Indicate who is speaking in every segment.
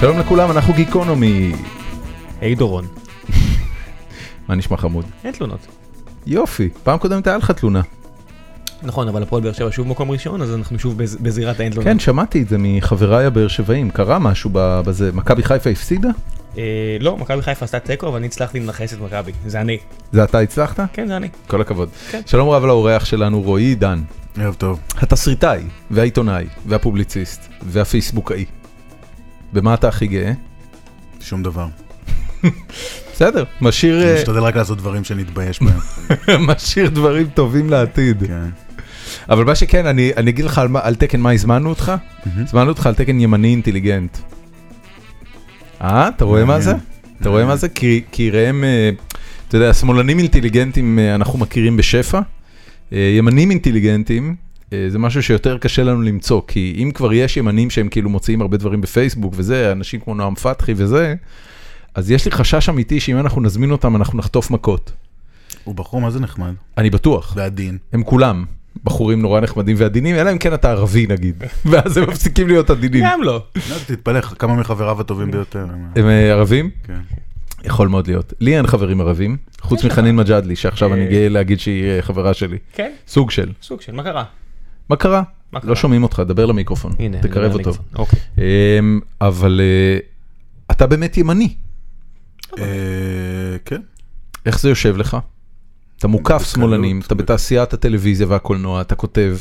Speaker 1: שלום לכולם, אנחנו גיקונומי.
Speaker 2: היי דורון,
Speaker 1: מה נשמע חמוד? כן.
Speaker 2: אין תלונות.
Speaker 1: יופי, פעם קודמת היה לך תלונה.
Speaker 2: נכון, אבל הפועל באר שבע שוב מקום ראשון, אז אנחנו שוב בז- בזירת האין תלונות.
Speaker 1: כן, שמעתי את זה מחבריי הבאר שבעים, קרה משהו ב- בזה, מכבי חיפה הפסידה?
Speaker 2: אה, לא, מכבי חיפה עשתה תיקו, אבל אני הצלחתי לנכס את מכבי. זה אני.
Speaker 1: זה אתה הצלחת?
Speaker 2: כן, זה אני.
Speaker 1: כל הכבוד.
Speaker 2: כן.
Speaker 1: שלום רב לאורח שלנו, רועי עידן,
Speaker 3: ערב טוב.
Speaker 1: התסריטאי, והעיתונאי, והפובליציסט, והפייסבוקאי. במה אתה הכי גאה?
Speaker 3: שום דבר.
Speaker 1: בסדר, משאיר,
Speaker 3: אני
Speaker 1: אה,
Speaker 3: משתדל רק לעשות דברים שאני אתבייש בהם.
Speaker 1: משאיר דברים טובים לעתיד.
Speaker 3: כן.
Speaker 1: אבל מה שכן, אני אני אגיד לך על מה- על תקן מה הזמנו אותך.
Speaker 3: כן.
Speaker 1: הזמנו אותך על תקן ימני אינטליגנט. אה, אתה רואה מה זה?
Speaker 3: מעניין.
Speaker 1: אתה רואה מה זה? כי כי ראם, אה, אתה יודע, שמאלנים אינטליגנטים אה, אנחנו מכירים בשפע. אה, ימנים אינטליגנטים, אה, זה משהו שיותר קשה לנו למצוא, כי אם כבר יש ימנים שהם כאילו מוציאים הרבה דברים בפייסבוק וזה, אנשים כמו נועם פתחי וזה, אז יש לי חשש אמיתי שאם אנחנו נזמין אותם אנחנו נחטוף מכות.
Speaker 3: הוא בחור מה זה נחמד.
Speaker 1: אני בטוח.
Speaker 3: ועדין.
Speaker 1: הם כולם בחורים נורא נחמדים ועדינים, אלא אם כן אתה ערבי נגיד, ואז הם מפסיקים להיות עדינים.
Speaker 2: גם לא.
Speaker 3: לא, תתפלא, כמה מחבריו הטובים ביותר. הם-
Speaker 1: הם אה, ערבים?
Speaker 3: כן.
Speaker 1: יכול מאוד להיות. לי אין חברים ערבים, חוץ
Speaker 2: יש לך.
Speaker 1: מחנין מג'אדלי, שעכשיו
Speaker 2: אה.
Speaker 1: אני גאה להגיד שהיא אה, חברה שלי.
Speaker 2: כן,
Speaker 1: סוג של.
Speaker 2: סוג של, מה קרה?
Speaker 1: מה קרה?
Speaker 2: מה קרה?
Speaker 1: לא שומעים אותך, דבר למיקרופון,
Speaker 2: הנה, אני
Speaker 1: תקרב
Speaker 2: מדבר
Speaker 1: אותו.
Speaker 2: למיקרופון. אוקיי.
Speaker 1: אמ, אבל אה, אתה באמת ימני,
Speaker 3: אה, כן.
Speaker 1: איך זה יושב לך? אתה מוקף
Speaker 3: בקלות,
Speaker 1: שמאלנים, אתה
Speaker 3: בק-
Speaker 1: בתעשיית הטלוויזיה והקולנוע, אתה כותב,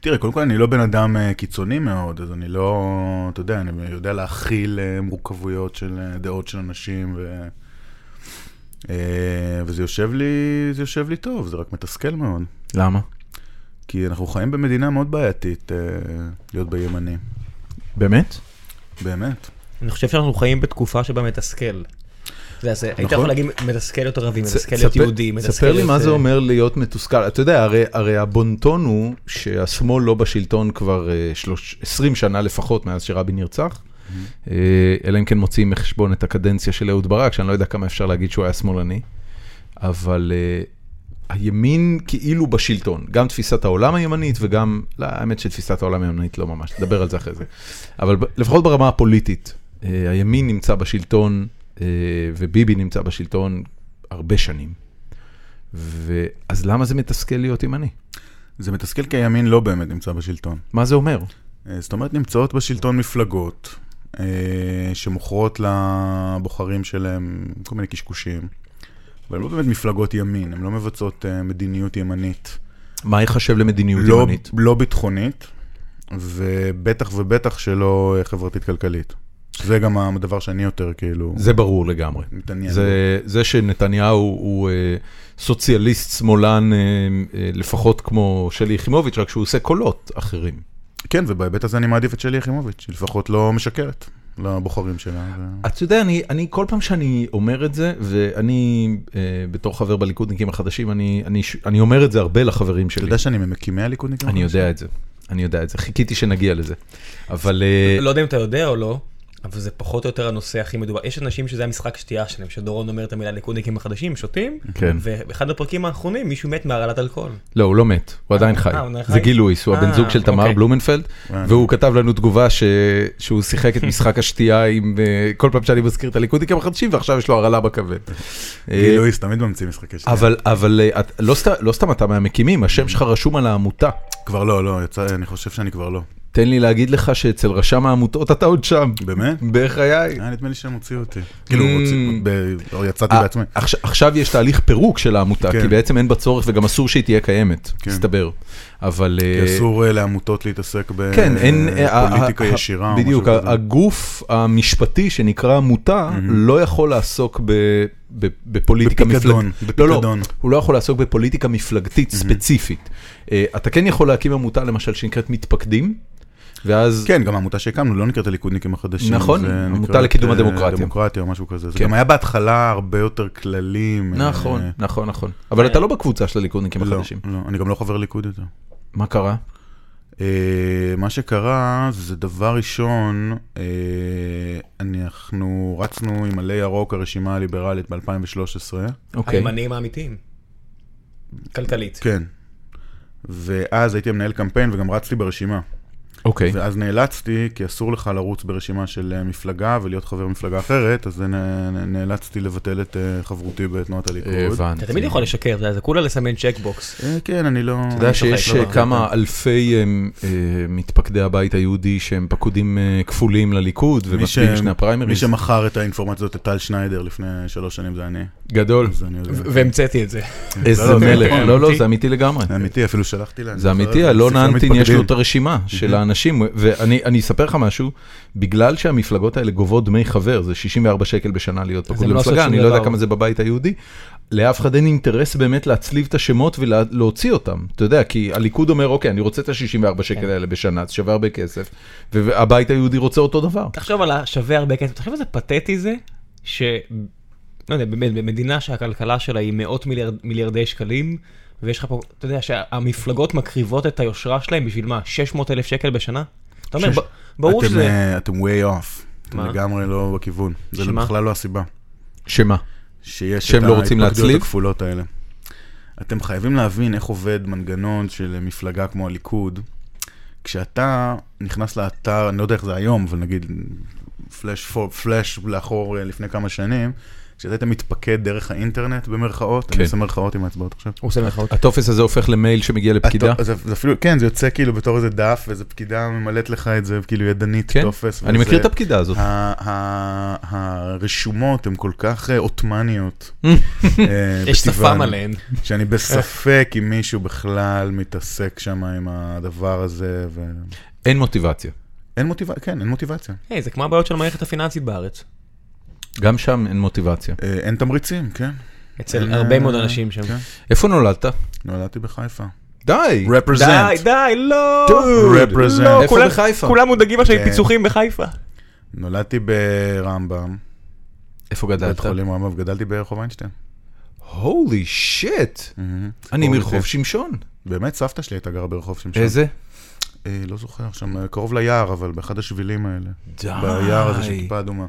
Speaker 3: תראה, קודם כל אני לא בן אדם אה, קיצוני מאוד, אז אני לא, אתה יודע, אני יודע להכיל אה, מורכבויות של אה, דעות של אנשים, ו... אה, וזה יושב לי, זה יושב לי טוב, זה רק מתסכל מאוד.
Speaker 1: למה?
Speaker 3: כי אנחנו חיים במדינה מאוד בעייתית אה, להיות בימני,
Speaker 1: באמת?
Speaker 3: באמת.
Speaker 2: אני חושב שאנחנו חיים בתקופה שבה מתסכל. זה אז
Speaker 1: נכון.
Speaker 2: היית יכול להגיד מתסכל להיות ערבי, מתסכל להיות
Speaker 1: ספר-
Speaker 2: יהודי, מתסכל להיות...
Speaker 1: ספר לי מה זה
Speaker 2: אה,
Speaker 1: אומר להיות מתוסכל. אתה יודע, הרי, הרי הבונטון הוא שהשמאל לא בשלטון כבר אה, שלוש, 20 שנה לפחות מאז שרבין נרצח, אה, אלא אם כן מוציאים מחשבון את הקדנציה של אהוד ברק, שאני לא יודע כמה אפשר להגיד שהוא היה שמאלני, אבל אה, הימין כאילו בשלטון, גם תפיסת העולם הימנית וגם, לא, האמת שתפיסת העולם הימנית לא ממש, נדבר על זה אחרי זה, אבל ב- לפחות ברמה הפוליטית, אה, הימין נמצא בשלטון אה, וביבי נמצא בשלטון הרבה שנים. ואז למה זה מתסכל להיות ימני?
Speaker 3: זה מתסכל כי הימין לא באמת נמצא בשלטון.
Speaker 1: מה זה אומר?
Speaker 3: אה, זאת אומרת, נמצאות בשלטון מפלגות אה, שמוכרות לבוחרים שלהם כל מיני קשקושים, אבל הן לא באמת מפלגות ימין, הן לא מבצעות אה, מדיניות ימנית.
Speaker 1: מה ייחשב למדיניות
Speaker 3: לא,
Speaker 1: ימנית?
Speaker 3: לא ביטחונית, ובטח ובטח שלא אה, חברתית-כלכלית. שזה גם הדבר שאני יותר כאילו
Speaker 1: זה ברור לגמרי.
Speaker 3: מתעניין. בו.
Speaker 1: זה, זה שנתניהו הוא אה, סוציאליסט שמאלן, אה, אה, לפחות כמו שלי יחימוביץ', רק שהוא עושה קולות אחרים.
Speaker 3: כן, ובהיבט הזה אני מעדיף את שלי יחימוביץ', שהיא לפחות לא משקרת לבוחרים שלה. ו...
Speaker 1: אתה יודע, אני, אני כל פעם שאני אומר את זה, ואני אה, בתור חבר בליכודניקים החדשים, אני, אני, ש- אני אומר את זה הרבה לחברים
Speaker 3: אתה
Speaker 1: שלי.
Speaker 3: יודע שאני ממקימי הליכודניקים?
Speaker 1: אני יודע את זה, אני יודע את זה, חיכיתי שנגיע לזה. אבל... אה,
Speaker 2: לא יודע אם אתה יודע או לא, אבל זה פחות או יותר הנושא הכי מדובר. יש אנשים שזה המשחק שתייה שלהם, שדורון אומר את המילה ליכודניקים החדשים, שותים,
Speaker 1: כן.
Speaker 2: ובאחד הפרקים האחרונים מישהו מת מהרעלת אלכוהול.
Speaker 1: לא, הוא לא מת, הוא עדיין חי.
Speaker 2: אה, הוא עדיין
Speaker 1: זה
Speaker 2: חי?
Speaker 1: גיל לואיס, הוא הבן
Speaker 2: אה,
Speaker 1: זוג של תמר
Speaker 2: אוקיי.
Speaker 1: בלומנפלד,
Speaker 3: אה.
Speaker 1: והוא כתב לנו תגובה ש- שהוא שיחק את משחק השתייה עם אה, כל פעם שאני מזכיר את הליכודניקים החדשים, ועכשיו יש לו הרעלה בכבד. אה,
Speaker 3: גילויס תמיד ממציא משחקי שנייה.
Speaker 1: אבל אבל אה, את- לא סת- לא סתם אתה מהמקימים,
Speaker 2: Mm.
Speaker 1: השם שלך רשום על העמותה.
Speaker 3: כבר לא, לא, יצא, אני חושב שאני כבר לא.
Speaker 1: תן לי להגיד לך שאצל רשם העמותות אתה עוד שם.
Speaker 3: באמת?
Speaker 1: בחיי.
Speaker 3: היה נדמה לי שהם הוציאו אותי. כאילו,
Speaker 1: Mm.
Speaker 3: הוציאו- ב- או יצאתי
Speaker 1: אה,
Speaker 3: בעצמי.
Speaker 1: עכש- עכשיו יש תהליך פירוק של העמותה,
Speaker 3: כן.
Speaker 1: כי בעצם אין בה צורך וגם אסור שהיא תהיה קיימת,
Speaker 3: כן.
Speaker 1: מסתבר. אבל...
Speaker 3: כי
Speaker 1: אה,
Speaker 3: אסור אה, לעמותות להתעסק
Speaker 1: כן, אין... אה,
Speaker 3: בפוליטיקה
Speaker 1: אה, אה,
Speaker 3: ישירה או משהו
Speaker 1: בדיוק,
Speaker 3: כזה.
Speaker 1: הגוף המשפטי שנקרא עמותה לא יכול לעסוק ב... ב- בפוליטיקה
Speaker 3: בפיקדון,
Speaker 1: מפלגתית, לא, לא,
Speaker 3: בפיקדון.
Speaker 1: הוא לא יכול לעסוק בפוליטיקה מפלגתית ספציפית. אה, אתה כן יכול להקים עמותה למשל שנקראת מתפקדים, ואז
Speaker 3: כן, גם העמותה שהקמנו לא נקראת הליכודניקים החדשים.
Speaker 1: נכון,
Speaker 3: זה
Speaker 1: עמותה
Speaker 3: נקראת,
Speaker 1: לקידום
Speaker 3: אה,
Speaker 1: הדמוקרטיה.
Speaker 3: דמוקרטיה או משהו כזה. זה
Speaker 1: כן.
Speaker 3: גם היה בהתחלה הרבה יותר כללים. אה,
Speaker 1: נכון, נכון, נכון. אבל אתה לא בקבוצה של הליכודניקים
Speaker 3: לא,
Speaker 1: החדשים.
Speaker 3: לא, אני גם לא חבר ליכוד יותר.
Speaker 1: מה קרה?
Speaker 3: אה, מה שקרה זה דבר ראשון, אה, אנחנו רצנו עם עלה ירוק הרשימה הליברלית ב-2013.
Speaker 1: אוקיי.
Speaker 2: הימניים האמיתיים. כלכלית.
Speaker 3: כן. ואז הייתי מנהל קמפיין וגם רצתי ברשימה.
Speaker 1: אוקיי.
Speaker 3: ואז נאלצתי, כי אסור לך לרוץ ברשימה של אה, מפלגה ולהיות חבר מפלגה אחרת, אז נ- נ- נאלצתי לבטל את אה, חברותי בתנועת הליכוד.
Speaker 1: הבנתי.
Speaker 2: אתה תמיד יכול לשקר, אתה יודע, זה כולה לסמן צ'קבוקס.
Speaker 3: אה, כן, אני לא...
Speaker 1: אתה יודע שיש
Speaker 3: לא
Speaker 1: אה,
Speaker 3: בחרתי.
Speaker 1: כמה אלפי אה, אה, מתפקדי הבית היהודי שהם פקודים אה, כפולים לליכוד
Speaker 3: מי ש-
Speaker 1: ומצביעים שני
Speaker 3: מי
Speaker 1: הפריימריז.
Speaker 3: שמכר את האינפורמציה הזאת לטל שניידר לפני שלוש שנים זה אני.
Speaker 1: גדול.
Speaker 3: אז אני יודע.
Speaker 2: והמצאתי את זה.
Speaker 1: איזה
Speaker 3: לא, זה
Speaker 1: מלך.
Speaker 3: נכון.
Speaker 1: לא, לא,
Speaker 2: אמיתי.
Speaker 1: זה אמיתי לגמרי.
Speaker 3: זה אמיתי, אפילו שלחתי להם.
Speaker 1: זה אמיתי, אלון
Speaker 3: שיחה
Speaker 1: אנטין יש לו
Speaker 3: מתפקדים.
Speaker 1: את הרשימה
Speaker 2: Mhm.
Speaker 1: של האנשים, ואני אני אספר לך משהו, בגלל שהמפלגות האלה גובות דמי חבר, זה 64 שקל בשנה להיות פקוד
Speaker 2: הם לא עושות
Speaker 1: במפלגה,
Speaker 2: שום
Speaker 1: אני לא יודע
Speaker 2: דבר.
Speaker 1: כמה זה בבית היהודי, לאף אחד אין אינטרס באמת להצליב את השמות ולהוציא אותם, אתה יודע, כי הליכוד אומר, אוקיי, אני רוצה את
Speaker 2: כן.
Speaker 1: ה-64 שקל האלה בשנה, זה שווה הרבה כסף, והבית היהודי רוצה אותו דבר.
Speaker 2: תחשוב על השווה הרבה כסף, תחשוב איזה פתטי זה, ש... לא יודע, באמת, במדינה שהכלכלה שלה היא מאות מיליארד, מיליארדי שקלים, ויש לך פה, אתה יודע, שהמפלגות מקריבות את היושרה שלהם בשביל מה? 600 אלף שקל בשנה? אתה אומר,
Speaker 3: שש-
Speaker 2: ב- ברור
Speaker 3: אתם,
Speaker 2: שזה...
Speaker 3: אה, אתם way off. אתם
Speaker 2: מה?
Speaker 3: לגמרי לא בכיוון. זה
Speaker 2: שמה?
Speaker 3: בכלל לא הסיבה.
Speaker 1: שמה?
Speaker 3: שיש
Speaker 1: שהם
Speaker 3: את
Speaker 1: לא רוצים
Speaker 3: ההתפקדויות
Speaker 1: להצליב?
Speaker 3: הכפולות האלה. אתם חייבים להבין איך עובד מנגנון של מפלגה כמו הליכוד. כשאתה נכנס לאתר, אני לא יודע איך זה היום, אבל נגיד פלאש, פור, פלאש לאחור אה, לפני כמה שנים, כשאתה היית מתפקד דרך האינטרנט במרכאות,
Speaker 1: כן.
Speaker 3: אני עושה מרכאות עם ההצבעות עכשיו.
Speaker 2: הוא עושה מחאות.
Speaker 1: הטופס הזה הופך למייל שמגיע לפקידה?
Speaker 3: אתה- זה, זה אפילו, כן, זה יוצא כאילו בתור איזה דף, ואיזה פקידה ממלאת לך את זה, כאילו ידנית,
Speaker 1: כן,
Speaker 3: טופס.
Speaker 1: אני
Speaker 3: וזה-
Speaker 1: מכיר את הפקידה הזאת.
Speaker 3: ה- ה- הרשומות הן כל כך אה, עות'מאניות. אה,
Speaker 2: יש שפם
Speaker 3: בטבען,
Speaker 2: עליהן.
Speaker 3: שאני בספק אם מישהו בכלל מתעסק שם עם הדבר הזה, ואין
Speaker 1: אין מוטיבציה.
Speaker 3: מוטיבציה, כן, אין מוטיבציה.
Speaker 2: היי, זה כמו הבעיות של המערכת הפיננסית בארץ.
Speaker 1: גם שם אין מוטיבציה.
Speaker 3: אה, אין תמריצים, כן.
Speaker 2: אצל
Speaker 3: אה,
Speaker 2: הרבה מאוד אנשים שם.
Speaker 3: כן.
Speaker 1: איפה נולדת?
Speaker 3: נולדתי בחיפה.
Speaker 1: די!
Speaker 2: די,
Speaker 3: רפרזנט.
Speaker 2: די, לא!
Speaker 1: Dude.
Speaker 3: Represent.
Speaker 2: לא,
Speaker 1: איפה
Speaker 2: כולם-
Speaker 1: בחיפה?
Speaker 2: כולם מודאגים עכשיו
Speaker 3: כן.
Speaker 2: מפיצוחים בחיפה.
Speaker 3: נולדתי ברמב"ם,
Speaker 1: איפה
Speaker 3: בית
Speaker 1: גדלת?
Speaker 3: חולים רמב"ם, גדלתי ברחוב איינשטיין.
Speaker 1: הולי שיט!
Speaker 3: מהמם.
Speaker 1: אני
Speaker 3: סיפור
Speaker 1: מרחוב
Speaker 3: אמיתי.
Speaker 1: שמשון.
Speaker 3: באמת, סבתא שלי הייתה גרה ברחוב שמשון.
Speaker 1: איזה?
Speaker 3: אה, לא זוכר, שם אה, קרוב ליער, אבל באחד השבילים האלה.
Speaker 1: די.
Speaker 3: ביער הזה של כיפה אדומה.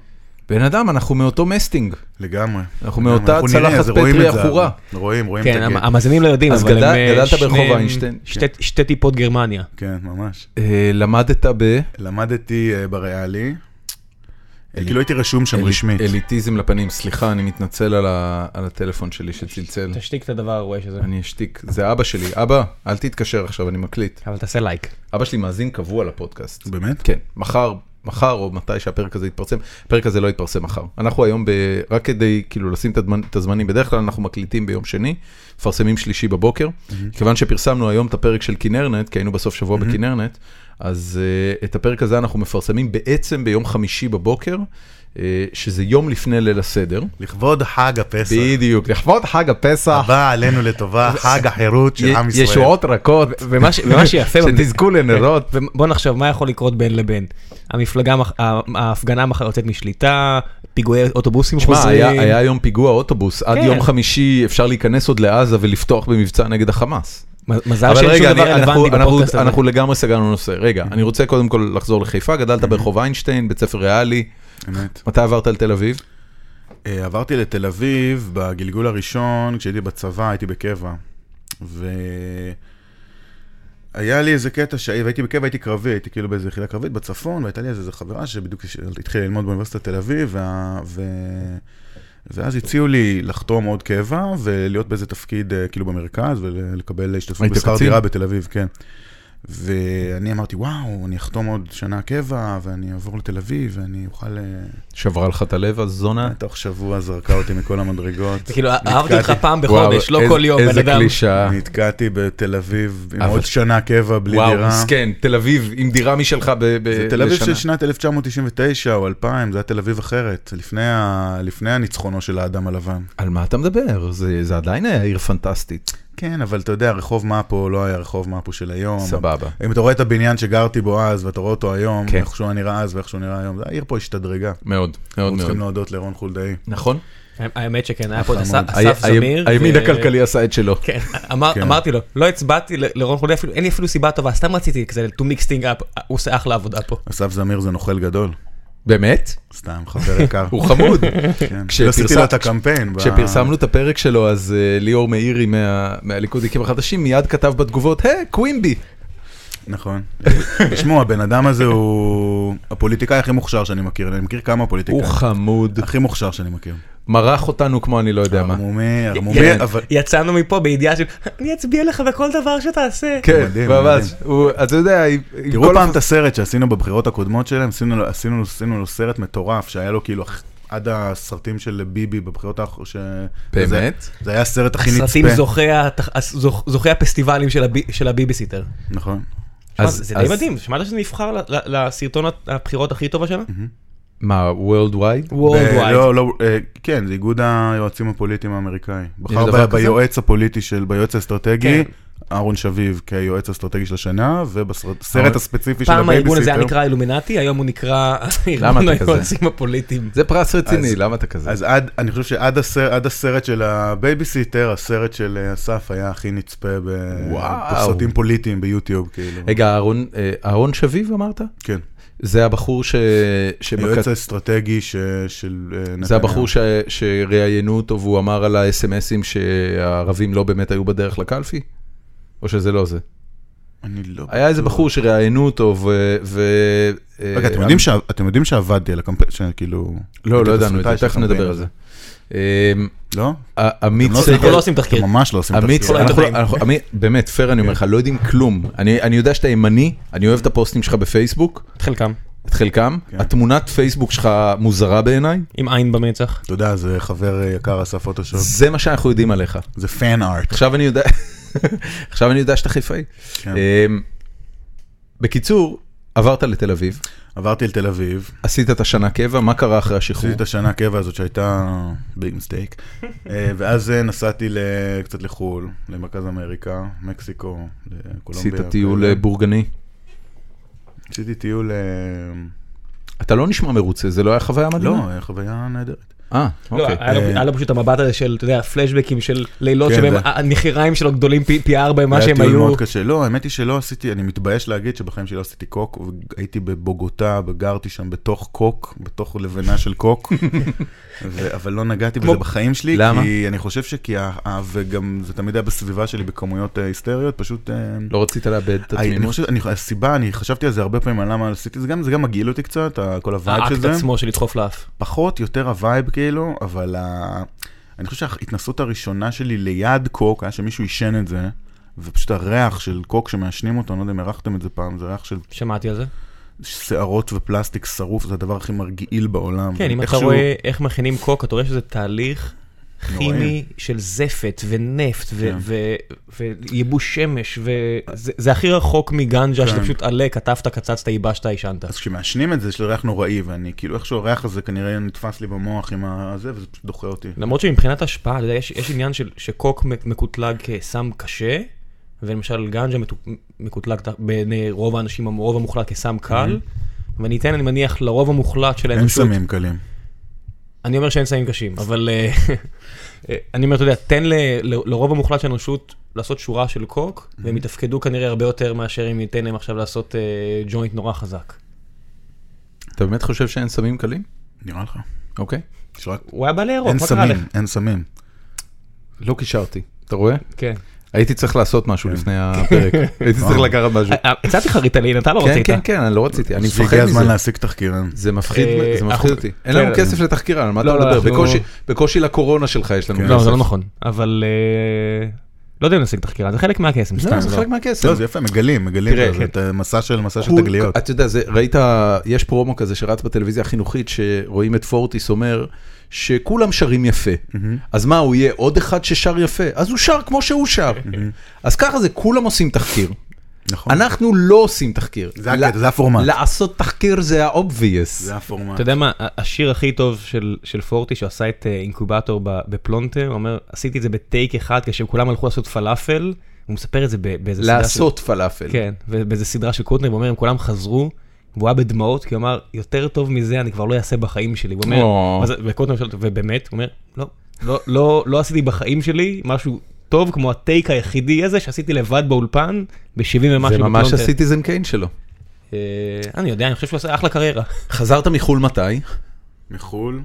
Speaker 1: בן אדם, אנחנו מאותו מסטינג.
Speaker 3: לגמרי.
Speaker 1: אנחנו
Speaker 3: לגמרי.
Speaker 1: מאותה
Speaker 3: כן, אנחנו נראה,
Speaker 1: צלחת
Speaker 3: אז רואים
Speaker 1: פטרי
Speaker 3: את זה,
Speaker 1: עכורה.
Speaker 3: אבל. רואים, רואים את
Speaker 2: כן,
Speaker 3: הגט.
Speaker 2: המאזינים לא יודעים,
Speaker 1: אז
Speaker 2: אבל
Speaker 1: גדל-
Speaker 2: הם... אה,
Speaker 1: גדלת ברחוב
Speaker 2: שניהם-
Speaker 1: איינשטיין.
Speaker 2: שתי- שתי טיפות גרמניה.
Speaker 3: כן, ממש.
Speaker 1: אה, למדת ב...
Speaker 3: למדתי אה, בריאלי, אה, כאילו הייתי רשום שם רשמית.
Speaker 1: אליטיזם לפנים. סליחה, אני מתנצל על ה- על הטלפון שלי שצלצל.
Speaker 2: תשתיק את הדבר הרואה שזה.
Speaker 1: אני אשתיק. זה אבא שלי. אבא, אל תתקשר עכשיו, אני מקליט.
Speaker 2: אבל תעשה לייק.
Speaker 1: אבא שלי מאזין קבוע לפודקאסט.
Speaker 3: באמת?
Speaker 1: כן, מחר, מחר או מתי שהפרק הזה יתפרסם, הפרק הזה לא יתפרסם מחר. אנחנו היום, ב... רק כדי כאילו לשים את הזמנ- את הזמנים, בדרך כלל אנחנו מקליטים ביום שני, מפרסמים שלישי בבוקר. כיוון שפרסמנו היום את הפרק של כנרנט, כי היינו בסוף שבוע בכנרנט, אז uh, את הפרק הזה אנחנו מפרסמים בעצם ביום חמישי בבוקר, uh, שזה יום לפני ליל הסדר.
Speaker 3: לכבוד חג הפסח.
Speaker 1: בדיוק, לכבוד חג הפסח,
Speaker 3: הבא עלינו לטובה, חג החירות של עם ישראל.
Speaker 1: ישועות רכות,
Speaker 2: ומה ש- ומה שיפה...
Speaker 1: שתזכו לנרות.
Speaker 2: בוא כן, נחשוב מה יכול לקרות בין לבין. המפלגה, מח- ה- ההפגנה מחר יוצאת משליטה, פיגועי אוטובוסים
Speaker 1: תשמע, היה,
Speaker 2: חוזרים.
Speaker 1: היה היום פיגוע אוטובוס, עד
Speaker 2: כן.
Speaker 1: יום חמישי אפשר להיכנס עוד לעזה ולפתוח במבצע נגד החמאס.
Speaker 2: מ- מזל
Speaker 1: אבל
Speaker 2: שאין
Speaker 1: רגע,
Speaker 2: שום
Speaker 1: אני,
Speaker 2: דבר
Speaker 1: אנחנו,
Speaker 2: רלוונטי
Speaker 1: אנחנו,
Speaker 2: בפודקאסט הזה.
Speaker 1: אנחנו לגמרי סגרנו נושא. רגע, אני רוצה קודם כל לחזור לחיפה, גדלת ברחוב איינשטיין, בית ספר ריאלי,
Speaker 3: אמת.
Speaker 1: מתי עברת לתל אביב?
Speaker 3: אה, עברתי לתל אביב בגלגול הראשון, כשהייתי בצבא, הייתי בקבע. והיה לי איזה קטע שהייתי בקבע, הייתי קרבי, הייתי כאילו באיזה יחידה קרבית בצפון, והייתה לי איזה חברה שבדיוק התחילה ללמוד באוניברסיטת תל אביב, וה... ו... ואז הציעו לי לחתום עוד קבע ולהיות באיזה תפקיד אה, כאילו במרכז ולקבל השתתפות
Speaker 1: היית
Speaker 3: בשכר
Speaker 1: קצין?
Speaker 3: דירה בתל אביב, כן. ואני אמרתי, וואו, אני אחתום עוד שנה קבע ואני אעבור לתל אביב ואני אוכל... אה,
Speaker 1: שברה לך את הלב הזונה?
Speaker 3: תוך שבוע זרקה אותי מכל המדרגות.
Speaker 1: כן.
Speaker 2: זה כאילו,
Speaker 3: נתקעתי-
Speaker 2: אהבתי אותך פעם בחודש, לא
Speaker 1: איזה-
Speaker 2: כל יום, בן
Speaker 1: איזה
Speaker 2: אדם.
Speaker 1: קלישאה.
Speaker 3: נתקעתי בתל אביב עם
Speaker 1: אבל-
Speaker 3: עוד שנה קבע בלי
Speaker 1: וואו,
Speaker 3: דירה.
Speaker 1: מסכן, אה, תל אביב עם דירה משלך ב- ב-
Speaker 3: זה תל אביב של
Speaker 1: בשנה.
Speaker 3: שנת 1999 או 2000, זה היה תל אביב אחרת, לפני ה- לפני הניצחונו של האדם הלבן.
Speaker 1: על מה אתה מדבר? זה זה עדיין היה עיר פנטסטית.
Speaker 3: כן, אבל אתה יודע, רחוב מפו לא היה רחוב מפו של היום.
Speaker 1: סבבה.
Speaker 3: אם אתה רואה את הבניין שגרתי בו אז, ואתה רואה אותו היום,
Speaker 1: כן.
Speaker 3: איך שהוא היה נראה אז ואיך שהוא נראה היום, זה- העיר פה השתדרגה.
Speaker 1: מאוד, מאוד
Speaker 3: אנחנו צריכים
Speaker 1: מאוד.
Speaker 3: להודות לרון חולדאי.
Speaker 1: נכון?
Speaker 2: האמת שכן, היה פה את אסף-
Speaker 3: מאוד.
Speaker 2: אסף
Speaker 1: היה-
Speaker 2: זמיר.
Speaker 1: נכון. הימין
Speaker 2: ו-
Speaker 1: הכלכלי עשה את שלו.
Speaker 2: כן, אמר,
Speaker 3: כן.
Speaker 2: אמרתי לו, לא הצבעתי ל- לרון חולדאי, אפילו- אין לי אפילו סיבה טובה, סתם רציתי כזה to mix thing up, הוא עושה אחלה עבודה פה.
Speaker 3: אסף זמיר זה נוכל גדול,
Speaker 1: באמת?
Speaker 3: סתם, חבר יקר.
Speaker 1: הוא חמוד.
Speaker 3: כן.
Speaker 1: כשפרסם-
Speaker 3: עשיתי לו את הקמפיין. ב-
Speaker 1: כשפרסמנו את הפרק שלו,
Speaker 3: כן.
Speaker 1: אז אה, ליאור מאירי מה- מהליכודניקים החדשים מיד כתב בתגובות, היי, קווימבי.
Speaker 3: נכון. תשמעו, הבן אדם הזה הוא הפוליטיקאי הכי מוכשר שאני מכיר, אני מכיר כמה
Speaker 1: הוא
Speaker 3: פוליטיקאים.
Speaker 1: חמוד,
Speaker 3: הכי מוכשר שאני מכיר.
Speaker 1: מרח אותנו כמו אני לא יודע מה.
Speaker 3: ערמומי, ערמומי, אבל...
Speaker 2: כן. יצאנו מפה בידיעה של, אני אצביע לך בכל דבר שתעשה.
Speaker 1: כן,
Speaker 3: מדהים,
Speaker 1: ממש. הוא- אתה יודע, עם- עם
Speaker 3: תראו
Speaker 1: כל
Speaker 3: פעם
Speaker 1: הפ-
Speaker 3: את הסרט שעשינו בבחירות הקודמות שלהם, עשינו לו- עשינו לו- עשינו לו סרט מטורף, שהיה לו כאילו אח- עד הסרטים של ביבי בבחירות האחרונות. זה
Speaker 1: באמת?
Speaker 3: זה היה הסרט הכי נצפה.
Speaker 2: הסרטים זוכי התח- הס- זוכ- זוכי הפסטיבלים של הבי- של הביביסיטר.
Speaker 3: נכון.
Speaker 2: שמע,
Speaker 1: אז-
Speaker 2: זה די
Speaker 1: אז-
Speaker 2: מדהים, שמעת שזה נבחר ל- ל- לסרטון הבחירות הכי טובה שלה?
Speaker 1: מה, World Wide?
Speaker 2: World
Speaker 3: ב-
Speaker 2: Wide.
Speaker 3: לא, לא, אה, כן, זה איגוד היועצים הפוליטיים האמריקאי. בחר
Speaker 1: דבר
Speaker 3: ב-
Speaker 1: כזה?
Speaker 3: ביועץ הפוליטי של, ביועץ
Speaker 2: כן.
Speaker 3: האסטרטגי, אהרון שביב כיועץ האסטרטגי של השנה,
Speaker 1: אבל-
Speaker 3: ובסרט הספציפי של
Speaker 2: פעם הארגון הזה היה
Speaker 3: הבייביסיטר.
Speaker 2: נקרא אילומינטי, היום הוא נקרא
Speaker 1: למה
Speaker 2: ארגון
Speaker 1: אתה כזה?
Speaker 2: היועצים הפוליטיים.
Speaker 1: זה פרס רציני,
Speaker 3: אז-
Speaker 1: למה אתה כזה?
Speaker 3: אז עד, אני חושב שעד הסרט, עד הסרט של הבייביסיטר, הסרט של אה, אסף היה הכי נצפה
Speaker 1: וואו.
Speaker 3: בסרטים פוליטיים ביוטיוב, כאילו.
Speaker 1: רגע, אהרון- אה, אהרון שביב אמרת?
Speaker 3: כן.
Speaker 1: זה הבחור ש... שבכת-
Speaker 3: היועץ האסטרטגי ש- של אה, נתניהו.
Speaker 1: זה הבחור ש... שראיינו אותו והוא אמר על האס.אם.אסים שהערבים לא באמת היו בדרך לקלפי? או שזה לא זה?
Speaker 3: אני לא...
Speaker 1: היה איזה בחור שראיינו אותו ו... ו... אה,
Speaker 3: רגע, אתם יודעים שה- אתם יודעים שעבדתי על כאילו, הקמפיין, שכאילו...
Speaker 1: לא,
Speaker 3: הייתי
Speaker 1: לא ידענו את
Speaker 3: תסריטאי
Speaker 1: זה,
Speaker 3: של
Speaker 1: תכף נדבר
Speaker 3: הקמפיין
Speaker 1: על זה. אמ,
Speaker 3: לא?
Speaker 1: ע- עמית
Speaker 3: אתם לא
Speaker 1: סגל...
Speaker 2: אנחנו לא עושים תחקיר.
Speaker 3: אתם ממש לא עושים
Speaker 1: עמית,
Speaker 3: תחקיר.
Speaker 1: אנחנו-
Speaker 2: יודעים.
Speaker 1: אנחנו- עמית, באמת, פייר אני אומר לך, לא יודעים כלום. אני אני יודע שאתה ימני, אני אוהב את הפוסטים שלך בפייסבוק,
Speaker 2: את חלקם,
Speaker 1: את חלקם.
Speaker 3: כן.
Speaker 1: התמונת פייסבוק שלך מוזרה בעיניי,
Speaker 2: עם עין במצח.
Speaker 3: אתה יודע, זה חבר יקר עשה פוטושופ,
Speaker 1: זה מה שאנחנו יודעים עליך.
Speaker 3: זה פן ארט.
Speaker 1: עכשיו אני יודע, עכשיו אני יודע שאתה חיפאי.
Speaker 3: כן.
Speaker 1: אמ, בקיצור, עברת לתל אביב,
Speaker 3: עברתי לתל אביב,
Speaker 1: עשית את השנה קבע, מה קרה אחרי השחרור?
Speaker 3: עשיתי את השנה הקבע הזאת שהייתה ביג מסטייק, אה, ואז אה, נסעתי ל- קצת לחו"ל, למרכז אמריקה, מקסיקו, לקולומביה.
Speaker 1: עשית טיול
Speaker 3: ו-
Speaker 1: אה, בורגני.
Speaker 3: עשיתי טיול, אה,
Speaker 1: אתה לא נשמע מרוצה, זה לא היה חוויה מדהימה?
Speaker 3: לא, אה, חוויה נהדרת.
Speaker 1: אה,
Speaker 2: לא,
Speaker 1: אוקיי.
Speaker 2: היה לו- היה לו פשוט המבט הזה של, אתה יודע, פלשבקים של לילות
Speaker 3: כן,
Speaker 2: שבהם
Speaker 3: זה-
Speaker 2: הנחיריים שלו גדולים פי- פי ארבע ממה
Speaker 3: היה
Speaker 2: שהם
Speaker 3: טיול
Speaker 2: היו.
Speaker 3: מאוד קשה. לא, האמת היא שלא עשיתי, אני מתבייש להגיד שבחיים שלי לא עשיתי קוק, הייתי בבוגוטה, גרתי שם בתוך קוק, בתוך לבנה של קוק, ו- אבל לא נגעתי בזה
Speaker 2: כמו-
Speaker 3: בחיים שלי,
Speaker 1: למה?
Speaker 3: כי אני חושב שכי, ה- ה- וגם זה תמיד היה בסביבה שלי בכמויות אה, היסטריות, פשוט... אה,
Speaker 1: לא רצית לאבד את
Speaker 3: אני אני
Speaker 1: התמימות?
Speaker 3: חושב, אני- הסיבה, אני חשבתי על זה הרבה פעמים, על למה עשיתי את זה, גם- זה גם מגעיל אותי קצת, ה- כל הווייב של
Speaker 2: האקט
Speaker 3: זה.
Speaker 2: עצמו של לדחוף לאף.
Speaker 3: פחות, יותר הווייב כאילו, אבל ה... אני חושב שההתנסות הראשונה שלי ליד קוק, היה שמישהו עישן את זה, ופשוט הריח של קוק שמעשנים אותו, אני לא יודע אם הרחתם את זה פעם, זה ריח של
Speaker 2: שמעתי על זה.
Speaker 3: Mm-hmm. שערות ופלסטיק שרוף, זה הדבר הכי מרגיעיל בעולם.
Speaker 2: כן, אם אתה
Speaker 3: איכשהו-
Speaker 2: רואה איך מכינים קוק, אתה רואה שזה תהליך כימי
Speaker 3: נוראי.
Speaker 2: של זפת ונפט ו-
Speaker 3: כן.
Speaker 2: ו- וייבוש שמש, וזה זה הכי רחוק מגנג'ה, שאתה
Speaker 3: כן.
Speaker 2: פשוט עלה, כתבת, קצצת, ייבשת, עישנת.
Speaker 3: אז כשמעשנים את זה, יש לי ריח נוראי, ואני כאילו, איכשהו הריח הזה כנראה נתפס לי במוח עם הזה, וזה פשוט דוחה אותי.
Speaker 2: למרות שמבחינת השפעה, אתה יודע, יש, יש עניין של, שקוק מק- מקוטלג כסם קשה, ולמשל גנג'ה מתו- מקוטלג ת- בעיני רוב האנשים, הרוב המוחלט כסם קל, ואני אתן, אני מניח, לרוב המוחלט שלהם
Speaker 3: אין
Speaker 2: פשוט-
Speaker 3: סמים קלים.
Speaker 2: אני אומר שאין סמים קשים, אבל אה, אה, אני אומר, אתה יודע, תן ל, ל, לרוב המוחלט של האנושות לעשות שורה של קוק, והם יתפקדו כנראה הרבה יותר מאשר אם ניתן להם עכשיו לעשות אה, ג'וינט נורא חזק.
Speaker 1: אתה באמת חושב שאין סמים קלים?
Speaker 3: נראה לך.
Speaker 1: אוקיי.
Speaker 3: יש רק-
Speaker 2: הוא היה בעלי ירוק,
Speaker 3: אין
Speaker 2: מה קרה לך?
Speaker 3: סמים, אין סמים.
Speaker 1: לא קישרתי, אתה רואה?
Speaker 2: כן.
Speaker 1: הייתי צריך לעשות משהו לפני הפרק, הייתי צריך
Speaker 3: וואו.
Speaker 1: לקחת משהו.
Speaker 2: אה, הצעתי לך ריטלין, אתה לא
Speaker 1: כן,
Speaker 2: רצית.
Speaker 1: כן, כן, אני לא רציתי, אני מפחד
Speaker 3: הגיע הזמן
Speaker 1: מזה.
Speaker 3: להשיג תחקירן.
Speaker 1: זה מפחיד,
Speaker 2: אה,
Speaker 1: זה מפחיד
Speaker 2: אנחנו-
Speaker 1: אותי. אין לנו
Speaker 2: כן.
Speaker 1: כסף לתחקירן, על מה אתה
Speaker 2: לא, לא,
Speaker 1: מדבר?
Speaker 2: אנחנו-
Speaker 1: בקושי- בקושי לקורונה שלך יש לנו
Speaker 3: כן.
Speaker 1: כסף.
Speaker 2: לא, זה לא נכון, אבל אה, לא יודע אם נשיג תחקירה, זה חלק מהקסם. סתם.
Speaker 1: לא, זה חלק מהכסף.
Speaker 3: לא, זה יפה, מגלים, מגלים.
Speaker 1: תראה, כן.
Speaker 3: זה- זה את מסע של מסע של
Speaker 1: כול-
Speaker 3: תגליות.
Speaker 1: אתה יודע, זה- ראית, יש פרומו כזה שרץ בטלוויזיה החינוכית, שרואים את פורטיס אומר שכולם שרים יפה. אז מה, הוא יהיה עוד אחד ששר יפה? אז הוא שר כמו שהוא שר. אז ככה זה, כולם עושים תחקיר.
Speaker 3: נכון.
Speaker 1: אנחנו לא עושים תחקיר.
Speaker 3: זה הקטע, זה הפורמט.
Speaker 1: לעשות תחקיר זה ה-obvious.
Speaker 3: זה הפורמט.
Speaker 2: אתה יודע מה, ה- השיר הכי טוב של, של פורטי שעשה את אה, אינקובטור ב- בפלונטר, הוא אומר, עשיתי את זה בטייק אחד כשכולם הלכו לעשות פלאפל, הוא מספר את זה ב- באיזה סדרה של...
Speaker 1: לעשות פלאפל.
Speaker 2: כן, באיזה סדרה של קוטנר, הוא אומר, הם כולם חזרו, והוא היה בדמעות, כי הוא אמר, יותר טוב מזה אני כבר לא אעשה בחיים שלי. הוא
Speaker 1: או.
Speaker 2: אומר, "מה זה?" וקוטנר שואל אותו, ובאמת, הוא אומר, לא, לא, לא, לא עשיתי בחיים שלי משהו טוב כמו הטייק היחידי הזה שעשיתי לבד באולפן, ב-70 ומשהו
Speaker 1: זה ממש
Speaker 2: בפלונטר."
Speaker 1: הסיטיזן קיין שלו.
Speaker 2: אה, אני יודע, אני חושב שהוא עשה אחלה קריירה.
Speaker 1: חזרת מחו"ל מתי?
Speaker 3: מחו"ל.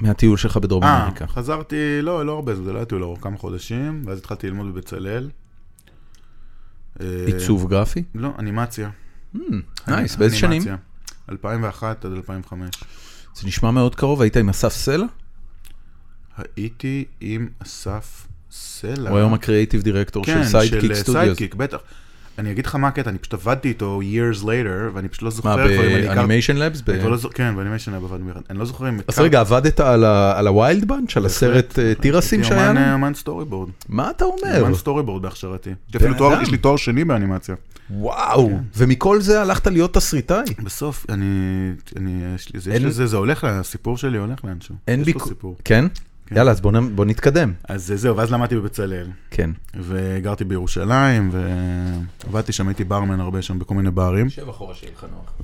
Speaker 1: מהטיול שלך בדרום
Speaker 3: אה,
Speaker 1: אמריקה.
Speaker 3: חזרתי, לא, לא הרבה, זה לא היה טיול ארוך, כמה חודשים, ואז התחלתי ללמוד בבצלאל. אה,
Speaker 1: עיצוב גרפי?
Speaker 3: לא, אנימציה.
Speaker 1: נייס, באיזה שנים?
Speaker 3: אנימציה. 2001 עד 2005.
Speaker 1: זה נשמע מאוד קרוב, היית עם אסף סלע?
Speaker 3: הייתי עם אסף סלע.
Speaker 1: הוא היום הקריאיטיב דירקטור
Speaker 3: כן,
Speaker 1: של סיידקיק
Speaker 3: אה,
Speaker 1: סטודיוס.
Speaker 3: סיידקיק, בטח. אני אגיד לך מה הקטע, אני פשוט עבדתי איתו years later, ואני פשוט לא
Speaker 1: מה,
Speaker 3: זוכר כבר אם אני הכרתי...
Speaker 1: באנימיישן לבס?
Speaker 3: אני כבר לא זוכר- כן, באנימיישן היה בבד מירן. אני לא זוכר אם...
Speaker 1: אז
Speaker 3: הכרתי-
Speaker 1: רגע, עבדת על ה- על הווילד בנץ', על הסרט אה, תירסים
Speaker 3: הייתי
Speaker 1: שהיה?
Speaker 3: אומן-
Speaker 1: לנו?
Speaker 3: אומן סטורי בורד.
Speaker 1: מה אתה אומר?
Speaker 3: אומן סטורי בורד בהכשרתי. יש לי אפילו תואר-
Speaker 1: אדם.
Speaker 3: יש לי תואר שני באנימציה.
Speaker 1: וואו,
Speaker 3: כן.
Speaker 1: ומכל זה הלכת להיות תסריטאי.
Speaker 3: בסוף, אני... אני- יש לי- זה- יש
Speaker 1: אין-
Speaker 3: לזה, זה הולך, לה- הסיפור שלי הולך לאנשהו.
Speaker 1: אין
Speaker 3: יש לו
Speaker 1: ביקו-
Speaker 3: סיפור.
Speaker 1: כן?
Speaker 3: כן.
Speaker 1: יאללה, אז בוא נ- בוא נתקדם.
Speaker 3: אז אה, זהו, ואז למדתי בבצלאל.
Speaker 1: כן.
Speaker 3: וגרתי בירושלים, ועבדתי שם, הייתי ברמן הרבה שם בכל מיני ברים.
Speaker 1: שב אחורה שיהיה לך נוח.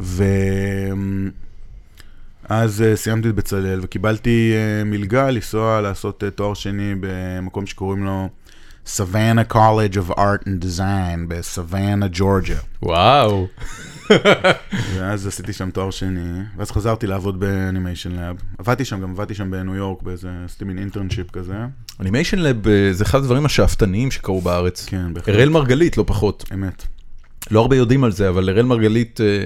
Speaker 3: ואז אה, סיימתי את בצלאל וקיבלתי אה, מלגה לנסוע לעשות אה, תואר שני במקום שקוראים לו סוואנה קולג' of Art and Design בסוואנה, ג'ורג'ה.
Speaker 1: וואו.
Speaker 3: ואז עשיתי שם תואר שני, ואז חזרתי לעבוד באנימיישן לאב. עבדתי שם, גם עבדתי שם בניו יורק באיזה, עשיתי מין אינטרנשיפ כזה.
Speaker 1: אנימיישן לב אה, זה אחד הדברים השאפתניים שקרו בארץ.
Speaker 3: כן, בהחלט.
Speaker 1: אראל מרגלית, לא פחות.
Speaker 3: אמת.
Speaker 1: לא הרבה יודעים על זה, אבל אראל מרגלית אה,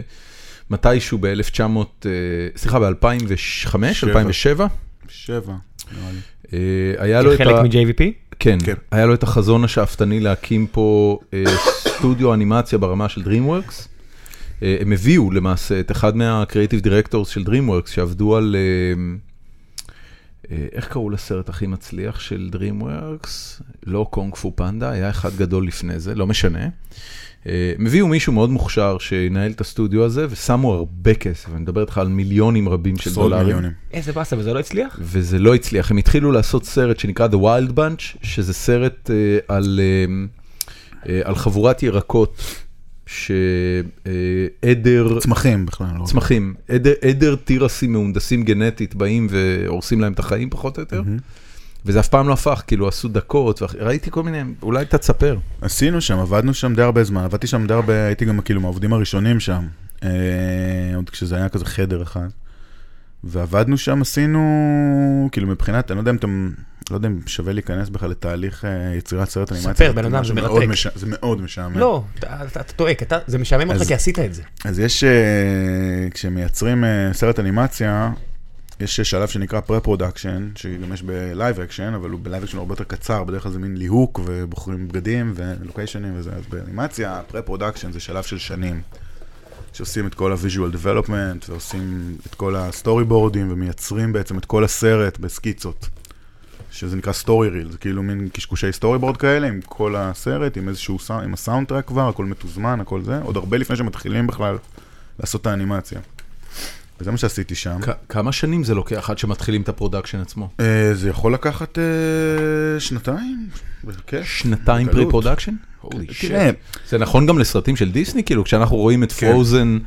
Speaker 1: מתישהו ב-1900, אה, סליחה, ב-2005,
Speaker 3: שבע.
Speaker 1: 2007,
Speaker 3: שבע, נראה לי.
Speaker 1: אה, היה לו את
Speaker 2: כחלק
Speaker 1: ה...
Speaker 2: מ-JVP?
Speaker 1: כן,
Speaker 3: כן.
Speaker 1: היה לו את החזון השאפתני להקים פה אה, סטודיו אנימציה ברמה של DreamWorks. אה, הם הביאו למעשה את אחד מהקריאיטיב דירקטורס של DreamWorks שעבדו על, אה, אה, איך קראו לסרט הכי מצליח של DreamWorks? לא קונג פו פנדה, היה אחד גדול לפני זה, לא משנה. אה, הם הביאו מישהו מאוד מוכשר שינהל את הסטודיו הזה ושמו הרבה כסף, אני מדבר איתך על מיליונים רבים של
Speaker 3: עשרות
Speaker 1: דולרים.
Speaker 3: מיליונים.
Speaker 2: איזה באסה, וזה לא הצליח?
Speaker 1: וזה לא הצליח. הם התחילו לעשות סרט שנקרא The Wild Bunch, שזה סרט אה, על, אה, אה, על חבורת ירקות שעדר,
Speaker 3: צמחים בכלל. לא-
Speaker 1: צמחים, עדר, עדר תירסים מהונדסים גנטית באים והורסים להם את החיים פחות או יותר, וזה אף פעם לא הפך, כאילו עשו דקות, ואח- ראיתי כל מיני, אולי אתה תספר.
Speaker 3: עשינו שם, עבדנו שם די הרבה זמן, עבדתי שם די הרבה, הייתי גם כאילו מהעובדים הראשונים שם, אה, עוד כשזה היה כזה חדר אחד. ועבדנו שם, עשינו, כאילו מבחינת, אני לא יודע אם אתם, לא יודע אם שווה להיכנס בכלל לתהליך אה, יצירת סרט אנימציה.
Speaker 2: ספר, בן אדם, זה
Speaker 3: משהו מאוד
Speaker 2: מרתק.
Speaker 3: מש- זה מאוד משעמם.
Speaker 2: לא, אתה- אתה אתה טועה, כי אתה- זה משעמם אותך
Speaker 3: אז-
Speaker 2: כי עשית את זה.
Speaker 3: אז יש, אה, כשמייצרים אה, סרט אנימציה, יש שלב שנקרא פרה-פרודקשן, שגם יש בלייב אקשן, אבל הוא בלייב אקשן הרבה יותר קצר, בדרך כלל זה מין ליהוק, ובוחרים בגדים ולוקיישנים וזה, אז באנימציה, פרה-פרודקשן זה שלב של שנים, שעושים את כל ה-visual development, ועושים את כל הסטורי בורדים, ומייצרים בעצם את כל הסרט בסקיצות. שזה נקרא סטורי ריל, זה כאילו מין קשקושי סטורי בורד כאלה, עם כל הסרט, עם איזשהו סאונד, עם הסאונד טרק כבר, הכל מתוזמן, הכל זה, עוד הרבה לפני שמתחילים בכלל לעשות את האנימציה. וזה מה שעשיתי שם.
Speaker 1: כ- כמה שנים זה לוקח עד שמתחילים את הפרודקשן עצמו?
Speaker 3: אה, זה יכול לקחת אה, שנתיים? בכיף.
Speaker 1: שנתיים
Speaker 3: בקלות.
Speaker 1: פרי פרודקשן?
Speaker 3: תראה,
Speaker 1: זה נכון גם לסרטים של דיסני? כאילו, כשאנחנו רואים את
Speaker 3: כן.
Speaker 1: פרוזן,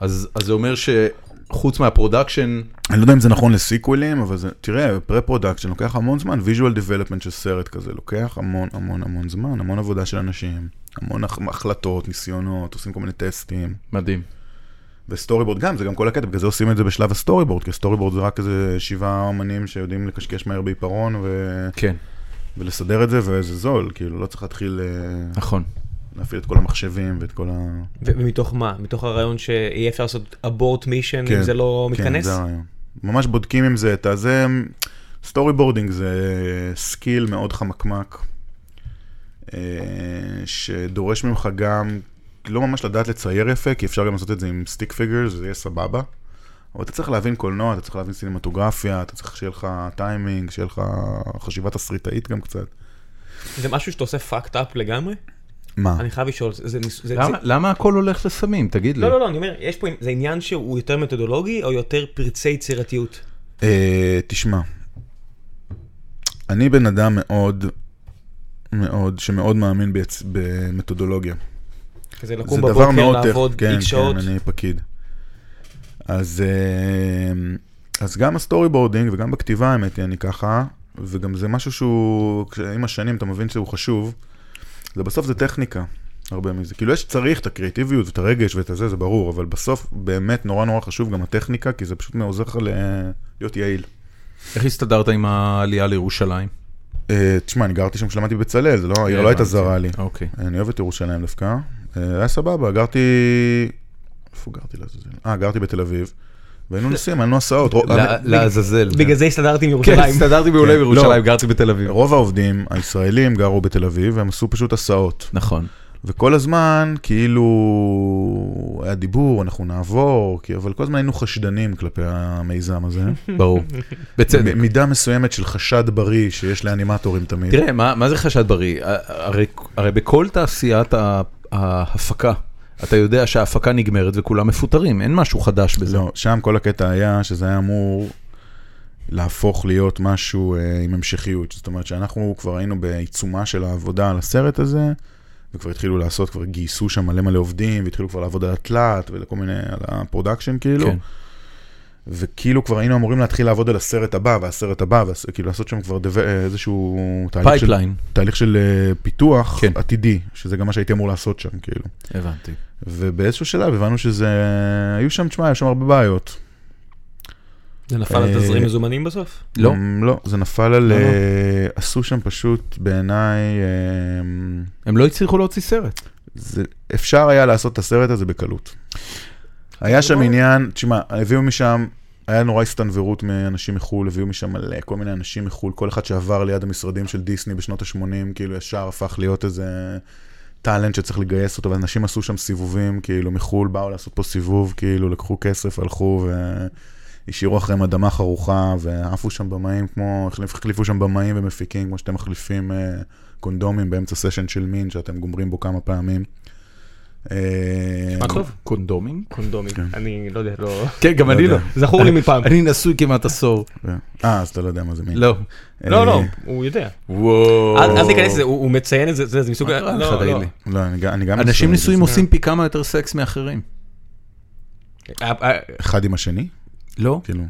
Speaker 1: אז אז זה אומר שחוץ מהפרודקשן,
Speaker 3: אני לא יודע אם זה נכון לסיקווילים, אבל זה, תראה, פרה-פרודקשן לוקח המון זמן, visual development של סרט כזה לוקח המון המון המון זמן, המון עבודה של אנשים, המון הח- החלטות, ניסיונות, עושים כל מיני טסטים.
Speaker 1: מדהים.
Speaker 3: וסטורי בורד גם, זה גם כל הקטע, בגלל זה עושים את זה בשלב הסטורי בורד, כי סטורי בורד זה רק איזה שבעה אמנים שיודעים לקשקש מהר בעיפרון ו...
Speaker 1: כן,
Speaker 3: ולסדר את זה, וזה זול, כאילו, לא צריך להתחיל אה,
Speaker 1: נכון.
Speaker 3: להפעיל את כל המחשבים ואת כל ה...
Speaker 2: ו- ומתוך מה? מתוך הרעיון שיהיה אפשר לעשות abort mission אם זה לא
Speaker 3: כן,
Speaker 2: מתכנס?
Speaker 3: זה הרעיון. ממש בודקים עם זה את הזה, סטורי בורדינג זה סקיל מאוד חמקמק, אה, שדורש ממך גם לא ממש לדעת לצייר יפה, כי אפשר גם לעשות את זה עם סטיק פיגרס, זה יהיה סבבה. אבל אתה צריך להבין קולנוע, אתה צריך להבין סינמטוגרפיה, אתה צריך שיהיה לך טיימינג, שיהיה לך חשיבה תסריטאית גם קצת.
Speaker 2: זה משהו שאתה עושה fucked up לגמרי?
Speaker 3: מה?
Speaker 2: אני חייב לשאול, זה- זה ניס- זה-
Speaker 1: למה-
Speaker 2: זה-
Speaker 1: למה הכל הולך לסמים? תגיד לי.
Speaker 2: לא, לא, לא, אני אומר, יש פה, זה עניין שהוא יותר מתודולוגי או יותר פרצי יצירתיות?
Speaker 3: אה, תשמע, אני בן אדם מאוד, מאוד, שמאוד מאמין ביצ... במתודולוגיה.
Speaker 2: כזה לקום בבוקר, לעבוד איקס שעות?
Speaker 3: כן, כן, אני פקיד. אז, אה, אז גם הסטורי בורדינג וגם בכתיבה, האמת היא, אני ככה, וגם זה משהו שהוא, כש- עם השנים אתה מבין שהוא חשוב, זה בסוף זה טכניקה, הרבה מזה. כאילו יש, צריך את הקריאיטיביות ואת הרגש ואת הזה, זה ברור, אבל בסוף באמת נורא נורא חשוב גם הטכניקה, כי זה פשוט עוזר לך ל- להיות יעיל.
Speaker 1: איך הסתדרת עם העלייה לירושלים?
Speaker 3: אה, תשמע, אני גרתי שם כשלמדתי בבצלאל, זה לא,
Speaker 2: כן,
Speaker 3: העיר לא הייתה
Speaker 1: הבנתי.
Speaker 3: זרה לי.
Speaker 1: אוקיי.
Speaker 3: אני אוהב את ירושלים דווקא. אה, היה סבבה, גרתי... איפה גרתי לעזאזל? אה, גרתי בתל אביב. והיינו נוסעים, היינו הסעות. רוב-
Speaker 1: לה- לעזאזל.
Speaker 2: בגלל זה הסתדרתי עם
Speaker 1: כן,
Speaker 2: ירושלים.
Speaker 1: הסתדרתי מעולה
Speaker 3: כן.
Speaker 1: בירושלים,
Speaker 3: לא.
Speaker 1: גרתי בתל אביב.
Speaker 3: רוב העובדים הישראלים גרו בתל אביב, והם עשו פשוט הסעות.
Speaker 1: נכון.
Speaker 3: וכל הזמן, כאילו, היה דיבור, אנחנו נעבור, כי- אבל כל הזמן היינו חשדנים כלפי המיזם הזה.
Speaker 1: ברור. בצדק.
Speaker 3: מ- מידה מסוימת של חשד בריא שיש לאנימטורים תמיד.
Speaker 1: תראה, מה, מה זה חשד בריא? ה- הרי, הרי בכל תעשיית ה- ההפקה, אתה יודע שההפקה נגמרת וכולם מפוטרים, אין משהו חדש בזה.
Speaker 3: לא, שם כל הקטע היה שזה היה אמור להפוך להיות משהו אה, עם המשכיות. זאת אומרת שאנחנו כבר היינו בעיצומה של העבודה על הסרט הזה, וכבר התחילו לעשות, כבר גייסו שם מלא מלא עובדים, והתחילו כבר לעבוד על התלת ולכל מיני, על הפרודקשן כאילו.
Speaker 1: כן.
Speaker 3: כן. וכאילו כבר היינו אמורים להתחיל לעבוד על הסרט הבא, והסרט הבא, וכאילו לעשות שם כבר דו... אה, איזשהו תהליך של,
Speaker 1: פייפליין.
Speaker 3: תהליך של אה, פיתוח
Speaker 1: כן.
Speaker 3: כן. עתידי, שזה גם מה שהייתי אמור לעשות שם, כאילו.
Speaker 1: הבנתי.
Speaker 3: ובאיזשהו שלב הבנו שזה... אה, היו שם, תשמע, היו שם הרבה בעיות.
Speaker 2: זה נפל על
Speaker 3: אה,
Speaker 2: תזרים מזומנים בסוף?
Speaker 1: לא?
Speaker 3: אמ, לא, זה נפל על...
Speaker 1: לא, לא.
Speaker 3: אה, עשו שם פשוט, בעיניי, אמ,
Speaker 1: הם לא הצליחו להוציא סרט.
Speaker 3: זה- אפשר היה לעשות את הסרט הזה בקלות. היה שם עניין, תשמע, הביאו משם, היה נורא הסתנוורות מאנשים מחו"ל, הביאו משם מלא, כל מיני אנשים מחו"ל, כל אחד שעבר ליד המשרדים של דיסני בשנות ה-80, כאילו ישר הפך להיות איזה טאלנט שצריך לגייס אותו, ואנשים עשו שם סיבובים, כאילו מחו"ל, באו לעשות פה סיבוב, כאילו לקחו כסף, הלכו ו... השאירו אחריהם אדמה חרוכה, ועפו שם במאים כמו, החליפ- החליפו שם במאים ומפיקים, כמו שאתם מחליפים אה, קונדומים באמצע סשן של מין, שאתם גומרים בו כמה פעמים. אה,
Speaker 2: מה טוב?
Speaker 1: קונדומים?
Speaker 2: קונדומים. אני לא יודע, לא...
Speaker 1: כן, גם
Speaker 3: לא
Speaker 1: אני
Speaker 3: יודע.
Speaker 1: לא.
Speaker 2: זכור לי מפעם.
Speaker 1: אני נשוי כמעט עשור.
Speaker 3: כן. אה, אז אתה לא יודע מה זה מין.
Speaker 1: לא.
Speaker 3: אה,
Speaker 2: לא, לא, הוא יודע.
Speaker 1: וואו.
Speaker 2: אל אל תיכנס לזה, הוא הוא מציין את זה, זה זה מסוג...
Speaker 1: מה
Speaker 2: ה-
Speaker 1: קרה לך,
Speaker 2: לא, לא.
Speaker 1: דיילי?
Speaker 3: לא, אני גם... אני גם
Speaker 1: אנשים
Speaker 3: מסתובב
Speaker 1: נשואים
Speaker 3: בזה.
Speaker 1: עושים פי כמה יותר סקס מאחרים.
Speaker 2: אה, אה,
Speaker 3: אחד עם השני?
Speaker 1: לא?
Speaker 3: כאילו.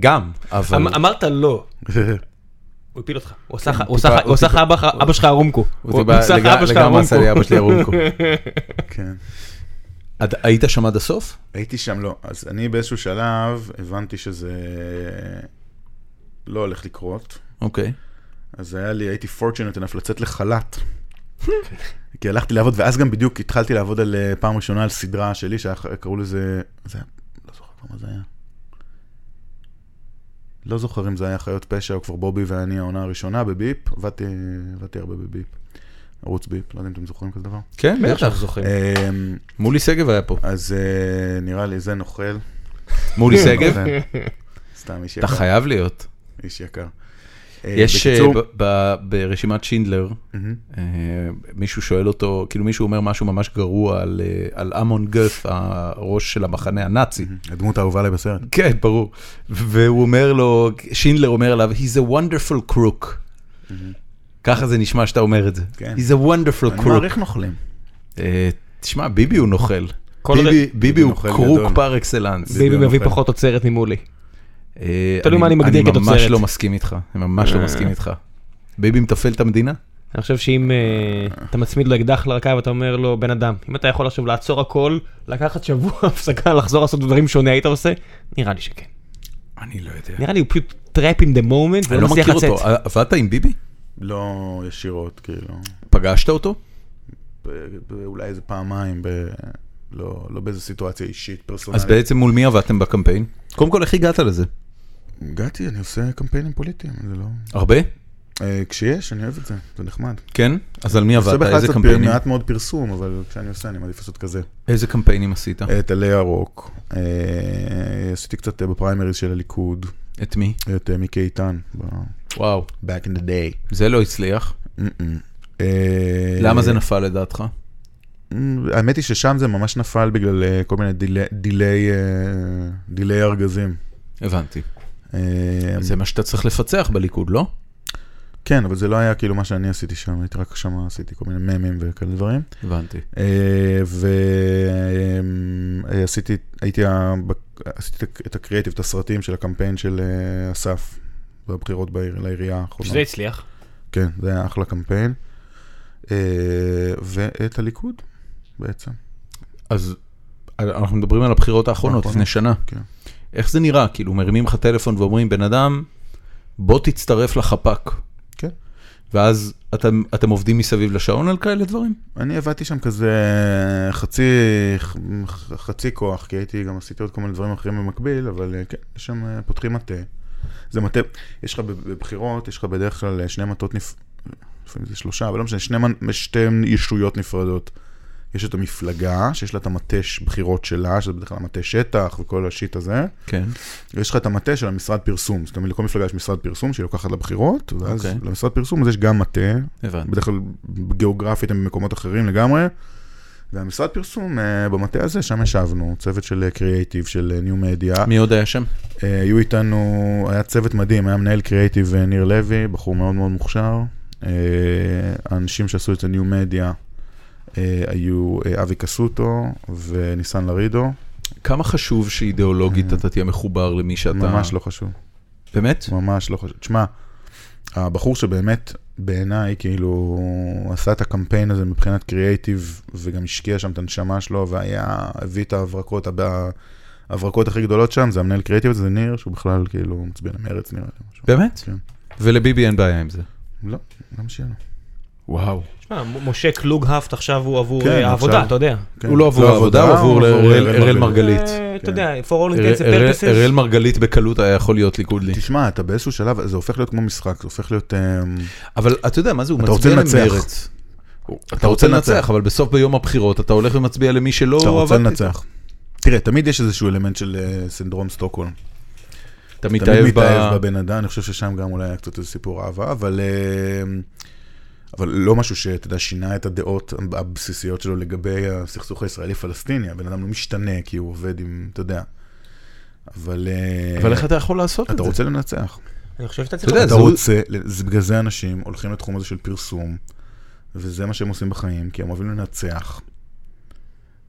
Speaker 1: גם, אבל... כן,
Speaker 2: אמ- אמרת לא. הוא הפיל אותך. הוא עשה לך- הוא עשה
Speaker 1: טיפה-
Speaker 2: לך- הוא עשה לך אבא שלך- אבא שלך הרומקו.
Speaker 1: הוא טיפה-
Speaker 2: עשה לך
Speaker 1: לגמרי-
Speaker 2: אבא שלך
Speaker 1: לגמרי עשה לי
Speaker 2: הרומקו.
Speaker 1: אבא שלי הרומקו.
Speaker 3: כן.
Speaker 1: את- היית שם עד הסוף?
Speaker 3: הייתי שם, לא. אז אני באיזשהו שלב הבנתי שזה לא הולך לקרות.
Speaker 1: אוקיי.
Speaker 3: אז היה לי, הייתי fortunate enough לצאת לחל"ת. כי הלכתי לעבוד, ואז גם בדיוק התחלתי לעבוד על אה, פעם ראשונה על סדרה שלי, שקראו לזה, זה היה, לא זוכר כבר מה זה היה. לא זוכר אם זה היה חיות פשע או כבר בובי ואני העונה הראשונה בביפ, עבדתי, עבדתי הרבה בביפ. ערוץ ביפ, לא יודע אם אתם זוכרים כזה דבר.
Speaker 1: כן,
Speaker 2: בטח
Speaker 1: בטח.
Speaker 2: זוכרים.
Speaker 3: אמ,
Speaker 1: מולי שגב היה פה.
Speaker 3: אז אה, נראה לי זה נוכל.
Speaker 1: מולי שגב?
Speaker 3: נוכל. סתם איש
Speaker 1: כן. אתה
Speaker 3: יקר.
Speaker 1: חייב להיות.
Speaker 3: איש יקר. אה,
Speaker 1: יש אה,
Speaker 3: בקיצור,
Speaker 1: ב- ב- ברשימת שינדלר,
Speaker 3: מהמם.
Speaker 1: אה, מישהו שואל אותו, כאילו מישהו אומר משהו ממש גרוע על, אה, על אמון גף, הראש של המחנה הנאצי.
Speaker 3: הדמות האהובה עליי בסרט.
Speaker 1: כן, ברור. והוא אומר לו, שינדלר אומר עליו, he's a wonderful crook. ככה זה נשמע שאתה אומר את זה.
Speaker 3: Mm-hmm. כן.
Speaker 1: he's a wonderful
Speaker 3: אני
Speaker 1: crook.
Speaker 3: מעריך נוכלים.
Speaker 1: אה, תשמע, ביבי הוא נוכל.
Speaker 2: כל עוד-
Speaker 1: ביבי- ביבי
Speaker 3: ביבי
Speaker 1: הוא
Speaker 3: נוכל
Speaker 1: קרוק
Speaker 3: גדול.
Speaker 1: פר אקסלנס.
Speaker 2: ביבי מביא
Speaker 3: אוכל.
Speaker 2: פחות תוצרת ממולי.
Speaker 1: אה,
Speaker 2: תלוי מה אני מגדיר
Speaker 1: אני ממש
Speaker 2: כתוצרת.
Speaker 1: לא מסכים איתך, אני ממש לא
Speaker 2: אה.
Speaker 1: מסכים איתך. ביבי מתפעל את המדינה?
Speaker 2: אני חושב שאם אה, אתה מצמיד לו אקדח לרקה ואתה אומר לו, בן אדם, אם אתה יכול עכשיו לעצור הכל, לקחת שבוע הפסקה, לחזור לעשות דברים שונה, היית עושה? נראה לי שכן.
Speaker 1: אני לא יודע.
Speaker 2: נראה לי הוא פשוט טראפ אין דה מומנט,
Speaker 1: אני
Speaker 2: ולא
Speaker 1: לא
Speaker 2: מצליח
Speaker 1: מכיר
Speaker 2: לצאת.
Speaker 1: אותו. ע- עבדת עם ביבי?
Speaker 3: לא ישירות, כאילו.
Speaker 1: פגשת אותו?
Speaker 3: ב- ב- אולי איזה פעמיים, ב- לא לא באיזה סיטואציה אישית, פרסונלית.
Speaker 1: אז בעצם מול מי עבדתם בקמפיין? קודם כל, איך הגעת לזה?
Speaker 3: הגעתי, אני עושה קמפיינים פוליטיים, זה לא...
Speaker 1: הרבה?
Speaker 3: אה, כשיש, אני אוהב את זה, זה נחמד.
Speaker 1: כן? אז על מי
Speaker 3: עושה
Speaker 1: עבדת?
Speaker 3: בכלל
Speaker 1: איזה
Speaker 3: קצת
Speaker 1: קמפיינים?
Speaker 3: מעט מאוד פרסום, אבל כשאני עושה, אני מעדיף לעשות כזה.
Speaker 1: איזה קמפיינים עשית?
Speaker 3: אה, את עלי הרוק, אה, עשיתי קצת אה, בפריימריז של הליכוד,
Speaker 1: את מי?
Speaker 3: את אה, מיקי איתן, ב-
Speaker 1: וואו,
Speaker 3: back in the day.
Speaker 1: זה לא הצליח.
Speaker 3: Mm-mm. אה,
Speaker 1: למה זה נפל לדעתך?
Speaker 3: אמ, האמת היא ששם זה ממש נפל בגלל אה, כל מיני דילי- דילי אה, דילי ארגזים.
Speaker 1: הבנתי.
Speaker 3: אה,
Speaker 1: זה מה שאתה צריך לפצח בליכוד, לא?
Speaker 3: כן, אבל זה לא היה כאילו מה שאני עשיתי שם, הייתי רק שם עשיתי כל מיני ממים וכאלה דברים. אה,
Speaker 1: הבנתי.
Speaker 3: ועשיתי, אה, הייתי, ה- בק- עשיתי את ה- את הקריאיטיב, את הסרטים של הקמפיין של אה, אסף בבחירות בעיר- לעירייה האחרונה.
Speaker 2: שזה הצליח.
Speaker 3: כן, זה היה אחלה קמפיין. אה, ואת הליכוד בעצם.
Speaker 1: אז אה, אנחנו מדברים על הבחירות האחרונות,
Speaker 3: האחרונות,
Speaker 1: לפני שנה.
Speaker 3: כן.
Speaker 1: איך זה נראה? כאילו, מרימים לך טלפון ואומרים, בן אדם, בוא תצטרף לחפ"ק.
Speaker 3: כן.
Speaker 1: ואז אתם, אתם עובדים מסביב לשעון על כאלה דברים?
Speaker 3: אני עבדתי שם כזה חצי, ח- חצי כוח, כי הייתי, גם עשיתי עוד כל מיני דברים אחרים במקביל, אבל אה, כן, יש שם אה, פותחים מטה. זה מטה, יש לך בב- בבחירות, יש לך בדרך כלל אה, שני מטות נפ... לפעמים זה שלושה, אבל לא משנה, שני, מנ- שתי ישויות נפרדות. יש את המפלגה, שיש לה את המטה ש- בחירות שלה, שזה בדרך כלל המטה שטח וכל השיט הזה.
Speaker 1: כן.
Speaker 3: יש לך את המטה של המשרד פרסום, זאת אומרת, לכל מפלגה יש משרד פרסום שהיא לוקחת לבחירות, ואז
Speaker 1: אוקיי.
Speaker 3: למשרד פרסום אז יש גם מטה,
Speaker 1: הבנתי.
Speaker 3: בדרך כלל גיאוגרפית הם במקומות אחרים לגמרי. והמשרד פרסום אה, במטה הזה, שם ישבנו, צוות של קריאייטיב, של אה, ניו מדיה.
Speaker 1: מי עוד היה שם?
Speaker 3: אה, היו איתנו, היה צוות מדהים, היה מנהל קריאייטיב אה, ניר לוי, בחור מאוד מאוד מוכשר. אה, האנשים שעשו את הניו מדיה אה, היו אה, אבי קסוטו וניסן לרידו,
Speaker 1: כמה חשוב שאידיאולוגית אתה תהיה מחובר למי שאתה...
Speaker 3: אה, ממש לא חשוב.
Speaker 1: באמת?
Speaker 3: ממש לא חשוב. תשמע, הבחור שבאמת, בעיניי, כאילו, עשה את הקמפיין הזה מבחינת קריאייטיב, וגם השקיע שם את הנשמה שלו, והיה, הביא את ההברקות, הב- ההברקות הכי גדולות שם, זה המנהל קריאייטיב הזה, זה ניר, שהוא בכלל כאילו מצביע למרץ, נראה לי. משהו.
Speaker 1: באמת?
Speaker 3: כן.
Speaker 1: ולביבי אין בעיה עם זה.
Speaker 3: לא, גם שיהיה לו.
Speaker 1: וואו.
Speaker 2: שמע, מ- משה קלוגהפט עכשיו הוא עבור
Speaker 3: כן,
Speaker 2: אה,
Speaker 3: עכשיו-
Speaker 2: העבודה, אתה יודע.
Speaker 3: כן.
Speaker 1: הוא לא עבור העבודה, הוא עבור לאראל- אראל
Speaker 3: מרגלית.
Speaker 1: מרגלית.
Speaker 2: אה, אתה
Speaker 3: כן.
Speaker 2: יודע, for all
Speaker 1: אראל-
Speaker 2: intents and
Speaker 1: אראל- אה, אראל
Speaker 2: purposes.
Speaker 1: מרגלית בקלות היה יכול להיות ליכודלי.
Speaker 3: תשמע, אתה באיזשהו שלב, זה הופך להיות כמו משחק, זה הופך להיות... אמ,
Speaker 1: אבל אתה יודע מה זה, הוא
Speaker 3: אתה
Speaker 1: מצביע
Speaker 3: רוצה לנצח.
Speaker 1: למרץ. אתה רוצה לנצח, אבל לא בסוף ביום הבחירות אתה הולך ומצביע למי שלא
Speaker 3: אתה רוצה
Speaker 1: עבדת.
Speaker 3: לנצח. תראה, תמיד יש איזשהו אלמנט של אה, סינדרום סטוקהולם.
Speaker 1: אתה
Speaker 3: תמיד
Speaker 1: מתאהב
Speaker 3: מתאהב
Speaker 1: ב...
Speaker 3: בבן אדם, אני חושב ששם גם אולי היה קצת איזה סיפור אהבה, אבל, אה, אבל לא משהו שאתה יודע, שינה את הדעות הבסיסיות שלו לגבי הסכסוך הישראלי-פלסטיני, הבן אדם לא משתנה כי הוא עובד עם, אתה יודע. אבל, אה,
Speaker 1: אבל איך אתה יכול לעשות את
Speaker 3: אתה
Speaker 1: זה?
Speaker 3: רוצה לנצח.
Speaker 2: אני חושב שאתה
Speaker 1: אתה יודע,
Speaker 2: צריך...
Speaker 1: אז
Speaker 3: אתה
Speaker 1: הוא-
Speaker 3: רוצה, זה בגלל זה אנשים הולכים לתחום הזה של פרסום, וזה מה שהם עושים בחיים, כי הם אוהבים לנצח.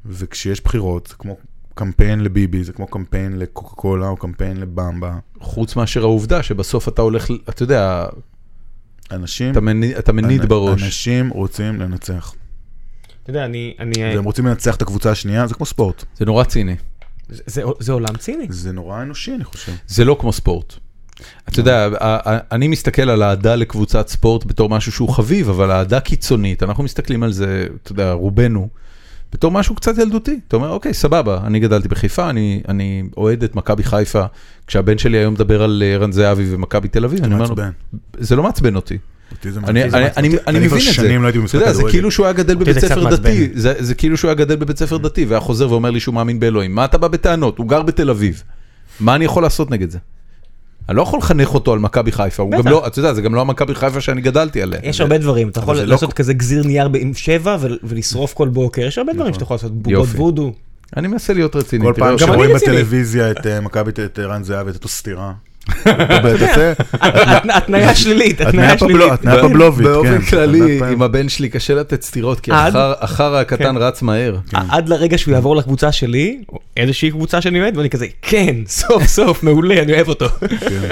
Speaker 3: וכשיש בחירות, זה כמו קמפיין לביבי, זה כמו קמפיין לקוקה קולה או קמפיין לבמבה.
Speaker 1: חוץ מאשר העובדה שבסוף אתה הולך, ל- אתה יודע,
Speaker 3: אנשים...
Speaker 1: אתה מני- אתה מניד
Speaker 3: אנ-
Speaker 1: בראש.
Speaker 3: אנשים רוצים לנצח.
Speaker 2: אתה יודע, אני... אני-
Speaker 3: והם רוצים לנצח את הקבוצה השנייה, זה כמו ספורט.
Speaker 1: זה נורא ציני.
Speaker 2: זה- זה- זה עולם ציני.
Speaker 3: זה נורא אנושי, אני חושב.
Speaker 1: זה לא כמו ספורט. אתה יודע, ה- ה- אני מסתכל על אהדה לקבוצת ספורט בתור משהו שהוא חביב, אבל אהדה קיצונית, אנחנו מסתכלים על זה, אתה יודע, רובנו, בתור משהו קצת ילדותי. אתה אומר, אוקיי, סבבה, אני גדלתי בחיפה, אני, אני אוהד את מכבי חיפה. כשהבן שלי היום מדבר על אה, ערן זהבי ומכבי תל אביב, אני אומר לו,
Speaker 3: מעצבן.
Speaker 1: זה לא מעצבן אותי.
Speaker 3: אותי זה
Speaker 1: אני,
Speaker 3: מעצבן.
Speaker 1: אני, אני, אני,
Speaker 3: אני כבר
Speaker 1: מבין את זה.
Speaker 3: שנים לא הייתי במשחק
Speaker 1: אתה יודע, זה
Speaker 3: כדורגל.
Speaker 1: כאילו שהוא היה גדל
Speaker 2: אותי
Speaker 1: בבית
Speaker 2: זה קצת
Speaker 1: ספר דתי,
Speaker 2: מעצבן. כן.
Speaker 1: זה, זה כאילו שהוא היה גדל בבית ספר דתי, והיה חוזר ואומר לי שהוא מאמין באלוהים. מה אתה בא בטענות? הוא גר בתל אביב. מה אני יכול לעשות נגד זה? אני לא יכול לחנך אותו על מכבי חיפה, הוא
Speaker 2: בטח.
Speaker 1: גם לא, אתה יודע, זה גם לא המכבי חיפה שאני גדלתי עליה.
Speaker 2: יש הרבה דברים, אתה יכול
Speaker 3: זה לא
Speaker 2: לעשות
Speaker 3: כל-
Speaker 2: כזה גזיר נייר ב- עם שבע ול- ולשרוף כל בוקר, יש הרבה דברים שאתה יכול לעשות, בובות
Speaker 1: נכון. יופי.
Speaker 2: וודו.
Speaker 1: אני מנסה להיות לא- רציני.
Speaker 3: כל
Speaker 1: תראה,
Speaker 3: פעם
Speaker 1: עכשיו-
Speaker 2: גם אני
Speaker 3: שרואים
Speaker 2: רציני.
Speaker 3: בטלוויזיה את אה, מכבי, ת- את ערן זהבי, אתה סטירה. אתה-
Speaker 2: הת- התניה שלילית, התניה
Speaker 3: התניה
Speaker 2: שלילית.
Speaker 3: פבלו- התניה פבלובית, כן.
Speaker 1: באופן כללי,
Speaker 3: התניה פב-
Speaker 1: עם הבן שלי קשה לתת סטירות, כי
Speaker 2: עד-
Speaker 1: אחר- אחר
Speaker 2: כן.
Speaker 1: הקטן רץ מהר.
Speaker 2: עד לרגע שהוא יעבור לקבוצה שלי, או איזושהי קבוצה שאני אוהד, ואני כזה, כן, סוף סוף, מעולה, אני אוהב אותו.
Speaker 3: כן.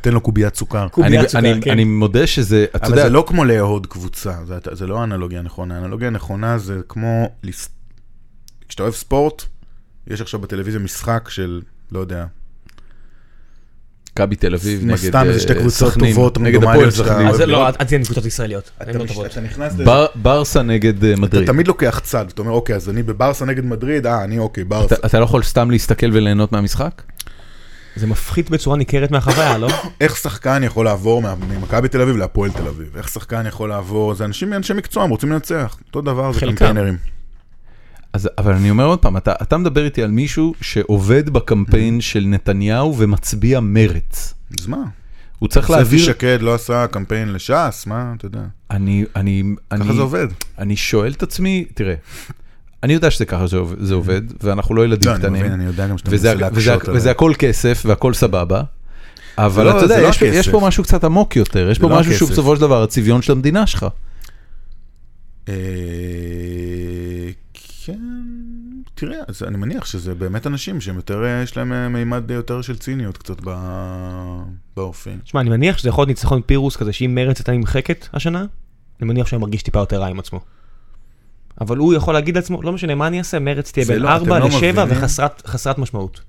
Speaker 3: תן לו קוביית סוכר.
Speaker 1: אני-
Speaker 2: קוביית סוכר,
Speaker 1: אני-
Speaker 2: כן.
Speaker 1: אני מודה שזה, אתה
Speaker 3: אבל זה
Speaker 1: יודע,
Speaker 3: לא כמו לאהוד קבוצה, זה- זה לא האנלוגיה הנכונה. האנלוגיה הנכונה זה כמו... לס- כשאתה אוהב ספורט, יש עכשיו בטלוויזיה משחק של, לא יודע,
Speaker 1: מכבי תל אביב
Speaker 3: מן
Speaker 1: נגד
Speaker 3: הסתם זה
Speaker 1: אה,
Speaker 3: שתי קבוצות
Speaker 1: סכנין,
Speaker 3: טובות,
Speaker 1: נגד
Speaker 3: רנדומליות
Speaker 1: הפועל
Speaker 3: שאתה-
Speaker 1: סכנין.
Speaker 2: אז זה
Speaker 3: אוהב
Speaker 2: לא,
Speaker 3: לראות.
Speaker 2: אז אין קבוצות ישראליות, הן
Speaker 3: אתה
Speaker 2: לא
Speaker 3: מש-
Speaker 2: טובות.
Speaker 3: אתה נכנס לזה.
Speaker 1: בר- ברסה נגד אה,
Speaker 3: אתה
Speaker 1: מדריד.
Speaker 3: תמיד לוקח צד, אתה אומר, אוקיי, אז אני בברסה נגד מדריד, אה, אני אוקיי, ברסה.
Speaker 1: אתה- אתה לא יכול סתם להסתכל וליהנות מהמשחק?
Speaker 2: זה מפחית בצורה ניכרת מהחוויה, לא?
Speaker 3: איך שחקן יכול לעבור מה- ממכבי תל אביב להפועל תל אביב? איך שחקן יכול לעבור? זה אנשים אנשי מקצוע, הם רוצים לנצח. אותו דבר זה
Speaker 2: חלקם.
Speaker 3: קמפיינרים.
Speaker 1: אז, אבל אני אומר עוד פעם, אתה, אתה מדבר איתי על מישהו שעובד
Speaker 3: Mm-hmm.
Speaker 1: בקמפיין של נתניהו ומצביע מרץ.
Speaker 3: אז מה?
Speaker 1: הוא צריך
Speaker 3: סבי
Speaker 1: להעביר...
Speaker 3: שקד לא עשה קמפיין לש"ס? מה, אתה יודע.
Speaker 1: אני, אני, אני,
Speaker 3: ככה זה עובד.
Speaker 1: אני שואל את עצמי, תראה, אני יודע שזה ככה זה עובד- זה עובד, ואנחנו לא ילדים
Speaker 3: Mm-hmm. לא, אני
Speaker 1: קטנים,
Speaker 3: מבין, אני יודע גם שאתה
Speaker 1: וזה,
Speaker 3: מנסה
Speaker 1: וזה,
Speaker 3: להקשות
Speaker 1: וזה,
Speaker 3: עליי.
Speaker 1: וזה הכל כסף והכל סבבה. אבל
Speaker 3: לא,
Speaker 1: אתה
Speaker 3: זה
Speaker 1: יודע,
Speaker 3: לא
Speaker 1: יש, פה-
Speaker 3: הכסף.
Speaker 1: יש פה משהו קצת עמוק יותר, יש
Speaker 3: זה
Speaker 1: פה
Speaker 3: לא
Speaker 1: משהו שהוא
Speaker 3: הכסף.
Speaker 1: בסופו של דבר הצביון של המדינה שלך.
Speaker 3: אה, כן, תראה, אז אני מניח שזה באמת אנשים שהם יותר, אה, יש להם אה, מימד אה, יותר של ציניות קצת ב- באופי.
Speaker 2: תשמע, אני מניח שזה יכול להיות ניצחון פירוס כזה, שאם מרץ הייתה נמחקת השנה, אני מניח שהוא היה מרגיש טיפה יותר רע עם עצמו. אבל הוא יכול להגיד לעצמו, לא משנה מה אני אעשה, מרץ תהיה
Speaker 3: זה
Speaker 2: בין
Speaker 3: לא- אתם
Speaker 2: 4
Speaker 3: לא
Speaker 2: ל-7
Speaker 3: מבינים.
Speaker 2: וחסרת משמעות.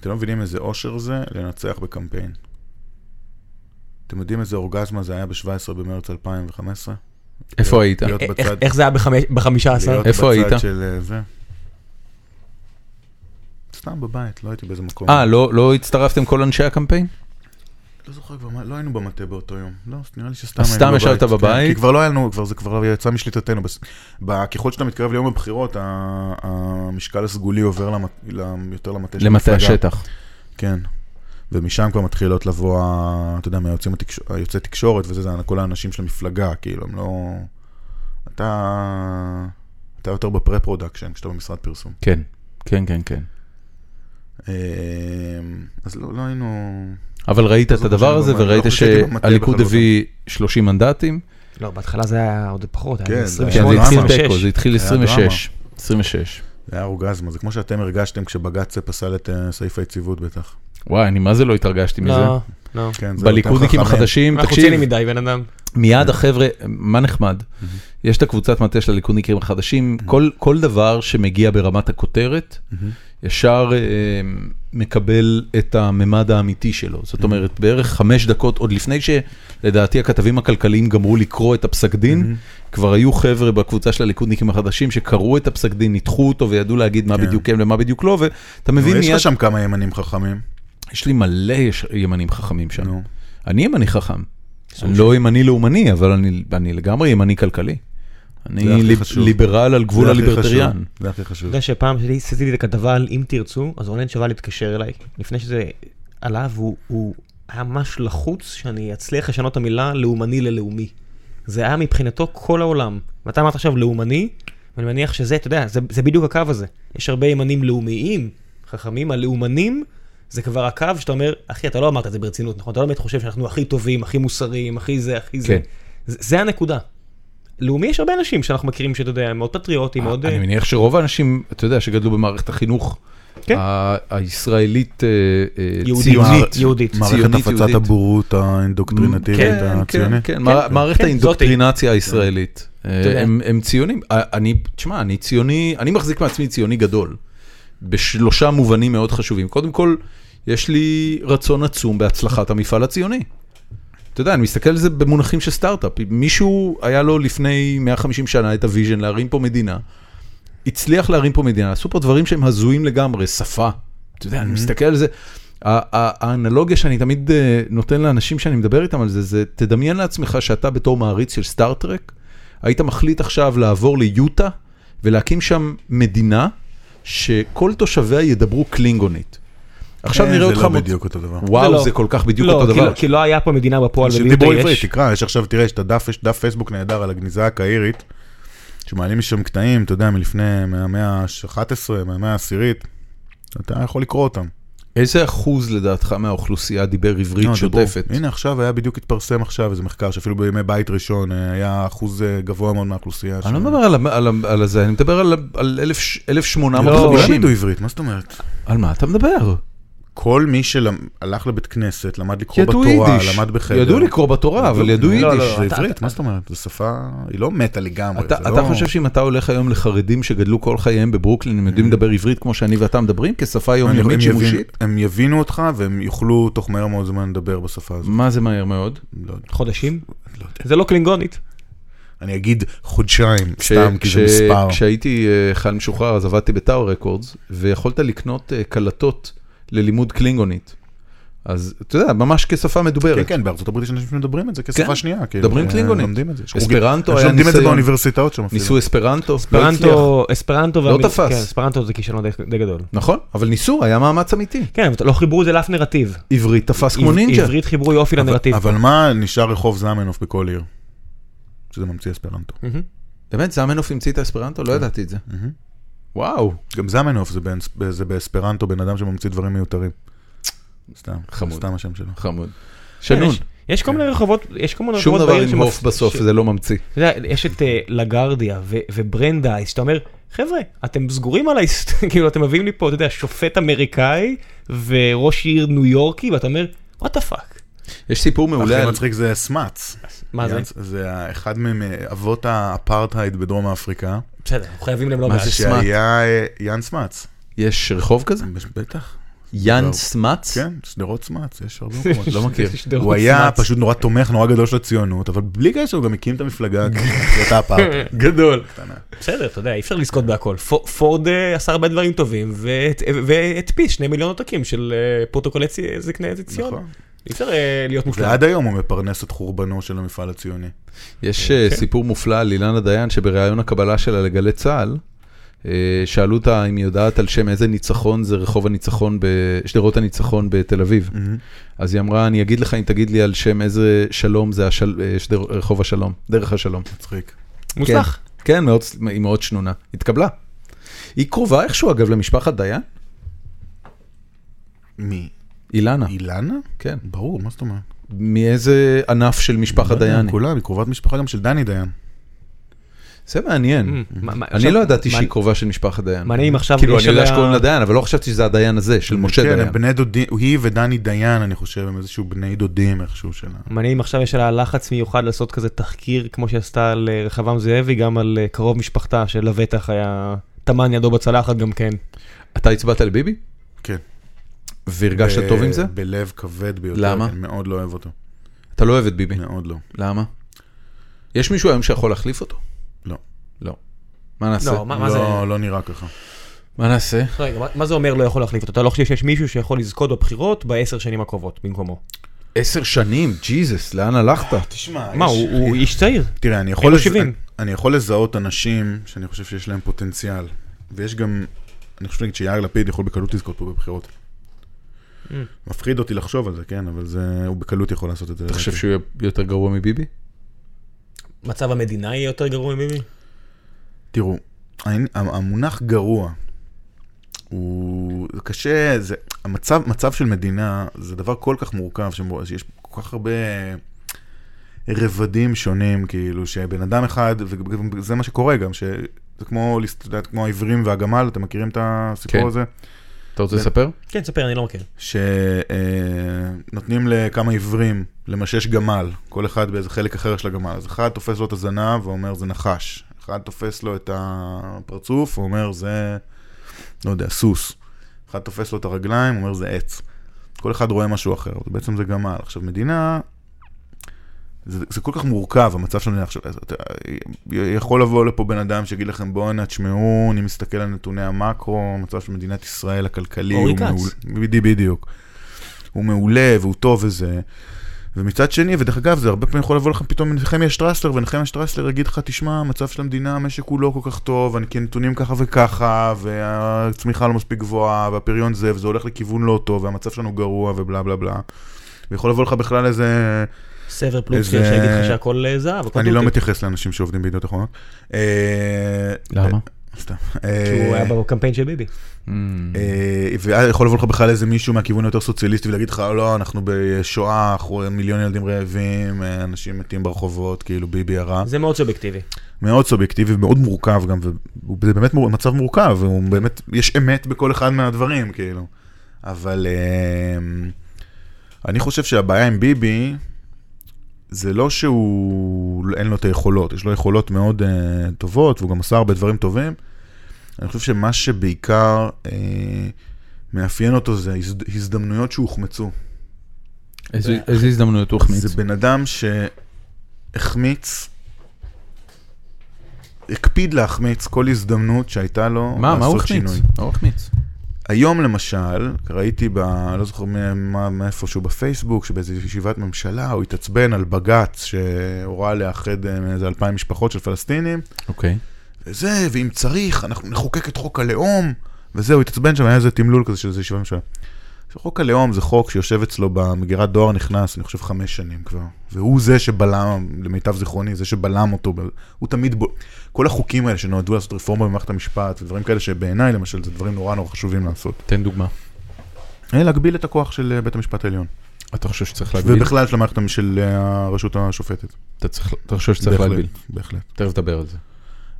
Speaker 3: אתם לא מבינים איזה אושר זה לנצח בקמפיין. אתם יודעים איזה אורגזמה זה היה ב-17 במרץ 2015?
Speaker 1: איפה היית?
Speaker 3: להיות
Speaker 2: אה, איך-
Speaker 3: בצד.
Speaker 2: איך זה היה בחמש- בחמישה עשר?
Speaker 3: להיות
Speaker 1: איפה
Speaker 3: בצד
Speaker 1: היית?
Speaker 3: של אה, זה. סתם בבית, לא הייתי באיזה מקום.
Speaker 1: אה, לא לא הצטרפתם כל אנשי הקמפיין?
Speaker 3: לא זוכר כבר מה, לא היינו במטה באותו יום. לא, נראה לי שסתם
Speaker 1: אז
Speaker 3: היינו
Speaker 1: סתם
Speaker 3: בבית.
Speaker 1: ישבת
Speaker 3: כן,
Speaker 1: בבית?
Speaker 3: כי כבר לא היה לנו, כבר זה כבר יצא משליטתנו. בס- ב- ככל שאתה מתקרב ליום הבחירות, ה- המשקל הסגולי עובר למט- ל- יותר למטה של
Speaker 1: למטה
Speaker 3: המפלגה.
Speaker 1: השטח.
Speaker 3: כן. ומשם כבר מתחילות לבוא, ה- אתה יודע, מהיוצאים התקשור- היוצאי תקשורת וזה, זה כל האנשים של המפלגה, כאילו, הם לא... אתה... אתה יותר בפרה-פרודקשן, כשאתה במשרד פרסום.
Speaker 1: כן, כן, כן, כן.
Speaker 3: אה, אז לא, לא היינו...
Speaker 1: אבל ראית את
Speaker 3: זוכר
Speaker 1: הדבר
Speaker 3: שאני
Speaker 1: הזה
Speaker 3: במטה,
Speaker 1: וראית
Speaker 3: לא חשבתי במטה
Speaker 1: שהליכוד
Speaker 3: בכלל
Speaker 1: הביא 30 מנדטים?
Speaker 2: לא, בהתחלה זה היה עוד פחות,
Speaker 3: כן,
Speaker 2: היה
Speaker 3: זה
Speaker 1: כן, זה
Speaker 2: 28,
Speaker 1: התחיל
Speaker 2: 26.
Speaker 1: תיקו, זה התחיל
Speaker 3: היה דרמה.
Speaker 1: 26. 26.
Speaker 3: זה היה אורגזמה, זה כמו שאתם הרגשתם כשבג"ץ פסל את אה, סעיף היציבות בטח.
Speaker 1: וואי, אני מה זה לא התרגשתי מזה.
Speaker 2: לא, לא.
Speaker 3: כן, זה
Speaker 1: בליכודניקים
Speaker 3: אותם חכמים.
Speaker 1: החדשים,
Speaker 2: אנחנו
Speaker 1: תקשיב,
Speaker 2: צינים מדי, בן אדם.
Speaker 1: מיד החבר'ה, מה נחמד, יש את הקבוצת מטה של הליכודניקים החדשים, כל- כל דבר שמגיע ברמת הכותרת, ישר אה, מקבל את הממד האמיתי שלו. זאת אומרת, בערך חמש דקות, עוד לפני שלדעתי הכתבים הכלכליים גמרו לקרוא את הפסק דין,
Speaker 3: Mm-hmm.
Speaker 1: כבר היו חבר'ה בקבוצה של הליכודניקים החדשים שקראו את הפסק דין, ניתחו אותו וידעו להגיד מה
Speaker 3: כן.
Speaker 1: בדיוק כן ומה בדיוק לא, ואתה
Speaker 3: נו,
Speaker 1: מבין
Speaker 3: יש
Speaker 1: מיד,
Speaker 3: לך שם כמה ימנים חכמים.
Speaker 1: יש לי מלא יש- ימנים חכמים שם.
Speaker 3: נו.
Speaker 1: אני ימני חכם. אני לא ימני לאומני, אבל אני, אני לגמרי ימני כלכלי.
Speaker 3: זה
Speaker 1: אני
Speaker 3: הכי
Speaker 1: ליב,
Speaker 3: חשוב.
Speaker 1: ליברל על גבול
Speaker 3: זה הכי
Speaker 1: הליברטריאן.
Speaker 3: חשוב, זה הכי חשוב.
Speaker 2: אתה יודע שפעם שלי עשיתי את הכתבה על אם תרצו, אז רונן שבל התקשר אליי, לפני שזה עלה, והוא הוא היה ממש לחוץ שאני אצליח לשנות את המילה לאומני ללאומי. זה היה מבחינתו כל העולם. ואתה אמרת עכשיו לאומני, ואני מניח שזה, אתה יודע, זה, זה בדיוק הקו הזה. יש הרבה ימנים לאומיים, חכמים, הלאומנים, זה כבר הקו שאתה אומר, אחי, אתה לא אמרת את זה ברצינות, נכון? אתה לא באמת חושב שאנחנו הכי טובים, הכי מוסריים, הכי זה, הכי זה.
Speaker 1: כן.
Speaker 2: זה, זה הנקודה. לאומי יש הרבה אנשים שאנחנו מכירים, שאתה יודע, הם מאוד פטריוטים, מאוד...
Speaker 1: אני
Speaker 2: אה,
Speaker 1: מניח שרוב האנשים, אתה יודע, שגדלו במערכת החינוך
Speaker 2: כן.
Speaker 1: ה- הישראלית אה, אה,
Speaker 2: יהודית.
Speaker 1: ציונית.
Speaker 2: יהודית.
Speaker 3: מערכת
Speaker 1: ציונית,
Speaker 3: הפצת
Speaker 1: יהודית.
Speaker 3: הבורות האינדוקטרינטיבית
Speaker 1: כן, כן,
Speaker 3: הציונית.
Speaker 1: כן, מע- מערכת
Speaker 2: כן,
Speaker 1: האינדוקטרינציה הישראלית. אה,
Speaker 2: יודע.
Speaker 1: הם הם ציונים. אה, אני, תשמע, אני ציוני, אני מחזיק מעצמי ציוני גדול, בשלושה מובנים מאוד חשובים. קודם כל, יש לי רצון עצום בהצלחת המפעל הציוני. אתה יודע, אני מסתכל על זה במונחים של סטארט-אפ. מישהו היה לו לפני 150 שנה את הוויז'ן להרים פה מדינה, הצליח להרים פה מדינה, עשו פה דברים שהם הזויים לגמרי, שפה. אתה יודע,
Speaker 3: Mm-hmm.
Speaker 1: אני מסתכל על זה. ה- ה- האנלוגיה שאני תמיד אה, נותן לאנשים שאני מדבר איתם על זה, זה תדמיין לעצמך שאתה בתור מעריץ של סטארט-טרק, היית מחליט עכשיו לעבור ליוטה ולהקים שם מדינה שכל תושביה ידברו קלינגונית. עכשיו
Speaker 3: אה,
Speaker 1: נראה אותך...
Speaker 3: זה לא
Speaker 1: מוצ-
Speaker 3: בדיוק אותו דבר.
Speaker 1: וואו, זה,
Speaker 2: לא.
Speaker 1: כל כך בדיוק
Speaker 2: לא,
Speaker 1: אותו
Speaker 2: כי
Speaker 1: דבר.
Speaker 2: לא, כי לא היה פה מדינה בפועל,
Speaker 3: אנשים
Speaker 2: וליוטה
Speaker 3: דיברו עברית,
Speaker 2: יש.
Speaker 3: תקרא, יש עכשיו, תראה, יש את הדף, יש דף פייסבוק נהדר על הגניזה הקהירית, שמעלים משם קטעים, אתה יודע, מלפני, מהמאה ה-11, מהמאה העשירית, אתה יכול לקרוא אותם.
Speaker 1: איזה אחוז לדעתך מהאוכלוסייה דיבר עברית
Speaker 3: לא, דיברו.
Speaker 1: שוטפת?
Speaker 3: הנה עכשיו היה בדיוק התפרסם עכשיו איזה מחקר שאפילו בימי בית ראשון אה, היה אחוז אה, גבוה מאוד מהאוכלוסייה.
Speaker 1: אני
Speaker 3: ש-
Speaker 1: לא מדבר על, על, על זה, אני מדבר על, על אלף ש-
Speaker 3: לא, כולם
Speaker 1: 1850.
Speaker 3: ידעו עברית, מה זאת אומרת?
Speaker 1: על מה אתה מדבר?
Speaker 3: כל מי שהלך לבית כנסת, למד לקרוא
Speaker 1: ידעו
Speaker 3: בתורה,
Speaker 1: יידיש.
Speaker 3: למד בחדר.
Speaker 1: ידעו לקרוא בתורה, אבל ידעו
Speaker 3: לא,
Speaker 1: יידיש.
Speaker 3: לא, זה
Speaker 2: אתה-
Speaker 3: עברית,
Speaker 2: אתה-
Speaker 3: מה זאת אומרת? זו שפה, היא לא מתה לגמרי.
Speaker 1: אתה,
Speaker 3: זה
Speaker 1: אתה
Speaker 3: לא-
Speaker 1: חושב שאם אתה הולך היום לחרדים שגדלו כל חייהם בברוקלין, הם יודעים לדבר עברית כמו שאני ואתה מדברים, כשפה
Speaker 3: Mm. הם
Speaker 1: יומיומית
Speaker 3: יבינו-
Speaker 1: שימושית?
Speaker 3: הם יבינו אותך והם יוכלו תוך מהר מאוד זמן לדבר בשפה הזאת.
Speaker 1: מה זה מהר מאוד?
Speaker 3: לא יודע.
Speaker 2: חודשים?
Speaker 3: לא יודע.
Speaker 2: זה לא קלינגונית.
Speaker 3: אני אגיד חודשיים,
Speaker 1: כש-
Speaker 3: סתם, כי זה
Speaker 1: כש-
Speaker 3: מספר.
Speaker 1: כשהייתי אה, חייל משוחרר אז עבדתי בטאו רקורדס, ויכולת לקנות אה, קלטות ללימוד קלינגונית. אז אתה יודע, ממש כשפה
Speaker 3: כן,
Speaker 1: מדוברת.
Speaker 3: כן, בארצות הברית יש אנשים שמדברים את זה
Speaker 1: כן.
Speaker 3: כשפה שנייה. כאילו,
Speaker 1: מדברים
Speaker 3: אה,
Speaker 1: קלינגונית.
Speaker 3: לומדים את זה. יש חוגים-
Speaker 1: אספרנטו
Speaker 3: אנשים
Speaker 1: היה
Speaker 3: לומדים את זה
Speaker 1: ניסיון.
Speaker 3: באוניברסיטאות שם אפילו.
Speaker 1: ניסו אספרנטו, לא הצליח.
Speaker 2: אספרנטו, אספרנטו,
Speaker 1: לא
Speaker 2: והמ-
Speaker 1: תפס.
Speaker 2: כן, אספרנטו זה כישלון די- די גדול.
Speaker 1: נכון, אבל ניסו, היה מאמץ אמיתי.
Speaker 2: כן, אבל לא חיברו את זה לאף נרטיב.
Speaker 1: עברית תפס כמו
Speaker 2: עב-
Speaker 1: נינג'ה.
Speaker 2: עברית חיברו יופי לנרטיב.
Speaker 3: אבל מה נשאר רחוב זמנוף בכל עיר? שזה ממציא אספרנטו.
Speaker 2: מהמם.
Speaker 1: באמת, זמנוף המציא את האספרנטו? לא ידעתי את זה.
Speaker 3: מהמם.
Speaker 1: וואו,
Speaker 3: גם זמנוף זה באנס- זה באספרנטו בן אדם שממציא דברים מיותרים. סתם,
Speaker 1: חמוד.
Speaker 3: סתם השם שלו.
Speaker 1: חמוד. שנון,
Speaker 2: כן, יש- יש כל מיני רחובות, יש כל מיני
Speaker 1: כן. שום
Speaker 2: רחובות
Speaker 1: דבר
Speaker 2: בעיר
Speaker 1: עם הוף
Speaker 2: שמפ-
Speaker 1: בסוף,
Speaker 2: ש-
Speaker 1: זה לא ממציא.
Speaker 2: אתה יודע, יש את אה, לגרדיה ו- וברנדייס, שאתה אומר, חבר'ה, אתם סגורים עליי, כאילו אתם מביאים לי פה, אתה יודע, שופט אמריקאי וראש עיר ניו יורקי, ואתה אומר, וואט דה פאק.
Speaker 1: יש סיפור מעולה
Speaker 3: הכי
Speaker 1: על...
Speaker 3: מצחיק זה סמאץ.
Speaker 2: מה זה?
Speaker 3: יאנס- זה ה- אחד מאבות האפרטהייד בדרום אפריקה.
Speaker 2: בסדר, אנחנו חייבים להם לא
Speaker 1: מה
Speaker 2: מעט.
Speaker 1: זה? סמאץ.
Speaker 3: שהיה אה, יאן סמאץ.
Speaker 1: יש רחוב כזה?
Speaker 3: בטח.
Speaker 1: יאן
Speaker 3: לא.
Speaker 1: סמאץ?
Speaker 3: כן, שדרות סמ"ץ, יש הרבה מקומות, לא מכיר.
Speaker 2: שדרות
Speaker 3: הוא היה
Speaker 2: סמ"ץ.
Speaker 3: פשוט נורא תומך, נורא גדול של הציונות, אבל בלי קשר, הוא גם הקים את המפלגה, זאת האפרטהייד.
Speaker 2: גדול. בסדר, אתה יודע, אי אפשר לזכות בהכל. פו- פורד אה, עשה הרבה דברים טובים, והת- והדפיס שני מיליון עותקים של אה, פרוטוקולי צי- זקני עזי ציון.
Speaker 3: נכון.
Speaker 2: אי אפשר אה, להיות מושלם.
Speaker 3: ועד היום הוא מפרנס את חורבנו של המפעל הציוני.
Speaker 1: יש אה, סיפור מופלא על אילנה דיין, שבריאיון הקבלה שלה לגלי צה"ל, אה, שאלו אותה אם היא יודעת על שם איזה ניצחון זה רחוב הניצחון, ב- שדרות הניצחון בתל אביב. אז היא אמרה, אני אגיד לך אם תגיד לי על שם איזה שלום זה השל- אה, שדר- רחוב השלום, דרך השלום.
Speaker 3: מצחיק.
Speaker 2: מוצלח.
Speaker 1: כן, כן, מאוד, היא מאוד שנונה. התקבלה. היא קרובה איכשהו, אגב, למשפחת דיין?
Speaker 3: מי?
Speaker 1: אילנה,
Speaker 3: אילנה?
Speaker 1: כן.
Speaker 3: ברור, מה זאת אומרת?
Speaker 1: מאיזה ענף של משפחת
Speaker 3: לא
Speaker 1: דיין? היא?
Speaker 3: כולם, היא קרובת משפחה גם של דני דיין.
Speaker 1: זה מעניין.
Speaker 2: Mm, מה- מה-
Speaker 1: אני
Speaker 2: עכשיו,
Speaker 1: לא ידעתי שהיא
Speaker 2: מעניין-
Speaker 1: קרובה של משפחת דיין.
Speaker 2: מעניין אם עכשיו
Speaker 1: כאילו,
Speaker 2: יש
Speaker 1: אני יודע
Speaker 2: עליה-
Speaker 1: שקוראים לה דיין, אבל לא חשבתי שזה הדיין הזה, של משה
Speaker 3: כן,
Speaker 1: דיין.
Speaker 3: הם בני דודים, היא ודני דיין, אני חושב, הם איזשהו בני דודים איכשהו שלה.
Speaker 2: מעניין אם עכשיו יש עליה לחץ מיוחד לעשות כזה תחקיר, כמו שעשתה על אה, רחבעם זאבי, גם על אה, קרוב משפחתה שלבטח היה טמן ידו בצלחת גם כן.
Speaker 1: אתה הצבעת לביבי?
Speaker 3: כן.
Speaker 1: והרגשת
Speaker 3: ב-
Speaker 1: טוב עם זה?
Speaker 3: בלב כבד ביותר.
Speaker 1: למה?
Speaker 3: אני מאוד לא אוהב אותו.
Speaker 1: אתה לא אוהב את ביבי.
Speaker 3: מאוד לא.
Speaker 1: למה? יש מישהו היום שיכול להחליף אותו?
Speaker 3: לא.
Speaker 1: לא. מה נעשה?
Speaker 2: לא, מה- מה זה?
Speaker 3: לא, לא נראה ככה.
Speaker 1: מה נעשה?
Speaker 2: רגע, מה- מה זה אומר לא יכול להחליף אותו? אתה לא חושב שיש מישהו שיכול לזכות בבחירות בעשר שנים הקרובות במקומו?
Speaker 1: עשר שנים, ג'יזוס, לאן הלכת?
Speaker 3: תשמע,
Speaker 2: מה, הוא הוא איש צעיר?
Speaker 3: תראה, אני יכול, לז...
Speaker 2: 70.
Speaker 3: אני יכול לזהות אנשים שאני חושב שיש להם פוטנציאל, ויש גם, אני חושב נגיד שיאיר לפיד יכול בקלות לזכות פה בבחירות.
Speaker 2: אה.
Speaker 3: מפחיד אותי לחשוב על זה, כן, אבל זה, הוא בקלות יכול לעשות את זה.
Speaker 1: אתה חושב
Speaker 3: לדעתי.
Speaker 1: שהוא יהיה יותר גרוע מביבי?
Speaker 2: מצב המדינה יהיה יותר גרוע מביבי?
Speaker 3: תראו, העני- המונח גרוע, הוא זה קשה, זה, המצב, מצב של מדינה זה דבר כל כך מורכב, שמור- שיש כל כך הרבה רבדים שונים, כאילו, שבן אדם אחד, וזה מה שקורה גם, ש... זה כמו, לס- את יודעת, כמו העברים והגמל, אתם מכירים את הסיפור
Speaker 1: כן.
Speaker 3: הזה?
Speaker 1: אתה רוצה
Speaker 3: בין-
Speaker 1: לספר?
Speaker 2: כן, ספר, אני לא מכיר.
Speaker 3: שנותנים לכמה עיוורים למשש גמל, כל אחד באיזה חלק אחר של הגמל. אז אחד תופס לו את הזנב ואומר זה נחש. אחד תופס לו את הפרצוף ואומר זה, לא יודע, סוס. אחד תופס לו את הרגליים ואומר זה עץ. כל אחד רואה משהו אחר, אז בעצם זה גמל. עכשיו מדינה, זה, זה כל כך מורכב המצב של המדינה עכשיו. אז אתה- יכול לבוא לפה בן אדם שיגיד לכם בואנה תשמעו, אני מסתכל על נתוני המקרו, המצב של מדינת ישראל הכלכלי,
Speaker 2: אורי
Speaker 3: הוא
Speaker 2: כץ.
Speaker 3: מעול- בדי- בדיוק. הוא מעולה והוא טוב וזה. ומצד שני, ודרך אגב, זה הרבה פעמים יכול לבוא לכם פתאום מנחמיה שטרסלר, ונחמיה שטרסלר יגיד לך, תשמע, המצב של המדינה, המשק הוא לא כל כך טוב, אני- כי הנתונים ככה וככה, והצמיחה לא מספיק גבוהה, והפריון זה, וזה הולך לכיוון לא טוב, והמצב שלנו גרוע, ובלה בלה בלה. ויכול לבוא לך בכלל איזה...
Speaker 2: סבר
Speaker 3: פלוצקר
Speaker 2: פלוצקר
Speaker 3: איזה-
Speaker 2: שיגיד
Speaker 3: שיגיד לך
Speaker 2: לך
Speaker 3: שהכל,
Speaker 2: שהכל אה, זהב, הכל
Speaker 3: אני לא מתייחס לאנשים שעובדים בידיעות אחרונות. אה,
Speaker 1: למה?
Speaker 3: סתם.
Speaker 2: כי הוא
Speaker 3: אה,
Speaker 2: היה בקמפיין של ביבי.
Speaker 3: אה, ויכול לבוא לך בכלל איזה מישהו מהכיוון היותר סוציאליסטי ולהגיד לך, לא, אנחנו בשואה, אנחנו מיליון ילדים רעבים, אה, אנשים מתים ברחובות, כאילו ביבי הרע.
Speaker 2: זה מאוד סובייקטיבי.
Speaker 3: מאוד סובייקטיבי ומאוד מורכב גם, וזה באמת מור- מצב מורכב, הוא באמת, יש אמת בכל אחד מהדברים, כאילו. אבל אה, אני חושב שהבעיה עם ביבי, זה לא שהוא, אין לו את היכולות, יש לו יכולות מאוד אה, טובות, והוא גם עשה הרבה דברים טובים. אני חושב שמה שבעיקר אה, מאפיין אותו זה הזד- הזדמנויות שהוחמצו.
Speaker 1: איזה איזה הזדמנויות הוא החמיץ?
Speaker 3: אה, זה בן אדם שהחמיץ, הקפיד להחמיץ כל הזדמנות שהייתה לו
Speaker 1: מה, מה הוא
Speaker 3: לעשות
Speaker 1: החמיץ?
Speaker 3: שינוי.
Speaker 1: מה הוא החמיץ?
Speaker 3: היום למשל, ראיתי ב... לא זוכר מ- מה- מאיפשהו בפייסבוק, שבאיזו ישיבת ממשלה הוא התעצבן על בג"ץ שהורה לאחד אה, איזה אלפיים משפחות של פלסטינים,
Speaker 1: אוקיי.
Speaker 3: וזה, ואם צריך, אנחנו נחוקק את חוק הלאום, וזהו, התעצבן שם, היה איזה תמלול כזה של איזה ישיבה ממשלה. עכשיו, חוק הלאום זה חוק שיושב אצלו במגירת דואר נכנס, אני חושב חמש שנים כבר. והוא זה שבלם, למיטב זיכרוני, זה שבלם אותו. ב- הוא תמיד, בו... כל החוקים האלה שנועדו לעשות רפורמה במערכת המשפט, ודברים כאלה שבעיניי, למשל, זה דברים נורא נורא חשובים לעשות.
Speaker 1: תן דוגמה.
Speaker 3: אה, להגביל את הכוח של אה, בית המשפט העליון.
Speaker 1: אתה חושב שצריך להגביל?
Speaker 3: ובכלל של המערכת של אה, הרשות השופטת.
Speaker 1: אתה צריך- אתה חושב שצריך
Speaker 3: בהחלט,
Speaker 1: להגביל?
Speaker 3: בהחלט.
Speaker 1: תכף נדבר על זה.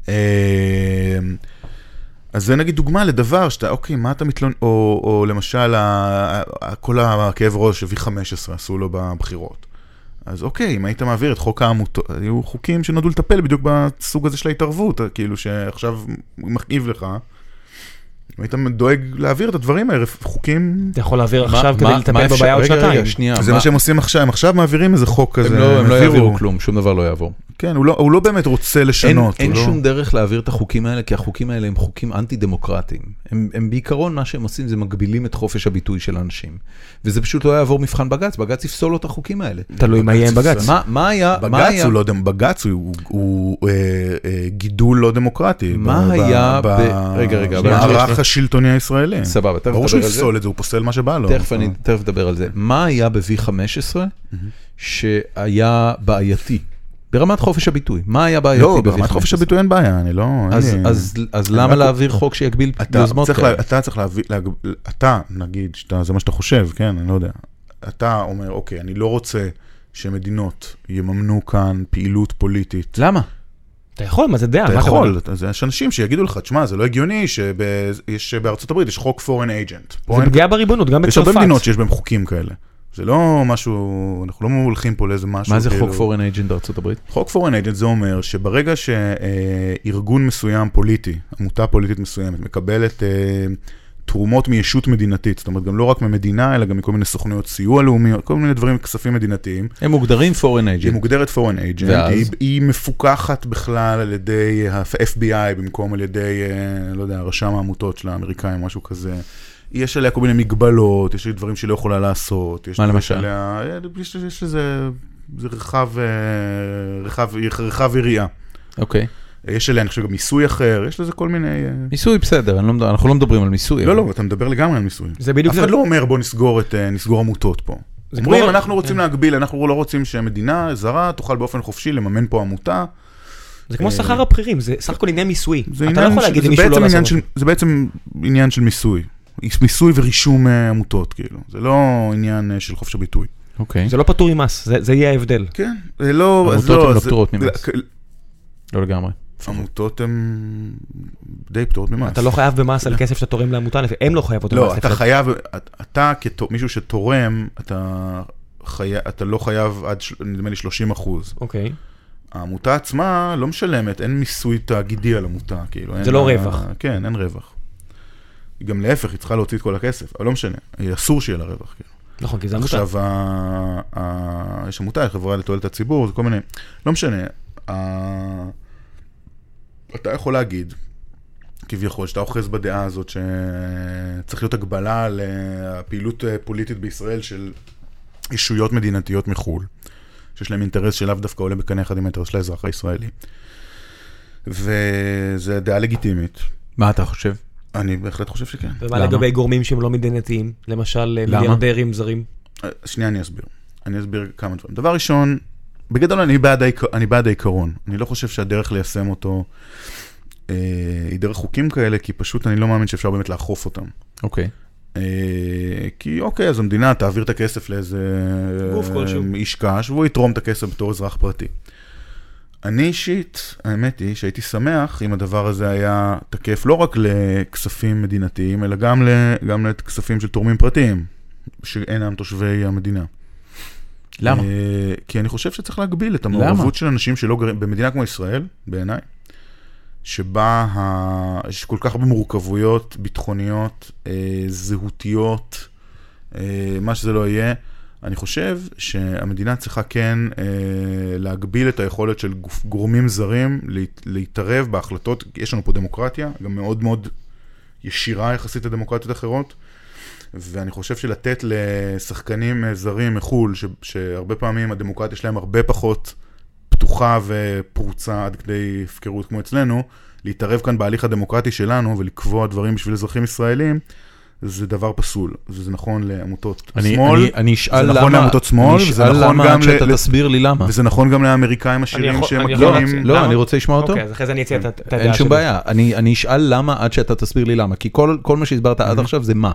Speaker 3: אה, אז זה נגיד דוגמה לדבר שאתה, אוקיי, מה אתה מתלונן, או, או למשל, ה- ה- כל הכאב ראש ש-V15 עשו לו בבחירות. אז אוקיי, אם היית מעביר את חוק העמותות, היו חוקים שנועדו לטפל בדיוק בסוג הזה של ההתערבות, כאילו שעכשיו מכאיב לך, אם היית דואג להעביר את הדברים האלה, חוקים,
Speaker 2: אתה יכול להעביר
Speaker 1: מה-
Speaker 2: עכשיו
Speaker 1: מה-
Speaker 2: כדי
Speaker 1: מה
Speaker 2: לטפל
Speaker 1: אפשר-
Speaker 2: בבעיה עוד
Speaker 1: רגע,
Speaker 2: שנתיים.
Speaker 1: רגע, שנייה.
Speaker 3: זה
Speaker 1: אה, מה-
Speaker 3: מה שהם עושים עכשיו, הם עכשיו מעבירים איזה חוק
Speaker 1: הם
Speaker 3: כזה,
Speaker 1: לא- הם לא
Speaker 3: העבירו.
Speaker 1: יעבירו כלום, שום דבר לא יעבור.
Speaker 3: כן, הוא לא- הוא לא באמת רוצה
Speaker 1: אין,
Speaker 3: לשנות.
Speaker 1: אין
Speaker 3: הוא לא-
Speaker 1: שום דרך להעביר את החוקים האלה, כי החוקים האלה הם חוקים אנטי-דמוקרטיים. הם, הם בעיקרון, מה שהם עושים זה מגבילים את חופש הביטוי של אנשים. וזה פשוט לא יעבור מבחן בג"ץ, בג"ץ יפסול לו את החוקים האלה.
Speaker 2: תלוי מה יהיה עם בג"ץ.
Speaker 1: מה, מה היה, מה
Speaker 3: בג"ץ
Speaker 1: היה,
Speaker 3: הוא לא דמ... בג"ץ הוא, הוא, הוא אה, אה, גידול לא דמוקרטי.
Speaker 1: מה היה ב- רגע, רגע, אבל-
Speaker 3: במערך השלטוני הישראלי.
Speaker 1: סבבה, תכף
Speaker 3: ברור
Speaker 1: נדבר
Speaker 3: שהוא
Speaker 1: על זה.
Speaker 3: יפסול את זה, הוא פוסל מה שבא לו.
Speaker 1: תכף אני, תכף נדבר על זה. מה היה ב-V15 שהיה בעייתי? ברמת חופש הביטוי, מה היה בעייתי
Speaker 3: לא,
Speaker 1: ב-V15?
Speaker 3: ברמת חופש הביטוי אין בעיה, אני לא... אין
Speaker 1: אז,
Speaker 3: לי-
Speaker 1: אז, אז
Speaker 3: אני
Speaker 1: למה
Speaker 3: רק-
Speaker 1: להעביר חוק שיגביל
Speaker 3: אתה
Speaker 1: יוזמות
Speaker 3: צריך,
Speaker 1: כאלה?
Speaker 3: לה, אתה צריך להביא, להג... אתה, נגיד, שאתה, זה מה שאתה חושב, כן, אני לא יודע. אתה אומר, אוקיי, אני לא רוצה שמדינות יממנו כאן פעילות פוליטית.
Speaker 1: למה?
Speaker 2: אתה יכול, מה זה דעה?
Speaker 3: אתה
Speaker 2: מה
Speaker 3: יכול,
Speaker 1: נכון.
Speaker 2: הכוונה?
Speaker 3: אתה- זה- יש אנשים שיגידו לך, תשמע, זה לא הגיוני שבארצות הברית יש חוק foreign agent. פה
Speaker 2: זה
Speaker 3: אין-
Speaker 2: פגיעה בריבונות, גם
Speaker 3: יש
Speaker 2: בצרפת.
Speaker 3: הרבה מדינות שיש בהן חוקים כאלה. זה לא משהו, אנחנו לא הולכים פה לאיזה משהו.
Speaker 1: מה זה
Speaker 3: כאילו-
Speaker 1: חוק foreign agent בארצות הברית?
Speaker 3: חוק foreign agent זה אומר שברגע שארגון מסוים פוליטי, עמותה פוליטית מסוימת, מקבלת אה, תרומות מישות מדינתית, זאת אומרת גם לא רק ממדינה, אלא גם מכל מיני סוכנויות סיוע לאומיות, כל מיני דברים, כספים מדינתיים,
Speaker 1: הם מוגדרים foreign
Speaker 3: היא
Speaker 1: agent.
Speaker 3: מוגדרת foreign agent,
Speaker 1: ואז?
Speaker 3: היא, היא מפוקחת בכלל על ידי ה-FBI במקום על ידי, אה, לא יודע, רשם העמותות של האמריקאים, משהו כזה. יש עליה כל מיני מגבלות, יש דברים שהיא לא יכולה לעשות. יש
Speaker 1: מה
Speaker 3: דברים
Speaker 1: למשל?
Speaker 3: שעליה, אה, יש, יש איזה, זה רחב, אה, רחב, רחב יריעה.
Speaker 1: אוקיי.
Speaker 3: יש עליה, אני חושב, גם מיסוי אחר, יש לזה כל מיני... אה,
Speaker 1: מיסוי בסדר, אני לא מד- אנחנו לא מדברים על מיסוי.
Speaker 3: לא,
Speaker 1: אבל-
Speaker 3: לא, אתה מדבר לגמרי על מיסוי.
Speaker 2: זה בדיוק
Speaker 3: אף
Speaker 2: זה.
Speaker 3: אחד לא אומר בוא נסגור את, אה, נסגור עמותות פה.
Speaker 2: זה
Speaker 3: אומרים,
Speaker 2: כמו-
Speaker 3: אנחנו
Speaker 1: כן.
Speaker 3: רוצים להגביל, אנחנו לא רוצים שמדינה זרה תוכל באופן חופשי לממן פה עמותה.
Speaker 2: זה כמו
Speaker 3: אה,
Speaker 2: שכר הבכירים, זה סך הכל עניין מיסוי. אתה
Speaker 3: זה
Speaker 2: לא
Speaker 3: עניין
Speaker 2: יכול
Speaker 3: של-
Speaker 2: להגיד
Speaker 3: זה
Speaker 2: למישהו לא
Speaker 3: בעצם
Speaker 2: לעשות
Speaker 3: עניין
Speaker 2: את זה.
Speaker 3: של- זה בעצם עניין של מיסוי. מיסוי ורישום אה, עמותות, כאילו. זה לא עניין אה, של חופש הביטוי.
Speaker 1: אוקיי.
Speaker 2: זה לא פטור ממס, זה זה יהיה ההבדל.
Speaker 3: כן, זה לא... אז
Speaker 1: עמותות
Speaker 3: לא,
Speaker 1: הן לא
Speaker 3: זה-
Speaker 1: פטורות ממס.
Speaker 3: לא,
Speaker 1: לא לגמרי.
Speaker 3: עמותות הן די פטורות ממס.
Speaker 2: אתה לא חייב במס על כסף שאתה תורם לעמותה, לפי- הם לא חייבות במס.
Speaker 3: לא, אתה
Speaker 2: לפי-
Speaker 3: חייב, אתה כמישהו שתורם, אתה חייב- אתה לא חייב עד, של- נדמה לי, 30 אחוז.
Speaker 2: אוקיי.
Speaker 3: העמותה עצמה לא משלמת, אין מיסוי תאגידי על עמותה, כאילו. אין
Speaker 2: זה לא
Speaker 3: לה-
Speaker 2: רווח.
Speaker 3: כן, אין רווח. גם להפך, היא צריכה להוציא את כל הכסף, אבל לא משנה, היא אסור שיהיה לה רווח. כאילו.
Speaker 2: נכון, כי זה עמותה.
Speaker 3: עכשיו, ה... ה... יש עמותה, חברה לתועלת הציבור, זה כל מיני, לא משנה. ה... אתה יכול להגיד, כביכול, שאתה אוחז בדעה הזאת שצריך להיות הגבלה על אה, הפעילות אה, פוליטית בישראל של ישויות מדינתיות מחו"ל, שיש להם אינטרס שלאו דווקא עולה בקנה אחד עם האינטרס של האזרח הישראלי. וזו דעה לגיטימית.
Speaker 1: מה אתה חושב?
Speaker 3: אני בהחלט חושב שכן.
Speaker 2: ומה
Speaker 1: למה?
Speaker 2: לגבי גורמים שהם לא מדינתיים? למשל אה,
Speaker 1: למה?
Speaker 2: מיליארדרים זרים?
Speaker 3: שנייה, אני אסביר. אני אסביר כמה דברים. דבר ראשון, בגדול אני בעד, העיק... אני בעד העיקרון. אני לא חושב שהדרך ליישם אותו אה, היא דרך חוקים כאלה, כי פשוט אני לא מאמין שאפשר באמת לאכוף אותם.
Speaker 1: אוקיי.
Speaker 3: אה, כי אוקיי, אז המדינה תעביר את הכסף לאיזה
Speaker 2: גוף כלשהו.
Speaker 3: אה, איש קש, והוא יתרום את הכסף בתור אזרח פרטי. אני אישית, האמת היא שהייתי שמח אם הדבר הזה היה תקף לא רק לכספים מדינתיים, אלא גם, ל... גם לכספים של תורמים פרטיים, שאינם תושבי המדינה.
Speaker 1: למה?
Speaker 3: אה, כי אני חושב שצריך להגביל את המעורבות של אנשים שלא גרים, במדינה כמו ישראל, בעיניי, שבה ה... יש כל כך הרבה מורכבויות ביטחוניות, אה, זהותיות, אה, מה שזה לא יהיה. אני חושב שהמדינה צריכה כן אה, להגביל את היכולת של גוף, גורמים זרים להת, להתערב בהחלטות, יש לנו פה דמוקרטיה, גם מאוד מאוד ישירה יחסית לדמוקרטיות אחרות, ואני חושב שלתת לשחקנים אה, זרים מחו"ל, ש, שהרבה פעמים הדמוקרטיה שלהם הרבה פחות פתוחה ופרוצה עד כדי הפקרות כמו אצלנו, להתערב כאן בהליך הדמוקרטי שלנו ולקבוע דברים בשביל אזרחים ישראלים, זה דבר פסול, וזה נכון לעמותות
Speaker 1: אני-
Speaker 3: שמאל.
Speaker 1: אני- אני אשאל למה...
Speaker 3: זה נכון לעמותות שמאל,
Speaker 1: אני
Speaker 3: וזה
Speaker 1: אשאל
Speaker 3: נכון
Speaker 1: למה
Speaker 3: גם
Speaker 1: עד
Speaker 3: ל-
Speaker 1: שאתה
Speaker 3: ל-
Speaker 1: תסביר לי למה.
Speaker 3: וזה נכון גם לאמריקאים
Speaker 2: אני
Speaker 3: עשירים
Speaker 2: יכול-
Speaker 3: שהם
Speaker 2: אני יכול
Speaker 3: מגיעים...
Speaker 2: להציע-
Speaker 1: לא,
Speaker 2: למה?
Speaker 1: אני רוצה לשמוע אותו.
Speaker 2: אוקיי, אז אחרי זה אני אציע את ה- את הדעה שלי.
Speaker 1: אין שום בעיה. אני אני אשאל למה עד שאתה תסביר לי למה. כי כל כל מה שהסברת עד עכשיו זה מה.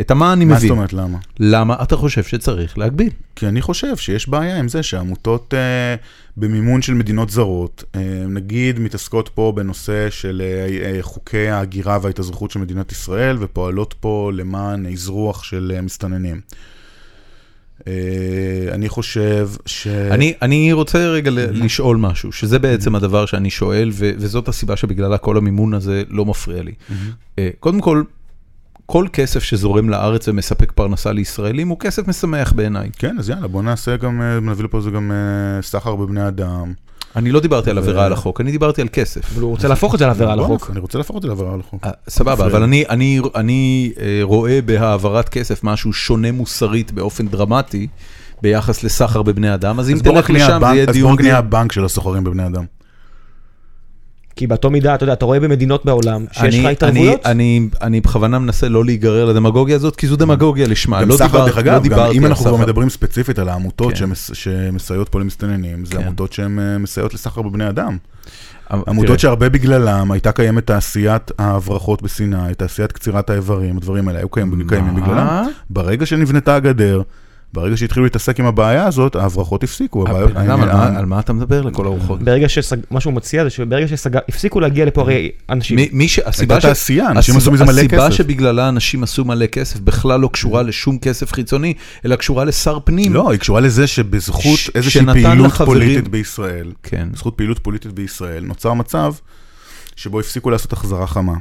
Speaker 1: את המה אני
Speaker 3: מה זאת
Speaker 1: לא מבין.
Speaker 3: אומרת למה?
Speaker 1: למה אתה חושב שצריך להגביל?
Speaker 3: כי אני חושב שיש בעיה עם זה שהעמותות אה, במימון של מדינות זרות, אה, נגיד מתעסקות פה בנושא של אה, אה, חוקי ההגירה וההתאזרחות של מדינת ישראל, ופועלות פה למען אזרוח של אה, מסתננים. אה, אני חושב ש...
Speaker 1: אני, אני רוצה רגע ל- לשאול משהו, שזה בעצם הדבר שאני שואל, ו- וזאת הסיבה שבגללה כל המימון הזה לא מפריע לי. אה, קודם כל, כל כסף שזורם לארץ ומספק פרנסה לישראלים הוא כסף משמח בעיניי.
Speaker 3: כן, אז יאללה, בוא נעשה גם, אה, נביא לפה איזה גם אה, סחר בבני אדם.
Speaker 1: אני לא דיברתי על עבירה על החוק, אני דיברתי על כסף.
Speaker 2: אבל הוא רוצה להפוך את זה לעבירה על
Speaker 3: בוא,
Speaker 2: החוק.
Speaker 3: אני רוצה להפוך את זה לעבירה על החוק.
Speaker 1: אה, סבבה,
Speaker 3: מפריע.
Speaker 1: אבל אני, אני, אני אה, רואה בהעברת כסף משהו שונה מוסרית באופן דרמטי ביחס לסחר בבני אדם, אז אם
Speaker 3: אז בוא רק
Speaker 1: תלך
Speaker 3: נהיה
Speaker 1: לשם זה
Speaker 3: הבנק-
Speaker 1: יהיה
Speaker 3: אז בוא
Speaker 1: דיון...
Speaker 3: רק נהיה הבנק של הסוחרים בבני אדם.
Speaker 2: כי באותו מידה, אתה יודע, אתה רואה במדינות בעולם שיש לך
Speaker 1: אני-
Speaker 2: התערבויות.
Speaker 1: אני, אני, אני בכוונה מנסה לא להיגרר לדמגוגיה הזאת, כי זו דמגוגיה לשמה.
Speaker 3: גם
Speaker 1: לא
Speaker 3: סחר,
Speaker 1: דיבר-
Speaker 3: דרך
Speaker 1: לא
Speaker 3: אגב, גם
Speaker 1: דיברתי
Speaker 3: אם
Speaker 1: על
Speaker 3: אנחנו כבר
Speaker 1: סחר.
Speaker 3: מדברים ספציפית על העמותות
Speaker 1: כן.
Speaker 3: שמס- שמסייעות פה למסתננים, זה
Speaker 1: כן.
Speaker 3: עמותות שהן אה, מסייעות לסחר בבני אדם.
Speaker 1: אבל- תראה,
Speaker 3: עמותות שהרבה בגללם הייתה קיימת תעשיית ההברחות בסיני, תעשיית קצירת האיברים, הדברים האלה היו קיימים קיימים בגללם. ברגע שנבנתה הגדר, ברגע שהתחילו להתעסק עם הבעיה הזאת, ההברחות הפסיקו. הבעיות- אה,
Speaker 1: הבן אדם, על מה-
Speaker 3: העניין-
Speaker 1: על מה אתה מדבר לכל הרוחות?
Speaker 2: ברגע שסג... מה שהוא מציע זה שברגע שהפסיקו להגיע לפה הרי אנשים,
Speaker 1: מי- מי ש... הסיבה
Speaker 3: הייתה תעשייה, אנשים עשו מזה מלא
Speaker 1: הסיבה
Speaker 3: כסף.
Speaker 1: שבגללה אנשים עשו מלא כסף בכלל לא קשורה לשום כסף חיצוני, אלא קשורה לשר פנים.
Speaker 3: לא, היא קשורה לזה שבזכות
Speaker 1: ש-
Speaker 3: איזושהי
Speaker 1: שנתן
Speaker 3: פעילות
Speaker 1: לחברים-
Speaker 3: פוליטית בישראל,
Speaker 1: כן.
Speaker 3: בזכות פעילות פוליטית בישראל, נוצר מצב שבו הפסיקו לעשות החזרה חמה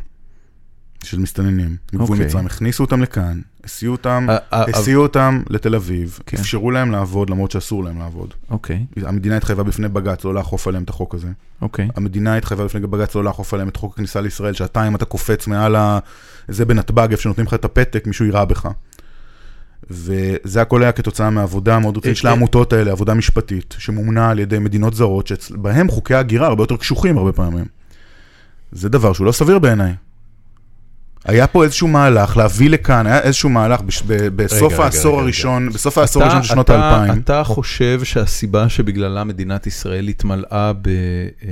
Speaker 3: של מסתננים מגבול
Speaker 1: אוקיי.
Speaker 3: מצרים, הכניסו אותם לכאן, הסיעו אותם,
Speaker 1: ה- ה-
Speaker 3: הסיעו אותם לתל אביב,
Speaker 1: כן.
Speaker 3: אפשרו להם לעבוד למרות שאסור להם לעבוד.
Speaker 1: אוקיי,
Speaker 3: המדינה התחייבה בפני בג"ץ לא לאכוף עליהם את החוק הזה.
Speaker 1: אוקיי.
Speaker 3: המדינה התחייבה בפני בג"ץ לא לאכוף עליהם את חוק הכניסה לישראל, שעתיים אתה קופץ מעל ה... זה בנתב"ג, איפה שנותנים לך את הפתק, מישהו יירה בך. וזה הכל היה כתוצאה מהעבודה המאוד רצינית
Speaker 4: אה,
Speaker 3: של העמותות האלה, עבודה משפטית, שמומנה על ידי מדינות זרות, שבהם חוקי ההגירה הרבה יותר קשוחים הרבה פעמים. זה דבר שהוא לא סביר בעיניי. היה פה איזשהו מהלך להביא לכאן, היה איזשהו מהלך בש- ב- בסוף
Speaker 4: רגע,
Speaker 3: העשור
Speaker 4: רגע.
Speaker 3: הראשון, בסוף העשור הראשון של שנות
Speaker 1: אתה-
Speaker 3: האלפיים.
Speaker 1: אתה חושב שהסיבה שבגללה מדינת ישראל התמלאה ב... אמ,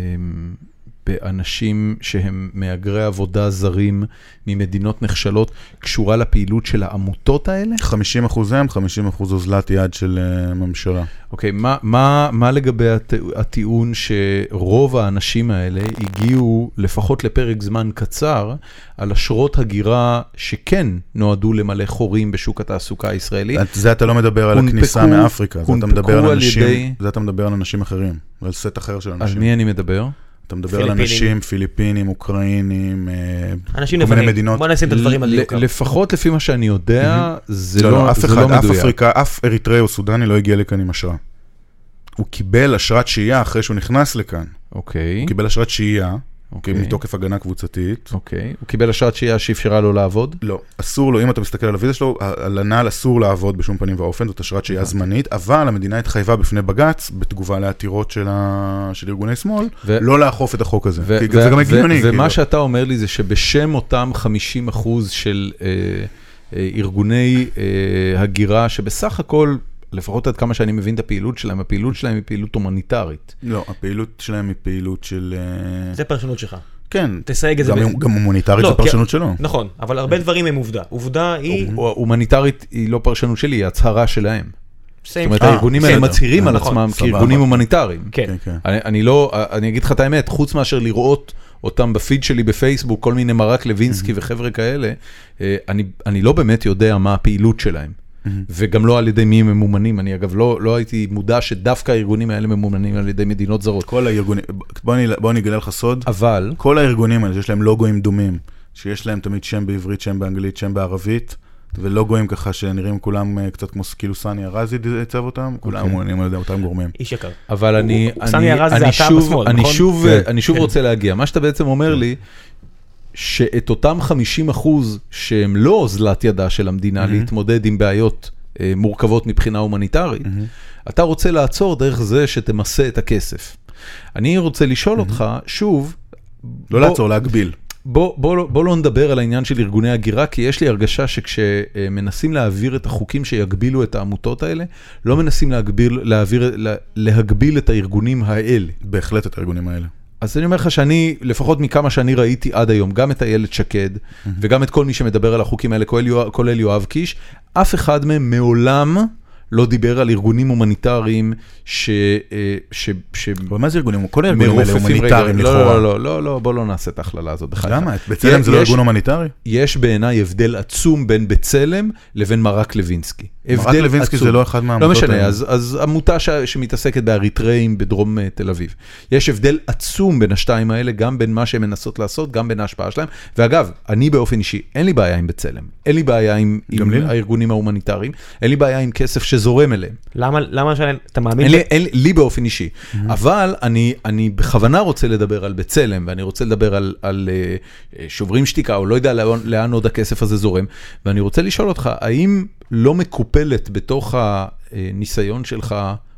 Speaker 1: באנשים שהם מהגרי עבודה זרים ממדינות נחשלות, קשורה לפעילות של העמותות האלה?
Speaker 3: 50 אחוז הם, 50 אחוז אוזלת יד של אה, ממשלה.
Speaker 1: אוקיי, מה, מה, מה לגבי הט, הטיעון שרוב האנשים האלה הגיעו לפחות לפרק זמן קצר על אשרות הגירה שכן נועדו למלא חורים בשוק התעסוקה הישראלי?
Speaker 3: את- זה אתה לא מדבר על
Speaker 1: הונפקו-
Speaker 3: הכניסה מאפריקה, זה אתה
Speaker 1: הונפקו
Speaker 3: מדבר על
Speaker 1: על
Speaker 3: אנשים,
Speaker 1: ידי-
Speaker 3: זה אתה מדבר על אנשים אחרים, על סט אחר של
Speaker 1: על
Speaker 3: אנשים.
Speaker 1: מי אני מדבר?
Speaker 3: אתה מדבר על אנשים
Speaker 2: פיליפינים.
Speaker 3: פיליפינים, אוקראינים, אה,
Speaker 2: אנשים
Speaker 3: כל מיני
Speaker 2: לבנים,
Speaker 3: מדינות.
Speaker 2: בוא נשים את הדברים על
Speaker 1: ל-
Speaker 2: דיוקם.
Speaker 1: לפחות לפי מה שאני יודע, זה
Speaker 3: לא, לא,
Speaker 1: לא
Speaker 3: אף
Speaker 1: זה
Speaker 3: אחד,
Speaker 1: לא
Speaker 3: אף
Speaker 1: מדויק.
Speaker 3: אפריקה, אף אריתראי או סודני לא הגיע לכאן עם אשרה. הוא קיבל אשרת שהייה אחרי שהוא נכנס לכאן.
Speaker 1: אוקיי,
Speaker 3: הוא קיבל אשרת שהייה, כי
Speaker 1: אוקיי.
Speaker 3: מתוקף הגנה קבוצתית.
Speaker 1: אוקיי. הוא קיבל אשרת שהייה שאפשרה לו לעבוד?
Speaker 3: לא, אסור לו, אם אתה מסתכל על הוויזה שלו, ה- על הנ"ל אסור לעבוד בשום פנים ואופן, זאת אשרת שהייה זמנית, אבל המדינה התחייבה בפני בג"ץ, בתגובה לעתירות של, ה... של ארגוני שמאל,
Speaker 1: ו-
Speaker 3: לא לאכוף את החוק הזה.
Speaker 1: ו-
Speaker 3: כי
Speaker 1: ו-
Speaker 3: זה גם
Speaker 1: ו-
Speaker 3: הגיוני.
Speaker 1: ומה
Speaker 3: כאילו.
Speaker 1: שאתה אומר לי זה שבשם אותם 50 אחוז של אה, אה, ארגוני אה, הגירה, שבסך הכל, לפחות עד כמה שאני מבין את הפעילות שלהם, הפעילות שלהם היא פעילות הומניטרית.
Speaker 3: לא, הפעילות שלהם היא פעילות של... אה,
Speaker 2: זה פרשנות שלך.
Speaker 3: כן,
Speaker 2: תסייג את זה.
Speaker 3: גם-
Speaker 2: ב-
Speaker 3: גם הומניטרית
Speaker 2: לא,
Speaker 3: זו
Speaker 1: כן.
Speaker 2: כי-
Speaker 3: פרשנות שלו.
Speaker 2: נכון, אבל הרבה דברים הם עובדה. עובדה היא...
Speaker 1: הו- הומניטרית היא לא פרשנות שלי, היא הצהרה שלהם. זאת אומרת,
Speaker 3: אה,
Speaker 1: הארגונים האלה
Speaker 3: בסדר.
Speaker 1: מצהירים על
Speaker 2: נכון,
Speaker 1: עצמם
Speaker 3: סבבה.
Speaker 1: כארגונים הומניטריים.
Speaker 2: כן.
Speaker 3: כן, כן.
Speaker 1: אני, אני לא, אני אגיד לך את האמת, חוץ מאשר לראות אותם בפיד שלי בפייסבוק, כל מיני מרק לוינסקי וחבר'ה כאלה, אה, אני, אני לא באמת יודע מה הפעילות שלהם. וגם לא על ידי מי הם ממומנים, אני אגב לא, לא הייתי מודע שדווקא הארגונים האלה ממומנים על ידי מדינות זרות.
Speaker 3: כל הארגונים, בוא אני- בוא אני אגלה לך סוד,
Speaker 1: אבל,
Speaker 3: כל הארגונים האלה שיש להם לוגוים דומים, שיש להם תמיד שם בעברית, שם באנגלית, שם בערבית, ולוגוים ככה שנראים כולם אה, קצת כמו ס- כאילו סני ארזי עיצב אותם,
Speaker 1: אוקיי.
Speaker 3: כולם מעוניינים על ידי אותם גורמים.
Speaker 2: איש יקר.
Speaker 1: אבל אני,
Speaker 2: הוא- סמי
Speaker 1: אני,
Speaker 2: ארז זה
Speaker 1: אני
Speaker 2: אתה
Speaker 1: שוב,
Speaker 2: בשמאל,
Speaker 1: אני
Speaker 2: נכון? כן.
Speaker 1: שוב,
Speaker 3: כן.
Speaker 1: אני שוב רוצה להגיע. מה שאתה בעצם אומר לי, שאת אותם 50 אחוז שהם לא אוזלת ידה של המדינה להתמודד עם בעיות אה, מורכבות מבחינה הומניטרית, אתה רוצה לעצור דרך זה שתמסה את הכסף. אני רוצה לשאול אותך, שוב,
Speaker 3: לא
Speaker 1: בוא-
Speaker 3: לעצור, להגביל.
Speaker 1: בוא, בוא, לא- בוא לא נדבר על העניין של ארגוני הגירה, כי יש לי הרגשה שכשמנסים להעביר את החוקים שיגבילו את העמותות האלה, לא מנסים להגביל, להעביר, לה- להגביל את הארגונים האלה.
Speaker 3: בהחלט את הארגונים האלה.
Speaker 1: אז אני אומר לך שאני, לפחות מכמה שאני ראיתי עד היום, גם את איילת שקד,
Speaker 3: Mm-hmm.
Speaker 1: וגם את כל מי שמדבר על החוקים האלה, כולל יואב, כולל יואב קיש, אף אחד מהם מעולם לא דיבר על ארגונים הומניטריים ש... אה, ש... ש...
Speaker 3: אבל מה זה לא ארגונים? כל הארגונים האלה
Speaker 1: מרופפים-
Speaker 3: הומניטריים
Speaker 1: רגע,
Speaker 3: לכאורה.
Speaker 1: לא, לא, לא, לא, בוא לא נעשה את ההכללה הזאת בחייך.
Speaker 3: למה? את בצלם זה לא
Speaker 1: יש-
Speaker 3: ארגון הומניטרי?
Speaker 1: יש בעיניי הבדל עצום בין בצלם לבין מרק לוינסקי.
Speaker 3: מרק
Speaker 1: הבדל
Speaker 3: לוינסקי
Speaker 1: עצום.
Speaker 3: זה לא אחד
Speaker 1: לא
Speaker 3: מהעמותות
Speaker 1: משנה,
Speaker 3: האלה.
Speaker 1: אז, אז עמותה ש... שמתעסקת באריתראים בדרום אה, תל אביב. יש הבדל עצום בין השתיים האלה, גם בין מה שהן מנסות לעשות, גם בין ההשפעה שלהם. ואגב, אני באופן אישי, אין לי בעיה עם בצלם, אין לי בעיה עם, עם
Speaker 3: גם לי לא.
Speaker 1: הארגונים ההומניטריים, אין לי בעיה עם כסף שזורם אליהם.
Speaker 2: למה, למה שאני, אתה מאמין?
Speaker 1: אין לי,
Speaker 2: ב-
Speaker 1: אין, לי- לי באופן אישי, אבל אני, אני בכוונה רוצה לדבר על בצלם, ואני רוצה לדבר על, על אה, אה, שוברים שתיקה, או לא יודע לאן, לאן עוד הכסף הזה זורם, ואני רוצה לשאול אותך, האם לא מקופלת בתוך הניסיון שלך,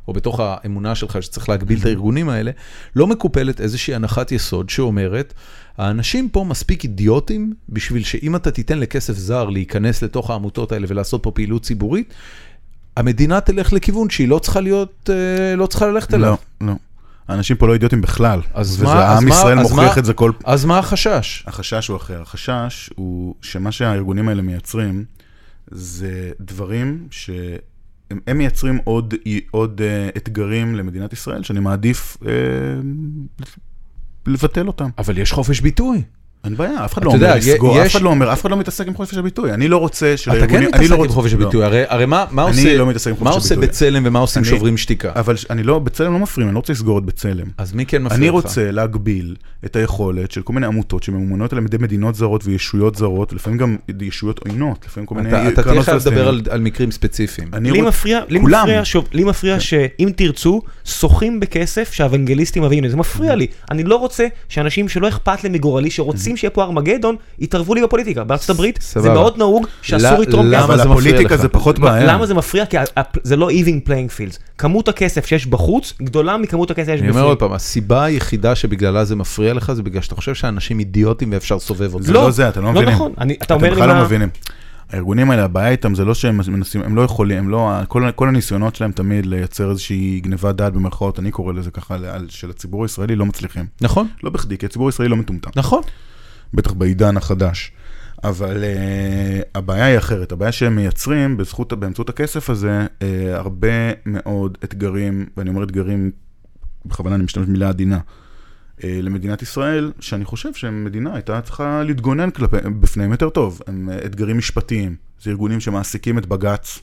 Speaker 1: או בתוך האמונה שלך שצריך להגביל את הארגונים האלה, לא מקופלת איזושהי הנחת יסוד שאומרת, האנשים פה מספיק אידיוטים בשביל שאם אתה תיתן לכסף זר להיכנס לתוך העמותות האלה ולעשות פה פעילות ציבורית, המדינה תלך לכיוון שהיא לא צריכה להיות, אה, לא צריכה ללכת אליו.
Speaker 3: לא, לא. האנשים פה לא אידיוטים בכלל.
Speaker 1: אז
Speaker 3: וזה
Speaker 1: מה- אז
Speaker 3: עם
Speaker 1: מה-
Speaker 3: ישראל
Speaker 1: אז
Speaker 3: מוכיח
Speaker 1: מה-
Speaker 3: את זה כל...
Speaker 1: אז מה החשש?
Speaker 3: החשש הוא אחר. החשש הוא שמה שהארגונים האלה מייצרים, זה דברים שהם הם מייצרים עוד, עוד אה, אתגרים למדינת ישראל, שאני מעדיף אה, לבטל אותם.
Speaker 1: אבל יש חופש ביטוי.
Speaker 3: אין בעיה, אף אחד לא
Speaker 1: אתה
Speaker 3: אומר
Speaker 1: יודע,
Speaker 3: לסגור, אף
Speaker 1: יש-
Speaker 3: אחד לא אומר, אף אחד לא מתעסק עם חופש הביטוי. אני לא רוצה
Speaker 1: אתה
Speaker 3: שלארגונים...
Speaker 1: כן
Speaker 3: אני
Speaker 1: מתעסק
Speaker 3: לא
Speaker 1: עם
Speaker 3: רוצה-
Speaker 1: חופש
Speaker 3: לא.
Speaker 1: הביטוי, הרי- הרי מה מה
Speaker 3: אני
Speaker 1: עושה-
Speaker 3: לא מתעסק עם חופש
Speaker 1: מה עושה
Speaker 3: הביטוי.
Speaker 1: בצלם ומה עושים
Speaker 3: אני-
Speaker 1: שוברים שתיקה?
Speaker 3: אבל ש- אני לא, בצלם לא מפריעים, אני לא רוצה לסגור את בצלם.
Speaker 1: אז מי כן מפריע לך?
Speaker 3: אני רוצה להגביל את היכולת של כל מיני עמותות שממומנות על ידי מדינות זרות וישויות זרות, ולפעמים גם ישויות עוינות, לפעמים כל מיני
Speaker 1: אתה- אתה
Speaker 3: קרנות
Speaker 1: תהיה חייב לדבר
Speaker 3: פלסטיניות.
Speaker 1: על- על מקרים ספציפיים.
Speaker 3: אני
Speaker 2: לי
Speaker 3: רוצ-
Speaker 2: מפריע, לי
Speaker 3: כולם. כן.
Speaker 2: מפריע, שוב, לי מפריע שאם תרצו, שוחים בכסף שהאוונגליסטים מביאים, זה
Speaker 3: כן.
Speaker 2: מפריע לי. אני לא רוצה שאנשים שלא אכפת להם מגורלי,
Speaker 3: Mm-hmm.
Speaker 2: שרוצים שיהיה פה ארמגדון, יתערבו לי בפוליטיקה. בארצות הברית זה
Speaker 1: סבבה.
Speaker 2: מאוד נהוג שאסור
Speaker 1: ל-
Speaker 2: לתרום
Speaker 1: למה
Speaker 2: כסף.
Speaker 3: אבל
Speaker 1: זה מפריע
Speaker 3: הפוליטיקה
Speaker 1: לך?
Speaker 3: זה פחות בעיה.
Speaker 2: למה זה מפריע? כי ה- ה- זה לא even playing fields. כמות הכסף שיש בחוץ גדולה מכמות הכסף שיש
Speaker 1: אני אומר
Speaker 2: בפנים.
Speaker 1: עוד פעם, הסיבה היחידה שבגללה זה מפריע לך זה בגלל שאתה חושב שאנשים אידיוטים ואפשר לסובב אותם.
Speaker 3: זה לא זה, אתם לא
Speaker 2: לא
Speaker 3: מבינים.
Speaker 2: נכון, אני- אתה
Speaker 3: אתם
Speaker 2: אומר לי
Speaker 3: בכלל לא
Speaker 2: מה...
Speaker 3: מבינים. הארגונים האלה, הבעיה איתם זה לא שהם מנסים, הם לא יכולים, הם לא, כל, כל הניסיונות שלהם תמיד לייצר איזושהי גניבת דעת במרכאות, אני קורא לזה ככה, על- של הציבור הישראלי לא מצליחים.
Speaker 1: נכון,
Speaker 3: לא בכדי, כי הציבור הישראלי לא מטומטם.
Speaker 1: נכון.
Speaker 3: בטח בעידן החדש. אבל uh, הבעיה היא אחרת, הבעיה שהם מייצרים בזכות, באמצעות הכסף הזה uh, הרבה מאוד אתגרים, ואני אומר אתגרים, בכוונה אני משתמש במילה עדינה, uh, למדינת ישראל, שאני חושב שהמדינה הייתה צריכה להתגונן כלפי, בפניהם יותר טוב. הם uh, אתגרים משפטיים, זה ארגונים שמעסיקים את בג"ץ,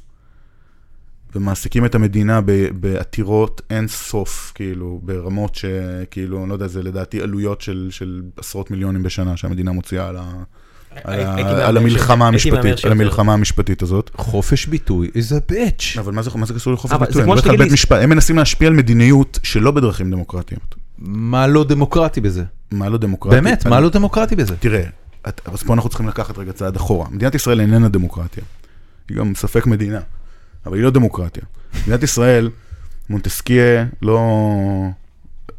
Speaker 3: ומעסיקים את המדינה ב- בעתירות אין סוף, כאילו, ברמות שכאילו, אני לא יודע, זה לדעתי עלויות של, של עשרות מיליונים בשנה שהמדינה מוציאה על, ה, על,
Speaker 2: הייתי
Speaker 3: ה,
Speaker 2: מהמר
Speaker 3: על,
Speaker 2: שיותר.
Speaker 3: המלחמה
Speaker 2: הייתי מהמר
Speaker 3: המשפטית, על
Speaker 2: שיותר.
Speaker 3: המלחמה המשפטית הזאת.
Speaker 1: חופש ביטוי is a bitch.
Speaker 3: אבל מה זה, מה זה קשור לחופש
Speaker 2: אבל זה
Speaker 3: ביטוי? אני
Speaker 2: כמו
Speaker 3: מדבר איתך על
Speaker 2: שתגיד
Speaker 3: בית
Speaker 2: לי-
Speaker 3: משפט, הם מנסים להשפיע על מדיניות שלא בדרכים דמוקרטיות.
Speaker 1: מה לא דמוקרטי בזה?
Speaker 3: מה לא דמוקרטי?
Speaker 1: באמת, מה
Speaker 3: אני-
Speaker 1: לא דמוקרטי בזה?
Speaker 3: תראה, את, אז פה אנחנו צריכים לקחת רגע צעד אחורה. מדינת ישראל איננה דמוקרטיה. היא גם ספק מדינה, אבל היא לא דמוקרטיה. מדינת ישראל, מונטסקיה לא...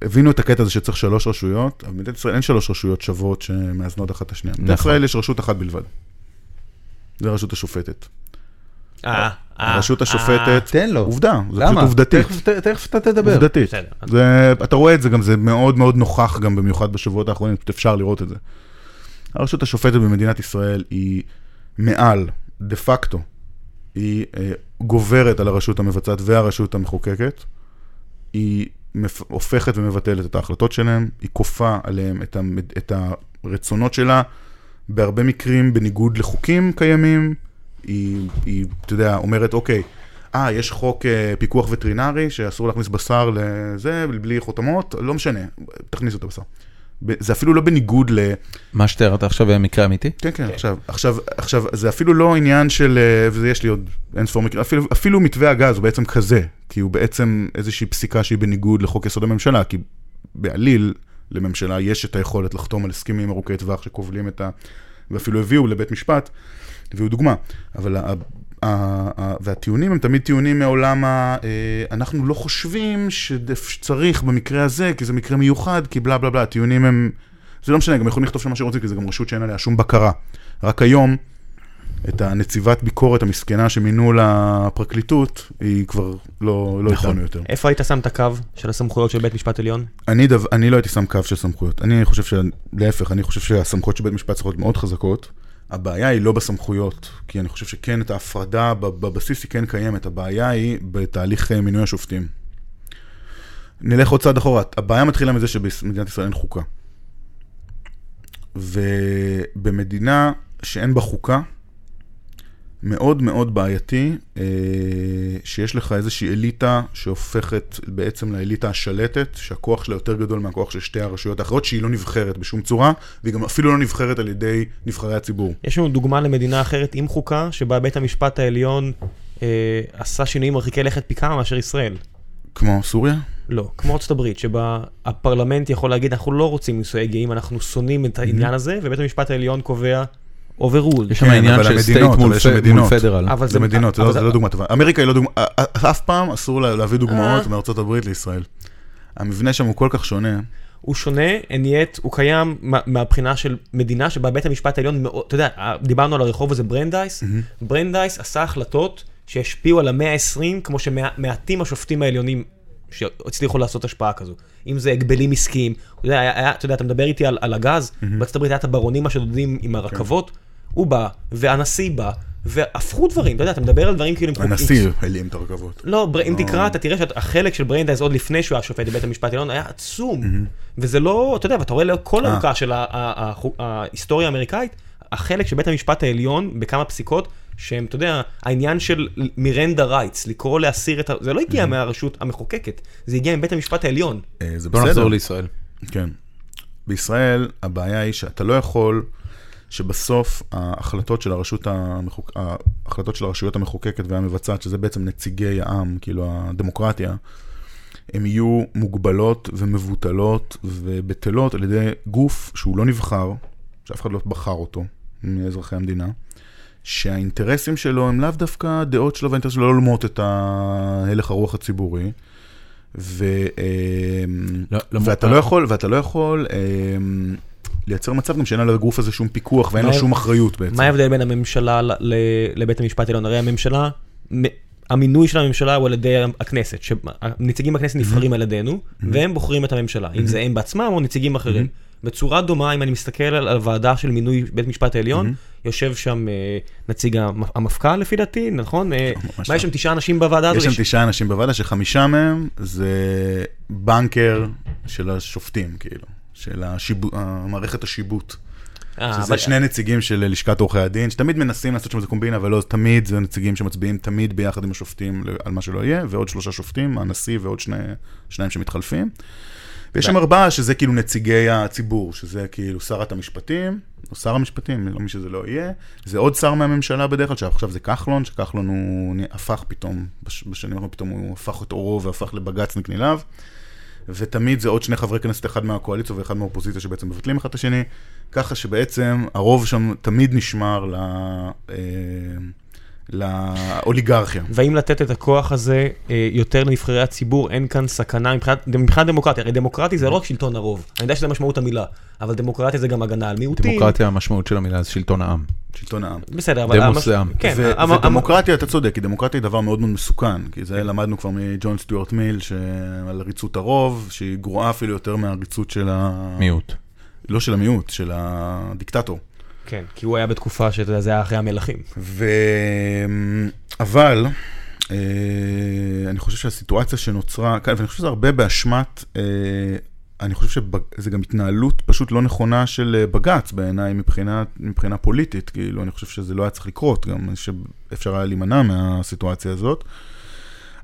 Speaker 3: הבינו את הקטע הזה שצריך שלוש רשויות, אבל במדינת ישראל אין שלוש רשויות שוות שמאזנות אחת את השנייה. במדינת
Speaker 1: נכון.
Speaker 3: ישראל יש רשות אחת בלבד. זה הרשות השופטת.
Speaker 2: אה, אה,
Speaker 3: הרשות
Speaker 2: אה.
Speaker 3: השופטת,
Speaker 1: תן לו.
Speaker 3: עובדה, זה פשוט
Speaker 1: למה?
Speaker 3: עובדתית.
Speaker 1: תכף- ת- תכף אתה תדבר.
Speaker 3: עובדתית.
Speaker 2: בסדר.
Speaker 3: זה, אתה רואה את זה גם, זה מאוד מאוד נוכח גם במיוחד בשבועות האחרונים, פשוט אפשר לראות את זה. הרשות השופטת במדינת ישראל היא מעל, דה פקטו, היא אה, גוברת על הרשות המבצעת והרשות המחוקקת, היא מפ... הופכת ומבטלת את ההחלטות שלהם, היא כופה עליהם את, המד... את הרצונות שלה, בהרבה מקרים בניגוד לחוקים קיימים, היא, היא, אתה יודע, אומרת, אוקיי, אה, יש חוק אה, פיקוח וטרינרי שאסור להכניס בשר לזה, בלי חותמות, לא משנה, תכניסו את הבשר. ב- זה אפילו לא בניגוד ל...
Speaker 1: מה שתיארת עכשיו היה מקרה אמיתי?
Speaker 3: כן, כן, עכשיו, עכשיו, עכשיו, זה אפילו לא עניין של, אה, וזה יש לי עוד אין ספור מקרים, אפילו, אפילו מתווה הגז הוא בעצם כזה, כי הוא בעצם איזושהי פסיקה שהיא בניגוד לחוק יסוד הממשלה, כי בעליל לממשלה יש את היכולת לחתום על הסכמים ארוכי טווח שכובלים את ה... ואפילו הביאו לבית משפט, הביאו דוגמה, אבל ה... ה... ה... והטיעונים הם תמיד טיעונים מעולם ה... אה, אנחנו לא חושבים שדף- שצריך במקרה הזה, כי זה מקרה מיוחד, כי בלה בלה בלה, הטיעונים הם... זה לא משנה, גם יכולים לכתוב שם מה שרוצים, כי זה גם רשות שאין עליה שום בקרה. רק היום, את הנציבת ביקורת המסכנה שמינו לפרקליטות, היא כבר לא, לא איתנו יותר.
Speaker 2: איפה היית שם את הקו של הסמכויות של בית משפט עליון?
Speaker 3: אני, דו, אני לא הייתי שם קו של סמכויות. אני חושב שלהפך, אני חושב שהסמכויות של בית משפט צריכות להיות מאוד חזקות, הבעיה היא לא בסמכויות, כי אני חושב שכן, את ההפרדה בב- בבסיס היא כן קיימת, הבעיה היא בתהליך אה, מינוי השופטים. נלך עוד צעד אחורה, הבעיה מתחילה מזה שבמדינת ישראל אין חוקה. ובמדינה שאין בה חוקה, מאוד מאוד בעייתי אה, שיש לך איזושהי אליטה שהופכת בעצם לאליטה השלטת, שהכוח שלה יותר גדול מהכוח של שתי הרשויות האחרות, שהיא לא נבחרת בשום צורה, והיא גם אפילו לא נבחרת על ידי נבחרי הציבור.
Speaker 2: יש לנו דוגמה למדינה אחרת עם חוקה, שבה בית המשפט העליון אה, עשה שינויים מרחיקי לכת פי כמה מאשר ישראל.
Speaker 3: כמו סוריה?
Speaker 2: לא, כמו ארצות הברית, שבה הפרלמנט יכול להגיד, אנחנו לא רוצים נישואי גאים, אנחנו שונאים את
Speaker 3: Mm-hmm.
Speaker 2: העניין הזה, ובית המשפט העליון קובע overruled.
Speaker 1: יש שם
Speaker 3: כן,
Speaker 1: עניין
Speaker 3: אבל
Speaker 1: של
Speaker 3: המדינות,
Speaker 1: סטייט מול
Speaker 3: אבל יש
Speaker 1: פ- מול
Speaker 3: מדינות.
Speaker 1: פדרל.
Speaker 2: אבל
Speaker 3: זה מדינות, זה
Speaker 2: אבל
Speaker 3: לא- זה לא דוגמה טובה. אמריקה היא לא דוגמה, א- א- אף פעם אסור לה- להביא דוגמאות
Speaker 2: אה.
Speaker 3: מארצות הברית לישראל. המבנה שם הוא כל כך שונה.
Speaker 2: הוא שונה, and yet הוא קיים מה- מהבחינה של מדינה שבה בית המשפט העליון מאוד, אתה יודע, ה- דיברנו על הרחוב הזה ברנדייס, ברנדייס עשה החלטות שהשפיעו על המאה ה-20, כמו שמעטים השופטים העליונים שהצליחו לעשות השפעה כזו. אם זה הגבלים עסקיים, אתה יודע, היה- היה- אתה יודע, אתה מדבר איתי על, על הגז, בארצות הברית היה את הברונים השודדים עם הרכבות, הוא בא, והנשיא בא, והפכו דברים, אתה יודע, אתה מדבר על דברים כאילו... עם חוק- עם-
Speaker 3: הנשיא העלים את הרכבות.
Speaker 2: לא, בר- אם תקרא, אתה תראה שהחלק של בריינדייז עוד לפני שהוא היה שופט בבית המשפט העליון היה עצום. וזה לא, אתה יודע, ואתה רואה לאורך כל
Speaker 3: אה.
Speaker 2: ארוכה של ה- ה- ה- החו- ההיסטוריה האמריקאית, החלק של בית המשפט העליון בכמה פסיקות, שהם, אתה יודע, העניין של מירנדה רייטס, לקרוא להסיר את ה... זה לא הגיע מהרשות המחוקקת, זה הגיע מבית המשפט העליון.
Speaker 3: אה, זה
Speaker 1: בוא
Speaker 3: בסדר.
Speaker 1: נחזור לישראל.
Speaker 3: כן. בישראל הבעיה היא שאתה לא יכול שבסוף ההחלטות של, הרשות המחוק... ההחלטות של הרשויות המחוקקת והמבצעת, שזה בעצם נציגי העם, כאילו הדמוקרטיה, הן יהיו מוגבלות ומבוטלות ובטלות על ידי גוף שהוא לא נבחר, שאף אחד לא בחר אותו מאזרחי המדינה, שהאינטרסים שלו הם לאו דווקא הדעות שלו והאינטרס שלו לא הולמות את הלך הרוח הציבורי. ו... אה,
Speaker 1: לא- לא
Speaker 3: ואתה
Speaker 1: מותר.
Speaker 3: לא יכול, ואתה לא יכול אמ, לייצר מצב גם שאין על הגוף הזה שום פיקוח ואין
Speaker 2: מה
Speaker 3: לו
Speaker 2: ההב-
Speaker 3: שום אחריות בעצם.
Speaker 2: מה ההבדל בין הממשלה ל- ל- לבית המשפט העליון? הרי הממשלה, מ- המינוי של הממשלה הוא על ידי הכנסת, שהנציגים בכנסת
Speaker 3: Mm-hmm.
Speaker 2: נבחרים על ידינו, והם בוחרים את הממשלה, אם זה הם בעצמם או נציגים אחרים.
Speaker 3: Mm-hmm.
Speaker 2: בצורה דומה, אם אני מסתכל על הוועדה של מינוי בית משפט העליון,
Speaker 3: Mm-hmm.
Speaker 2: יושב שם אה, נציג המ- המפכ"ל לפי דעתי, נכון? אה,
Speaker 3: ממש לא.
Speaker 2: מה, יש שם תשעה אנשים בוועדה הזאת?
Speaker 3: יש שם תשעה אנשים בוועדה שחמישה מהם זה בנקר של השופטים, כאילו, של השיבו- המערכת השיבוט.
Speaker 2: אה,
Speaker 3: שזה
Speaker 2: אבל-
Speaker 3: שני נציגים של לשכת עורכי הדין, שתמיד מנסים לעשות שם איזה קומבינה, אבל לא תמיד, זה נציגים שמצביעים תמיד ביחד עם השופטים ל- על מה שלא יהיה, ועוד שלושה שופטים, הנשיא ועוד שני, שניים שמתחלפים. ויש שם ארבעה שזה כאילו נציגי הציבור, שזה כאילו שרת המשפטים, או שר המשפטים, לא מי שזה לא יהיה. זה עוד שר מהממשלה בדרך כלל, שעכשיו זה כחלון, שכחלון הוא נ- הפך פתאום, בש- בשנים האחרונות פתאום הוא הפך את עורו והפך לבג"צניק נלהב. ותמיד זה עוד שני חברי כנסת, אחד מהקואליציה ואחד מהאופוזיציה, שבעצם מבטלים אחד את השני, ככה שבעצם הרוב שם תמיד נשמר ל... אה, לאוליגרכיה.
Speaker 2: והאם לתת את הכוח הזה אה, יותר לנבחרי הציבור, אין כאן סכנה מבחינת, מבחינת דמוקרטיה. הרי דמוקרטי זה לא רק שלטון הרוב, אני יודע שזה משמעות המילה, אבל דמוקרטיה זה גם הגנה על מיעוטים.
Speaker 1: דמוקרטיה, המשמעות של המילה זה שלטון העם.
Speaker 3: שלטון העם.
Speaker 2: בסדר, אבל...
Speaker 1: דמוס
Speaker 2: המש-
Speaker 1: זה עם.
Speaker 2: כן,
Speaker 3: ו-
Speaker 2: המ- המ-
Speaker 3: ודמוקרטיה, אתה צודק, כי דמוקרטיה היא דבר מאוד מאוד מסוכן, כי זה למדנו כבר מג'ון סטיוארט מיל, ש- על עריצות הרוב, שהיא גרועה אפילו יותר מהעריצות של ה...
Speaker 1: מיעוט.
Speaker 3: לא של המיעוט, של הדיקטטור.
Speaker 2: כן, כי הוא היה בתקופה שאתה יודע, זה היה אחרי המלכים.
Speaker 3: ו... אבל, אה, אני חושב שהסיטואציה שנוצרה כאן, ואני חושב שזה הרבה באשמת, אה, אני חושב שזה גם התנהלות פשוט לא נכונה של אה, בג"ץ בעיניי מבחינה, מבחינה פוליטית, כאילו, אני חושב שזה לא היה צריך לקרות, גם שאפשר היה להימנע מהסיטואציה הזאת.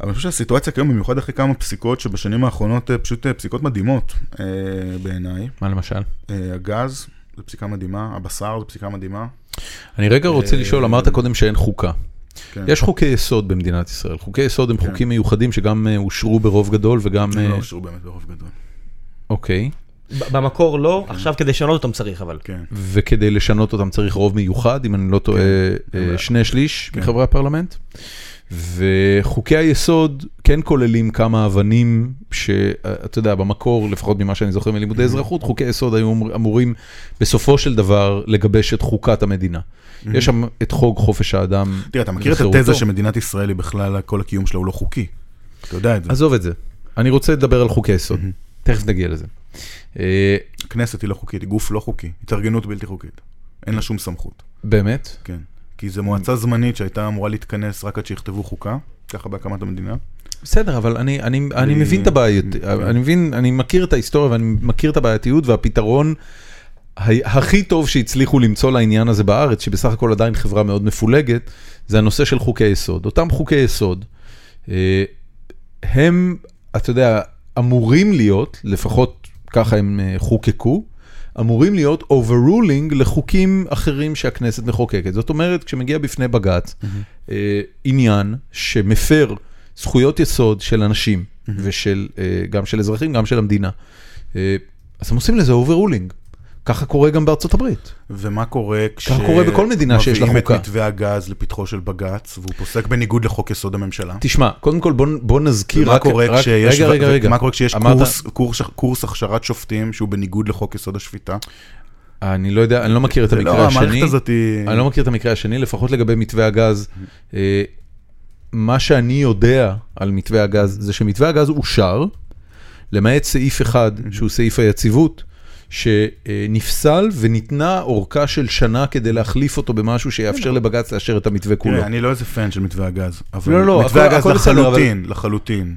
Speaker 3: אבל אני חושב שהסיטואציה כיום, במיוחד אחרי כמה פסיקות שבשנים האחרונות, אה, פשוט אה, פסיקות מדהימות אה, בעיניי.
Speaker 1: מה למשל?
Speaker 3: אה, הגז, זו פסיקה מדהימה, הבשר, זו פסיקה מדהימה.
Speaker 1: אני רגע רוצה
Speaker 3: אה,
Speaker 1: לשאול, אמרת קודם שאין חוקה.
Speaker 3: כן.
Speaker 1: יש חוקי יסוד במדינת ישראל. חוקי יסוד הם חוקים מיוחדים שגם אה, אושרו ברוב גדול וגם...
Speaker 3: הם
Speaker 1: אה,
Speaker 3: לא אושרו באמת ברוב גדול.
Speaker 1: אוקיי.
Speaker 2: ב- במקור לא, עכשיו כדי לשנות אותם צריך, אבל.
Speaker 3: כן.
Speaker 1: וכדי לשנות אותם צריך רוב מיוחד, אם אני לא טועה,
Speaker 3: כן,
Speaker 1: אה, שני שליש מחברי הפרלמנט. וחוקי היסוד כן כוללים כמה אבנים שאתה יודע, במקור, לפחות ממה שאני זוכר מלימודי
Speaker 3: Mm-hmm.
Speaker 1: אזרחות, חוקי יסוד היו אמור- אמורים בסופו של דבר לגבש את חוקת המדינה. יש שם את חוק חופש האדם.
Speaker 3: Mm-hmm. תראה, אתה מכיר את
Speaker 1: וחירותו.
Speaker 3: התזה שמדינת ישראל היא בכלל, כל הקיום שלה הוא לא חוקי. אתה יודע את זה.
Speaker 1: עזוב את זה, אני רוצה לדבר על חוקי יסוד,
Speaker 3: Mm-hmm.
Speaker 1: תכף נגיע לזה. אה,
Speaker 3: הכנסת היא לא חוקית, היא גוף לא חוקי, התארגנות בלתי חוקית. אין לה שום סמכות,
Speaker 1: באמת?
Speaker 3: כן. כי זו מועצה זמנית שהייתה אמורה להתכנס רק עד שיכתבו חוקה, ככה בהקמת המדינה.
Speaker 1: בסדר, אבל אני, אני, אני
Speaker 3: אני-
Speaker 1: מבין את הבעיות, אה,
Speaker 3: כן.
Speaker 1: אני מבין, אני מכיר את ההיסטוריה ואני מכיר את הבעייתיות והפתרון ה- הכי טוב שהצליחו למצוא לעניין הזה בארץ, שבסך הכל עדיין חברה מאוד מפולגת, זה הנושא של חוקי יסוד. אותם חוקי יסוד, אה, הם, אתה יודע, אמורים להיות, לפחות ככה הם אה, חוקקו, אמורים להיות overruling לחוקים אחרים שהכנסת מחוקקת. זאת אומרת, כשמגיע בפני בג"ץ אה, עניין שמפר זכויות יסוד של אנשים, ושל, אה, גם של אזרחים, גם של המדינה, אה, אז הם עושים לזה overruling. ככה קורה גם בארצות הברית.
Speaker 3: ומה קורה כש...
Speaker 1: ככה קורה בכל מדינה שיש לה
Speaker 3: מביאים
Speaker 1: חוקה.
Speaker 3: את מתווה הגז לפתחו של בג"ץ, והוא פוסק בניגוד לחוק יסוד הממשלה.
Speaker 1: תשמע, קודם כל בוא, נ- בוא נזכיר
Speaker 3: ומה קורה
Speaker 1: רק
Speaker 3: כשיש-
Speaker 1: רגע, רגע,
Speaker 3: ו-
Speaker 1: רגע.
Speaker 3: מה קורה כשיש
Speaker 1: אמרת-
Speaker 3: קורס- קורס- קורס הכשרת שופטים שהוא בניגוד לחוק יסוד השפיטה?
Speaker 1: אני לא יודע, אני לא מכיר את
Speaker 3: זה
Speaker 1: המקרה
Speaker 3: לא,
Speaker 1: השני.
Speaker 3: המערכת הזאת היא...
Speaker 1: אני לא מכיר את המקרה השני, לפחות לגבי מתווה הגז. אה, מה שאני יודע על מתווה הגז, זה שמתווה הגז אושר, למעט סעיף אחד, שהוא סעיף היציבות, שנפסל וניתנה אורכה של שנה כדי להחליף אותו במשהו שיאפשר לבג"ץ לאשר את המתווה כולו.
Speaker 3: תראה, כן. אני לא איזה פן של מתווה הגז, אבל
Speaker 1: לא, לא,
Speaker 3: מתווה
Speaker 1: הכל-
Speaker 3: הגז
Speaker 1: הכל בסדר,
Speaker 3: לחלוטין, לחלוטין.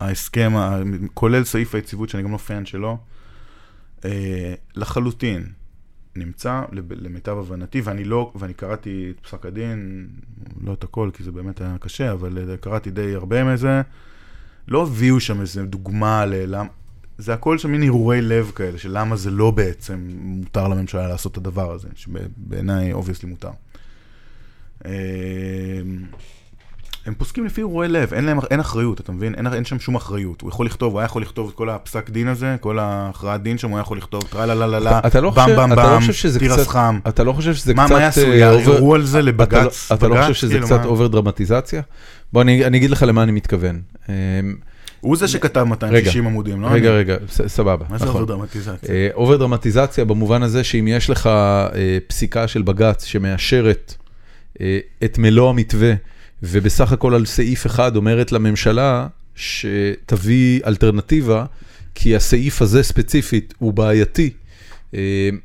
Speaker 3: ההסכם, ה- כולל סעיף היציבות, שאני גם לא פן שלו, אה, לחלוטין נמצא, לב- למיטב הבנתי, ואני לא, ואני קראתי את פסק הדין, לא את הכל, כי זה באמת היה קשה, אבל אה, קראתי די הרבה מזה. לא הביאו שם איזה דוגמה ל... למ- זה הכל שם מין הרהורי לב כאלה, של למה זה לא בעצם מותר לממשלה לעשות את הדבר הזה, שבעיניי אובייסלי מותר. אה, הם פוסקים לפי הרהורי לב, אין להם, אין אחריות, אתה מבין? אין, אין שם שום אחריות. הוא יכול לכתוב, הוא היה יכול לכתוב את כל הפסק דין הזה, כל ההכרעת דין שם, הוא היה יכול לכתוב טרה לה לה לה לה,
Speaker 1: אתה לא
Speaker 3: במ
Speaker 1: חושב-
Speaker 3: במ
Speaker 1: אתה לא
Speaker 3: במ,
Speaker 1: חושב שזה
Speaker 3: תירס
Speaker 1: קצת-
Speaker 3: חם.
Speaker 1: אתה לא חושב שזה
Speaker 3: מה,
Speaker 1: קצת...
Speaker 3: מה יעשו,
Speaker 1: אה, over-
Speaker 3: יערערו על זה לבג"ץ?
Speaker 1: אתה לא, אתה לא
Speaker 3: בג"ץ?
Speaker 1: חושב שזה
Speaker 3: כאילו,
Speaker 1: קצת
Speaker 3: מה?
Speaker 1: אובר דרמטיזציה? בוא, אני, אני אגיד לך למה אני מתכוון. אה,
Speaker 3: הוא זה שכתב 260 עמודים, לא אני.
Speaker 1: רגע, רגע, ס- סבבה.
Speaker 3: מה זה
Speaker 1: נכון.
Speaker 3: עובר דרמטיזציה?
Speaker 1: אה, אובר דרמטיזציה במובן הזה שאם יש לך אה, פסיקה של בג"ץ שמאשרת אה, את מלוא המתווה, ובסך הכל על סעיף אחד אומרת לממשלה שתביא אלטרנטיבה, כי הסעיף הזה ספציפית הוא בעייתי, אה,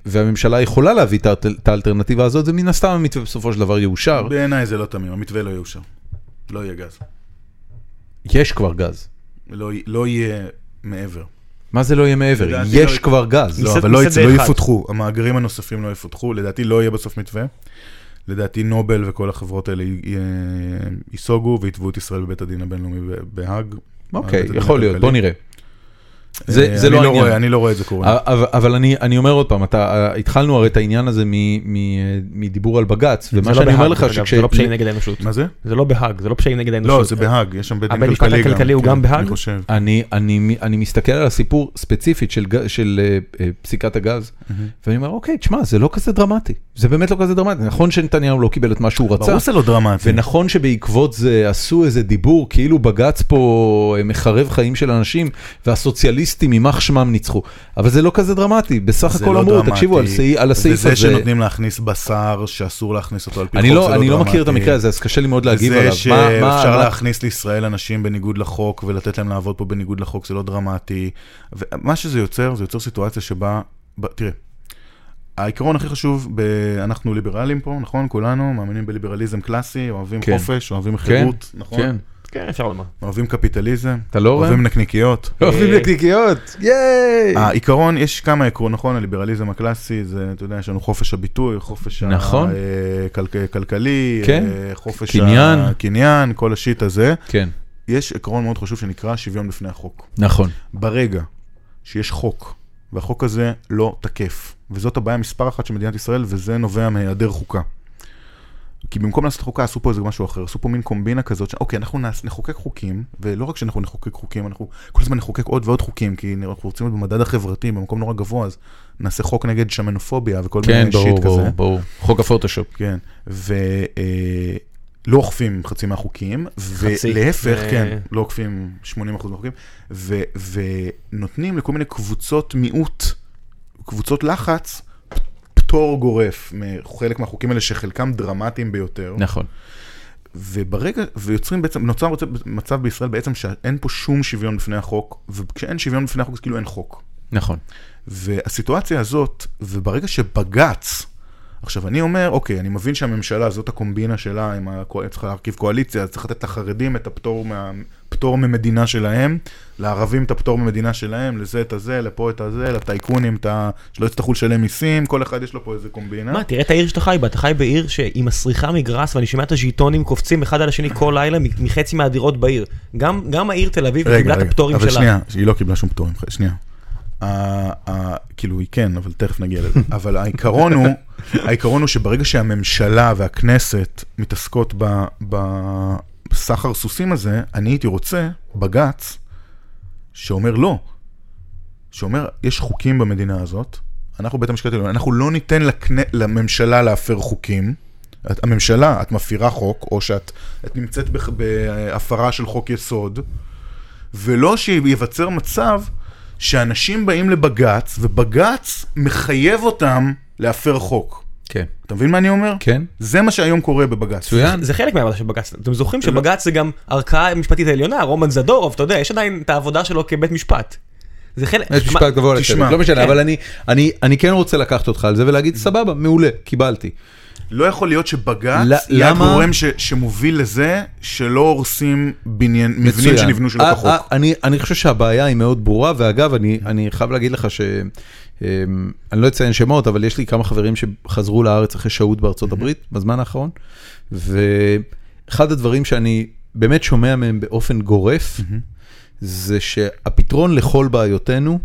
Speaker 1: והממשלה יכולה להביא את האלטר- את האלטרנטיבה הזאת, זה מן הסתם המתווה בסופו של דבר יאושר.
Speaker 3: בעיניי זה לא תמים, המתווה לא יאושר. לא יהיה גז.
Speaker 1: יש כבר גז.
Speaker 3: לא י- לא יהיה מעבר.
Speaker 1: מה זה לא יהיה מעבר?
Speaker 3: לדעתי
Speaker 1: יש
Speaker 3: לא-
Speaker 1: כבר גז.
Speaker 2: לא,
Speaker 3: לא,
Speaker 2: מסד-
Speaker 3: אבל לא
Speaker 2: מסדר
Speaker 3: יצא- לא
Speaker 2: אחד.
Speaker 3: יפותחו, המאגרים הנוספים לא יפותחו, לדעתי לא יהיה בסוף מתווה. לדעתי נובל וכל החברות האלה י- י- ייסוגו ויתבעו את ישראל בבית הדין הבינלאומי ב- בהאג.
Speaker 1: אוקיי,
Speaker 3: הבית הדין
Speaker 1: יכול להיות,
Speaker 3: הכלכלי.
Speaker 1: בוא נראה. זה-
Speaker 3: אה,
Speaker 1: זה
Speaker 3: אני
Speaker 1: לא העניין. אה,
Speaker 3: רואה, אני לא רואה את זה
Speaker 2: נכון.
Speaker 3: קורה.
Speaker 1: אבל, אבל אני, אני אומר עוד פעם, אתה, התחלנו הרי את העניין הזה מ- מ- מדיבור על בג"ץ,
Speaker 2: זה
Speaker 1: ומה
Speaker 2: לא
Speaker 1: שאני אומר
Speaker 2: בהאג,
Speaker 1: לך
Speaker 2: אגב,
Speaker 1: שכש...
Speaker 2: זה לא פשעים נגד האנושות.
Speaker 3: מה זה?
Speaker 2: זה לא בהאג, זה לא פשעים נגד האנושות.
Speaker 3: לא, זה בהאג, יש שם בית דין
Speaker 2: הבית
Speaker 3: כלכלי
Speaker 2: משפט
Speaker 3: גם.
Speaker 2: הכלכלי הוא
Speaker 3: כן,
Speaker 2: גם בהאג?
Speaker 3: אני חושב.
Speaker 1: אני, אני, אני מסתכל על הסיפור ספציפית של, ג- של אה, אה, פסיקת הגז,
Speaker 2: Mm-hmm.
Speaker 1: ואני אומר, אוקיי, תשמע, זה לא כזה דרמטי. זה באמת לא כזה דרמטי. נכון שנתניהו לא קיבל את מה שהוא רצה,
Speaker 3: ברור שזה לא דרמטי.
Speaker 1: ונכון שבעקבות זה עשו איזה דיבור כאילו בג"ץ פה אה, מחרב חיים של אנשים והסוציאליסטים יימח שמם ניצחו. אבל זה לא כזה דרמטי, בסך
Speaker 3: זה
Speaker 1: הכל
Speaker 3: לא
Speaker 1: אמרו,
Speaker 3: דרמטי.
Speaker 1: תקשיבו על, סעי, על הסעיף הזה.
Speaker 3: וזה שנותנים להכניס בשר שאסור להכניס אותו על פי חוק,
Speaker 1: אני
Speaker 3: זה
Speaker 1: לא, אני לא
Speaker 3: דרמטי.
Speaker 1: מכיר את המקרה הזה, אז קשה לי מאוד להגיב עליו.
Speaker 3: זה
Speaker 1: מה- מה-
Speaker 3: שאפשר
Speaker 1: מה-
Speaker 3: להכניס לישראל אנשים בניגוד לחוק ולתת להם לעבוד פה בניגוד לחוק זה לא דרמטי. ומה שזה יוצר, זה יוצר סיטואציה שבה, ב- תראה, העיקרון הכי חשוב, ב... אנחנו ליברלים פה, נכון? כולנו מאמינים בליברליזם קלאסי, אוהבים
Speaker 1: כן.
Speaker 3: חופש, אוהבים
Speaker 1: כן,
Speaker 3: חירות, נכון?
Speaker 1: כן.
Speaker 2: כן, אפשר לומר.
Speaker 3: אוהבים קפיטליזם,
Speaker 1: אתה לא רואה?
Speaker 3: אוהבים נקניקיות.
Speaker 1: אוהבים נקניקיות, ייי!
Speaker 3: העיקרון, יש כמה עקרונות, נכון? הליברליזם הקלאסי זה, אתה יודע, יש לנו חופש הביטוי, חופש אה,
Speaker 1: נכון.
Speaker 3: הכלכלי,
Speaker 1: כן.
Speaker 3: אה, חופש
Speaker 1: קניין.
Speaker 3: הקניין, כל השיט הזה.
Speaker 1: כן,
Speaker 3: יש עקרון מאוד חשוב שנקרא שוויון בפני החוק.
Speaker 1: נכון.
Speaker 3: ברגע שיש חוק, והחוק הזה לא תקף, וזאת הבעיה מספר אחת של מדינת ישראל, וזה נובע מהיעדר חוקה. כי במקום לעשות חוקה עשו פה איזה משהו אחר, עשו פה מין קומבינה כזאת, שאוקיי, אנחנו נעש, נחוקק חוקים, ולא רק שאנחנו נחוקק חוקים, אנחנו כל הזמן נחוקק עוד ועוד חוקים, כי אנחנו רוצים להיות במדד החברתי, במקום נורא גבוה, אז נעשה חוק נגד שמנופוביה וכל
Speaker 1: כן,
Speaker 3: מיני שיט
Speaker 1: ברור,
Speaker 3: כזה.
Speaker 1: ברור, ברור. חוק הפוטושופ.
Speaker 3: כן, ולא אוכפים חצי מהחוקים,
Speaker 2: חצי.
Speaker 3: ולהפך,
Speaker 2: אה.
Speaker 3: כן, לא אוכפים 80% מהחוקים, ו- ונותנים לכל מיני קבוצות מיעוט, קבוצות לחץ, פ- פטור גורף מחלק מהחוקים האלה, שחלקם דרמטיים ביותר.
Speaker 1: נכון.
Speaker 3: וברגע, ויוצרים בעצם, נוצר מצב- מצב בישראל בעצם שאין פה שום שוויון בפני החוק, וכשאין שוויון בפני החוק אז כאילו אין חוק.
Speaker 1: נכון.
Speaker 3: והסיטואציה הזאת, וברגע שבג"ץ, עכשיו, אני אומר, אוקיי, אני מבין שהממשלה, זאת הקומבינה שלה, עם הקו- צריכה להרכיב קואליציה, אז צריך לתת לחרדים את הפטור מה- פטור ממדינה שלהם, לערבים את הפטור ממדינה שלהם, לזה את הזה, לפה את הזה, לטייקונים את ה... שלא יצטרכו לשלם מיסים, כל אחד יש לו פה איזה קומבינה.
Speaker 2: מה, תראה את העיר שאתה חי בה, אתה חי בעיר שהיא מסריחה מגראס, ואני שומע את הז'יטונים קופצים אחד על השני כל לילה מ- מחצי מהדירות בעיר. גם גם העיר תל אביב קיבלה את הפטורים
Speaker 3: אבל
Speaker 2: שלה.
Speaker 3: שנייה, היא לא קיבלה שום פטורים, שנייה. ה- ה- כאילו היא כן, אבל תכף נגיע לזה. אבל העיקרון הוא, העיקרון הוא שברגע שהממשלה והכנסת מתעסקות ב- ב- בסחר סוסים הזה, אני הייתי רוצה בג"ץ שאומר לא. שאומר, יש חוקים במדינה הזאת, אנחנו בית המשפט העליון, אנחנו לא ניתן לקנה, לממשלה להפר חוקים. את, הממשלה, את מפרה חוק, או שאת את נמצאת בח- בהפרה של חוק יסוד, ולא שייווצר מצב שאנשים באים לבג"ץ, ובג"ץ מחייב אותם להפר חוק.
Speaker 1: כן.
Speaker 3: אתה מבין מה אני אומר?
Speaker 1: כן?
Speaker 3: זה מה שהיום קורה בבג"ץ.
Speaker 1: מצוין.
Speaker 2: זה חלק מהעבודה של בג"ץ, אתם זוכרים
Speaker 1: לא.
Speaker 2: שבג"ץ זה גם ערכאה משפטית העליונה, רומן זדורוב, אתה יודע, יש עדיין את העבודה שלו כבית משפט. זה חלק...
Speaker 1: יש
Speaker 2: מה-
Speaker 1: משפט גבוה
Speaker 3: תשמע,
Speaker 1: לצדק, לא משנה,
Speaker 2: כן.
Speaker 1: אבל אני- אני- אני כן רוצה לקחת אותך על זה ולהגיד, סבבה, מעולה, קיבלתי.
Speaker 3: לא יכול להיות שבג"ץ
Speaker 1: ל-
Speaker 3: יהיה
Speaker 1: למה-
Speaker 3: הגורם ש- שמוביל לזה שלא הורסים בניין, מבנים
Speaker 1: מצוין.
Speaker 3: שנבנו שלא
Speaker 1: אה,
Speaker 3: כחוק.
Speaker 1: אה, אני, אני חושב שהבעיה היא מאוד ברורה, ואגב, אני, אני חייב להגיד לך ש... אמ, אני לא אציין שמות, אבל יש לי כמה חברים שחזרו לארץ אחרי שהות בארצות הברית בזמן האחרון, ואחד הדברים שאני באמת שומע מהם באופן גורף, זה שהפתרון לכל בעיותינו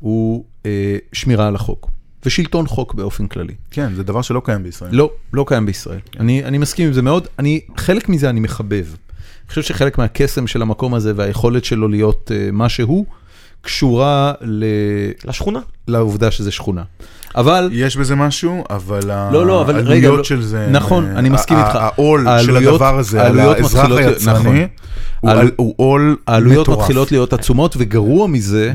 Speaker 1: הוא אה, שמירה על החוק, ושלטון חוק באופן כללי.
Speaker 3: כן, זה דבר שלא קיים בישראל.
Speaker 1: לא, לא קיים בישראל. אני, אני מסכים עם זה מאוד. אני, חלק מזה אני מחבב. אני חושב שחלק מהקסם של המקום הזה והיכולת שלו להיות uh, מה שהוא, קשורה ל...
Speaker 2: לשכונה.
Speaker 1: לעובדה שזה שכונה. אבל...
Speaker 3: יש בזה משהו, אבל ה-
Speaker 1: לא, לא, אבל רגע,
Speaker 3: העלויות
Speaker 1: לא-
Speaker 3: של זה,
Speaker 1: נכון,
Speaker 3: אה,
Speaker 1: אני מסכים
Speaker 3: ה-
Speaker 1: איתך.
Speaker 3: העול של
Speaker 1: העלויות-
Speaker 3: הדבר הזה, על
Speaker 1: העלויות
Speaker 3: האזרח
Speaker 1: מתחילות להיות- נכון.
Speaker 3: היצרני, הוא
Speaker 1: העל-
Speaker 3: על- הוא עול מטורף.
Speaker 1: העלויות מתחילות להיות עצומות, וגרוע מזה,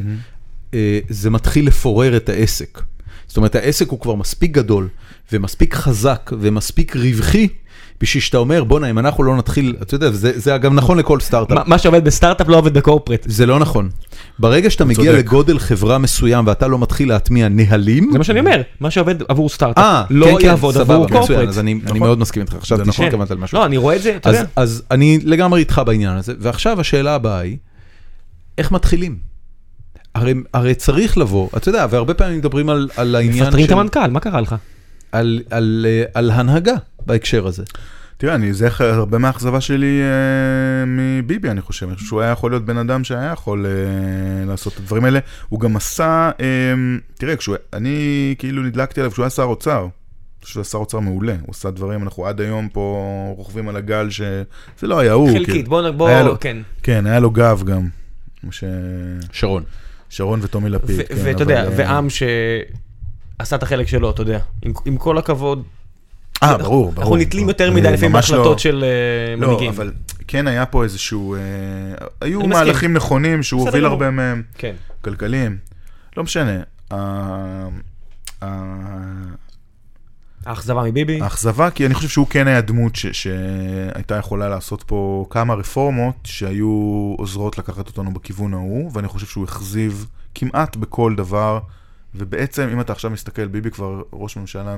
Speaker 1: אה, זה מתחיל לפורר את העסק. זאת אומרת, העסק הוא כבר מספיק גדול, ומספיק חזק, ומספיק רווחי, בשביל שאתה אומר, בואנה, אם אנחנו לא נתחיל, אתה יודע, זה, זה אגב נכון לכל סטארט-אפ.
Speaker 2: מה- מה שעובד בסטארט-אפ לא עובד בקורפרט.
Speaker 1: זה לא נכון. ברגע שאתה מגיע
Speaker 3: צודק.
Speaker 1: לגודל חברה מסוים ואתה לא מתחיל להטמיע נהלים,
Speaker 2: זה מה שאני אומר, מה שעובד עבור סטארט-אפ
Speaker 1: אה,
Speaker 2: לא
Speaker 1: כן, כן,
Speaker 2: יעבוד
Speaker 1: סבבה,
Speaker 2: עבור
Speaker 1: מצוין,
Speaker 2: קורפרט.
Speaker 1: אז אני אני מאוד מסכים איתך,
Speaker 3: זה
Speaker 1: עכשיו
Speaker 3: נכון.
Speaker 1: תשמע
Speaker 2: כן.
Speaker 1: כמעט על משהו.
Speaker 2: לא, אני רואה את זה, אתה
Speaker 1: אז-
Speaker 2: יודע.
Speaker 1: אז אני לגמרי איתך בעניין הזה, ועכשיו השאלה הבאה היא, איך מתחילים? הרי, הרי צריך לבוא, אתה יודע, והרבה פעמים מדברים על, על העניין
Speaker 2: מפטרים את המנכ"ל, מה קרה לך?
Speaker 1: על, על, אה, על הנהגה בהקשר הזה.
Speaker 3: תראה, אני, זה ח- הרבה מהאכזבה שלי אה, מביבי, אני חושב. אני חושב שהוא היה יכול להיות בן אדם שהיה יכול אה, לעשות את הדברים האלה. הוא גם עשה, אה, תראה, כשהוא, אני כאילו נדלקתי עליו כשהוא היה שר אוצר. אני חושב שהוא היה שר אוצר מעולה. הוא עשה דברים, אנחנו עד היום פה רוכבים על הגל ש... זה לא היה הוא.
Speaker 2: חלקית,
Speaker 3: כאילו.
Speaker 2: בוא, נ-
Speaker 3: היה
Speaker 2: בוא,
Speaker 3: לו-
Speaker 2: כן.
Speaker 3: כן, היה לו גב גם. כמו ש...
Speaker 1: שרון.
Speaker 3: שרון וטומי לפיד.
Speaker 2: ו-
Speaker 3: כן,
Speaker 2: ואתה יודע,
Speaker 3: אבל, אה,
Speaker 2: ועם שעשה את החלק שלו, אתה יודע. עם- עם כל הכבוד,
Speaker 3: אה, ברור, ברור.
Speaker 2: אנחנו נתלים יותר
Speaker 3: אה,
Speaker 2: מדי לפעמים
Speaker 3: ממש לא-
Speaker 2: בהחלטות של אה,
Speaker 3: לא,
Speaker 2: מנהיגים.
Speaker 3: אבל כן היה פה איזשהו... אה, היו
Speaker 2: מסכים.
Speaker 3: מהלכים נכונים שהוא
Speaker 2: בסדר
Speaker 3: הוביל
Speaker 2: גמור.
Speaker 3: הרבה מהם.
Speaker 2: כן.
Speaker 3: כלכליים, לא משנה. ה- ה-
Speaker 2: האכזבה מביבי.
Speaker 3: האכזבה, כי אני חושב שהוא כן היה דמות ש- שהייתה יכולה לעשות פה כמה רפורמות שהיו עוזרות לקחת אותנו בכיוון ההוא, ואני חושב שהוא הכזיב כמעט בכל דבר, ובעצם, אם אתה עכשיו מסתכל, ביבי כבר ראש ממשלה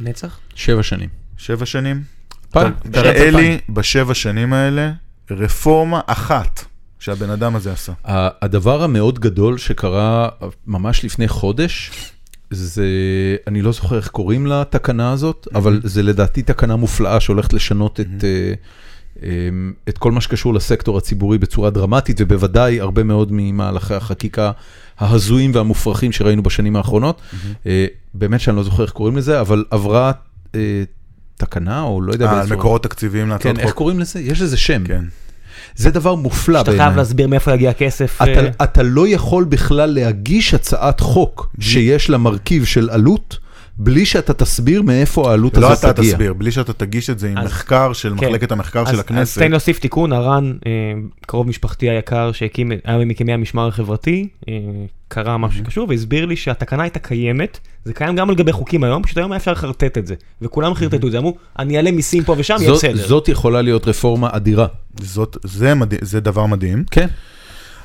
Speaker 2: נצח?
Speaker 3: אה,
Speaker 1: שבע שנים.
Speaker 3: משבע שנים.
Speaker 1: פעם.
Speaker 3: תראה לי בשבע שנים האלה רפורמה אחת שהבן אדם הזה עשה.
Speaker 1: ה- הדבר המאוד גדול שקרה ממש לפני חודש, זה, אני לא זוכר איך קוראים לתקנה הזאת, אבל זה לדעתי תקנה מופלאה שהולכת לשנות את, אה, אמ, את כל מה שקשור לסקטור הציבורי בצורה דרמטית, ובוודאי הרבה מאוד ממהלכי החקיקה ההזויים והמופרכים שראינו בשנים האחרונות. אה, באמת שאני לא זוכר איך קוראים לזה, אבל עברה אה, תקנה, או לא יודע
Speaker 3: אה,
Speaker 1: באיזה...
Speaker 3: על מקורות תקציביים
Speaker 1: כן,
Speaker 3: להצעות
Speaker 1: איך
Speaker 3: חוק.
Speaker 1: קוראים לזה? יש לזה שם.
Speaker 3: כן.
Speaker 1: זה דבר מופלא
Speaker 2: שאתה
Speaker 1: בעיניי.
Speaker 2: חייב להסביר מאיפה יגיע הכסף. אה,
Speaker 1: אתה, אתה לא יכול בכלל להגיש הצעת חוק שיש לה מרכיב של עלות, בלי שאתה תסביר מאיפה העלות
Speaker 3: לא
Speaker 1: הזאת
Speaker 3: אתה
Speaker 1: תגיע.
Speaker 3: תסביר, בלי שאתה תגיש את זה עם
Speaker 2: אז-
Speaker 3: מחקר של
Speaker 2: כן.
Speaker 3: מחלקת המחקר
Speaker 2: אז-
Speaker 3: של
Speaker 2: אז
Speaker 3: הכנסת.
Speaker 2: תן לי להוסיף תיקון, הרן, אה, קרוב משפחתי היקר שהקים, היה ממקימי המשמר החברתי, אה, קרא משהו שקשור והסביר לי שהתקנה הייתה קיימת, זה קיים גם על גבי חוקים היום, פשוט היום היה אפשר לחרטט את זה, וכולם חרטטו את זה, אמרו, אני אעלה מיסים פה ושם, יהיה
Speaker 1: זאת,
Speaker 2: בסדר.
Speaker 1: זאת יכולה להיות רפורמה אדירה.
Speaker 3: זאת, זה, מדה, זה דבר מדהים.
Speaker 1: כן.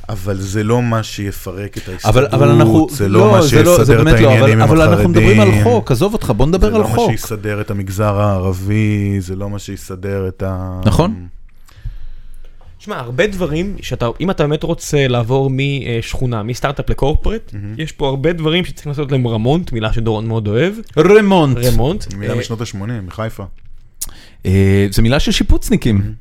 Speaker 3: אבל זה לא מה שיפרק את
Speaker 1: אבל, אבל אנחנו,
Speaker 3: ההסתדרות, זה לא מה
Speaker 1: זה לא- זה
Speaker 3: שיסדר את
Speaker 1: באמת לא,
Speaker 3: העניינים
Speaker 1: אבל,
Speaker 3: עם
Speaker 1: אבל אנחנו מדברים על
Speaker 3: החרדים.
Speaker 1: חוק, עזוב אותך, בוא נדבר על
Speaker 3: זה לא מה
Speaker 1: חוק.
Speaker 3: שיסדר את המגזר הערבי, זה לא מה שיסדר את ה...
Speaker 1: נכון.
Speaker 2: תשמע, הרבה דברים שאתה, אם אתה באמת רוצה לעבור משכונה, מסטארט-אפ לקורפרט, יש פה הרבה דברים שצריכים לעשות להם רמונט, מילה שדורון מאוד אוהב,
Speaker 1: רמונט.
Speaker 2: רמונט.
Speaker 3: מילה
Speaker 2: אה,
Speaker 3: משנות ה-80, מחיפה.
Speaker 1: אה, זו מילה של שיפוצניקים.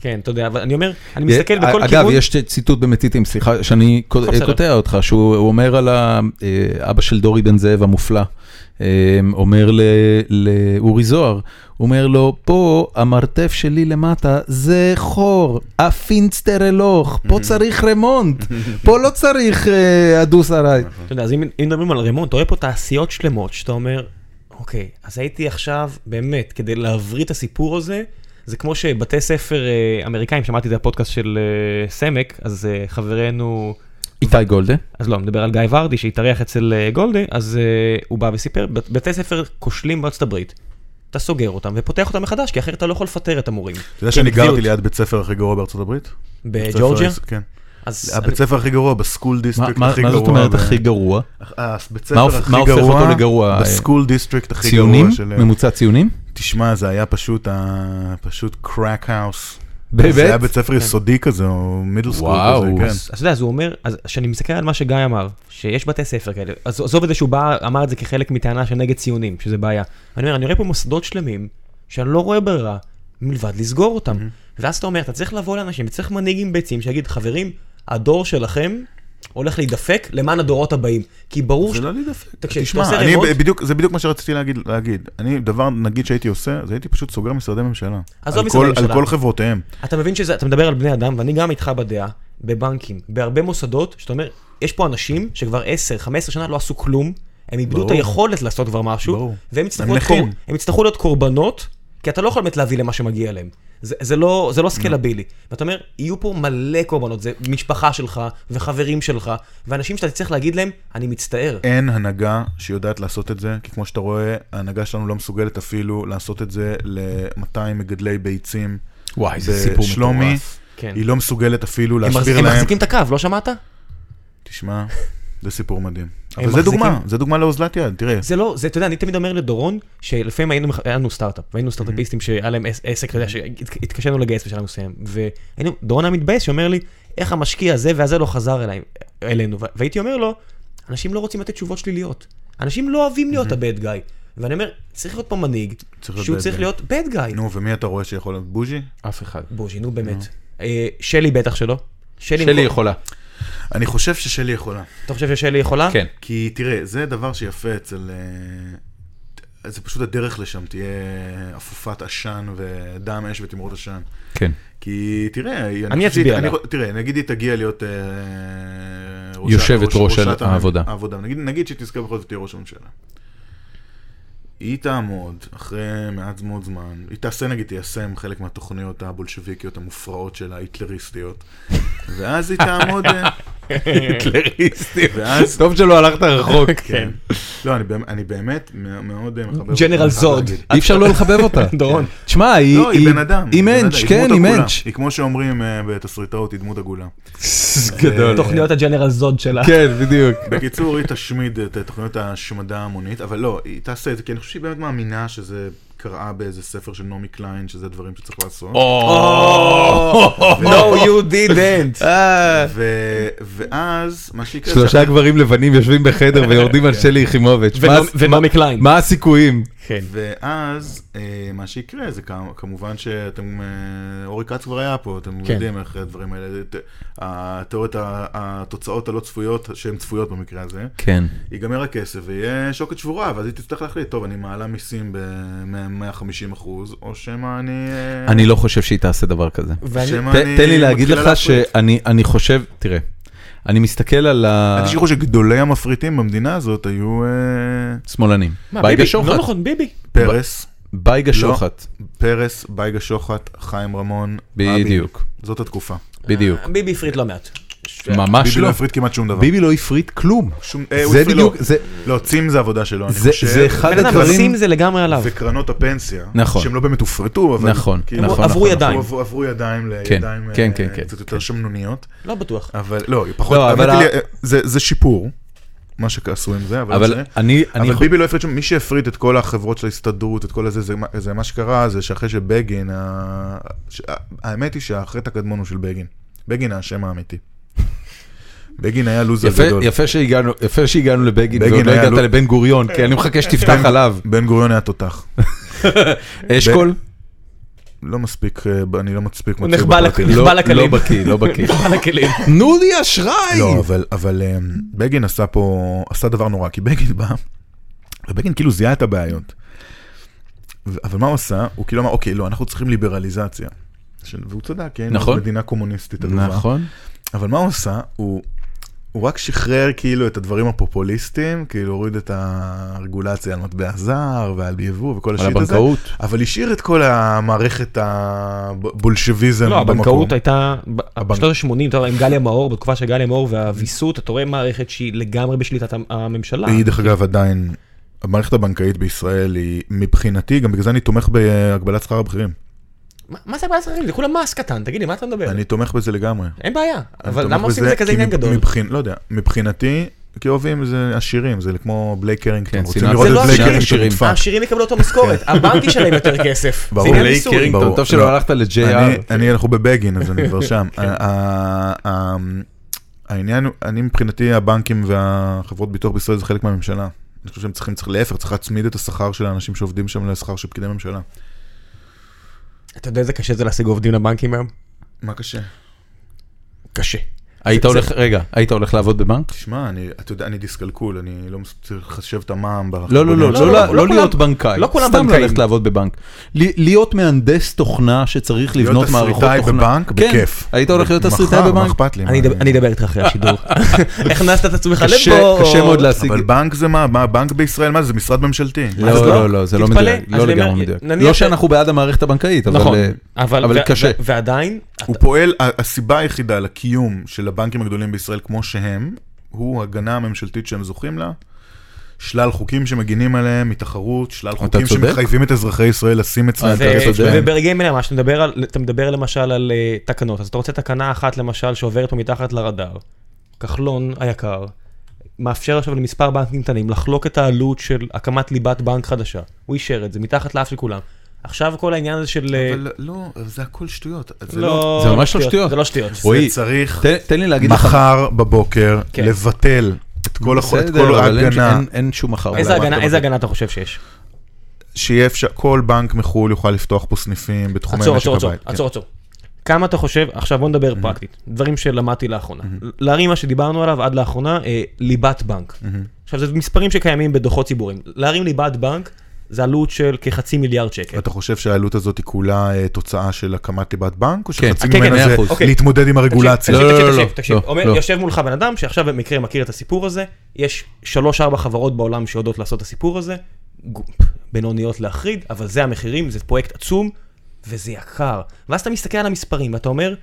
Speaker 2: כן, אתה יודע, אבל אני אומר, אני מסתכל בכל
Speaker 1: אה,
Speaker 2: כיוון,
Speaker 1: אגב, יש ציטוט במציתים, סליחה, שאני קו-
Speaker 2: בסדר.
Speaker 1: אה, קוטע אותך, שהוא הוא אומר על ה- אה, אבא של דורי בן זאב המופלא, אה, אומר ל- לאורי זוהר, הוא אומר לו, פה המרתף שלי למטה זה חור, הפינסטר אלוך, פה צריך רמונט, פה לא צריך אה, הדוס עליי.
Speaker 2: אתה יודע, אז אם אם מדברים על רמונט, אתה רואה פה תעשיות שלמות, שאתה אומר, אוקיי, אז הייתי עכשיו, באמת, כדי להבריא את הסיפור הזה, זה כמו שבתי ספר אה, אמריקאים, שמעתי את הפודקאסט של אה, סמק, אז אה, חברנו...
Speaker 1: איתי גולדה.
Speaker 2: אז לא, אני מדבר על גיא ורדי שהתארח אצל אה, גולדה, אז uh, הוא בא וסיפר, "בת- בתי ספר כושלים בארצות הברית, אתה סוגר אותם ופותח אותם מחדש, כי אחרת אתה לא יכול לפטר את המורים. כן,
Speaker 3: אתה יודע שאני גרתי ליד בית ספר הכי גרוע בארצות
Speaker 2: אה,
Speaker 3: הברית?
Speaker 2: בג'ורג'יה?
Speaker 3: ספר- כן.
Speaker 2: אז
Speaker 3: הבית ספר הכי גרוע, בסקול
Speaker 1: מה-
Speaker 3: דיסטריקט
Speaker 1: מה
Speaker 3: הכי
Speaker 1: מה
Speaker 3: גרוע.
Speaker 1: זאת אומרת
Speaker 3: ב-
Speaker 1: הכי גרוע?
Speaker 3: אה, הבית
Speaker 1: מה
Speaker 3: ספר
Speaker 1: הופ-
Speaker 3: הכי
Speaker 1: מה
Speaker 3: גרוע,
Speaker 1: הופך אותו לגרוע? אה,
Speaker 3: בסקול דיסטריקט הכי גרוע.
Speaker 1: ציונים?
Speaker 3: של-
Speaker 1: ממוצע ציונים?
Speaker 3: תשמע, זה היה פשוט, ה- פשוט קראק האוס.
Speaker 1: באמת?
Speaker 3: זה היה בית
Speaker 2: כן.
Speaker 3: ספר יסודי כזה, או מידל סקול
Speaker 1: וואו.
Speaker 3: כזה, כן.
Speaker 2: אז אתה יודע, אז הוא אומר, אז כשאני מסתכל על מה שגיא אמר, שיש בתי ספר כאלה, אז עזוב את זה שהוא בא, אמר את זה כחלק מטענה של נגד ציונים, שזה בעיה. אני אומר, אני רואה פה מוסדות שלמים, שאני לא רואה ברירה, מלבד לסגור אותם. ואז אתה אומר, אתה צריך לבוא לאנשים, צריך מנהיג עם ביצים שיגיד, חברים, הדור שלכם הולך להידפק למען הדורות הבאים. כי ברור
Speaker 3: זה
Speaker 2: ש...
Speaker 3: לא להידפק.
Speaker 2: תקשיב, כשאתה
Speaker 3: תשמע,
Speaker 2: עושה
Speaker 3: אני
Speaker 2: רמונט-
Speaker 3: בדיוק- זה בדיוק מה שרציתי להגיד, להגיד. אני, דבר, נגיד שהייתי עושה, אז הייתי פשוט סוגר משרדי ממשלה.
Speaker 2: עזוב
Speaker 3: על
Speaker 2: משרדי
Speaker 3: כל-
Speaker 2: ממשלה.
Speaker 3: על כל חברותיהם.
Speaker 2: אתה מבין שזה, אתה מדבר על בני אדם, ואני גם איתך בדעה, בבנקים, בהרבה מוסדות, שאתה אומר, יש פה אנשים שכבר 10-15 שנה לא עשו כלום, הם איבדו את
Speaker 3: ברור.
Speaker 2: היכולת לעשות כבר משהו,
Speaker 3: ברור.
Speaker 2: והם יצטרכו
Speaker 3: הם
Speaker 2: להיות קור-
Speaker 3: נכים.
Speaker 2: הם יצטרכו להיות קורבנות, כי אתה לא יכול באמת להביא למה שמגיע להם. זה, זה לא, זה לא סקלבילי. ואתה אומר, יהיו פה מלא קורבנות, זה משפחה שלך, וחברים שלך, ואנשים שאתה צריך להגיד להם, אני מצטער.
Speaker 3: אין הנהגה שיודעת לעשות את זה, כי כמו שאתה רואה, ההנהגה שלנו לא מסוגלת אפילו לעשות את זה ל-200 מגדלי ביצים.
Speaker 1: וואי, זה סיפור
Speaker 3: בשלומי.
Speaker 1: מטורף.
Speaker 2: כן.
Speaker 3: היא לא מסוגלת אפילו
Speaker 2: הם, מחז-
Speaker 3: להסביר
Speaker 2: הם
Speaker 3: להם.
Speaker 2: מחזיקים את הקו, לא שמעת?
Speaker 3: תשמע, זה סיפור מדהים.
Speaker 2: הם
Speaker 3: אבל זה דוגמה,
Speaker 2: מחזיקים-
Speaker 3: זה דוגמה לאוזלת יד, תראה.
Speaker 2: זה לא, זה, אתה יודע, אני תמיד אומר לדורון, שלפעמים היינו, היה לנו סטארט-אפ, והיינו סטארט-אפיסטים שהיה להם עס- עסק, אתה יודע, שהתקשינו לגייס בשלב מסוים, והיינו, דורון היה מתבאס שאומר לי, איך המשקיע הזה והזה לא חזר אליי, אלינו, ו- והייתי אומר לו, אנשים לא רוצים לתת תשובות שליליות, אנשים לא אוהבים להיות הבד גאי, ואני אומר, צריך להיות פה מנהיג,
Speaker 3: צריך להיות
Speaker 2: שהוא
Speaker 3: bad
Speaker 2: צריך
Speaker 3: guy."
Speaker 2: להיות בד גאי,
Speaker 3: נו, ומי אתה רואה שיכול להיות בוז'י?
Speaker 1: אף אחד.
Speaker 2: בוז'י, נו באמת, אה, שלי בטח שלא, שלי,
Speaker 1: שלי
Speaker 2: עם-
Speaker 1: יכולה.
Speaker 3: אני חושב ששלי יכולה.
Speaker 2: אתה חושב ששלי יכולה?
Speaker 3: אה?
Speaker 1: כן.
Speaker 3: כי תראה, זה דבר שיפה אצל... אה, זה פשוט הדרך לשם תהיה אפופת עשן ודם אש ותמרות עשן.
Speaker 1: כן.
Speaker 3: כי תראה, אני,
Speaker 2: אני
Speaker 3: חושב
Speaker 2: אצביע
Speaker 3: שהיא-
Speaker 2: עליו.
Speaker 3: אני חו- תראה, נגיד היא תגיע להיות אה, ראשת-
Speaker 1: יושבת
Speaker 3: ראש-
Speaker 1: ראש
Speaker 3: ראשת
Speaker 1: העבודה.
Speaker 3: העבודה. נגיד, נגיד שהיא תזכה בכל זאת תהיה ראש הממשלה. היא תעמוד אחרי מעט מאוד זמן, היא תעשה נגיד, תיישם חלק מהתוכניות הבולשביקיות המופרעות שלה, היטלריסטיות, ואז היא תעמוד... אה,
Speaker 1: היטלריסטים.
Speaker 3: ואז-
Speaker 1: טוב שלא הלכת רחוק.
Speaker 3: כן. לא, אני באמת- אני באמת מא- מאוד אה, מחבב...
Speaker 2: ג'נרל
Speaker 3: אותה, אני חייב
Speaker 2: זוד.
Speaker 3: להגיד.
Speaker 1: אי אפשר לא לחבב אותה.
Speaker 2: דורון.
Speaker 1: תשמע, היא...
Speaker 3: לא, היא בן אדם.
Speaker 1: היא
Speaker 3: בן אדם,
Speaker 1: מענץ',
Speaker 3: היא
Speaker 1: כן,
Speaker 3: דמות
Speaker 1: היא
Speaker 3: עגולה.
Speaker 1: מענץ'.
Speaker 3: היא כמו שאומרים אה, בתסריטאות, היא דמות עגולה.
Speaker 1: גדול.
Speaker 2: תוכניות הג'נרל זוד שלה.
Speaker 1: אה,
Speaker 3: אה.
Speaker 1: כן, בדיוק.
Speaker 3: בקיצור, היא תשמיד את תוכניות ההשמדה ההמונית, אבל לא, היא תעשה את זה, כי אני חושב שהיא באמת מאמינה שזה קראה באיזה ספר של נעמי קליין, שזה דברים שצריך לעשות.
Speaker 1: אה,
Speaker 2: No you didn't.
Speaker 3: כן. ו- ואז, מה שיקרה...
Speaker 1: אה. שלושה גברים לבנים יושבים בחדר ויורדים על שלי יחימוביץ'. מה-
Speaker 2: ונעמי- ונעמי קליין.
Speaker 1: מה הסיכויים?
Speaker 2: כן.
Speaker 3: ואז, אה, מה שיקרה זה כ- כמובן שאתם, אה, אורי כץ כבר היה פה, אתם
Speaker 2: כן.
Speaker 3: יודעים איך הדברים האלה, ת- התיאוריות, ה- התוצאות הלא צפויות, שהן צפויות במקרה הזה.
Speaker 1: כן.
Speaker 3: ייגמר הכסף ויהיה שוקת שבורה, ואז היא תצטרך להחליט, טוב, אני מעלה מיסים ב-150 אחוז, או שמא אני... אה,
Speaker 1: אני לא חושב שהיא תעשה דבר כזה.
Speaker 2: ואני-
Speaker 3: שמא
Speaker 1: ת-
Speaker 3: אני
Speaker 1: תן לי להגיד
Speaker 3: מתחילה
Speaker 1: לך
Speaker 3: להפריט.
Speaker 1: שאני אני חושב, תראה, אני מסתכל על
Speaker 3: אני חושב שגדולי המפריטים במדינה הזאת היו אה,
Speaker 1: השמאלנים.
Speaker 2: מה,
Speaker 1: בייגה
Speaker 2: ביבי?
Speaker 1: שוחט.
Speaker 2: לא נכון, ביבי.
Speaker 3: פרס, לא.
Speaker 1: בייגה שוחט.
Speaker 3: פרס, בייגה שוחט, חיים רמון, רבין.
Speaker 1: בדיוק. אה,
Speaker 3: זאת התקופה.
Speaker 1: בדיוק.
Speaker 2: ביבי הפריט לא מעט.
Speaker 1: ממש
Speaker 3: ביבי
Speaker 1: לא.
Speaker 3: לא הפריט כמעט שום דבר.
Speaker 1: ביבי לא הפריט כלום.
Speaker 3: שום- אה, הוא
Speaker 1: זה
Speaker 3: הפריט- לא.
Speaker 1: בדיוק, זה-
Speaker 3: לא, צים זה עבודה שלו, אני
Speaker 1: זה-
Speaker 3: חושב.
Speaker 1: זה אחד
Speaker 2: בן אדם,
Speaker 1: הדברים-
Speaker 2: שים זה לגמרי עליו.
Speaker 3: וקרנות הפנסיה,
Speaker 1: נכון.
Speaker 3: שהם לא באמת הופרטו, אבל
Speaker 1: נכון,
Speaker 3: כאילו,
Speaker 1: נכון,
Speaker 2: עברו
Speaker 1: נכון,
Speaker 2: ידיים.
Speaker 1: נכון.
Speaker 3: עברו- עברו ידיים
Speaker 1: כן,
Speaker 3: לידיים
Speaker 1: כן,
Speaker 3: אה,
Speaker 1: כן, כן,
Speaker 3: קצת
Speaker 1: כן.
Speaker 3: יותר שמנוניות,
Speaker 2: לא בטוח.
Speaker 3: אבל לא, פחות,
Speaker 1: לא, אבל
Speaker 3: האמת היא,
Speaker 1: ה-
Speaker 3: אה, זה זה שיפור, מה שעשו עם זה, אבל
Speaker 1: אבל
Speaker 3: זה-
Speaker 1: אני, אני
Speaker 3: אבל
Speaker 1: חושב,
Speaker 3: ביבי לא הפריט שם, מי שהפריט את כל החברות של ההסתדרות, את כל הזה, זה מה- זה מה שקרה, זה שאחרי שבגין, ה- ש- ה- האמת היא שהחטא הקדמון הוא של בגין. בגין האשם האמיתי. בגין היה לוזר
Speaker 1: יפה-
Speaker 3: גדול.
Speaker 1: יפה שהגענו- יפה שהגענו לבגין,
Speaker 3: בגין
Speaker 1: ועוד לא
Speaker 3: היה
Speaker 1: הגעת
Speaker 3: לו- כן.
Speaker 1: לבן גוריון, כי אני מחכה שתפתח עליו.
Speaker 3: בן גוריון היה תותח.
Speaker 1: אשכול?
Speaker 3: לא מספיק, אה, אני לא מספיק
Speaker 2: הוא
Speaker 3: מצוי
Speaker 2: נחבא לק-
Speaker 3: בפרטים.
Speaker 1: לא
Speaker 2: נחבא
Speaker 1: לא
Speaker 2: לכלים.
Speaker 1: בקיא, לא
Speaker 3: כן.
Speaker 1: בקיא.
Speaker 2: על הכלים.
Speaker 1: תנו לי אשראי!
Speaker 3: לא, אבל, אבל אמ, בגין עשה פה, עשה דבר נורא, כי בגין בא, ובגין כאילו זיהה את הבעיות. ו- אבל מה הוא עשה? הוא כאילו אמר, אוקיי, לא, אנחנו צריכים ליברליזציה. של- והוא צדק, כן?
Speaker 1: נכון.
Speaker 3: אנחנו מדינה קומוניסטית. עלובה.
Speaker 1: נכון.
Speaker 3: אבל מה הוא עשה? הוא... הוא רק שחרר כאילו את הדברים הפופוליסטיים, כאילו הוריד את הרגולציה על מטבע זר ועל יבוא וכל
Speaker 1: על
Speaker 3: השיט הזה,
Speaker 1: הבנקאות.
Speaker 3: אבל השאיר את כל המערכת הבולשביזם
Speaker 2: לא,
Speaker 3: במקום.
Speaker 2: הבנקאות הייתה, ב-
Speaker 3: הבנק-
Speaker 2: בשנות ה-80, אתה רואה, עם גליה מאור, בתקופה של גליה מאור והוויסות, אתה רואה מערכת שהיא לגמרי בשליטת המ- הממשלה.
Speaker 3: היא דרך אגב עדיין, המערכת הבנקאית בישראל היא מבחינתי, גם בגלל זה אני תומך בהגבלת שכר הבכירים.
Speaker 2: מה- מה זה הבעיה לצרכים? זה כולה מס קטן, תגיד לי, מה אתה מדבר?
Speaker 3: אני תומך בזה לגמרי.
Speaker 2: אין בעיה,
Speaker 3: אני
Speaker 2: כן. אבל
Speaker 3: תומך
Speaker 2: למה עושים
Speaker 3: בזה
Speaker 2: את זה כזה
Speaker 3: כי
Speaker 2: עניין
Speaker 3: מב-
Speaker 2: גדול?
Speaker 3: מבחין, לא יודע, מבחינתי, כי אוהבים זה עשירים, זה כמו בלייק קרינגטון,
Speaker 1: כן,
Speaker 3: רוצים
Speaker 1: שנאת-
Speaker 3: לראות
Speaker 2: זה
Speaker 3: את
Speaker 2: לא
Speaker 3: בלייק
Speaker 2: עשירים.
Speaker 3: קרינגטון
Speaker 1: עשירים.
Speaker 3: נדפק.
Speaker 2: העשירים יקבלו אותו משכורת, הבנק ישלם יותר כסף. זה
Speaker 3: כן. ברור.
Speaker 2: עניין
Speaker 1: בלי
Speaker 2: מיסוי.
Speaker 1: קרינגטון,
Speaker 3: ברור.
Speaker 1: טוב שלא
Speaker 3: לא.
Speaker 1: הלכת
Speaker 3: אני-
Speaker 1: ל-JR.
Speaker 3: אני, אנחנו בבגין, אז אני כבר שם.
Speaker 1: כן.
Speaker 3: ה- ה- ה- אמ, העניין, הוא- אני מבחינתי, הבנקים והחברות ביטוח בישראל זה חלק מהממשלה. אני חושב שהם צריכים, צריך להפך, צריך להצמיד את השכר של האנשים שעובדים שם לשכר של פקידי ממשלה.
Speaker 2: אתה יודע איזה קשה זה להשיג עובדים לבנקים היום?
Speaker 3: מה קשה?
Speaker 2: קשה.
Speaker 1: היית הולך, רגע, היית הולך לעבוד בבנק?
Speaker 3: תשמע, אני, אתה יודע, אני דיסקלקול, אני לא מס- צריך לחשב את המע"מ.
Speaker 1: לא, לא, לא,
Speaker 2: לא, לא,
Speaker 1: לא,
Speaker 2: לא
Speaker 1: לא
Speaker 2: כולם-
Speaker 1: להיות בנקאי.
Speaker 2: לא כולם
Speaker 1: סתם
Speaker 2: בנקאים.
Speaker 1: ללכת לעבוד בבנק. לי- להיות מהנדס תוכנה שצריך לבנות מערכות תוכנה.
Speaker 3: תסריטאי בבנק,
Speaker 1: כן,
Speaker 3: בכיף.
Speaker 1: היית הולך להיות תסריטאי
Speaker 3: מחר, מה
Speaker 1: בבנק?
Speaker 3: אכפת לי?
Speaker 2: אני
Speaker 3: מה-
Speaker 2: אדבר- אני אדבר איתך אחרי השידור. הכנסת את עצמך
Speaker 1: קשה-
Speaker 2: לבור.
Speaker 1: קשה מאוד להשיג.
Speaker 3: אבל בנק זה מה? מה, בנק בישראל, מה זה? זה משרד ממשלתי.
Speaker 1: לא,
Speaker 2: אז
Speaker 1: לא,
Speaker 2: לא.
Speaker 1: לא, לא, זה לא
Speaker 2: תתפלא.
Speaker 1: מדויק.
Speaker 2: אז
Speaker 1: לא
Speaker 2: אני
Speaker 1: לגמרי
Speaker 2: אומר,
Speaker 1: מדויק.
Speaker 2: נניח-
Speaker 1: לא שאנחנו בעד המערכת הבנקאית, אבל...
Speaker 2: נכון,
Speaker 1: אה, אבל
Speaker 2: ו-
Speaker 1: קשה.
Speaker 2: ו- ועדיין,
Speaker 3: הוא פועל, ה- הסיבה היחידה לקיום של הבנקים הגדולים בישראל כמו שהם, הוא הגנה הממשלתית שהם זוכים לה. שלל חוקים שמגינים עליהם מתחרות, שלל חוקים
Speaker 1: צודק.
Speaker 3: שמחייבים את אזרחי ישראל לשים את
Speaker 1: אה,
Speaker 3: צנעת
Speaker 1: אתה
Speaker 2: ו-
Speaker 1: צודק.
Speaker 3: שלהם.
Speaker 2: וברגעים אלה ממש, אתה מדבר על- אתה מדבר למשל על אה, תקנות, אז אתה רוצה תקנה אחת למשל שעוברת פה מתחת לרדאר. כחלון היקר, מאפשר עכשיו למספר בנקים קטנים לחלוק את העלות של הקמת ליבת בנק חדשה. הוא אישר את זה, מתחת לאף של כולם. עכשיו כל העניין הזה של... אה,
Speaker 3: אבל לא, זה הכל שטויות. זה לא...
Speaker 2: לא...
Speaker 1: זה ממש לא שטויות.
Speaker 2: זה לא שטויות.
Speaker 1: רועי,
Speaker 3: זה צריך
Speaker 1: תן- תן לי להגיד לך...
Speaker 3: מחר בבוקר
Speaker 2: כן.
Speaker 3: לבטל את כל החוק- את כל
Speaker 1: בסדר, אבל אין-
Speaker 3: ההגנה.
Speaker 1: אין- אין שום מחר.
Speaker 2: איזה
Speaker 1: בעולם.
Speaker 2: הגנה-
Speaker 3: אתה
Speaker 2: איזה
Speaker 3: רוצה?
Speaker 2: הגנה אתה חושב שיש?
Speaker 3: שיהיה אפשר, כל בנק מחו"ל יוכל לפתוח פה סניפים בתחומי משק
Speaker 2: עצור, עצור,
Speaker 3: הבית.
Speaker 2: עצור,
Speaker 3: כן.
Speaker 2: עצור, עצור. כמה אתה חושב, עכשיו בוא נדבר פרקטית, דברים שלמדתי לאחרונה. להרים מה שדיברנו עליו עד לאחרונה, אה, ליבת בנק. עכשיו זה מספרים שקיימים בדוחות ציבוריים. להרים ליבת בנק זה עלות של כחצי מיליארד שקל.
Speaker 3: אתה חושב שהעלות הזאת היא כולה אה, תוצאה של הקמת ליבת בנק, או
Speaker 1: כן.
Speaker 3: שחצי
Speaker 1: כן,
Speaker 2: כן,
Speaker 3: ממנה
Speaker 1: מאה
Speaker 3: זה
Speaker 1: אחוז.
Speaker 2: אוקיי.
Speaker 3: להתמודד עם הרגולציה?
Speaker 2: תקשיב,
Speaker 1: לא,
Speaker 2: תקשיב,
Speaker 1: לא,
Speaker 2: תקשיב,
Speaker 1: לא,
Speaker 2: תקשיב.
Speaker 1: לא,
Speaker 2: אומר-
Speaker 1: לא.
Speaker 2: יושב מולך בן אדם שעכשיו במקרה מכיר את הסיפור הזה, יש שלוש-ארבע חברות בעולם שיודעות לעשות את הסיפור הזה, ג- בינוניות להחריד, אבל זה המחירים, זה פרויקט עצום, וזה יקר. ואז אתה מסתכל על המספרים, ואתה אומר,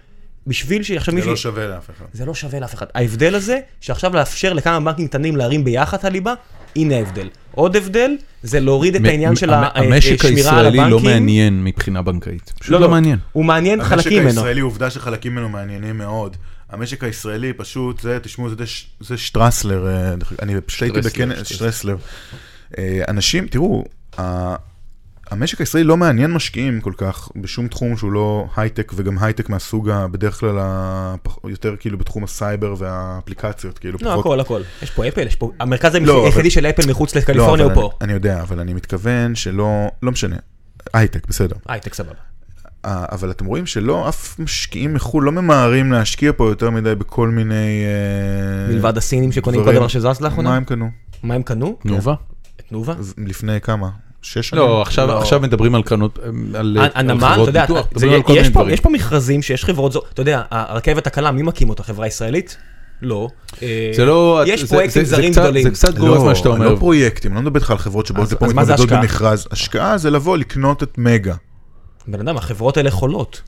Speaker 2: בשביל שעכשיו מישהו...
Speaker 3: לא שווה לאף אחד.
Speaker 2: זה לא שווה לאף אחד. ההבדל הזה, שעכשיו לאפשר לכמה בנקים קטנים להרים ביחד את הליבה, הנה ההבדל. עוד הבדל, זה להוריד את
Speaker 1: מ-
Speaker 2: העניין
Speaker 1: מ-
Speaker 2: של
Speaker 1: המ-
Speaker 2: ה- אה,
Speaker 1: המשק
Speaker 2: אה, שמירה על
Speaker 1: הישראלי
Speaker 2: הבנקים. כן.
Speaker 1: לא מעניין מבחינה בנקאית. פשוט לא מעניין.
Speaker 2: הוא מעניין
Speaker 3: המשק
Speaker 2: חלקים ממנו.
Speaker 3: הישראלי, עובדה שחלקים ממנו מעניינים מאוד. המשק הישראלי פשוט, זה, תשמעו, זה, ש- זה שטרסלר, אה, אני פשוט הייתי
Speaker 1: שטרסלר,
Speaker 3: בכנס,
Speaker 1: שטרסלר.
Speaker 3: שטרסלר. אה, אנשים, תראו, ה- המשק הישראלי לא מעניין משקיעים כל כך בשום תחום שהוא לא הייטק, וגם הייטק מהסוג, ה- בדרך כלל, הפח- יותר כאילו בתחום הסייבר והאפליקציות, כאילו
Speaker 2: לא, הכל, הכל. יש פה אפל, יש פה... המרכז
Speaker 3: לא,
Speaker 2: היחידי
Speaker 3: אבל-
Speaker 2: של אפל מחוץ
Speaker 3: לא,
Speaker 2: לקליפורניה הוא פה.
Speaker 3: אבל אני, אני יודע, אבל אני מתכוון שלא, לא משנה, הייטק, בסדר.
Speaker 2: הייטק סבבה.
Speaker 3: אה, אבל אתם רואים שלא, אף משקיעים מחו"ל לא ממהרים להשקיע פה יותר מדי בכל מיני... אה,
Speaker 2: מלבד הסינים שקונים כל
Speaker 3: דברים.
Speaker 2: דבר שזז
Speaker 3: מה
Speaker 2: לאחרונה?
Speaker 3: הם קנו?
Speaker 2: מה הם קנו?
Speaker 1: תנובה?
Speaker 2: את תנובה?
Speaker 3: אז לפני כמה? שש שנים?
Speaker 1: לא, עכשיו עכשיו מדברים על קרנות, על- על
Speaker 2: אה, הנמל,
Speaker 1: חברות
Speaker 2: אתה יודע,
Speaker 1: ביטוח,
Speaker 2: זה-
Speaker 1: מדברים על כל
Speaker 2: יש
Speaker 1: מיני
Speaker 2: פה-
Speaker 1: דברים.
Speaker 2: יש פה מכרזים שיש חברות זו, אתה יודע, הרכבת הקלה, מי מקים אותה? חברה ישראלית? לא. אה,
Speaker 1: זה לא...
Speaker 2: יש
Speaker 1: זה-
Speaker 2: פרויקטים
Speaker 1: זה- זה
Speaker 2: זרים
Speaker 1: קצת-
Speaker 2: גדולים.
Speaker 1: זה קצת גורף מה שאתה אומר.
Speaker 3: לא פרויקטים, לא מדבר איתך על חברות שבאות
Speaker 2: אז-
Speaker 3: לפה
Speaker 2: אז מה זה
Speaker 3: מתמודדות
Speaker 2: השקעה?
Speaker 3: במכרז. השקעה זה לבוא לקנות את מגה.
Speaker 2: בן אדם, החברות האלה חולות.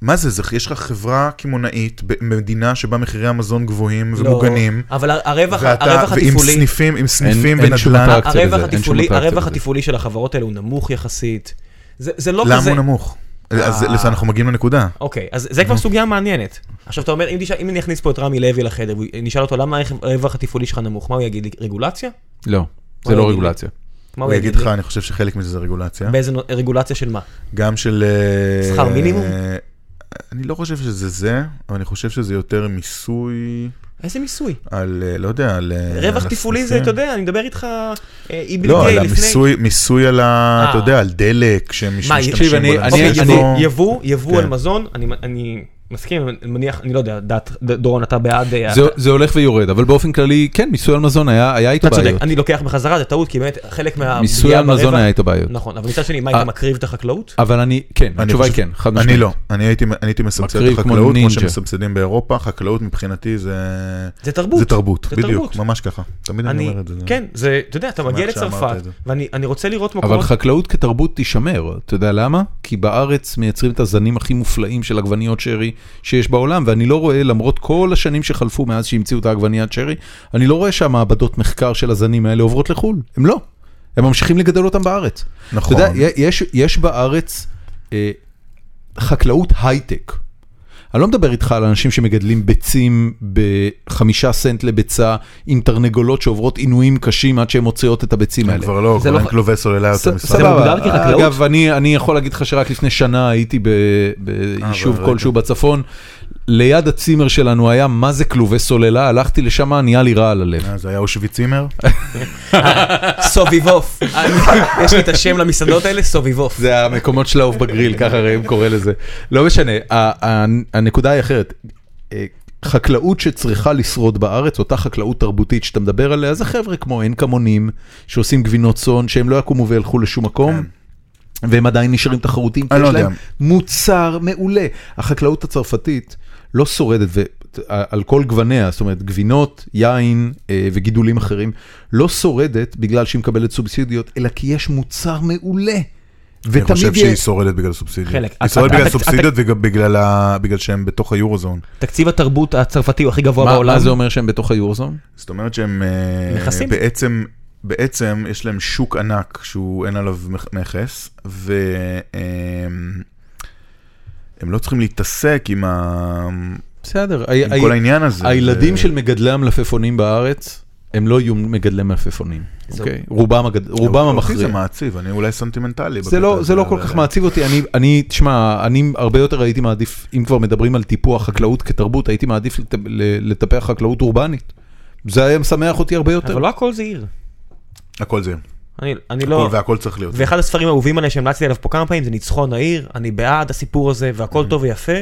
Speaker 3: מה זה, זה, יש לך חברה קמעונאית במדינה שבה מחירי המזון גבוהים ומוגנים,
Speaker 2: לא, אבל הרווח,
Speaker 3: ואתה,
Speaker 2: הרווח
Speaker 3: ועם
Speaker 2: התפעולי,
Speaker 3: סניפים, עם סניפים
Speaker 1: אין שום
Speaker 3: ונדל"ן,
Speaker 1: אטרקציה לזה,
Speaker 2: הרווח
Speaker 1: אין שום
Speaker 2: התפעולי,
Speaker 1: אטרקציה
Speaker 2: הרווח
Speaker 1: לזה.
Speaker 2: התפעולי של החברות האלה הוא נמוך יחסית. זה, זה לא
Speaker 3: למה
Speaker 2: כזה...
Speaker 3: הוא נמוך? אז
Speaker 2: אה.
Speaker 3: לזה אנחנו מגיעים לנקודה.
Speaker 2: אוקיי, אז זה כבר סוגיה מעניינת. עכשיו אתה אומר, אם, נשאל, אם אני אכניס פה את רמי לוי לחדר, נשאל אותו למה הרווח התפעולי שלך נמוך, מה הוא יגיד לי? רגולציה?
Speaker 1: לא,
Speaker 2: הוא
Speaker 1: זה לא
Speaker 2: יגיד לי?
Speaker 1: רגולציה.
Speaker 2: מה
Speaker 3: הוא יגיד
Speaker 2: לי?
Speaker 3: לך, אני חושב שחלק מזה זה רגולציה.
Speaker 2: באיזה נו- רגולציה של מה?
Speaker 3: גם של... אה,
Speaker 2: שכר מינימום?
Speaker 3: אה, אני לא חושב שזה זה, אבל אני חושב שזה יותר מיסוי
Speaker 2: איזה מיסוי?
Speaker 3: על, אה, לא יודע, על... אה,
Speaker 2: רווח
Speaker 3: על
Speaker 2: תפעולי זה,
Speaker 3: הסניפים.
Speaker 2: אתה יודע, אני מדבר איתך אה, איבלי
Speaker 3: לא,
Speaker 2: גיי
Speaker 3: על
Speaker 2: לפני.
Speaker 3: המיסוי, מיסוי על ה... אתה
Speaker 2: אה.
Speaker 3: יודע, על דלק, שהם מש-
Speaker 2: מה,
Speaker 3: משתמשים
Speaker 1: תקשיב,
Speaker 3: בו. אוקיי,
Speaker 1: אני-
Speaker 3: לנושא
Speaker 1: אני-
Speaker 3: שלו.
Speaker 1: אני-
Speaker 2: יבוא, יבוא
Speaker 3: כן.
Speaker 2: על מזון, אני- אני מסכים, אני מניח, אני לא יודע, דת- ד- דורון, אתה בעד... אה,
Speaker 1: זה-
Speaker 2: אתה-
Speaker 1: זה הולך ויורד, אבל באופן כללי, כן, מיסוי על מזון היה היה איתו
Speaker 2: אתה צודק,
Speaker 1: בעיות.
Speaker 2: אני לוקח בחזרה, זה טעות, כי באמת חלק מה...
Speaker 1: מיסוי
Speaker 2: פגיעה
Speaker 1: על מזון
Speaker 2: ברווח-
Speaker 1: היה איתו בעיות.
Speaker 2: נכון, אבל מצד שני, מה, היית
Speaker 1: אה.
Speaker 2: מקריב את החקלאות?
Speaker 1: אבל אני, כן,
Speaker 3: אני
Speaker 1: התשובה היא
Speaker 3: חושב-
Speaker 1: כן, חד משמעית.
Speaker 3: אני לא, אני הייתי- אני הייתי מסבסד
Speaker 1: מקריב
Speaker 3: את
Speaker 1: כמו
Speaker 3: החקלאות כמו
Speaker 1: נינג'ה.
Speaker 3: שמסבסדים באירופה, חקלאות מבחינתי זה...
Speaker 2: זה תרבות.
Speaker 3: זה תרבות,
Speaker 2: זה
Speaker 3: בדיוק,
Speaker 2: תרבות.
Speaker 3: ממש ככה. תמיד אני
Speaker 2: אני,
Speaker 3: אומר את זה.
Speaker 2: כן, זה, אתה יודע, אתה
Speaker 3: שמח
Speaker 2: מגיע
Speaker 3: שאמרת
Speaker 2: לצרפת,
Speaker 3: את זה.
Speaker 2: ואני אני רוצה לראות
Speaker 1: אבל
Speaker 2: מקומות,
Speaker 1: חקלאות כתרבות תישמר, אתה יודע למה? כי בארץ מייצרים את הזנים הכי מופלאים של עגבניות שרי שיש בעולם, ואני לא רואה, למרות כל השנים שחלפו מאז שהמציאו את העגבניית שרי, אני לא רואה שהמעבדות מחקר של הזנים האלה עוברות לחו"ל, הם לא. הם ממשיכים לגדל אותם בארץ.
Speaker 3: נכון.
Speaker 1: אתה יודע, י- יש, יש בארץ אה, חקלאות הייטק. אני לא מדבר איתך על אנשים שמגדלים ביצים בחמישה סנט לביצה עם תרנגולות שעוברות עינויים קשים עד שהן מוציאות את הביצים האלה.
Speaker 3: כבר לא,
Speaker 2: זה
Speaker 3: כבר
Speaker 2: לא
Speaker 3: אין
Speaker 2: ח-
Speaker 3: כלובי סוללה
Speaker 1: ס-
Speaker 3: יותר מסביב.
Speaker 1: סבבה.
Speaker 2: מוגדר כחקלאות?
Speaker 1: אגב, אני, אני יכול להגיד לך שרק לפני שנה הייתי ב, ביישוב
Speaker 3: אה, אבל רגע.
Speaker 1: כלשהו בצפון, ליד הצימר שלנו היה מה זה כלובי סוללה, הלכתי לשם, נהיה לי רע על הלב.
Speaker 3: אה, זה היה אושוויץ צימר?
Speaker 2: סוביבוף, אני- יש לי את השם למסעדות האלה, סוביבוף.
Speaker 1: זה המקומות של העוף בגריל, ככה ראם קורא לזה. לא משנה, ה- ה- הנקודה היא אחרת. אה, חקלאות שצריכה לשרוד בארץ, אותה חקלאות תרבותית שאתה מדבר עליה, זה חבר'ה כמו אין כמונים, שעושים גבינות צאן, שהם לא יקומו וילכו לשום מקום. והם עדיין נשארים תחרותיים, כי
Speaker 3: כן. אני
Speaker 1: יש
Speaker 3: לא
Speaker 1: להם
Speaker 3: יודע.
Speaker 1: מוצר מעולה. החקלאות הצרפתית לא שורדת, ועל כל גווניה, זאת אומרת גבינות, יין אה, וגידולים אחרים, לא שורדת בגלל שהיא מקבלת סובסידיות, אלא כי יש מוצר מעולה.
Speaker 3: אני חושב
Speaker 1: ותמיד
Speaker 3: שהיא
Speaker 1: יש...
Speaker 3: שורדת בגלל סובסידיות.
Speaker 2: חלק.
Speaker 3: היא שורדת
Speaker 2: אתה-
Speaker 3: בגלל
Speaker 2: אתה-
Speaker 3: סובסידיות ובגלל ה- בגלל שהם בתוך היורוזון.
Speaker 2: תקציב התרבות הצרפתי הוא הכי גבוה
Speaker 1: מה,
Speaker 2: בעולם.
Speaker 1: מה זה אומר שהם בתוך היורזון?
Speaker 3: זאת אומרת שהם אה,
Speaker 2: נכסים.
Speaker 3: בעצם, בעצם יש להם שוק ענק שהוא אין עליו מח- מכס, והם הם לא צריכים להתעסק עם, ה,
Speaker 1: בסדר. ה-
Speaker 3: עם
Speaker 1: ה-
Speaker 3: כל העניין הזה.
Speaker 1: הילדים
Speaker 3: זה-
Speaker 1: של מגדלי המלפפונים בארץ, הם לא יהיו מגדלי מלפפונים,
Speaker 2: זהו.
Speaker 1: אוקיי? רובם הגד- רובם
Speaker 3: אה, אותי
Speaker 1: המכריע.
Speaker 3: זה מעציב, אני אולי סנטימנטלי.
Speaker 1: זה
Speaker 3: בקטע
Speaker 1: לא,
Speaker 3: הזה,
Speaker 1: זה לא כל
Speaker 3: אבל-
Speaker 1: כך מעציב אותי, אני, אני, תשמע, אני הרבה יותר הייתי מעדיף, אם כבר מדברים על טיפוח חקלאות כתרבות, הייתי מעדיף לט- ל- לטפח חקלאות אורבנית. זה היה משמח אותי הרבה יותר.
Speaker 2: אבל לא הכל זה עיר.
Speaker 3: הכל זה,
Speaker 2: אני- אני
Speaker 3: הכל
Speaker 2: לא...
Speaker 1: אוקיי,
Speaker 3: והכל צריך להיות.
Speaker 2: ואחד הספרים האהובים עליי שהמלצתי עליו פה כמה פעמים זה ניצחון העיר, אני בעד הסיפור הזה והכל טוב ויפה,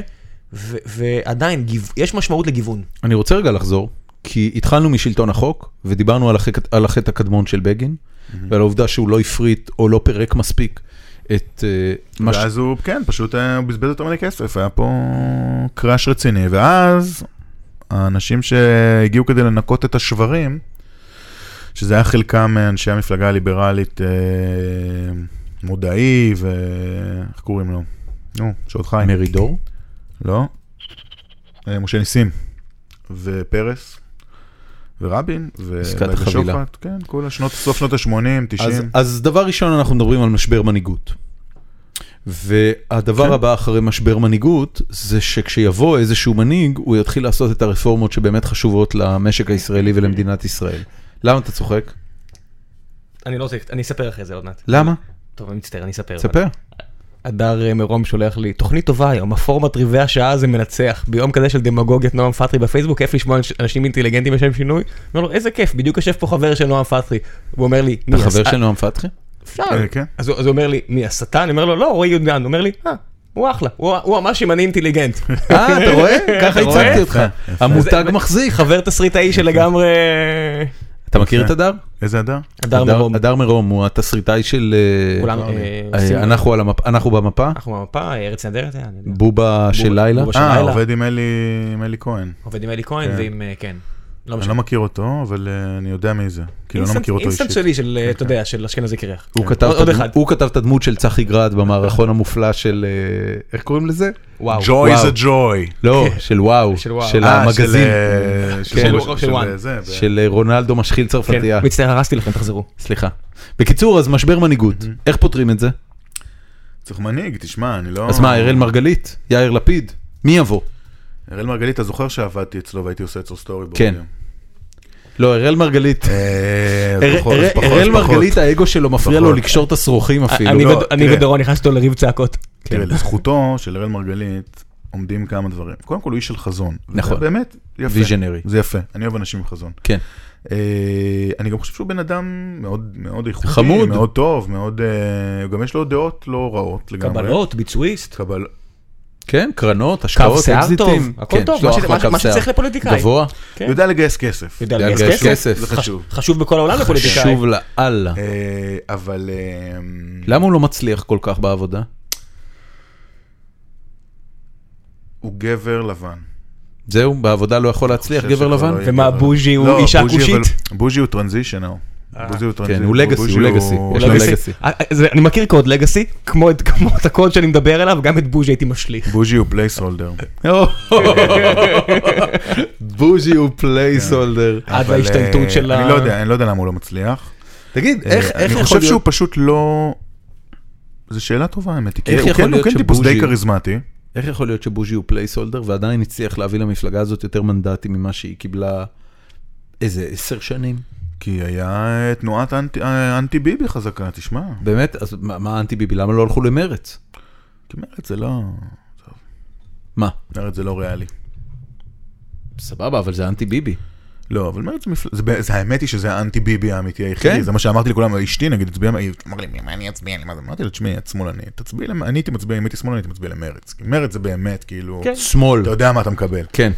Speaker 2: ו- ועדיין גיו- יש משמעות לגיוון.
Speaker 1: אני רוצה רגע לחזור, כי התחלנו משלטון החוק, ודיברנו על החטא, על החטא הקדמון של בגין, ועל העובדה שהוא לא הפריט או לא פירק מספיק את uh, מה ש...
Speaker 3: ואז הוא, כן, פשוט אה, הוא בזבז יותר מדי כסף, היה פה קראש רציני, ואז האנשים שהגיעו כדי לנקות את השברים, שזה היה חלקם אה, אנשי המפלגה הליברלית, אה, מודעי, ואיך קוראים לו? נו, שעוד חי.
Speaker 1: מרי דור.
Speaker 3: לא? אה, משה ניסים, ופרס, ורבין, ו-
Speaker 1: עסקת
Speaker 3: ובשוחט,
Speaker 1: החבילה.
Speaker 3: כן, כל השנות, סוף שנות ה-80, 90.
Speaker 1: אז, אז דבר ראשון, אנחנו מדברים על משבר מנהיגות. והדבר
Speaker 3: כן.
Speaker 1: כן. הבא אחרי משבר מנהיגות, זה שכשיבוא איזשהו מנהיג, הוא יתחיל לעשות את הרפורמות שבאמת חשובות למשק הישראלי ולמדינת ישראל. למה אתה צוחק?
Speaker 2: אני לא רוצה, אני אספר אחרי זה עוד מעט.
Speaker 1: למה?
Speaker 2: טוב, אני מצטער, אני אספר.
Speaker 1: תספר.
Speaker 2: הדר אה, מרום שולח לי, תוכנית טובה היום, הפורמט רבעי השעה זה מנצח. ביום כזה של דמגוגיית נועם פטרי בפייסבוק, כיף לשמוע אנש- אנשים אינטליגנטים לשם שינוי. אומר לו, איזה כיף, בדיוק יושב פה חבר של נועם פטרי. הוא אומר לי,
Speaker 1: אתה
Speaker 2: "מי,
Speaker 1: חבר
Speaker 2: הס-
Speaker 1: של נועם פתחי?
Speaker 2: אפשר.
Speaker 3: אה, כן.
Speaker 2: אז הוא אז הוא אומר לי, מי השטן? אני אומר לו, לא, רועי יודגן. הוא אומר לי, אה, הוא אחלה, הוא- הוא ממש ימני אינטליגנט.
Speaker 1: אה, אתה רואה? ככה
Speaker 2: אתה רואה?
Speaker 1: הצגתי אותך. המותג מחזיק.
Speaker 2: חבר תסריטאי שלגמרי...
Speaker 1: אתה מכיר את הדר?
Speaker 3: איזה אדר?
Speaker 2: הדר מרום.
Speaker 1: הדר מרום הוא התסריטאי של... אה,
Speaker 2: כולם, אה,
Speaker 1: אה,
Speaker 2: עושים-
Speaker 1: אנחנו על המפ- אנחנו במפה,
Speaker 2: אנחנו במפה, ארץ נהדרת, אה, אני
Speaker 1: כן.
Speaker 2: יודע.
Speaker 1: בובה של לילה.
Speaker 2: בובה של-
Speaker 3: אה,
Speaker 2: לילה.
Speaker 3: עובד עם אלי, עם אלי כהן.
Speaker 2: עובד עם אלי כהן
Speaker 3: כן.
Speaker 2: ועם, אה, כן. לא
Speaker 3: אני
Speaker 2: משנה.
Speaker 3: לא מכיר אותו, אבל אה, אני יודע מי זה. כאילו, אני לא
Speaker 2: אינסטנט-
Speaker 3: מכיר אותו
Speaker 2: אינסטנט
Speaker 3: אישית.
Speaker 2: שלי של, אה, אתה יודע, של אשכנזי קרח.
Speaker 1: הוא כתב
Speaker 2: עוד-
Speaker 1: את
Speaker 2: עוד
Speaker 1: הדמו-
Speaker 2: אחד.
Speaker 1: הוא כתב את הדמות של צחי גרד במערכון המופלא של, אה, איך קוראים לזה?
Speaker 2: וואו. כן.
Speaker 3: ג'וי
Speaker 1: אה, וואו.
Speaker 3: זה ג'וי.
Speaker 1: לא, של וואו,
Speaker 2: של וואו.
Speaker 1: של
Speaker 3: אה,
Speaker 1: המגזין,
Speaker 3: של, אה,
Speaker 1: כן,
Speaker 2: של וואן.
Speaker 3: זה, ב-
Speaker 1: של אה, רונלדו משחיל צרפתייה.
Speaker 2: כן, מצטער, הרסתי לכם, תחזרו.
Speaker 1: סליחה. בקיצור, אז משבר מנהיגות, איך פותרים את זה?
Speaker 3: צריך מנהיג, תשמע, אני לא...
Speaker 1: אז מה, אראל מרגלית? יאיר לפיד? מי יבוא?
Speaker 3: אראל מרגלית, אתה זוכר שעבדתי אצלו והייתי עושה אצלו סטורי בורד.
Speaker 1: כן. לא, אראל מרגלית.
Speaker 3: אה,
Speaker 1: אר-
Speaker 3: פחות,
Speaker 1: אר-
Speaker 3: פחות,
Speaker 1: אראל
Speaker 3: פחות.
Speaker 1: מרגלית, האגו שלו מפריע לו
Speaker 3: פחות.
Speaker 1: לקשור את השרוכים אפילו.
Speaker 2: אני
Speaker 3: לא,
Speaker 2: וד- אני
Speaker 3: תראה.
Speaker 2: ודורון נכנסנו לריב צעקות.
Speaker 3: תראה, לזכותו של אראל מרגלית עומדים כמה דברים. קודם כל, הוא איש של חזון. וזה
Speaker 1: נכון.
Speaker 3: באמת, יפה.
Speaker 1: ויז'נרי.
Speaker 3: זה יפה, אני אוהב אנשים עם חזון.
Speaker 1: כן.
Speaker 3: אה, אני גם חושב שהוא בן אדם מאוד מאוד איכותי,
Speaker 1: חמוד.
Speaker 3: מאוד טוב, מאוד... אה, גם יש לו דעות לא רעות לגמרי.
Speaker 2: קבלות, ביצועיסט.
Speaker 3: קבל...
Speaker 1: כן, קרנות, השקעות,
Speaker 2: שיער
Speaker 1: אקזיטים.
Speaker 2: טוב, הכל
Speaker 1: כן,
Speaker 2: טוב,
Speaker 1: יש לו
Speaker 2: מה ש-
Speaker 1: אחלה
Speaker 2: מה ש-
Speaker 1: קו
Speaker 2: מה שצריך
Speaker 1: שיער.
Speaker 2: לפוליטיקאי.
Speaker 1: גבוה,
Speaker 2: כן.
Speaker 3: יודע לגייס כסף.
Speaker 2: יודע
Speaker 1: יודע
Speaker 2: לגייס
Speaker 1: לגייס
Speaker 2: כסף.
Speaker 1: כסף.
Speaker 3: זה חשוב.
Speaker 2: חשוב בכל העולם לפוליטיקאי.
Speaker 1: חשוב לאללה.
Speaker 3: אה, אבל... אה,
Speaker 1: למה הוא לא מצליח כל כך בעבודה?
Speaker 3: הוא גבר לבן.
Speaker 1: זהו, בעבודה לא יכול להצליח,
Speaker 3: חושב
Speaker 1: גבר
Speaker 3: שכבר
Speaker 1: לבן?
Speaker 3: לא יהיה
Speaker 2: ומה,
Speaker 3: גבר.
Speaker 2: בוז'י הוא
Speaker 3: לא,
Speaker 2: אישה
Speaker 3: בוז'י,
Speaker 2: כושית?
Speaker 3: אבל- בוז'י הוא טרנזישנל.
Speaker 1: אה.
Speaker 3: בוז'י הוא טרנזישנל.
Speaker 1: כן, הוא legacy, הוא legacy. יש לו legacy.
Speaker 2: אה, אה, זה- אני מכיר קוד לגאסי, כמו את כמו את הקוד שאני מדבר עליו, גם את בוז'י הייתי משליך.
Speaker 3: בוז'י הוא פלייסהולדר.
Speaker 1: בוז'י הוא פלייסולדר.
Speaker 2: עד להשתלטות של ה-
Speaker 3: ה... אה, אני לא יודע, אני לא יודע למה הוא לא מצליח.
Speaker 1: תגיד,
Speaker 3: אה,
Speaker 1: איך איך
Speaker 3: אני
Speaker 1: יכול
Speaker 3: חושב שהוא
Speaker 1: להיות-
Speaker 3: פשוט לא... זו שאלה טובה, האמת היא. כי
Speaker 1: איך
Speaker 3: הוא
Speaker 1: יכול
Speaker 3: כן- הוא
Speaker 1: להיות
Speaker 3: כן טיפוס די
Speaker 1: שבוז'י-
Speaker 3: כריזמטי.
Speaker 1: איך יכול להיות שבוז'י הוא פלייסולדר ועדיין הצליח להביא למפלגה הזאת יותר מנדטים ממה שהיא קיבלה איזה עשר שנים?
Speaker 3: כי היה אה, תנועת אנטי- אה, אנטי ביבי חזקה, תשמע.
Speaker 1: באמת? אז מה מה האנטי ביבי? למה לא הלכו למרץ?
Speaker 3: כי מרצ זה לא...
Speaker 1: מה?
Speaker 3: מרצ זה לא ריאלי.
Speaker 1: סבבה, אבל זה אנטי ביבי.
Speaker 3: לא, אבל מרצ מפל... זה, ב- זה האמת היא שזה האנטי ביבי האמיתי היחידי,
Speaker 1: כן.
Speaker 3: כן. זה מה שאמרתי לכולם, אשתי נגיד הצביעה, היא אמרה לי, מה אני אצביע, אני מה זה, אמרתי לה, תשמעי, את שמאלנית, תצביעי, למ... אני הייתי מצביע, אם הייתי שמאלני, הייתי מצביע למרץ, כי מרץ זה באמת, כאילו,
Speaker 2: כן.
Speaker 1: שמאל.
Speaker 3: אתה יודע מה אתה מקבל. אה,
Speaker 1: כן.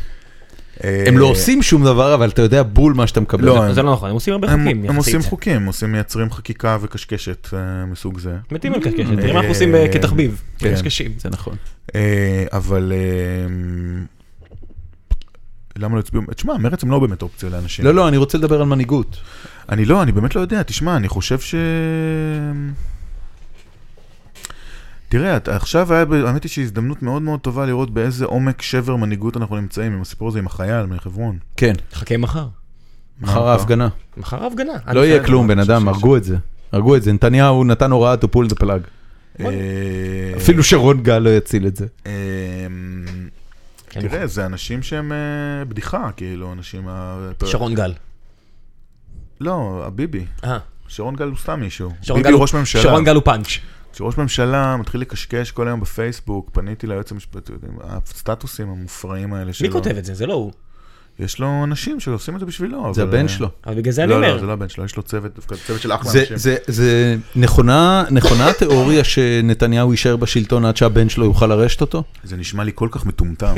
Speaker 1: הם לא עושים שום דבר, אבל אתה יודע בול מה שאתה מקבל.
Speaker 3: לא, הם-
Speaker 2: זה לא נכון, הם עושים הרבה
Speaker 3: הם,
Speaker 2: חוקים.
Speaker 3: הם
Speaker 2: יחסית.
Speaker 3: עושים חוקים, הם עושים, מייצרים חקיקה וקשקשת אה, מסוג זה,
Speaker 2: מתים על קשקשת, תראה מה אנחנו עושים
Speaker 3: אה,
Speaker 2: אה, כתחביב.
Speaker 1: כן.
Speaker 2: קשקשים.
Speaker 1: זה נכון.
Speaker 3: אה, אבל... אה, למה לא הצביעו? תשמע, מרצ הם לא באמת אופציה לאנשים.
Speaker 1: לא, לא, אני רוצה לדבר על מנהיגות.
Speaker 3: אני לא, אני באמת לא יודע, תשמע, אני חושב ש... תראה, את- עכשיו היה, ב- האמת היא שהזדמנות מאוד מאוד טובה לראות באיזה עומק שבר מנהיגות אנחנו נמצאים עם הסיפור הזה עם החייל מחברון.
Speaker 1: כן,
Speaker 2: חכה מחר.
Speaker 1: אחר ההפגנה.
Speaker 2: מחר ההפגנה.
Speaker 1: לא
Speaker 2: אני-
Speaker 1: יהיה כלום, בן
Speaker 3: אני
Speaker 1: אדם,
Speaker 3: חושב
Speaker 1: הרגו את זה. הרגו את זה, נתניהו נתן הוראה to pull the plug.
Speaker 3: אה,
Speaker 1: אפילו שרון גל לא יציל את זה.
Speaker 3: אה,
Speaker 2: כן,
Speaker 3: תראה, זה אנשים שהם אה, בדיחה, כאילו, אנשים... ה-
Speaker 2: שרון גל.
Speaker 3: לא, הביבי.
Speaker 2: אה,
Speaker 3: שרון גל הוא סתם מישהו.
Speaker 2: שרון
Speaker 3: ביבי
Speaker 2: גל-
Speaker 3: הוא ראש ממשלה.
Speaker 2: שרון גל הוא פאנץ'.
Speaker 3: כשראש ממשלה מתחיל לקשקש כל היום בפייסבוק, פניתי ליועץ המשפטי, הסטטוסים המופרעים האלה שלו.
Speaker 2: מי כותב את זה? זה לא הוא.
Speaker 3: יש לו אנשים שעושים את זה בשבילו.
Speaker 1: זה
Speaker 3: אבל- אה,
Speaker 1: הבן שלו.
Speaker 2: אבל בגלל זה אני
Speaker 3: לא, לא,
Speaker 2: אומר.
Speaker 3: זה לא הבן שלו, יש לו צוות, דווקא צוות של אחלה
Speaker 1: זה,
Speaker 3: אנשים.
Speaker 1: זה, זה נכונה, נכונה התיאוריה שנתניהו יישאר בשלטון עד שהבן שלו יוכל לרשת אותו?
Speaker 3: זה נשמע לי כל כך מטומטם,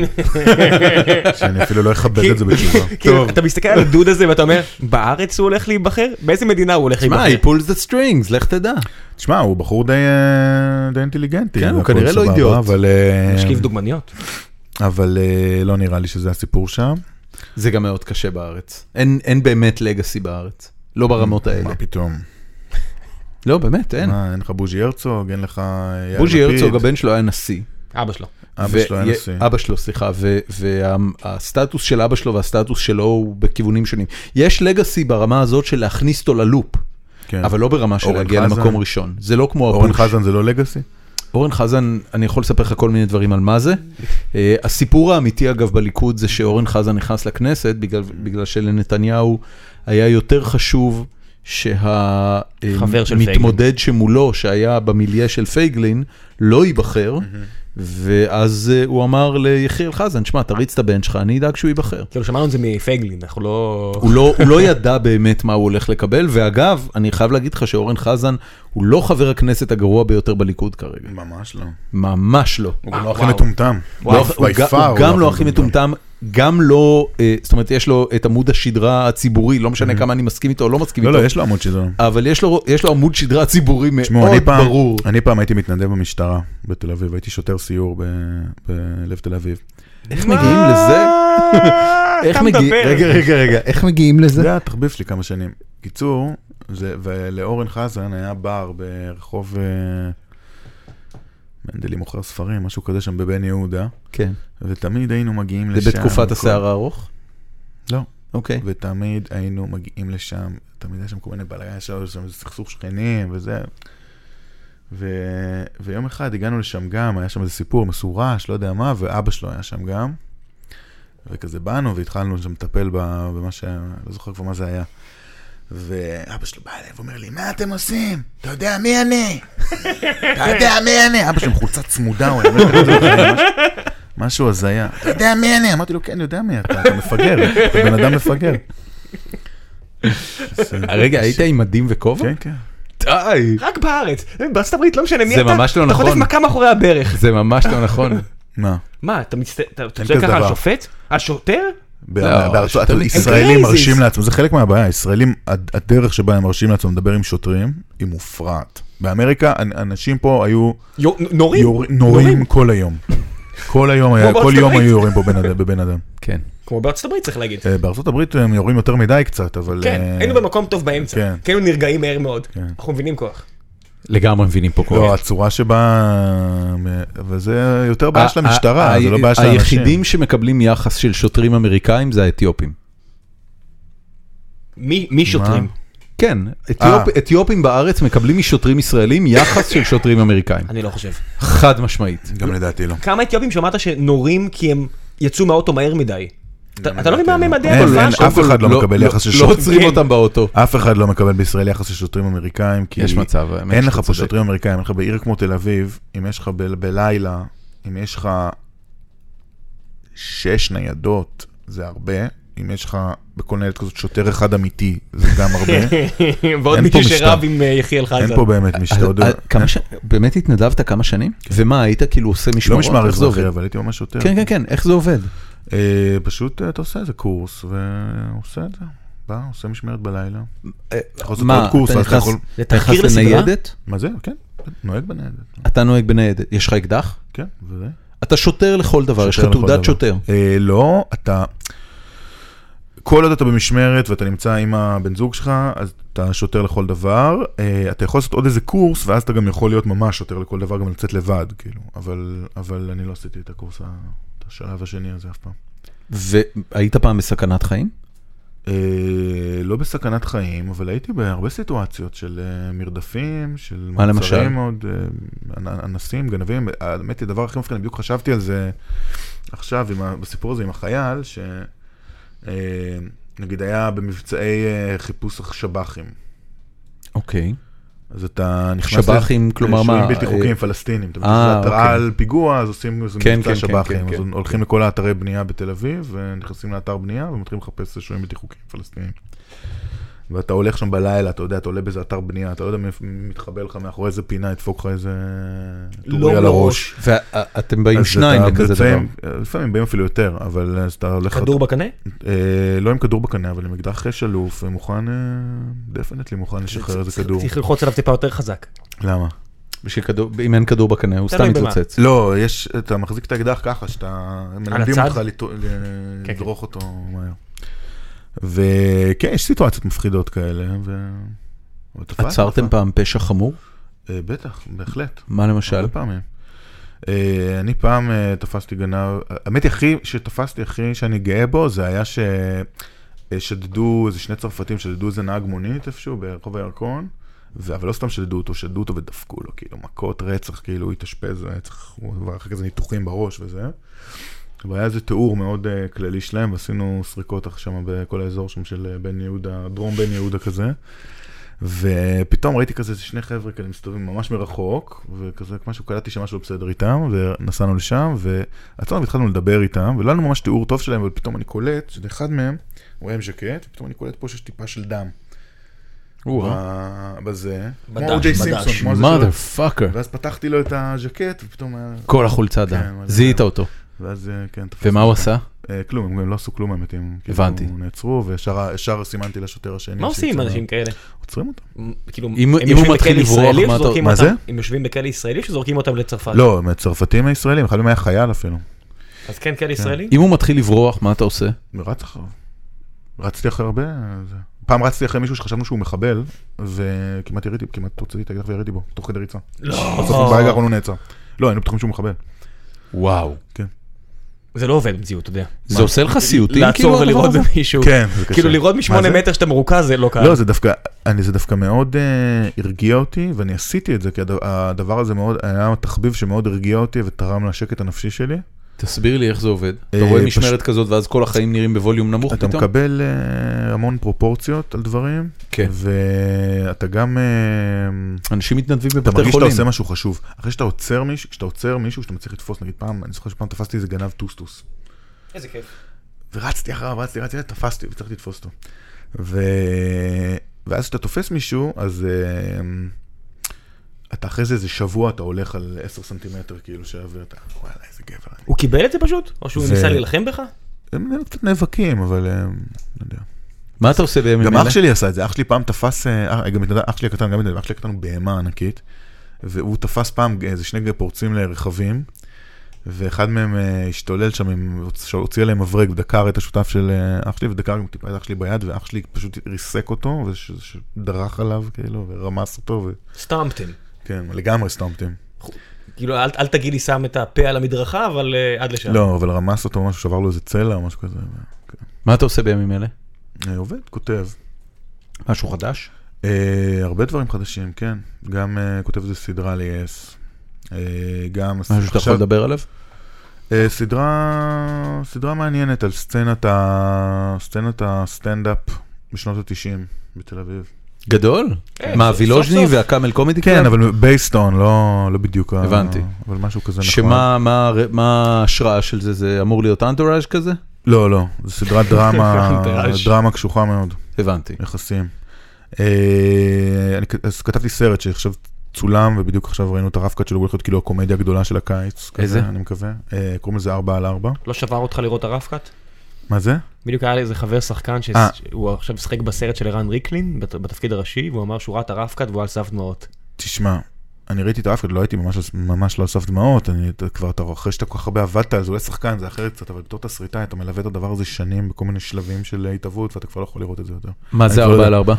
Speaker 3: שאני אפילו לא אכבד את זה בתשובה.
Speaker 2: כאילו, אתה מסתכל על הדוד הזה ואתה אומר, בארץ הוא הולך להיבחר? באיזה מדינה הוא הולך
Speaker 1: מה,
Speaker 2: להיבחר?
Speaker 1: he pulls the strings, לך תדע.
Speaker 3: תשמע, הוא בחור די אה, די אינטליגנטי.
Speaker 1: כן, הוא
Speaker 3: והכל
Speaker 1: כנראה לא
Speaker 3: סבבה,
Speaker 1: אידיוט.
Speaker 3: אבל, אה,
Speaker 2: משקיף דוגמניות.
Speaker 3: אבל אה, לא נראה לי שזה הסיפור שם.
Speaker 1: זה גם מאוד קשה בארץ. אין, אין באמת לגאסי בארץ. לא ברמות האלה.
Speaker 3: מה פתאום?
Speaker 1: לא, באמת, אין.
Speaker 3: מה, אין לך בוז'י הרצוג, אין לך אה, יאיר
Speaker 1: בוז'י
Speaker 3: לפיד,
Speaker 1: הרצוג, הבן שלו היה נשיא.
Speaker 2: אבא שלו.
Speaker 3: אבא שלו היה
Speaker 1: ו-
Speaker 3: נשיא.
Speaker 1: אבא שלו, סליחה, והסטטוס של אבא שלו והסטטוס שלו הוא בכיוונים שונים. יש לגאסי ברמה הזאת של להכניס אותו ללופ,
Speaker 3: כן.
Speaker 1: אבל לא ברמה של
Speaker 3: אורן
Speaker 1: להגיע
Speaker 3: חזן.
Speaker 1: למקום ראשון. זה לא כמו
Speaker 3: אורן
Speaker 1: הפוש.
Speaker 3: חזן זה לא לגאסי?
Speaker 1: אורן חזן, אני יכול לספר לך כל מיני דברים על מה זה. אה, הסיפור האמיתי אגב בליכוד זה שאורן חזן נכנס לכנסת בגלל, בגלל שלנתניהו היה יותר חשוב
Speaker 2: חבר של
Speaker 1: שהמתמודד שמולו שהיה במיליה של פייגלין לא ייבחר. ואז אה, הוא אמר ליחיאל חזן, שמע, תריץ את הבן שלך, אני אדאג שהוא ייבחר.
Speaker 2: כאילו שמענו את זה מפייגלין, אנחנו לא...
Speaker 1: הוא לא, הוא לא ידע באמת מה הוא הולך לקבל, ואגב, אני חייב להגיד לך שאורן חזן הוא לא חבר הכנסת הגרוע ביותר בליכוד כרגע.
Speaker 3: ממש לא.
Speaker 1: ממש לא.
Speaker 3: הוא גם לא הכי
Speaker 2: וואו.
Speaker 3: מטומטם.
Speaker 1: לא, הוא
Speaker 3: by
Speaker 1: ג-
Speaker 3: far
Speaker 1: הוא גם לא הכי
Speaker 3: מטומטם.
Speaker 1: מטומטם, גם לא, אה, זאת אומרת, יש לו את עמוד השדרה הציבורי, לא משנה כמה אני מסכים איתו או לא מסכים
Speaker 3: לא, לא,
Speaker 1: איתו,
Speaker 3: יש לו עמוד שדרה.
Speaker 1: אבל יש לו- יש לו עמוד שדרה ציבורי
Speaker 3: תשמעו, אני
Speaker 1: מאוד
Speaker 3: פעם,
Speaker 1: ברור.
Speaker 3: אני פעם הייתי מתנדב במשטרה בתל אביב, הייתי שוטר סיור ב- בלב תל אביב.
Speaker 1: איך מגיעים לזה? איך
Speaker 2: אתה
Speaker 1: מגיעים,
Speaker 2: מדבר.
Speaker 1: רגע, רגע, רגע, איך מגיעים לזה?
Speaker 3: זה התחביב שלי כמה שנים. קיצור, זה, ולאורן חזן היה בר ברחוב אה, מנדלי מוכר ספרים, משהו כזה שם בבן יהודה,
Speaker 1: כן.
Speaker 3: ותמיד היינו מגיעים לשם.
Speaker 1: זה בתקופת
Speaker 3: וכל-
Speaker 1: השיער הארוך?
Speaker 3: לא.
Speaker 1: אוקיי.
Speaker 3: ותמיד היינו מגיעים לשם, תמיד היה שם כל מיני בלגן, יש לנו שם סכסוך שכנים וזה. ו... ויום אחד הגענו לשם גם, היה שם איזה סיפור מסורש, לא יודע מה, ואבא שלו היה שם גם. וכזה באנו והתחלנו שם לטפל ב- במה ש... לא זוכר כבר מה זה היה. ואבא שלו בא אליי ואומר לי, מה אתם עושים? אתה יודע מי אני? אתה יודע מי אני? אבא שלו עם חולצה צמודה, הוא היה אומר, "אתה יודע מי אני?" משהו- משהו הזיה. אתה יודע מי אני? אמרתי לו, כן, אני יודע מי אתה, אתה מפגר, אתה בן אדם מפגר.
Speaker 1: אה, רגע, היית עם מדים וכובע?
Speaker 3: כן, כן.
Speaker 1: די!
Speaker 2: רק בארץ, בארצות הברית, לא משנה מי
Speaker 1: זה
Speaker 2: אתה,
Speaker 1: ממש לא
Speaker 2: אתה חוטף
Speaker 1: נכון.
Speaker 2: מכה מאחורי הברך.
Speaker 1: זה ממש לא נכון.
Speaker 3: מה?
Speaker 2: מה, אתה מצט... אתה אתה
Speaker 3: אין
Speaker 2: צועק
Speaker 3: כזה
Speaker 2: ככה על
Speaker 3: דבר.
Speaker 2: שופט? על שוטר?
Speaker 1: לא,
Speaker 3: בארצות,
Speaker 1: שאתה-
Speaker 3: ישראלים
Speaker 2: הם crazies.
Speaker 3: מרשים לעצמם, זה חלק מהבעיה, ישראלים, הד- הדרך שבה הם מרשים לעצמם לדבר עם שוטרים, היא מופרעת. באמריקה, אנ- אנשים פה היו
Speaker 2: יור- נורים?
Speaker 3: יור- נורים כל היום. כל היום היה,
Speaker 2: כמו
Speaker 3: כל
Speaker 2: בארצות
Speaker 3: יום
Speaker 2: הברית.
Speaker 3: היו יורים פה בן אדם- בבן אדם.
Speaker 1: כן.
Speaker 2: כמו בארצות הברית צריך להגיד.
Speaker 3: אה, בארצות הברית הם יורים יותר מדי קצת, אבל...
Speaker 2: כן,
Speaker 3: אה,
Speaker 2: היינו במקום טוב באמצע,
Speaker 3: כן.
Speaker 2: כי היינו נרגעים מהר מאוד.
Speaker 3: כן.
Speaker 2: אנחנו מבינים כוח.
Speaker 1: לגמרי מבינים פה אה,
Speaker 3: לא,
Speaker 1: כובע.
Speaker 3: הצורה שבה... אה, וזה יותר בעיה של
Speaker 1: ה- ה-
Speaker 3: המשטרה, זה
Speaker 1: ה-
Speaker 3: לא בעיה של האנשים.
Speaker 1: אה, היחידים שמקבלים יחס של שוטרים אמריקאים זה האתיופים.
Speaker 2: מי מי שוטרים?
Speaker 1: כן, אתיופ,
Speaker 3: אה.
Speaker 1: אתיופים בארץ מקבלים משוטרים ישראלים יחס של שוטרים אמריקאים.
Speaker 2: אני לא חושב.
Speaker 1: חד משמעית.
Speaker 3: גם לדעתי לא.
Speaker 2: כמה אתיופים שמעת שנורים כי הם יצאו מהאוטו מהר מדי? אתה אתה לא מבין מה ממדי
Speaker 3: אין,
Speaker 2: התופעה
Speaker 3: אין,
Speaker 2: שלך?
Speaker 3: אף אחד לא מקבל יחס של
Speaker 1: לא
Speaker 3: שוטרים.
Speaker 1: עוצרים
Speaker 2: כן.
Speaker 1: אותם באוטו.
Speaker 3: אף אחד לא מקבל בישראל יחס של שוטרים אמריקאים, כי
Speaker 1: יש מצב, האמת
Speaker 3: אין
Speaker 1: שאתה
Speaker 3: לך פה
Speaker 1: צודק.
Speaker 3: שוטרים אמריקאים, אין לך בעיר כמו תל אביב, אם יש לך ב- בלילה, אם יש לך שש ניידות, זה הרבה, אם יש לך בכל ניידת כזאת שוטר אחד אמיתי, זה גם הרבה.
Speaker 2: ועוד
Speaker 3: אין
Speaker 2: מישהו
Speaker 3: פה
Speaker 2: שרב
Speaker 3: משטר.
Speaker 2: עם אה, יחיאל
Speaker 3: אין
Speaker 2: חזן.
Speaker 3: פה באמת משטר.
Speaker 1: אז- אז אה, כמה ש- באמת התנדבת כמה שנים? ומה, היית כאילו עושה
Speaker 3: כן. לא
Speaker 1: משמרות?
Speaker 3: משמר
Speaker 1: איך זה
Speaker 3: אזרחי,
Speaker 1: עובד?
Speaker 3: אבל הייתי ממש שוטר.
Speaker 1: כן, כן, כן, איך זה עובד?
Speaker 3: אה, פשוט אה, אתה עושה איזה קורס, ועושה את זה. בא, עושה משמרת בלילה. אתה יכול לעשות
Speaker 1: אה, מה,
Speaker 3: עוד קורס,
Speaker 1: אתה
Speaker 3: אז אתה
Speaker 1: נכנס-
Speaker 3: יכול...
Speaker 2: זה
Speaker 1: אתה
Speaker 2: תחקיר
Speaker 1: נכנס
Speaker 2: לסדרה?
Speaker 1: לניידת?
Speaker 3: מה זה? כן, נוהג בניידת.
Speaker 1: אתה נוהג בניידת. יש לך אקדח?
Speaker 3: כן, וזה.
Speaker 1: אתה שוטר לכל דבר, יש לך
Speaker 3: שוטר לכל דבר.
Speaker 1: תעודת שוטר.
Speaker 3: אה, לא, אתה... כל עוד אתה במשמרת ואתה נמצא עם הבן זוג שלך, אז אתה שוטר לכל דבר. אה, אתה יכול לעשות עוד איזה קורס, ואז אתה גם יכול להיות ממש שוטר לכל דבר, גם לצאת לבד, כאילו. אבל, אבל אני לא עשיתי את הקורס, ה- את השלב השני הזה אף פעם.
Speaker 1: והיית פעם בסכנת חיים?
Speaker 3: אה, לא בסכנת חיים, אבל הייתי בהרבה סיטואציות של אה, מרדפים, של
Speaker 1: מה למשל?
Speaker 3: מעצרים מאוד, אה, אנ- אנסים, גנבים. האמת היא, הדבר הכי מפחיד, אני בדיוק חשבתי על זה עכשיו, עם ה- בסיפור הזה עם החייל, ש... אה, נגיד היה במבצעי אה, חיפוש שב"חים.
Speaker 1: אוקיי.
Speaker 3: אז אתה נכנס...
Speaker 1: שב"חים,
Speaker 3: ל-
Speaker 1: כלומר מה,
Speaker 3: שוהים בלתי
Speaker 1: אה,
Speaker 3: חוקיים פלסטינים. אתה
Speaker 1: אה,
Speaker 3: נכנס להתראה
Speaker 1: אוקיי.
Speaker 3: על פיגוע, אז עושים איזה
Speaker 1: כן,
Speaker 3: מבצע
Speaker 1: כן, כן,
Speaker 3: שב"חים.
Speaker 1: כן,
Speaker 3: אז
Speaker 1: כן.
Speaker 3: הולכים לכל האתרי בנייה בתל אביב, ונכנסים לאתר בנייה, ומתחילים לחפש שוהים בלתי חוקיים פלסטינים. ואתה הולך שם בלילה, אתה יודע, אתה עולה באיזה אתר בנייה, אתה לא יודע מי מי מתחבא לך מאחורי איזה פינה, ידפוק לך איזה... טורי על הראש.
Speaker 1: ואתם באים
Speaker 3: אז
Speaker 1: שניים
Speaker 3: אתה
Speaker 1: לכזה דבר.
Speaker 3: יוצא עם- לפעמים באים אפילו יותר, אבל אז אתה הולך...
Speaker 2: כדור בקנה?
Speaker 3: אה, לא עם כדור בקנה, אבל עם אקדח שלוף, ומוכן, דפנטלי מוכן לשחרר איזה כדור.
Speaker 2: צריך ללחוץ עליו טיפה יותר חזק.
Speaker 3: למה?
Speaker 1: בשביל כדור, אם אין כדור בקנה, הוא
Speaker 2: תלוי
Speaker 1: סתם
Speaker 2: במה.
Speaker 1: מתלוצץ.
Speaker 3: לא, יש, אתה מחזיק את האקדח ככה, שאתה, מלמדים
Speaker 2: הצד?
Speaker 3: אותך לטו- ל- לדרוך אותו מהר. וכן, יש סיטואציות מפחידות כאלה, ו... אבל תפסנו
Speaker 1: עצרתם
Speaker 3: אותה.
Speaker 1: פעם פשע חמור?
Speaker 3: אה, בטח, בהחלט.
Speaker 1: מה למשל?
Speaker 3: הרבה פעמים. אה, אני פעם אה, תפסתי גנב, האמת היא, הכי שתפסתי, הכי שאני גאה בו, זה היה ששדדו, איזה שני צרפתים שדדו איזה נהג מונית איפשהו ברחוב הירקון, ו... אבל לא סתם שדדו אותו, שדדו אותו ודפקו לו, כאילו, מכות רצח, כאילו, הוא התאשפז, היה צריך- הוא עבר אחרי כזה ניתוחים בראש וזה. והיה איזה תיאור מאוד אה, כללי שלהם, ועשינו סריקות שם בכל האזור שם של אה, בן יהודה, דרום בן יהודה כזה. ופתאום ראיתי כזה איזה שני חבר'ה כאלה מסתובבים ממש מרחוק, וכזה משהו, קלטתי שמשהו לא בסדר איתם, ונסענו לשם, ועצרנו והתחלנו לדבר איתם, ולא היה לנו ממש תיאור טוב שלהם, אבל פתאום אני קולט שלאחד מהם, הוא היה עם ז'קט, ופתאום אני קולט פה שיש טיפה של דם.
Speaker 1: וואו.
Speaker 3: ב- בזה. כמו
Speaker 2: בדש,
Speaker 3: O.J.
Speaker 2: בדש.
Speaker 3: סימפסון, כמו זה
Speaker 1: mother
Speaker 3: שלו.
Speaker 1: fucker.
Speaker 3: ואז פתחתי לו את הז'קט, ופתאום היה...
Speaker 1: כל החולצה
Speaker 3: כן,
Speaker 1: דם.
Speaker 3: מה זה?
Speaker 1: זיהית אותו.
Speaker 3: ואז אה, כן, תפסתי.
Speaker 1: ומה הוא עשה?
Speaker 3: אה, כלום, הם גם לא עשו כלום האמת, הם כאילו
Speaker 1: הבנתי.
Speaker 3: נעצרו, וישר ישר סימנתי לשוטר השני.
Speaker 2: מה עושים עם
Speaker 3: שיצא
Speaker 2: אנשים כאלה?
Speaker 3: מה- עוצרים אותם.
Speaker 2: מ- כאילו,
Speaker 1: אם- אם
Speaker 2: הם יושבים
Speaker 1: הוא מתחיל
Speaker 2: בכלא
Speaker 1: לברוח,
Speaker 2: ישראלי
Speaker 1: מה אתה-
Speaker 2: שזורקים
Speaker 3: מה
Speaker 2: אותם-
Speaker 3: זה?
Speaker 2: הם יושבים בכלא ישראלי שזורקים אותם לצרפת.
Speaker 3: לא, הם הצרפתים הישראלים, אחד מהם היה חייל אפילו.
Speaker 2: אז כן, כן ישראלי?
Speaker 1: אם הוא מתחיל לברוח, מה אתה עושה?
Speaker 3: רץ אחריו. רצתי אחרי הרבה... זה- פעם רצתי אחרי מישהו שחשבנו שהוא מחבל, וכמעט יריתי, כמעט הוצאתי את האקדח ויריתי בו, תוך כדי ריצה.
Speaker 2: אה. לא.
Speaker 3: בסוף הוא באקדח אבל הוא נעצר. לא, היינו בטוחים שהוא מחבל.
Speaker 1: וואו.
Speaker 2: זה לא עובד במציאות, אתה יודע.
Speaker 1: זה עושה לך סיוטים, כאילו,
Speaker 2: לעצור
Speaker 1: הדבר
Speaker 2: ולראות
Speaker 1: הזה?
Speaker 2: במישהו.
Speaker 3: כן, זה קשה.
Speaker 2: כאילו לראות משמונה
Speaker 3: מה זה?
Speaker 2: מטר שאתה מרוכז זה לא קל.
Speaker 3: לא, זה דווקא, אני, זה דווקא מאוד אה, הרגיע אותי, ואני עשיתי את זה, כי הדבר, הדבר הזה מאוד, היה תחביב שמאוד הרגיע אותי ותרם לשקט הנפשי שלי.
Speaker 1: תסביר לי איך זה עובד. אתה
Speaker 3: אה,
Speaker 1: רואה
Speaker 3: פשוט-
Speaker 1: משמרת כזאת, ואז כל החיים נראים בווליום נמוך
Speaker 3: אתה
Speaker 1: פתאום?
Speaker 3: מקבל אה, המון פרופורציות על דברים,
Speaker 1: כן.
Speaker 3: ואתה גם, אה,
Speaker 1: אנשים מתנדבים
Speaker 3: אתה
Speaker 1: בבתי
Speaker 3: מרגיש שאתה
Speaker 1: חולים.
Speaker 3: עושה משהו חשוב. אחרי שאתה עוצר מישהו, כשאתה עוצר מישהו, שאתה מצליח לתפוס, נגיד פעם, אני זוכר שפעם תפסתי איזה גנב טוסטוס.
Speaker 2: איזה כיף.
Speaker 3: ורצתי אחריו, רצתי, רצתי, תפסתי, וצריך לתפוס אותו. ו... ואז כשאתה תופס מישהו, אז uh, אתה אחרי זה איזה שבוע, אתה הולך על 10 סנטימטר, כאילו, שעבר, אתה, וואלה, איזה גבר. אני.
Speaker 2: הוא קיבל את זה פשוט? או שהוא
Speaker 3: זה-
Speaker 2: ניסה להילחם בך?
Speaker 3: הם הם קצת נאבקים, אבל אה, לא יודע.
Speaker 1: מה אתה עושה בימים
Speaker 3: גם
Speaker 1: אלה?
Speaker 3: אח שלי עשה את זה, אח שלי פעם תפס, אה, אה, גם התנדב, אח שלי הקטן, גם התנדב, אח שלי הקטן הוא בהמה ענקית, והוא תפס פעם איזה שני פורצים לרכבים, ואחד מהם אה, השתולל שם, עם- הוציא עליהם מברג, דקר את השותף של אה, אח שלי, ודקר גם טיפה את אח שלי ביד, ואח שלי פשוט ריסק אותו, ודרך עליו, כאילו, ורמס אותו,
Speaker 2: סתמתם.
Speaker 3: וכן, לגמרי סתומפטים.
Speaker 2: כאילו אל אל תגיד לי שם את הפה על המדרכה, אבל אה, עד לשם.
Speaker 3: לא, אבל רמס אותו, משהו, שבר לו איזה צלע או משהו כזה. ו- כן.
Speaker 1: מה אתה עושה בימים אלה?
Speaker 3: אה, עובד, כותב.
Speaker 1: משהו חדש?
Speaker 3: אה, הרבה דברים חדשים, כן. גם אה, כותב איזה סדרה ל-yes. אה, גם
Speaker 1: משהו שאתה יכול
Speaker 3: עכשיו-
Speaker 1: לדבר עליו?
Speaker 3: אה, סדרה, סדרה מעניינת על סצנת, ה, סצנת הסטנדאפ בשנות ה-90 בתל אביב.
Speaker 1: גדול?
Speaker 2: אה,
Speaker 1: מה,
Speaker 2: סוף-
Speaker 1: וילוז'ני
Speaker 2: סוף סוף.
Speaker 1: והקאמל קומדי
Speaker 3: כן,
Speaker 1: קלאב?
Speaker 3: אבל based on, לא, לא בדיוק. ה-
Speaker 1: הבנתי.
Speaker 3: אבל משהו כזה נכון.
Speaker 1: שמה מה הר- מה ההשראה של זה? זה אמור להיות אנטוראז' כזה?
Speaker 3: לא, לא, זו סדרת דרמה,
Speaker 2: אנטראז'.
Speaker 3: דרמה קשוחה מאוד,
Speaker 1: הבנתי.
Speaker 3: יחסים. אה, אני, כ- אז כתבתי סרט שעכשיו צולם, ובדיוק עכשיו ראינו את הרב-קאט שלו, הוא הולך להיות כאילו הקומדיה הגדולה של הקיץ. כזה,
Speaker 1: איזה?
Speaker 3: אני מקווה. אה, קוראים לזה 4 על 4.
Speaker 2: לא שבר אותך לראות הרב-קאט?
Speaker 3: מה זה?
Speaker 2: בדיוק היה לי איזה חבר שחקן ש-
Speaker 3: אה.
Speaker 2: שהוא עכשיו משחק בסרט של ערן ריקלין, בת- בתפקיד הראשי, והוא אמר שהוא ראה את הרב-קאט והוא על סף דמעות.
Speaker 3: Mm. תשמע, אני ראיתי את האפקד, לא הייתי ממש, ממש לא על סף דמעות, אני אתה, כבר, אתה, אחרי שאתה כל כך הרבה עבדת על זה, אולי שחקן, זה אחרת קצת, אבל בתור תסריטאי, אתה מלווה את הדבר הזה שנים בכל מיני שלבים של התהוות, ואתה כבר לא יכול לראות את זה יותר.
Speaker 1: מה זה
Speaker 3: אני לא
Speaker 1: 4
Speaker 3: יודע.
Speaker 1: על 4?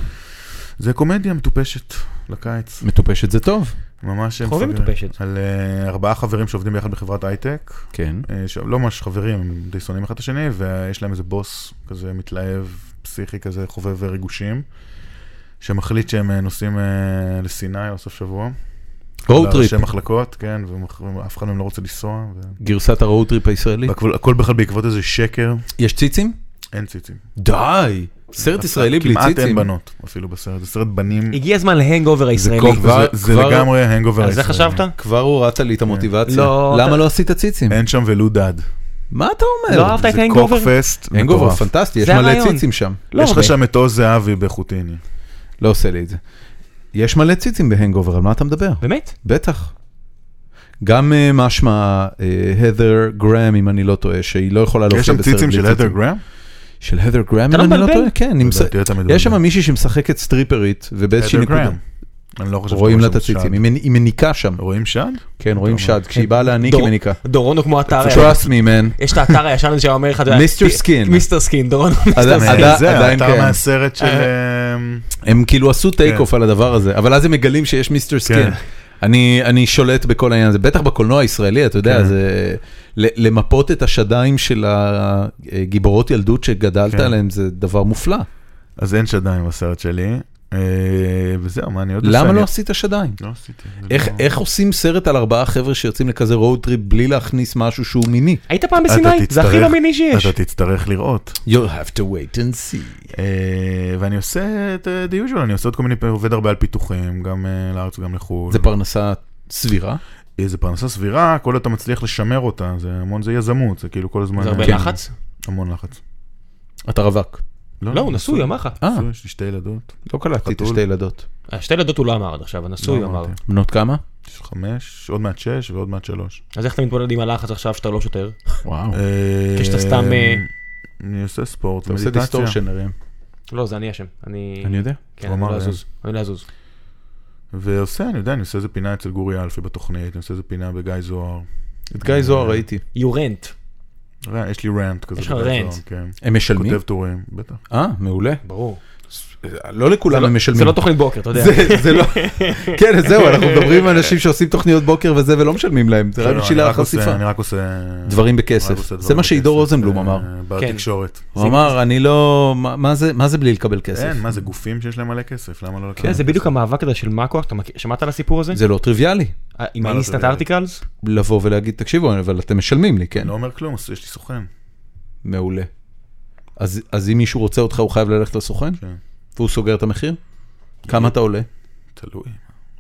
Speaker 3: זה קומדיה מטופשת לקיץ,
Speaker 1: מטופשת זה טוב.
Speaker 3: ממש
Speaker 2: אנחנו אוהבים
Speaker 3: מפגרים.
Speaker 2: מטופשת.
Speaker 3: על אה, ארבעה חברים שעובדים ביחד בחברת הייטק,
Speaker 1: כן.
Speaker 3: אה, שלא ממש חברים, הם די שונאים אחד את השני, ויש להם איזה בוס כזה מתלהב, פסיכי כזה, חובב ריגושים, שמחליט שהם אה, נוסעים אה, לסיני לסוף שבוע.
Speaker 1: רואו טריפ,
Speaker 3: ראשי מחלקות, כן, ומח- ואף אחד מהם לא רוצה לנסוע. ו...
Speaker 1: גרסת הרואו טריפ הישראלית.
Speaker 3: והכל- הכל בכלל בעקבות איזה שקר,
Speaker 1: יש ציצים?
Speaker 3: אין ציצים.
Speaker 1: די! סרט ישראלי בלי
Speaker 3: כמעט אין
Speaker 1: ציצים.
Speaker 3: בנות אפילו בסרט, זה סרט בנים.
Speaker 2: הגיע הזמן להנגאובר הישראלי.
Speaker 1: כל-
Speaker 3: וזה-
Speaker 1: כבר-
Speaker 3: זה
Speaker 1: כבר-
Speaker 3: לגמרי הנגובר
Speaker 2: על זה חשבת?
Speaker 1: כבר הורדת לי את המוטיבציה.
Speaker 2: לא,
Speaker 1: למה
Speaker 2: אתה-
Speaker 1: לא עשית ציצים?
Speaker 3: אין שם ולו דד.
Speaker 1: מה אתה
Speaker 2: לא
Speaker 1: אומר?
Speaker 2: אהבת את
Speaker 3: זה
Speaker 2: הנגאובר?
Speaker 3: קוקפסט
Speaker 1: אין גובר,
Speaker 3: מטורף.
Speaker 1: פנטסטי, יש
Speaker 2: זה
Speaker 1: מלא
Speaker 2: הרעיון.
Speaker 1: ציצים שם.
Speaker 2: לא
Speaker 3: יש
Speaker 2: הרבה.
Speaker 3: לך שם את עוז זהבי בחוטיני.
Speaker 1: לא עושה לי את זה. יש מלא ציצים בהנגובר, על מה אתה מדבר?
Speaker 2: באמת?
Speaker 1: בטח. גם אה, מה שמה, הת'ר גראם, אם אני לא טועה, שהיא לא יכולה להופיע
Speaker 3: יש שם
Speaker 1: בסרט
Speaker 3: ציצים
Speaker 1: בלי
Speaker 3: של הדר גראם?
Speaker 1: של הת'ר גראם,
Speaker 2: אתה
Speaker 1: אם
Speaker 2: לא
Speaker 1: אני לא
Speaker 2: מבלבל?
Speaker 1: טועה? כן, היא מש-
Speaker 3: לדעתי אתה מתבלבל.
Speaker 1: יש שם מישהי שמשחקת סטריפרית, ובאיזושהי
Speaker 3: הדר
Speaker 1: נקודה.
Speaker 3: גראם. אני לא חושב
Speaker 1: רואים לה
Speaker 3: שקוראים
Speaker 1: את
Speaker 3: שם
Speaker 1: הציצים,
Speaker 3: שד.
Speaker 1: היא
Speaker 3: אוקיי,
Speaker 1: מנ- היא מניקה שם.
Speaker 3: רואים שד?
Speaker 1: כן, רואים שד, כשהיא באה להניק היא
Speaker 2: דור- אה,
Speaker 1: מניקה.
Speaker 2: דורון הוא כמו אתר...
Speaker 1: Trust me man.
Speaker 2: יש את האתר הישן הזה שאומר לך, אתה יודע,
Speaker 1: Mr. Skin.
Speaker 2: מיסטר סקין, דורון הוא
Speaker 1: אז-
Speaker 2: מיסטר
Speaker 1: אז-
Speaker 2: סקין.
Speaker 1: עדי-
Speaker 3: אה, זה
Speaker 1: עדיין כן. אה,
Speaker 3: האתר
Speaker 1: קיים.
Speaker 3: מהסרט של... אמ,
Speaker 1: הם כאילו עשו טייק אוף על הדבר הזה, אבל אז הם מגלים שיש מיסטר סקין.
Speaker 3: כן.
Speaker 1: אני אני שולט בכל העניין הזה, בטח בקולנוע הישראלי, אתה יודע, זה ל- למפות את השדיים של הגיבורות ילדות שגדלת
Speaker 3: כן.
Speaker 1: עליהם זה דבר מופלא.
Speaker 3: אז אין שדיים בסרט שלי. אה, וזהו, מה אני עוד עושה?
Speaker 1: למה
Speaker 3: אני-
Speaker 1: לא עשית שדיים?
Speaker 3: לא עשיתי. זה
Speaker 1: איך-
Speaker 3: לא-
Speaker 1: איך עושים סרט על ארבעה חבר'ה שיוצאים לכזה road trip בלי להכניס משהו שהוא מיני?
Speaker 2: היית פעם
Speaker 3: אתה
Speaker 2: בסיני? זה הכי
Speaker 3: תצטרך-
Speaker 2: לא מיני שיש.
Speaker 3: אתה תצטרך לראות.
Speaker 1: You'll have to wait and see.
Speaker 3: אה, ואני עושה את אה, the usual, אני עושה עוד כל מיני, עובד הרבה על פיתוחים, גם אה, לארץ, גם לחו"ל.
Speaker 1: זה פרנסה סבירה?
Speaker 3: אה, זה פרנסה סבירה, כל עוד אתה מצליח לשמר אותה, זה המון, זה יזמות, זה כאילו כל הזמן...
Speaker 2: זה הרבה
Speaker 3: אה,
Speaker 2: לחץ?
Speaker 3: המון לחץ.
Speaker 1: אתה רווק.
Speaker 2: לא, הוא נשוי, אמר לך.
Speaker 1: אה,
Speaker 3: נשוי, יש לי שתי ילדות,
Speaker 1: לא קלטתי את
Speaker 3: חתול.
Speaker 1: השתי ילדות.
Speaker 2: השתי ילדות הוא לא אמר עד עכשיו, הנשוי
Speaker 3: לא
Speaker 2: הוא אמר.
Speaker 3: אמרתי.
Speaker 1: בנות כמה?
Speaker 3: יש חמש, עוד מעט שש ועוד מעט שלוש.
Speaker 2: אז איך אתה מתמודד עם הלחץ עכשיו שאתה לא שוטר?
Speaker 1: וואו. אוקיי.
Speaker 3: אה,
Speaker 2: כשאתה סתם, אה,
Speaker 3: אמ, אני עושה ספורט,
Speaker 1: אתה עושה
Speaker 3: מדיטציה.
Speaker 1: דיסטורשנרים.
Speaker 2: לא, זה אני אשם. אני...
Speaker 1: אני יודע.
Speaker 2: כן,
Speaker 3: הוא
Speaker 2: אני
Speaker 3: אמר,
Speaker 2: לא
Speaker 3: אה.
Speaker 2: אזוז. אני לא אזוז.
Speaker 3: ועושה, אני יודע, אני עושה איזה פינה אצל גורי אלפי בתוכנית, אני עושה איזה פינה בגיא זוהר.
Speaker 1: את גיא זוהר ראיתי.
Speaker 2: You rent.
Speaker 3: רע- אה, יש לי רנט כזה.
Speaker 2: יש לך
Speaker 3: בדרך
Speaker 2: רנט.
Speaker 3: כלל, כן.
Speaker 1: הם משלמים?
Speaker 3: כותב טורים, בטח.
Speaker 1: אה, מעולה.
Speaker 2: ברור.
Speaker 1: לא לכולם הם משלמים.
Speaker 2: זה לא תוכנית בוקר, אתה יודע.
Speaker 1: זה- זה לא, כן, זהו, אנחנו מדברים על אנשים שעושים תוכניות בוקר וזה ולא משלמים להם, זה רק
Speaker 3: לא,
Speaker 1: בשביל
Speaker 3: אני רק עושה-
Speaker 1: החשיפה.
Speaker 3: אני רק עושה...
Speaker 1: דברים
Speaker 3: רק
Speaker 1: בכסף,
Speaker 3: עושה
Speaker 1: זה
Speaker 3: דברים
Speaker 1: מה שעידו
Speaker 3: בכסף,
Speaker 1: רוזנבלום
Speaker 3: אה,
Speaker 1: אמר.
Speaker 2: כן.
Speaker 3: בתקשורת.
Speaker 1: הוא אמר, אני לא, מה- מה זה- מה זה בלי לקבל כסף? כן,
Speaker 3: אין, מה זה גופים שיש להם מלא כסף, למה לא לקחת?
Speaker 2: אתה יודע, זה בדיוק המאבק הזה של מאקו, אתה מכיר- שמעת על הסיפור הזה?
Speaker 1: זה לא טריוויאלי
Speaker 2: אה, עם
Speaker 3: מה לא
Speaker 2: האינסטנט
Speaker 3: טריוויאלי?
Speaker 2: ארטיקלס?
Speaker 1: לבוא ולהגיד, תקשיבו, אבל אתם משלמים לי, כן?
Speaker 3: לא אומר כלום, אז יש לי סוכן.
Speaker 1: מעולה. אז אז אם מישהו רוצה אותך, הוא חייב ללכת לסוכן?
Speaker 3: כן.
Speaker 1: והוא סוגר את המחיר? כמה אתה עולה?
Speaker 3: תלוי,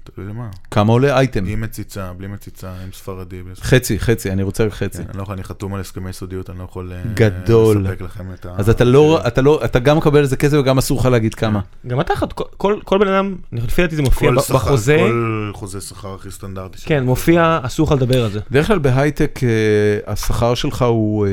Speaker 3: תלוי למה.
Speaker 1: כמה עולה אייטם?
Speaker 3: עם מציצה, בלי מציצה, עם ספרדי, בלי ספרדי.
Speaker 1: חצי, חצי, אני רוצה רק חצי.
Speaker 3: כן, אני לא יכול, אני חתום על הסכמי סודיות, אני לא יכול אה,
Speaker 1: גדול.
Speaker 3: לספק לכם את ה...
Speaker 1: אז אתה לא, אתה לא, אתה גם מקבל על זה כסף וגם אסור לך להגיד כמה.
Speaker 2: גם אתה, חת- כל- כל- כל בן אדם, אני- לפי דעתי זה מופיע
Speaker 3: כל
Speaker 2: ב-
Speaker 3: שכר-
Speaker 2: בחוזה,
Speaker 3: כל חוזה שכר הכי סטנדרטי. שלך.
Speaker 2: כן, מופיע, אסור לך לדבר על זה.
Speaker 1: בדרך כלל בהייטק אה, השכר שלך הוא, אה,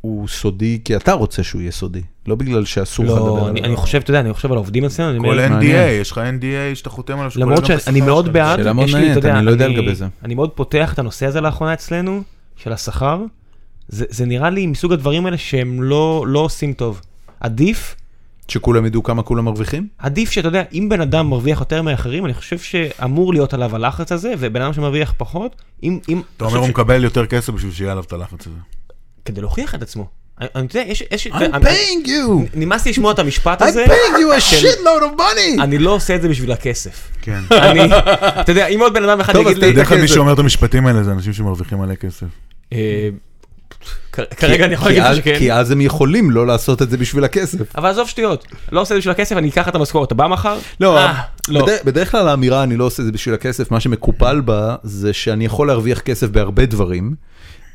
Speaker 1: הוא סודי, כי אתה רוצה שהוא יהיה סודי, לא בגלל שאסור לך לדבר
Speaker 2: לא,
Speaker 1: עליו.
Speaker 2: אני אני חושב, אתה יודע, אני חושב על העובדים אצלנו, אני
Speaker 3: כל
Speaker 2: אומר,
Speaker 3: NDA,
Speaker 1: מעניין.
Speaker 3: יש לך NDA שאתה חותם עליו. שכולל
Speaker 2: למרות
Speaker 3: גם את השכר
Speaker 2: שאני מאוד
Speaker 3: שלך.
Speaker 2: בעד,
Speaker 1: שאלה מאוד
Speaker 2: יש לי,
Speaker 1: מעניינת,
Speaker 2: אתה יודע,
Speaker 1: אני לא יודע לגבי זה.
Speaker 2: אני מאוד פותח את הנושא הזה לאחרונה אצלנו, של השכר, זה זה נראה לי מסוג הדברים האלה שהם לא לא עושים טוב. עדיף
Speaker 1: שכולם ידעו כמה כולם מרוויחים?
Speaker 2: עדיף שאתה יודע, אם בן אדם מרוויח יותר מאחרים, אני חושב שאמור להיות עליו הלחץ הזה, ובן אדם שמרוויח פחות, אם... אם
Speaker 3: אתה אומר, הוא מקבל יותר כסף בשביל שיהיה עליו את הלחץ הזה.
Speaker 2: כדי להוכיח את עצמו. אני, כן, אני אתה יודע, יש... יש
Speaker 1: I'm paying you!
Speaker 2: אני- נמאס לי לשמוע את המשפט
Speaker 1: I'm
Speaker 2: הזה,
Speaker 1: paying you a
Speaker 2: של-
Speaker 1: shitload of money!
Speaker 2: אני לא עושה את זה בשביל הכסף.
Speaker 3: כן.
Speaker 2: אני, אתה יודע, אם עוד בן אדם אחד
Speaker 1: טוב,
Speaker 2: יגיד
Speaker 1: אז אתה
Speaker 2: לי,
Speaker 1: יודע-
Speaker 3: בדרך כלל מי
Speaker 1: כסף.
Speaker 3: שאומר את המשפטים האלה זה אנשים שמרוויחים מלא כסף.
Speaker 2: אה, כ- כרגע אני יכול
Speaker 1: כי
Speaker 2: להגיד לך
Speaker 1: אז-
Speaker 2: שכן,
Speaker 1: כי אז הם יכולים לא לעשות את זה בשביל הכסף.
Speaker 2: אבל עזוב שטויות, לא עושה את זה בשביל הכסף, אני אקח את המשכורת, אתה בא מחר?
Speaker 1: לא,
Speaker 2: אה, לא.
Speaker 1: בדרך- בדרך כלל האמירה אני לא עושה את זה בשביל הכסף, מה שמקופל בה זה שאני יכול להרוויח כסף בהרבה דברים,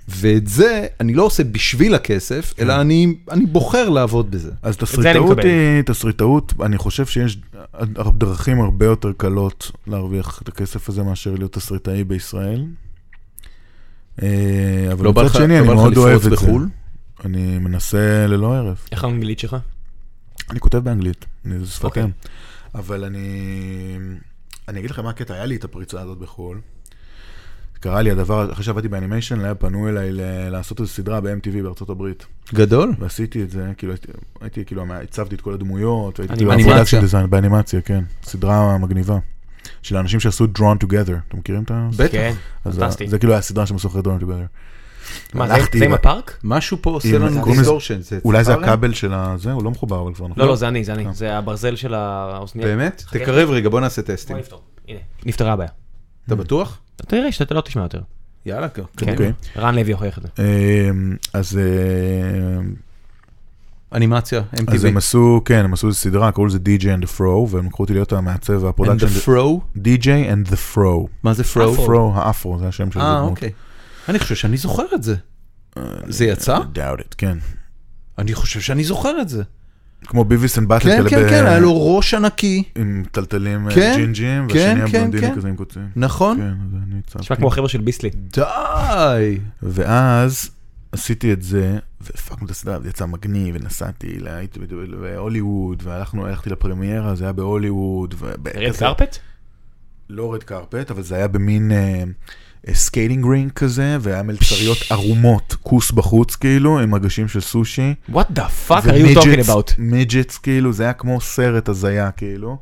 Speaker 1: ואת זה אני לא עושה בשביל הכסף, אלא אני אני בוחר לעבוד בזה.
Speaker 3: אז
Speaker 2: זה אני
Speaker 3: תסריטאות
Speaker 2: מקבל.
Speaker 3: היא, תסריטאות, אני חושב שיש דרכים הרבה יותר קלות להרוויח את הכסף הזה מאשר להיות תסריטאי בישראל. אה, אבל
Speaker 1: לא בא
Speaker 3: מצד
Speaker 1: לך-
Speaker 3: שני,
Speaker 1: לא
Speaker 3: אני
Speaker 1: בא לך
Speaker 3: מאוד אוהב
Speaker 1: לפרוץ
Speaker 3: את זה.
Speaker 1: בחו"ל?
Speaker 3: אני מנסה ללא הרף.
Speaker 2: איך האנגלית שלך?
Speaker 3: אני כותב באנגלית, אני- זה שפת
Speaker 2: אוקיי.
Speaker 3: אם. אבל אני... אני אגיד לכם מה הקטע, היה לי את הפריצה הזאת בחו"ל. קרה לי הדבר, אחרי שעבדתי באנימיישן, היה פנו אליי ל- לעשות איזו סדרה ב-MTV בארצות הברית.
Speaker 1: גדול.
Speaker 3: ועשיתי את זה, כאילו הייתי, הייתי כאילו, המ- הצבתי את כל הדמויות, והייתי
Speaker 2: אנימציה.
Speaker 1: אנימציה.
Speaker 3: דיזיין, באנימציה, כן, סדרה מגניבה. של האנשים שעשו Drawn Together, אתם מכירים את ה...
Speaker 1: בטח.
Speaker 2: כן,
Speaker 3: אז
Speaker 2: פנטסטי.
Speaker 3: זה כאילו היה הסדרה שמסוכרת Drawn Together.
Speaker 2: מה, זה-
Speaker 3: הלכתי
Speaker 2: זה עם
Speaker 3: ב-
Speaker 2: הפארק?
Speaker 1: משהו פה עושה
Speaker 3: אם-
Speaker 1: לנו
Speaker 3: קוראים לזה-
Speaker 1: דיסטורשן.
Speaker 3: אולי זה הכבל של הזה, הוא לא מחובר אבל כבר, נכון?
Speaker 2: לא, לא, זה אני, זה אני,
Speaker 3: אה.
Speaker 2: זה הברזל של האוזניה.
Speaker 1: באמת? תקרב רגע, בוא נעשה טסטים.
Speaker 2: בוא נפתור. הנה, נפתרה הבעיה.
Speaker 1: אתה בטוח?
Speaker 2: אתה תראה שאתה לא תשמע יותר.
Speaker 1: יאללה,
Speaker 2: כן.
Speaker 3: אוקיי.
Speaker 1: קדימה.
Speaker 2: רן לוי הוכיח את זה.
Speaker 3: אמ, אז אמ,
Speaker 1: אנימציה,
Speaker 3: אז
Speaker 1: MTV.
Speaker 3: הם עשו, כן, הם עשו איזו סדרה, קראו לזה DJ and the Fro, והם לקחו אותי להיות המעצב
Speaker 1: And
Speaker 3: והפרודקשן.
Speaker 1: the fro?
Speaker 3: DJ and the Fro.
Speaker 1: מה זה
Speaker 2: אפרו.
Speaker 1: fro?
Speaker 3: Fro, האפרו, זה השם של
Speaker 1: אה,
Speaker 3: הדמות.
Speaker 1: אוקיי. אני חושב שאני זוכר את זה.
Speaker 3: אה,
Speaker 1: זה יצא?
Speaker 3: I doubt it, כן.
Speaker 1: אני חושב שאני זוכר את זה.
Speaker 3: כמו ביביס אנד באטל,
Speaker 1: כן,
Speaker 3: כאלה
Speaker 1: כן,
Speaker 3: ב-
Speaker 1: כן, היה לו ראש ענקי.
Speaker 3: עם טלטלים אה,
Speaker 1: כן,
Speaker 3: ג'ינג'ים,
Speaker 1: כן,
Speaker 3: והשני
Speaker 1: כן,
Speaker 3: הבלונדיני
Speaker 1: כן.
Speaker 3: כזה עם קוצים.
Speaker 1: נכון?
Speaker 3: כן, אז אני הצעתי.
Speaker 2: נשמע כמו החבר'ה של ביסלי.
Speaker 1: די.
Speaker 3: ואז עשיתי את זה, והפקנו את הסדרה, וזה יצא מגניב, ונסעתי, ל- הייתי בד- בהוליווד, והלכנו, הלכתי לפרמיירה, זה היה בהוליווד.
Speaker 2: אריאל קרפט?
Speaker 3: לא רד קרפט, אבל זה היה במין אה, אה, סקייטינג רינק כזה, והיה מלצריות ערומות, כוס בחוץ כאילו, עם מגשים של סושי.
Speaker 2: What the fuck are you talking about?
Speaker 3: מידג'טס כאילו, זה היה כמו סרט הזיה כאילו.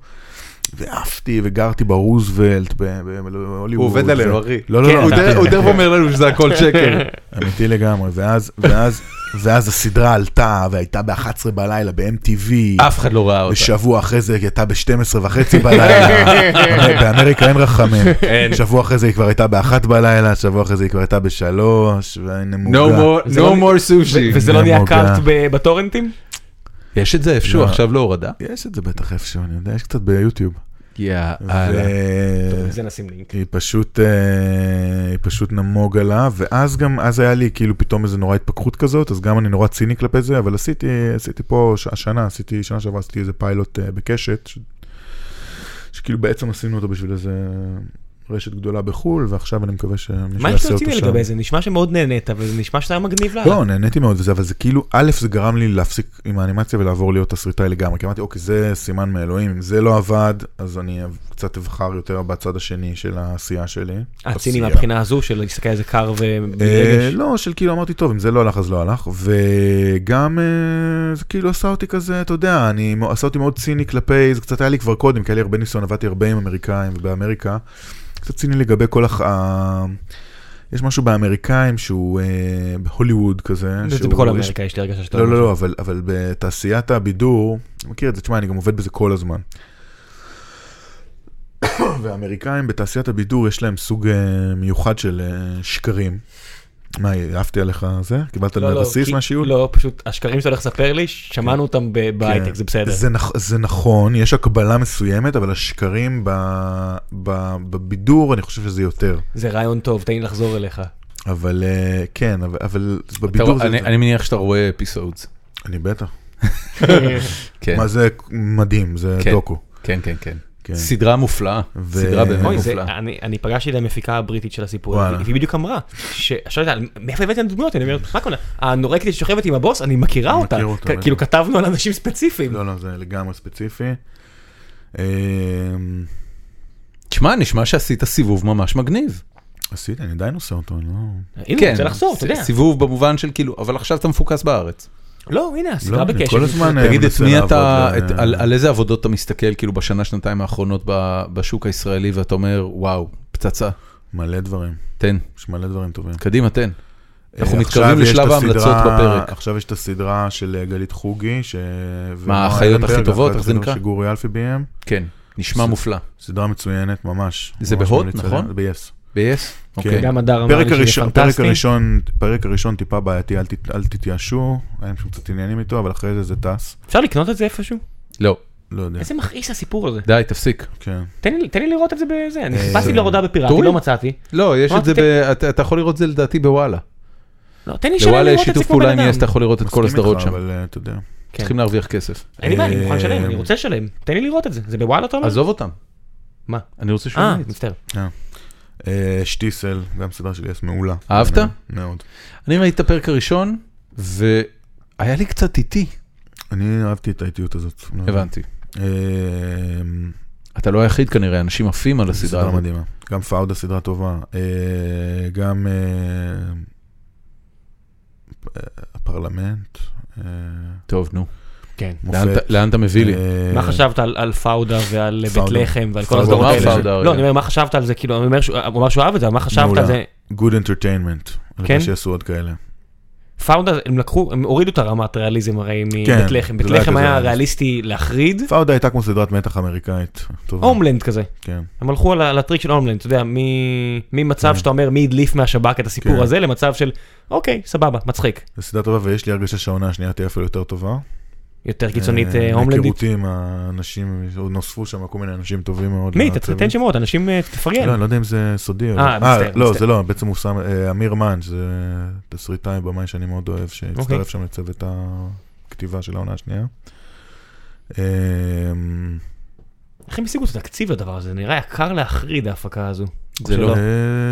Speaker 3: ועפתי וגרתי ברוזוולט, ב- ב- בהוליווד.
Speaker 1: הוא עובד עלינו,
Speaker 3: ו-
Speaker 1: אחי.
Speaker 3: לא, לא,
Speaker 2: כן,
Speaker 3: לא,
Speaker 1: הוא
Speaker 2: אתה-
Speaker 1: תכף- הוא
Speaker 3: אמיתי,
Speaker 1: תכף אומר לנו שזה הכל שקר.
Speaker 3: אמיתי לגמרי. ואז, ואז, ואז הסדרה עלתה, והייתה ב-11 בלילה ב-MTV.
Speaker 1: אף אחד לא ראה אותה.
Speaker 3: ושבוע אחרי זה היא הייתה ב-12 וחצי בלילה, הרי באמריקה אין רחמים. שבוע אחרי זה היא כבר הייתה באחת בלילה, שבוע אחרי זה היא כבר הייתה בשלוש, והנה מוגה.
Speaker 1: No more-
Speaker 2: זה לא-
Speaker 1: no more
Speaker 2: ו-
Speaker 1: sushi.
Speaker 2: וזה לא נהיה
Speaker 3: נמוגה.
Speaker 2: קארט ב- בטורנטים?
Speaker 1: יש את זה איפשהו,
Speaker 3: לא.
Speaker 1: עכשיו להורדה.
Speaker 3: יש את זה בטח איפשהו, אני יודע, יש קצת ביוטיוב.
Speaker 1: אה, יאללה.
Speaker 3: ו-
Speaker 2: זה נשים לינק.
Speaker 3: היא פשוט, אה, היא פשוט נמוג עליו, ואז גם, אז היה לי כאילו פתאום איזה נורא התפכחות כזאת, אז גם אני נורא ציני כלפי זה, אבל עשיתי, עשיתי פה, ש- השנה, עשיתי, שנה שעברה עשיתי איזה פיילוט אה, בקשת, ש... שכאילו בעצם עשינו אותו בשביל איזה רשת גדולה בחו"ל, ועכשיו אני מקווה שמישהו
Speaker 2: מה יש
Speaker 3: יעשה אותו שם.
Speaker 2: להוציא לי לגבי זה? נשמע שמאוד נהנית, אבל זה נשמע שאתה היה מגניב לאללה.
Speaker 3: לא, נהניתי מאוד וזה, אבל זה כאילו, א', זה גרם לי להפסיק עם האנימציה ולעבור להיות תסריטאי לגמרי, כי אמרתי, אוקיי, זה סימן מאלוהים, אם זה לא עבד, אז אני קצת אבחר יותר בצד השני של העשייה שלי.
Speaker 2: אה, ציני
Speaker 3: עשייה.
Speaker 2: מהבחינה הזו של להסתכל על זה קר
Speaker 3: אה,
Speaker 2: וברגש.
Speaker 3: לא, של כאילו אמרתי, טוב, אם זה לא הלך אז לא הלך, וגם אה, זה כאילו עשה אותי כזה, אתה יודע, אני מ- עשה אותי מאוד ציני כלפי, זה קצת היה לי כבר קודם, כי היה לי הרבה ניסיון, עבדתי הרבה עם אמריקאים באמריקה, קצת ציני לגבי כל הח... ה- יש משהו באמריקאים שהוא אה, בהוליווד כזה.
Speaker 2: זה
Speaker 3: לא, שהוא-
Speaker 2: בכל
Speaker 3: יש
Speaker 2: אמריקה יש לי הרגשה שאתה...
Speaker 3: לא, לא, לא, אבל, אבל בתעשיית הבידור, אני מכיר את זה, תשמע, אני גם עובד בזה כל הזמן. והאמריקאים בתעשיית הבידור יש להם סוג אה, מיוחד של אה, שקרים. מה, העפתי עליך זה? קיבלת
Speaker 2: לא, לא,
Speaker 3: לבסיס
Speaker 2: כי-
Speaker 3: מהשיעור?
Speaker 2: לא, פשוט השקרים שאתה הולך לספר לי, שמענו אותם ב- בהייטק, לא, זה בסדר.
Speaker 3: כן. זה, נכ... זה נכון, יש הקבלה מסוימת, אבל השקרים ב... ב... בבידור, אני חושב שזה יותר.
Speaker 2: זה רעיון טוב, תן לי לחזור אליך.
Speaker 3: אבל אה, כן, אבל, אבל
Speaker 1: אתה
Speaker 3: בבידור
Speaker 1: רוא-
Speaker 3: זה...
Speaker 1: אני
Speaker 3: יותר.
Speaker 1: אני מניח שאתה רואה אפיסודס.
Speaker 3: אני בטח.
Speaker 1: כן,
Speaker 3: מה זה מדהים, זה
Speaker 1: כן.
Speaker 3: דוקו.
Speaker 1: כן, כן, כן.
Speaker 3: כן.
Speaker 1: סדרה מופלאה,
Speaker 3: ו-
Speaker 1: סדרה באמת
Speaker 2: אוי, זה-
Speaker 1: מופלאה.
Speaker 2: אני אני פגשתי את המפיקה הבריטית של הסיפור,
Speaker 3: וואלה.
Speaker 2: והיא בדיוק אמרה, שעכשיו אתה יודע, מאיפה הבאתם דמויות? אני אומר, מה קורה? הנורקטית ששוכבת עם הבוס, אני מכירה
Speaker 3: אני
Speaker 2: אותה.
Speaker 3: מכיר אותה,
Speaker 2: כ-
Speaker 3: בטח.
Speaker 2: כאילו כתבנו על אנשים ספציפיים.
Speaker 3: לא, לא, זה לגמרי ספציפי. אמ,
Speaker 1: תשמע, נשמע שעשית סיבוב ממש מגניב. כן,
Speaker 3: עשיתי, אני עדיין עושה אותו, אני לא...
Speaker 2: הנה, אני רוצה כן, לחזור, אתה יודע.
Speaker 1: סיבוב במובן של כאילו, אבל עכשיו אתה מפוקס בארץ.
Speaker 2: לא, הנה,
Speaker 3: לא,
Speaker 2: הסדרה
Speaker 3: אני
Speaker 2: בקשר.
Speaker 3: כל הזמן אה,
Speaker 1: תגיד, את
Speaker 3: מנסה
Speaker 1: מי
Speaker 3: לעבוד,
Speaker 1: אתה,
Speaker 3: אה,
Speaker 1: את- על על איזה עבודות אתה מסתכל כאילו בשנה, שנתיים האחרונות ב- בשוק הישראלי, ואתה אומר, וואו, פצצה,
Speaker 3: מלא דברים,
Speaker 1: תן,
Speaker 3: יש מלא דברים טובים.
Speaker 1: קדימה, תן. אנחנו
Speaker 3: אה,
Speaker 1: מתקרבים
Speaker 3: עכשיו יש
Speaker 1: לשלב
Speaker 3: את
Speaker 1: ההמלצות
Speaker 3: הסדרה-
Speaker 1: בפרק.
Speaker 3: עכשיו יש את הסדרה של אה, גלית חוגי, ש... ונועה
Speaker 1: האחיות הכי
Speaker 3: אלנברג,
Speaker 1: טובות,
Speaker 3: האחיות
Speaker 1: איך זה
Speaker 3: הכי טובות
Speaker 1: נקרא?
Speaker 3: שגורי אלפי ביים,
Speaker 1: כן, נשמע
Speaker 3: זה-
Speaker 1: מופלא.
Speaker 3: סדרה מצוינת ממש.
Speaker 1: זה
Speaker 3: ממש
Speaker 1: בהוט,
Speaker 3: ממליץ
Speaker 1: נכון?
Speaker 3: עליה, ב-yes.
Speaker 1: ב-yes?
Speaker 3: כן.
Speaker 1: אוקיי.
Speaker 2: גם הדר אמר
Speaker 3: אה, פרק
Speaker 2: לי שזה
Speaker 3: הראשון, פרק
Speaker 2: פנטסטי.
Speaker 3: הראשון, פרק הראשון טיפה בעייתי, אל ת- אל תתייאשו, היה לי שם קצת עניינים איתו, אבל אחרי זה זה טס,
Speaker 2: אפשר לקנות את זה איפשהו?
Speaker 1: לא,
Speaker 3: לא יודע,
Speaker 2: איזה מכעיס הסיפור הזה.
Speaker 1: די, תפסיק.
Speaker 3: כן.
Speaker 2: תן לי- תן לי לראות את זה בזה. אני
Speaker 3: אה,
Speaker 2: חיפשתי
Speaker 3: זה-
Speaker 2: להורדה בפיראטי,
Speaker 1: תוריד.
Speaker 2: לא מצאתי.
Speaker 1: לא, יש
Speaker 2: מה
Speaker 1: את זה, ב...
Speaker 2: רציתי?
Speaker 1: אתה, אתה יכול לראות את זה לדעתי בוואלה.
Speaker 2: לא, תן לי שנה
Speaker 1: בוואלה יש
Speaker 2: לראות את זה
Speaker 1: שיתוף
Speaker 2: כמו
Speaker 1: פעולה
Speaker 2: בן
Speaker 1: עם
Speaker 2: אדם.
Speaker 1: יס, אתה יכול לראות את
Speaker 3: מסכים
Speaker 1: כל
Speaker 3: איתך,
Speaker 1: הסדרות שם.
Speaker 3: אבל אה, אתה יודע.
Speaker 2: כן.
Speaker 1: צריכים להרוויח כסף.
Speaker 2: אין לי בעיה, אני מוכן לשלם,
Speaker 3: אה,
Speaker 2: אני רוצה לשלם. תן לי לראות את זה. זה בוואלה אתה אומר?
Speaker 1: עזוב אותם,
Speaker 2: מה?
Speaker 1: אני רוצה שהוא
Speaker 2: אה,
Speaker 1: ימליץ.
Speaker 2: מצטער.
Speaker 3: אה, שטיסל, גם סדרה של יס מעולה.
Speaker 1: אהבת?
Speaker 3: אה, מאוד.
Speaker 1: אני ראיתי את הפרק הראשון, והיה לי קצת איטי,
Speaker 3: Mm. אני אהבתי את האיטיות הזאת. לא
Speaker 1: הבנתי.
Speaker 3: אה,
Speaker 1: אתה לא היחיד כנראה, אנשים עפים על הסדרה
Speaker 3: סדרה
Speaker 1: הזאת.
Speaker 3: מדהימה. גם פאודה סדרה טובה. אה, גם אה, הפרלמנט. אה,
Speaker 1: טוב, נו.
Speaker 2: כן.
Speaker 3: מופת.
Speaker 1: לאן אתה- לאן אתה מביא לי?
Speaker 3: אה,
Speaker 2: מה חשבת על, על פאודה ועל בית
Speaker 3: פאודה.
Speaker 2: לחם ועל כל
Speaker 3: פאודה.
Speaker 2: הסדרות
Speaker 3: הוא אמר
Speaker 2: האלה?
Speaker 1: פאודה
Speaker 2: לא,
Speaker 1: הרגע.
Speaker 2: אני אומר, מה חשבת על זה? כאילו, אני אומר שהוא- הוא אמר שהוא אהב את זה, אבל מה חשבת על
Speaker 3: מעולה.
Speaker 2: זה?
Speaker 3: Good entertainment.
Speaker 2: כן?
Speaker 3: כן? שיעשו עוד כאלה.
Speaker 2: פאודה, הם לקחו, הם הורידו את הרמת ריאליזם הרי מבית
Speaker 3: כן,
Speaker 2: לחם.
Speaker 3: זה
Speaker 2: בית
Speaker 3: לא היה
Speaker 2: לחם
Speaker 3: כזה-
Speaker 2: היה ריאליסטי להחריד,
Speaker 3: פאודה הייתה כמו סדרת מתח אמריקאית. טובה.
Speaker 2: הומלנד כזה.
Speaker 3: כן.
Speaker 2: הם הלכו על, ה- על הטריק של הומלנד, אתה יודע, מ- ממצב שאתה אומר מי הדליף מהשב"כ את הסיפור
Speaker 3: כן.
Speaker 2: הזה, למצב של אוקיי, סבבה, מצחיק.
Speaker 3: זו סדרה טובה ויש לי הרגשה שהעונה השנייה תהיה אפילו יותר טובה.
Speaker 2: יותר קיצונית אה,
Speaker 3: אה,
Speaker 2: הומלנדית.
Speaker 3: מהיכרותי עם האנשים, עוד נוספו שם כל מיני אנשים טובים מאוד.
Speaker 2: מי?
Speaker 3: מהצוות.
Speaker 2: תתן שמות, אנשים אה, תפרגן.
Speaker 3: לא, אני לא יודע אם זה סודי. או לא.
Speaker 2: אה, מצטער,
Speaker 3: לא,
Speaker 2: מצטער.
Speaker 3: זה לא, בעצם הוא שם, אה, אמיר מן, שזה תסריטאי במאי שאני מאוד אוהב,
Speaker 2: אוקיי.
Speaker 3: שהצטרף שם לצוות הכתיבה של העונה השנייה. אמ, אה,
Speaker 2: איך הם השיגו את התקציב לדבר הזה? זה נראה יקר להחריד ההפקה הזו.
Speaker 1: זה לא.
Speaker 3: אה,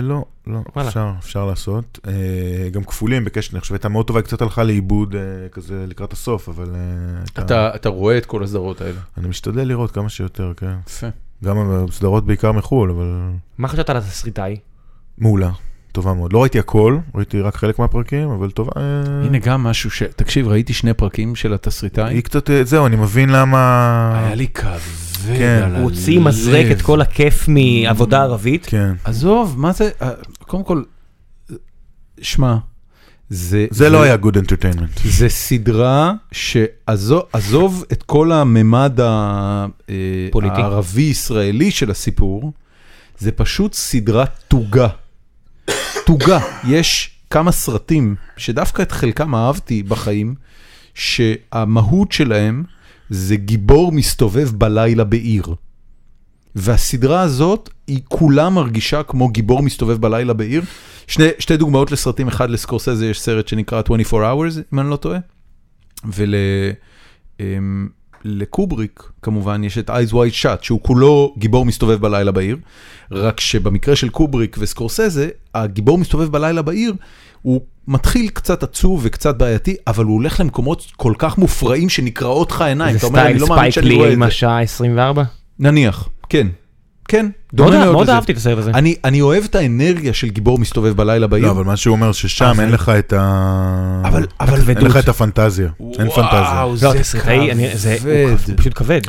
Speaker 3: לא, לא,
Speaker 2: וואלה.
Speaker 3: אפשר, אפשר לעשות. אה, גם כפולים בקשת, אני חושב, הייתה מאוד טובה, היא קצת הלכה לאיבוד אה, כזה לקראת הסוף, אבל אה, הייתה-
Speaker 1: אתה- אתה רואה את כל הסדרות האלה.
Speaker 3: אני משתדל לראות כמה שיותר, כן.
Speaker 1: יפה.
Speaker 3: גם אה, סדרות בעיקר מחו"ל, אבל
Speaker 2: מה חשבת על התסריטאי?
Speaker 3: מעולה, טובה מאוד. לא ראיתי הכל, ראיתי רק חלק מהפרקים, אבל טובה. אה,
Speaker 1: הנה גם משהו ש... תקשיב, ראיתי שני פרקים של התסריטאי.
Speaker 3: היא קצת, אה, זהו, אני מבין למה...
Speaker 1: היה לי כבד
Speaker 3: כן.
Speaker 1: על הלב.
Speaker 2: הוא הוציא מזרק את כל הכיף מעבודה ערבית.
Speaker 3: כן.
Speaker 1: עזוב, מה זה... אה, קודם כל, שמע, זה...
Speaker 3: זה לא היה Good Entertainment.
Speaker 1: זה סדרה שעזוב עזוב את כל הממד ה- אה,
Speaker 2: פוליטי.
Speaker 1: הערבי-ישראלי של הסיפור, זה פשוט סדרת תוגה. תוגה. יש כמה סרטים שדווקא את חלקם אהבתי בחיים, שהמהות שלהם זה גיבור מסתובב בלילה בעיר. והסדרה הזאת, היא כולה מרגישה כמו גיבור מסתובב בלילה בעיר. שני, שתי דוגמאות לסרטים, אחד לסקורסזה יש סרט שנקרא 24 Hours, אם אני לא טועה, ולשני לקובריק, כמובן, יש את Eyes Wide Shut, שהוא כולו גיבור מסתובב בלילה בעיר, רק שבמקרה של קובריק וסקורסזה, הגיבור מסתובב בלילה בעיר, הוא מתחיל קצת עצוב וקצת בעייתי, אבל הוא הולך למקומות כל כך מופרעים שנקרעות לך העיניים.
Speaker 4: זה
Speaker 1: אתה אומר, אני
Speaker 4: סטייל
Speaker 1: לא מאמין
Speaker 4: ספייק
Speaker 1: שאני רואה
Speaker 4: לי
Speaker 1: את
Speaker 4: עם
Speaker 1: זה.
Speaker 4: השעה 24?
Speaker 1: נניח, כן. כן,
Speaker 3: לא
Speaker 1: דומה
Speaker 2: מאוד
Speaker 1: מאוד
Speaker 2: מאוד
Speaker 1: לזה.
Speaker 2: אהבתי את הסרט הזה.
Speaker 1: אני, אני אוהב את האנרגיה של גיבור מסתובב בלילה בעיר,
Speaker 3: לא, אבל מה שהוא אומר ששם אין לך את ה...
Speaker 1: אה, אבל, אבל,
Speaker 3: אין לך את הפנטזיה, אין פנטזיה.
Speaker 1: וואו,
Speaker 2: לא,
Speaker 1: זה
Speaker 2: זה סרטאי, אני- זה הוא כבד,
Speaker 1: כבד.
Speaker 2: הוא פשוט כבד.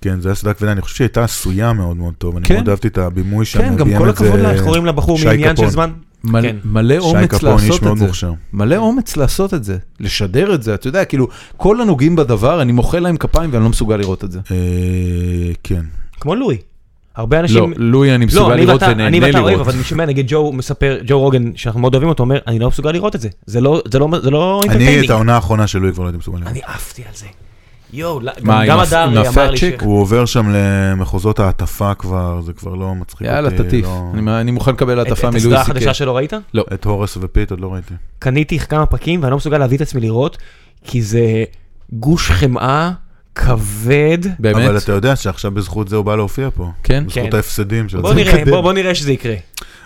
Speaker 3: כן, זה היה סדרה כבדה, אני חושב שהיא הייתה עשויה מאוד מאוד טוב, אני
Speaker 1: כן.
Speaker 3: מאוד אהבתי את הבימוי שם.
Speaker 1: כן, גם
Speaker 3: ביים
Speaker 1: כל
Speaker 3: את זה-
Speaker 1: הכבוד
Speaker 2: איך קוראים לבחור
Speaker 3: שי
Speaker 2: מעניין של
Speaker 3: קפון.
Speaker 2: זמן?
Speaker 1: מל,
Speaker 2: כן.
Speaker 1: מלא
Speaker 3: שי
Speaker 1: אומץ
Speaker 3: קפון, איש
Speaker 1: לעשות
Speaker 3: מאוד
Speaker 1: את זה.
Speaker 3: מוכשר.
Speaker 1: מלא אומץ לעשות את זה, לשדר את זה, אתה יודע, כאילו, כל הנוגעים בדבר, אני מוחא להם כפיים ואני לא מסוגל לראות את זה.
Speaker 3: אה, כן.
Speaker 2: כמו לואי. הרבה
Speaker 1: לא,
Speaker 2: אנשים...
Speaker 1: לואי, אני מסוגל
Speaker 2: אני
Speaker 1: לראות
Speaker 2: ואתה- אני
Speaker 1: ונהנה
Speaker 2: ואתה אוהב,
Speaker 1: לראות.
Speaker 2: אבל אני שומע, נגיד ג'ו מספר, ג'ו רוגן, שאנחנו מאוד אוהבים אותו, אומר, אני לא מסוגל לראות את זה. זה לא, זה לא, זה לא
Speaker 3: אני
Speaker 2: entertaining."
Speaker 3: את העונה האחרונה של לואי כבר לא הייתי מסוגל לראות.
Speaker 2: אני עפתי על זה. יואו, לא-
Speaker 1: מה,
Speaker 2: גם
Speaker 1: עם
Speaker 2: הדר
Speaker 1: הפ- עם
Speaker 2: אמר
Speaker 1: הפאט
Speaker 2: לי ש...
Speaker 1: צ'יק?
Speaker 3: הוא עובר שם למחוזות העטפה כבר, זה כבר לא מצחיק אותי.
Speaker 1: יאללה, תטיף.
Speaker 3: לא-
Speaker 1: אני- אני מוכן לקבל
Speaker 2: את-
Speaker 1: הטפה
Speaker 2: את
Speaker 1: מלואי
Speaker 2: הסדרה
Speaker 1: סי.קיי.
Speaker 2: החדשה שלו ראית?
Speaker 3: את הורס ופיט עוד לא ראיתי.
Speaker 2: קניתי כמה פרקים ואני לא מסוגל להביא את עצמי לראות, כי זה גוש חמאה כבד.
Speaker 3: אבל
Speaker 1: באמת?
Speaker 3: אתה יודע שעכשיו בזכות זה הוא בא להופיע פה.
Speaker 1: כן?
Speaker 3: בזכות
Speaker 2: כן.
Speaker 3: ההפסדים של
Speaker 2: בוא נראה, בוא- בוא נראה שזה יקרה.
Speaker 3: אתם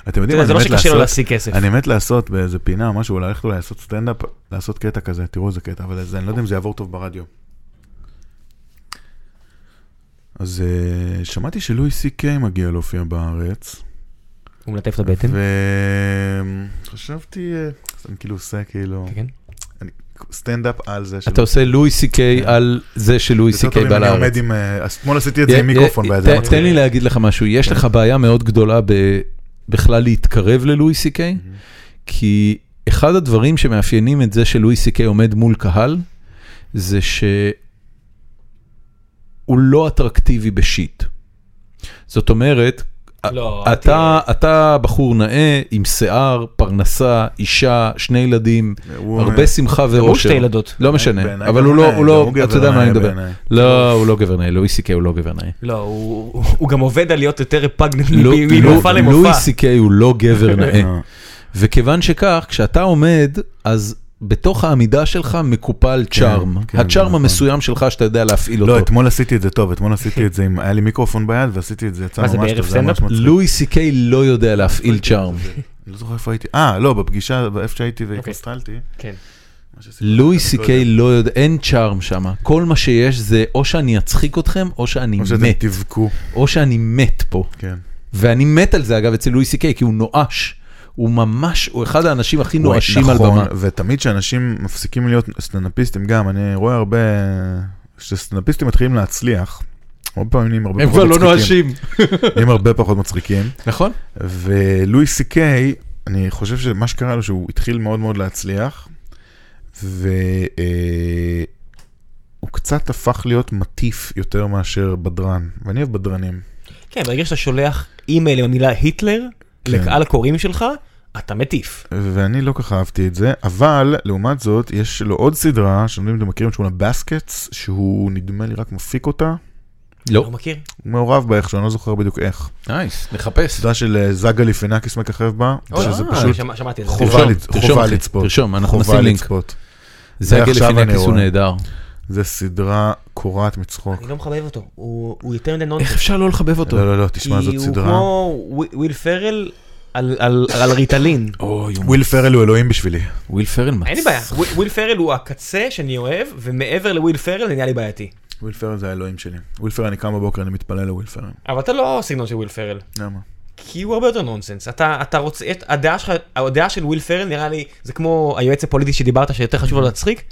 Speaker 2: אתה
Speaker 3: יודעים,
Speaker 2: יודע, זה לא
Speaker 3: אני מת
Speaker 2: שקשה לו
Speaker 3: לעשות,
Speaker 2: להשיג כסף.
Speaker 3: אני מת לעשות באיזה פינה או משהו, אולי ללכת אולי לעשות סטנדאפ, לעשות קטע כזה, תראו איזה קטע, אבל זה, אני לא יודע אם זה יעבור טוב ברדיו. אז אה, שמעתי שלואי סי קיי מגיע להופיע בארץ,
Speaker 2: הוא מלטף את הבטן.
Speaker 3: וחשבתי, אה, אז אני כאילו עושה כאילו
Speaker 2: כן.
Speaker 3: סטנדאפ על זה.
Speaker 1: אתה עושה לואי סי.קיי
Speaker 3: כן.
Speaker 1: על זה שלואי סי.קיי בא
Speaker 3: אני
Speaker 1: לארץ.
Speaker 3: עומד עם, אה, אז אתמול עשיתי את זה
Speaker 1: יה-
Speaker 3: עם מיקרופון,
Speaker 1: יה-
Speaker 3: והיה זה
Speaker 1: ת-
Speaker 3: מצחיק.
Speaker 1: תן לי להגיד לך משהו, יש לך בעיה מאוד גדולה ב- בכלל להתקרב ללואי סי.קיי,
Speaker 3: Mm-hmm.
Speaker 1: כי אחד הדברים שמאפיינים את זה שלואי סי.קיי עומד מול קהל, זה שהוא לא אטרקטיבי בשיט. זאת אומרת,
Speaker 2: לא,
Speaker 1: אה, אתה, אתה בחור נאה עם שיער, פרנסה, אישה, שני ילדים,
Speaker 3: הוא,
Speaker 1: הרבה
Speaker 3: אה,
Speaker 1: שמחה
Speaker 2: הוא
Speaker 1: ואושר.
Speaker 2: שתי ילדות.
Speaker 1: לא משנה,
Speaker 3: בעיניי
Speaker 1: אבל
Speaker 3: גם
Speaker 1: הוא לא,
Speaker 3: נאה,
Speaker 1: הוא
Speaker 3: גם
Speaker 1: לא,
Speaker 3: הוא גבר
Speaker 1: אתה יודע
Speaker 3: נאה
Speaker 1: מה אני מדבר.
Speaker 3: בעיניי.
Speaker 1: לא, הוא לא גבר נאה, לואי סי.קיי הוא לא גבר נאה.
Speaker 2: לא, הוא הוא- הוא גם עובד על להיות יותר פגנט
Speaker 1: לו- לו-
Speaker 2: ממופע למופע.
Speaker 1: לא, לואי סי.קיי הוא לא גבר נאה.
Speaker 3: אה.
Speaker 1: וכיוון שכך, כשאתה עומד, אז בתוך העמידה שלך מקופל צ'ארם.
Speaker 3: כן,
Speaker 1: הצ'ארם
Speaker 3: נכון.
Speaker 1: המסוים שלך שאתה יודע להפעיל
Speaker 3: לא,
Speaker 1: אותו.
Speaker 3: אתמול עשיתי את זה טוב, אתמול עשיתי את זה עם, היה לי מיקרופון ביד ועשיתי את זה, יצא
Speaker 2: מה,
Speaker 3: ממש
Speaker 2: זה
Speaker 3: טוב,
Speaker 2: בערב
Speaker 3: היה ממש
Speaker 2: סטנדאפ?
Speaker 3: מצחיק.
Speaker 1: לואי סי.קיי לא יודע להפעיל צ'ארם.
Speaker 3: אני לא זוכר איפה הייתי, אה, לא, בפגישה, איפה שהייתי
Speaker 2: אוקיי.
Speaker 3: והתפסטלתי.
Speaker 2: כן.
Speaker 3: מה שעשיתי-
Speaker 1: לואי
Speaker 3: אני לא יודע.
Speaker 1: סי.קיי לא יודע, אין צ'ארם שם. כל מה שיש זה או שאני אצחיק אתכם, או שאני
Speaker 3: או שאתם
Speaker 1: מת.
Speaker 3: תבכו,
Speaker 1: או שאני מת פה.
Speaker 3: כן.
Speaker 1: ואני מת על זה, אגב, אצל לואי סי.קיי, כי הוא נואש. הוא ממש, הוא אחד האנשים הכי נואשים על
Speaker 3: נכון,
Speaker 1: במה.
Speaker 3: ותמיד כשאנשים מפסיקים להיות סטנדאפיסטים גם, אני רואה הרבה, כשסטנדאפיסטים מתחילים להצליח, הרבה פעמים נהיים הרבה
Speaker 1: הם
Speaker 3: פחות
Speaker 1: כבר לא
Speaker 3: מצחיקים.
Speaker 1: נואשים.
Speaker 3: נהיים הרבה פחות מצחיקים.
Speaker 1: נכון?
Speaker 3: ולואי סי קיי, אני חושב שמה שקרה לו שהוא התחיל מאוד מאוד להצליח, והוא קצת הפך להיות מטיף יותר מאשר בדרן, ואני אוהב בדרנים.
Speaker 2: כן, ברגע שאתה שולח אימייל עם המילה היטלר
Speaker 3: כן.
Speaker 2: לקהל הקוראים שלך, אתה מטיף.
Speaker 3: ואני לא ככה אהבתי את זה, אבל לעומת זאת, יש לו עוד סדרה, שאני לא יודע אם אתם מכירים, שקוראים לה בסקטס, שהוא נדמה לי רק מפיק אותה,
Speaker 1: לא.
Speaker 2: לא מכיר?
Speaker 3: הוא מעורב בה איכשהו, אני לא זוכר בדיוק איך.
Speaker 1: נייס, נחפש.
Speaker 3: סדרה של אה, זאגה ליפינקיס מככב בה, שזה פשוט
Speaker 2: אה, שמע- שמעתי את זה.
Speaker 3: חובה
Speaker 1: תרשום,
Speaker 3: לצ-
Speaker 1: תרשום,
Speaker 3: חובה
Speaker 1: אחי,
Speaker 3: לצפות.
Speaker 1: תרשום, אנחנו
Speaker 3: חובה
Speaker 1: נשים לינק.
Speaker 3: לצפות.
Speaker 1: זה הגיל
Speaker 3: ועכשיו
Speaker 1: לפני
Speaker 3: אני
Speaker 1: הכיס הוא
Speaker 3: רואה.
Speaker 1: נהדר.
Speaker 3: זה סדרה קורעת מצחוק.
Speaker 2: אני לא מחבב אותו, הוא הוא יותר מדי
Speaker 1: איך
Speaker 2: נונסנס.
Speaker 1: אפשר לא לחבב אותו?
Speaker 3: לא, לא, לא, תשמע, זאת
Speaker 2: כי הוא
Speaker 3: סדרה.
Speaker 2: כמו ווי- וויל פרל על- על על ריטלין.
Speaker 1: אוי, הוא-
Speaker 3: וויל פרל הוא אלוהים בשבילי.
Speaker 1: וויל פרן מצ...
Speaker 2: אין לי בעיה, וו- וויל פרל הוא הקצה שאני אוהב, ומעבר לוויל פרל זה נהיה לי בעייתי.
Speaker 3: וויל פרל זה האלוהים שלי. וויל פרל, אני קם בבוקר, אני מתפלל לוויל פרל.
Speaker 2: אבל אתה לא הסגנון של וויל פרל,
Speaker 3: למה?
Speaker 2: כי הוא הרבה יותר נונסנס. אתה אתה רוצה, את- הדעה שלך, הדעה של וויל פרל נראה לי, זה כמו היועץ הפוליטי שדיברת שיותר חשוב
Speaker 1: Mm-hmm.
Speaker 2: לו להצחיק,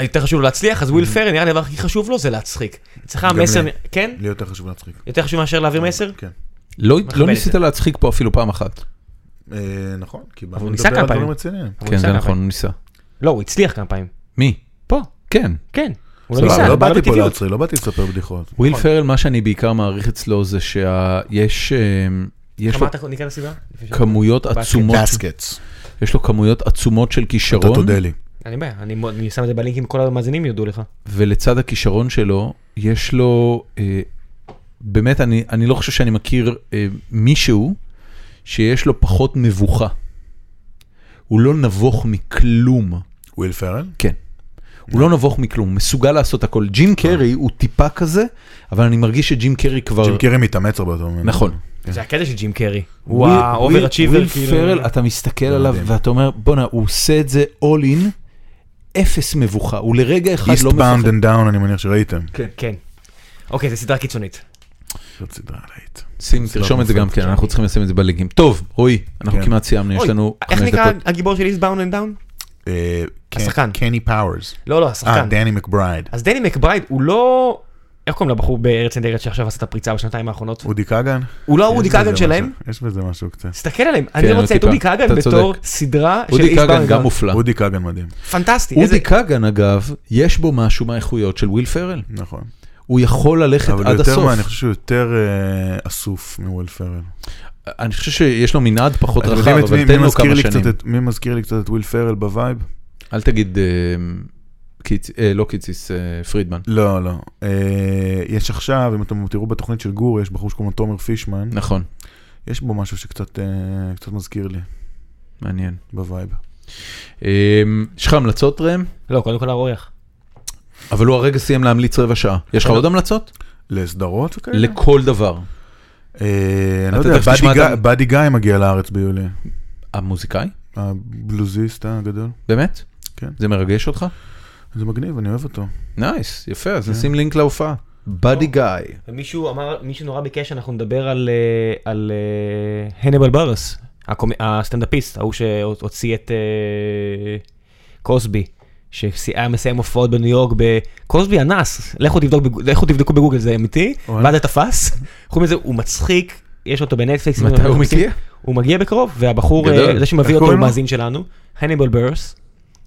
Speaker 2: יותר חשוב לו להצליח, אז וויל פרל נראה לי הדבר הכי חוב לו זה להצחיק. אצלך המסר,
Speaker 3: לי.
Speaker 2: כן?
Speaker 3: לי יותר חשוב להצחיק.
Speaker 2: יותר חשוב מאשר להעביר מסר?
Speaker 3: כן.
Speaker 1: לא
Speaker 2: מכבד
Speaker 1: לא
Speaker 2: את
Speaker 1: ניסית
Speaker 2: זה.
Speaker 1: להצחיק פה אפילו פעם אחת.
Speaker 3: אה, נכון, כי באנו
Speaker 2: הוא ניסה
Speaker 3: לדבר
Speaker 2: כמה
Speaker 3: על דברים
Speaker 2: פעמים.
Speaker 3: רציניים.
Speaker 2: אבל הוא
Speaker 1: כן,
Speaker 2: ניסה
Speaker 1: זה
Speaker 2: כמה
Speaker 1: נכון, הוא ניסה.
Speaker 2: פעמים. לא, הוא הצליח כמה פעמים.
Speaker 1: מי?
Speaker 2: פה,
Speaker 1: כן.
Speaker 2: כן. הוא לא
Speaker 3: סבבה,
Speaker 2: ניסה,
Speaker 3: לא
Speaker 2: הוא בא
Speaker 3: באתי פה
Speaker 2: בטבעיות.
Speaker 3: להצחיק, לא באתי לספר בדיחות.
Speaker 1: וויל פרל, מה שאני בעיקר מעריך אצלו זה שיש... יש לו
Speaker 2: שמעת נקרא לסדרה? לפני ש-
Speaker 1: כמויות
Speaker 2: בסקט.
Speaker 1: עצומות,
Speaker 3: בסקטס.
Speaker 1: יש לו כמויות עצומות של
Speaker 3: אתה
Speaker 1: כישרון,
Speaker 3: תודה לי.
Speaker 2: אין לי בעיה, אני מאוד- אני שם את זה בלינקים, כל המאזינים יודו לך.
Speaker 1: ולצד הכישרון שלו, יש לו, אה, באמת, אני, אני לא חושב שאני מכיר אה, מישהו שיש לו פחות מבוכה. הוא לא נבוך מכלום.
Speaker 2: אה.
Speaker 3: וויל פרל?
Speaker 1: הוא לא נבוך מכלום, הוא מסוגל לעשות הכל. ג'ים
Speaker 3: אה.
Speaker 1: קרי הוא טיפה כזה, אבל אני מרגיש שג'ים קרי כבר...
Speaker 3: ג'ים קרי מתאמץ הרבה יותר ממנו.
Speaker 1: נכון.
Speaker 2: זה הקטע של ג'ים קרי. כאילו. הוא האובר אצ'יבר,
Speaker 1: וויל פרל, אתה מסתכל עליו
Speaker 3: מדהים.
Speaker 1: ואתה אומר, בואנה, הוא עושה את זה all in, אפס מבוכה, הוא לרגע אחד
Speaker 3: East
Speaker 1: לא
Speaker 3: Bound
Speaker 1: מפחד.
Speaker 3: and Down, אני מניח שראיתם.
Speaker 2: כן. אוקיי, זו סדרה קיצונית.
Speaker 3: זאת סדרה עילאית.
Speaker 1: שים, תרשום את זה גם כן, אנחנו צריכים לשים את זה בלינקים. טוב, רועי, אנחנו
Speaker 3: כן.
Speaker 1: כמעט סיימנו, יש
Speaker 2: אוי,
Speaker 1: לנו
Speaker 2: איך
Speaker 1: חמש
Speaker 2: נקרא
Speaker 1: דקות.
Speaker 2: הגיבור של איסט באונד אנד דאון?
Speaker 3: אה,
Speaker 2: השחקן.
Speaker 3: קני פאוורס.
Speaker 2: לא, לא,
Speaker 3: אה,
Speaker 2: השחקן.
Speaker 3: דני מקברייד.
Speaker 2: אז דני מקברייד הוא לא... איך קוראים לבחור בארץ נהדרת שעכשיו עשה את הפריצה בשנתיים האחרונות?
Speaker 3: אודי כגן?
Speaker 2: הוא
Speaker 1: כן,
Speaker 2: לא
Speaker 3: יש
Speaker 2: אודי
Speaker 3: בזה
Speaker 2: כגן שלהם?
Speaker 3: משהו- יש בזה משהו קצת.
Speaker 2: תסתכל עליהם, אני
Speaker 1: הוא
Speaker 2: רוצה את
Speaker 1: טיפה.
Speaker 2: אודי כגן
Speaker 1: אתה
Speaker 2: בתור
Speaker 1: צודק.
Speaker 2: סדרה של
Speaker 1: אודי
Speaker 2: איסט
Speaker 1: כגן
Speaker 2: באונד
Speaker 1: גם
Speaker 2: אנד
Speaker 1: מופלא.
Speaker 3: אודי כגן מדהים.
Speaker 2: פנטסטי. איזה-
Speaker 1: אודי כגן, אגב, יש בו משהו מהאיכויות של וויל פרל.
Speaker 3: נכון.
Speaker 1: הוא יכול ללכת
Speaker 3: אבל
Speaker 1: עד
Speaker 3: יותר
Speaker 1: הסוף.
Speaker 3: מה, אני חושב שהוא יותר אה, אסוף מוול פרל.
Speaker 1: אני חושב שיש לו מנעד פחות
Speaker 3: אתם
Speaker 1: רחב,
Speaker 3: יודעים את מי-
Speaker 1: אבל
Speaker 3: מי
Speaker 1: תן לו
Speaker 3: מזכיר
Speaker 1: כמה
Speaker 3: לי
Speaker 1: שנים.
Speaker 3: קצת את- מי מזכיר לי קצת את וויל פרל בווייב?
Speaker 1: אל תגיד, אה, קיצ- אה, לא קיציס, אה, פרידמן.
Speaker 3: לא, לא. אה, יש עכשיו, אם אתם תראו בתוכנית של גור, יש בחור שקוראים לו תומר פישמן.
Speaker 1: נכון,
Speaker 3: יש בו משהו שקצת אה, קצת מזכיר לי
Speaker 1: מעניין.
Speaker 3: בווייב.
Speaker 1: אה, יש לך המלצות ראם?
Speaker 2: לא, קודם כל הרוח.
Speaker 1: אבל הוא הרגע סיים להמליץ רבע שעה. יש לך
Speaker 2: לא.
Speaker 1: עוד המלצות?
Speaker 3: לסדרות וכאלה?
Speaker 1: לכל דבר.
Speaker 3: אה, אני
Speaker 1: אתה
Speaker 3: לא יודע,
Speaker 1: תכף תשמע
Speaker 3: באדי
Speaker 1: את
Speaker 3: גיא-
Speaker 1: ה-
Speaker 3: באדי גיא מגיע לארץ ביולי.
Speaker 1: המוזיקאי?
Speaker 3: הבלוזיסט הגדול.
Speaker 1: באמת?
Speaker 3: כן.
Speaker 1: זה מרגש אותך?
Speaker 3: זה מגניב, אני אוהב אותו.
Speaker 1: נייס, יפה, אז נשים לינק להופעה. בדי גאי.
Speaker 2: ומישהו אמר, מישהו נורא ביקש שאנחנו נדבר על, אה, על אה, הנבל ברס, הקומ... הסטנדאפיסט, ההוא שהוציא את אה, קוסבי, שהיה מסיים הופעות בניו יורק בקוסבי אנס, לכו, תבדוק, בגו- לכו תבדקו בגוגל זה אמיתי,
Speaker 3: אוי.
Speaker 2: ואז זה תפס, חוץ מזה הוא מצחיק, יש אותו בנטפליקס,
Speaker 1: מתי
Speaker 2: אם אתם
Speaker 1: הוא
Speaker 2: רוצים-
Speaker 1: מגיע?
Speaker 2: הוא מגיע בקרוב, והבחור,
Speaker 1: גדול.
Speaker 2: אה, זה
Speaker 3: איך
Speaker 2: שמביא אותו הוא
Speaker 3: קוראים לו?
Speaker 2: מאזין שלנו, הניבל ברס,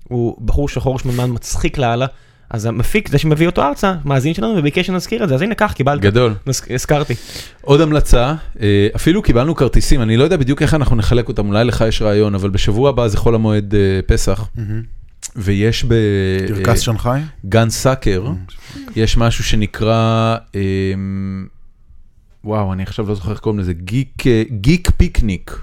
Speaker 2: הוא בחור שחור שמנמן מצחיק לאללה, אז המפיק, זה שמביא אותו ארצה, מאזין שלנו, וביקש שנזכיר את זה, אז הנה, קח, קיבלת.
Speaker 1: גדול.
Speaker 2: נזכ- הזכרתי.
Speaker 1: עוד המלצה, אה, אפילו קיבלנו כרטיסים, אני לא יודע בדיוק איך אנחנו נחלק אותם, אולי לך יש רעיון, אבל בשבוע הבא זה חול המועד אה, פסח, ויש ב... אה,
Speaker 3: קרקס שנגחאי?
Speaker 1: גן סאקר,
Speaker 3: Mm.
Speaker 1: יש משהו שנקרא, אמ, וואו, אני עכשיו לא זוכר איך קוראים לזה, גיק, אה, גיק פיקניק.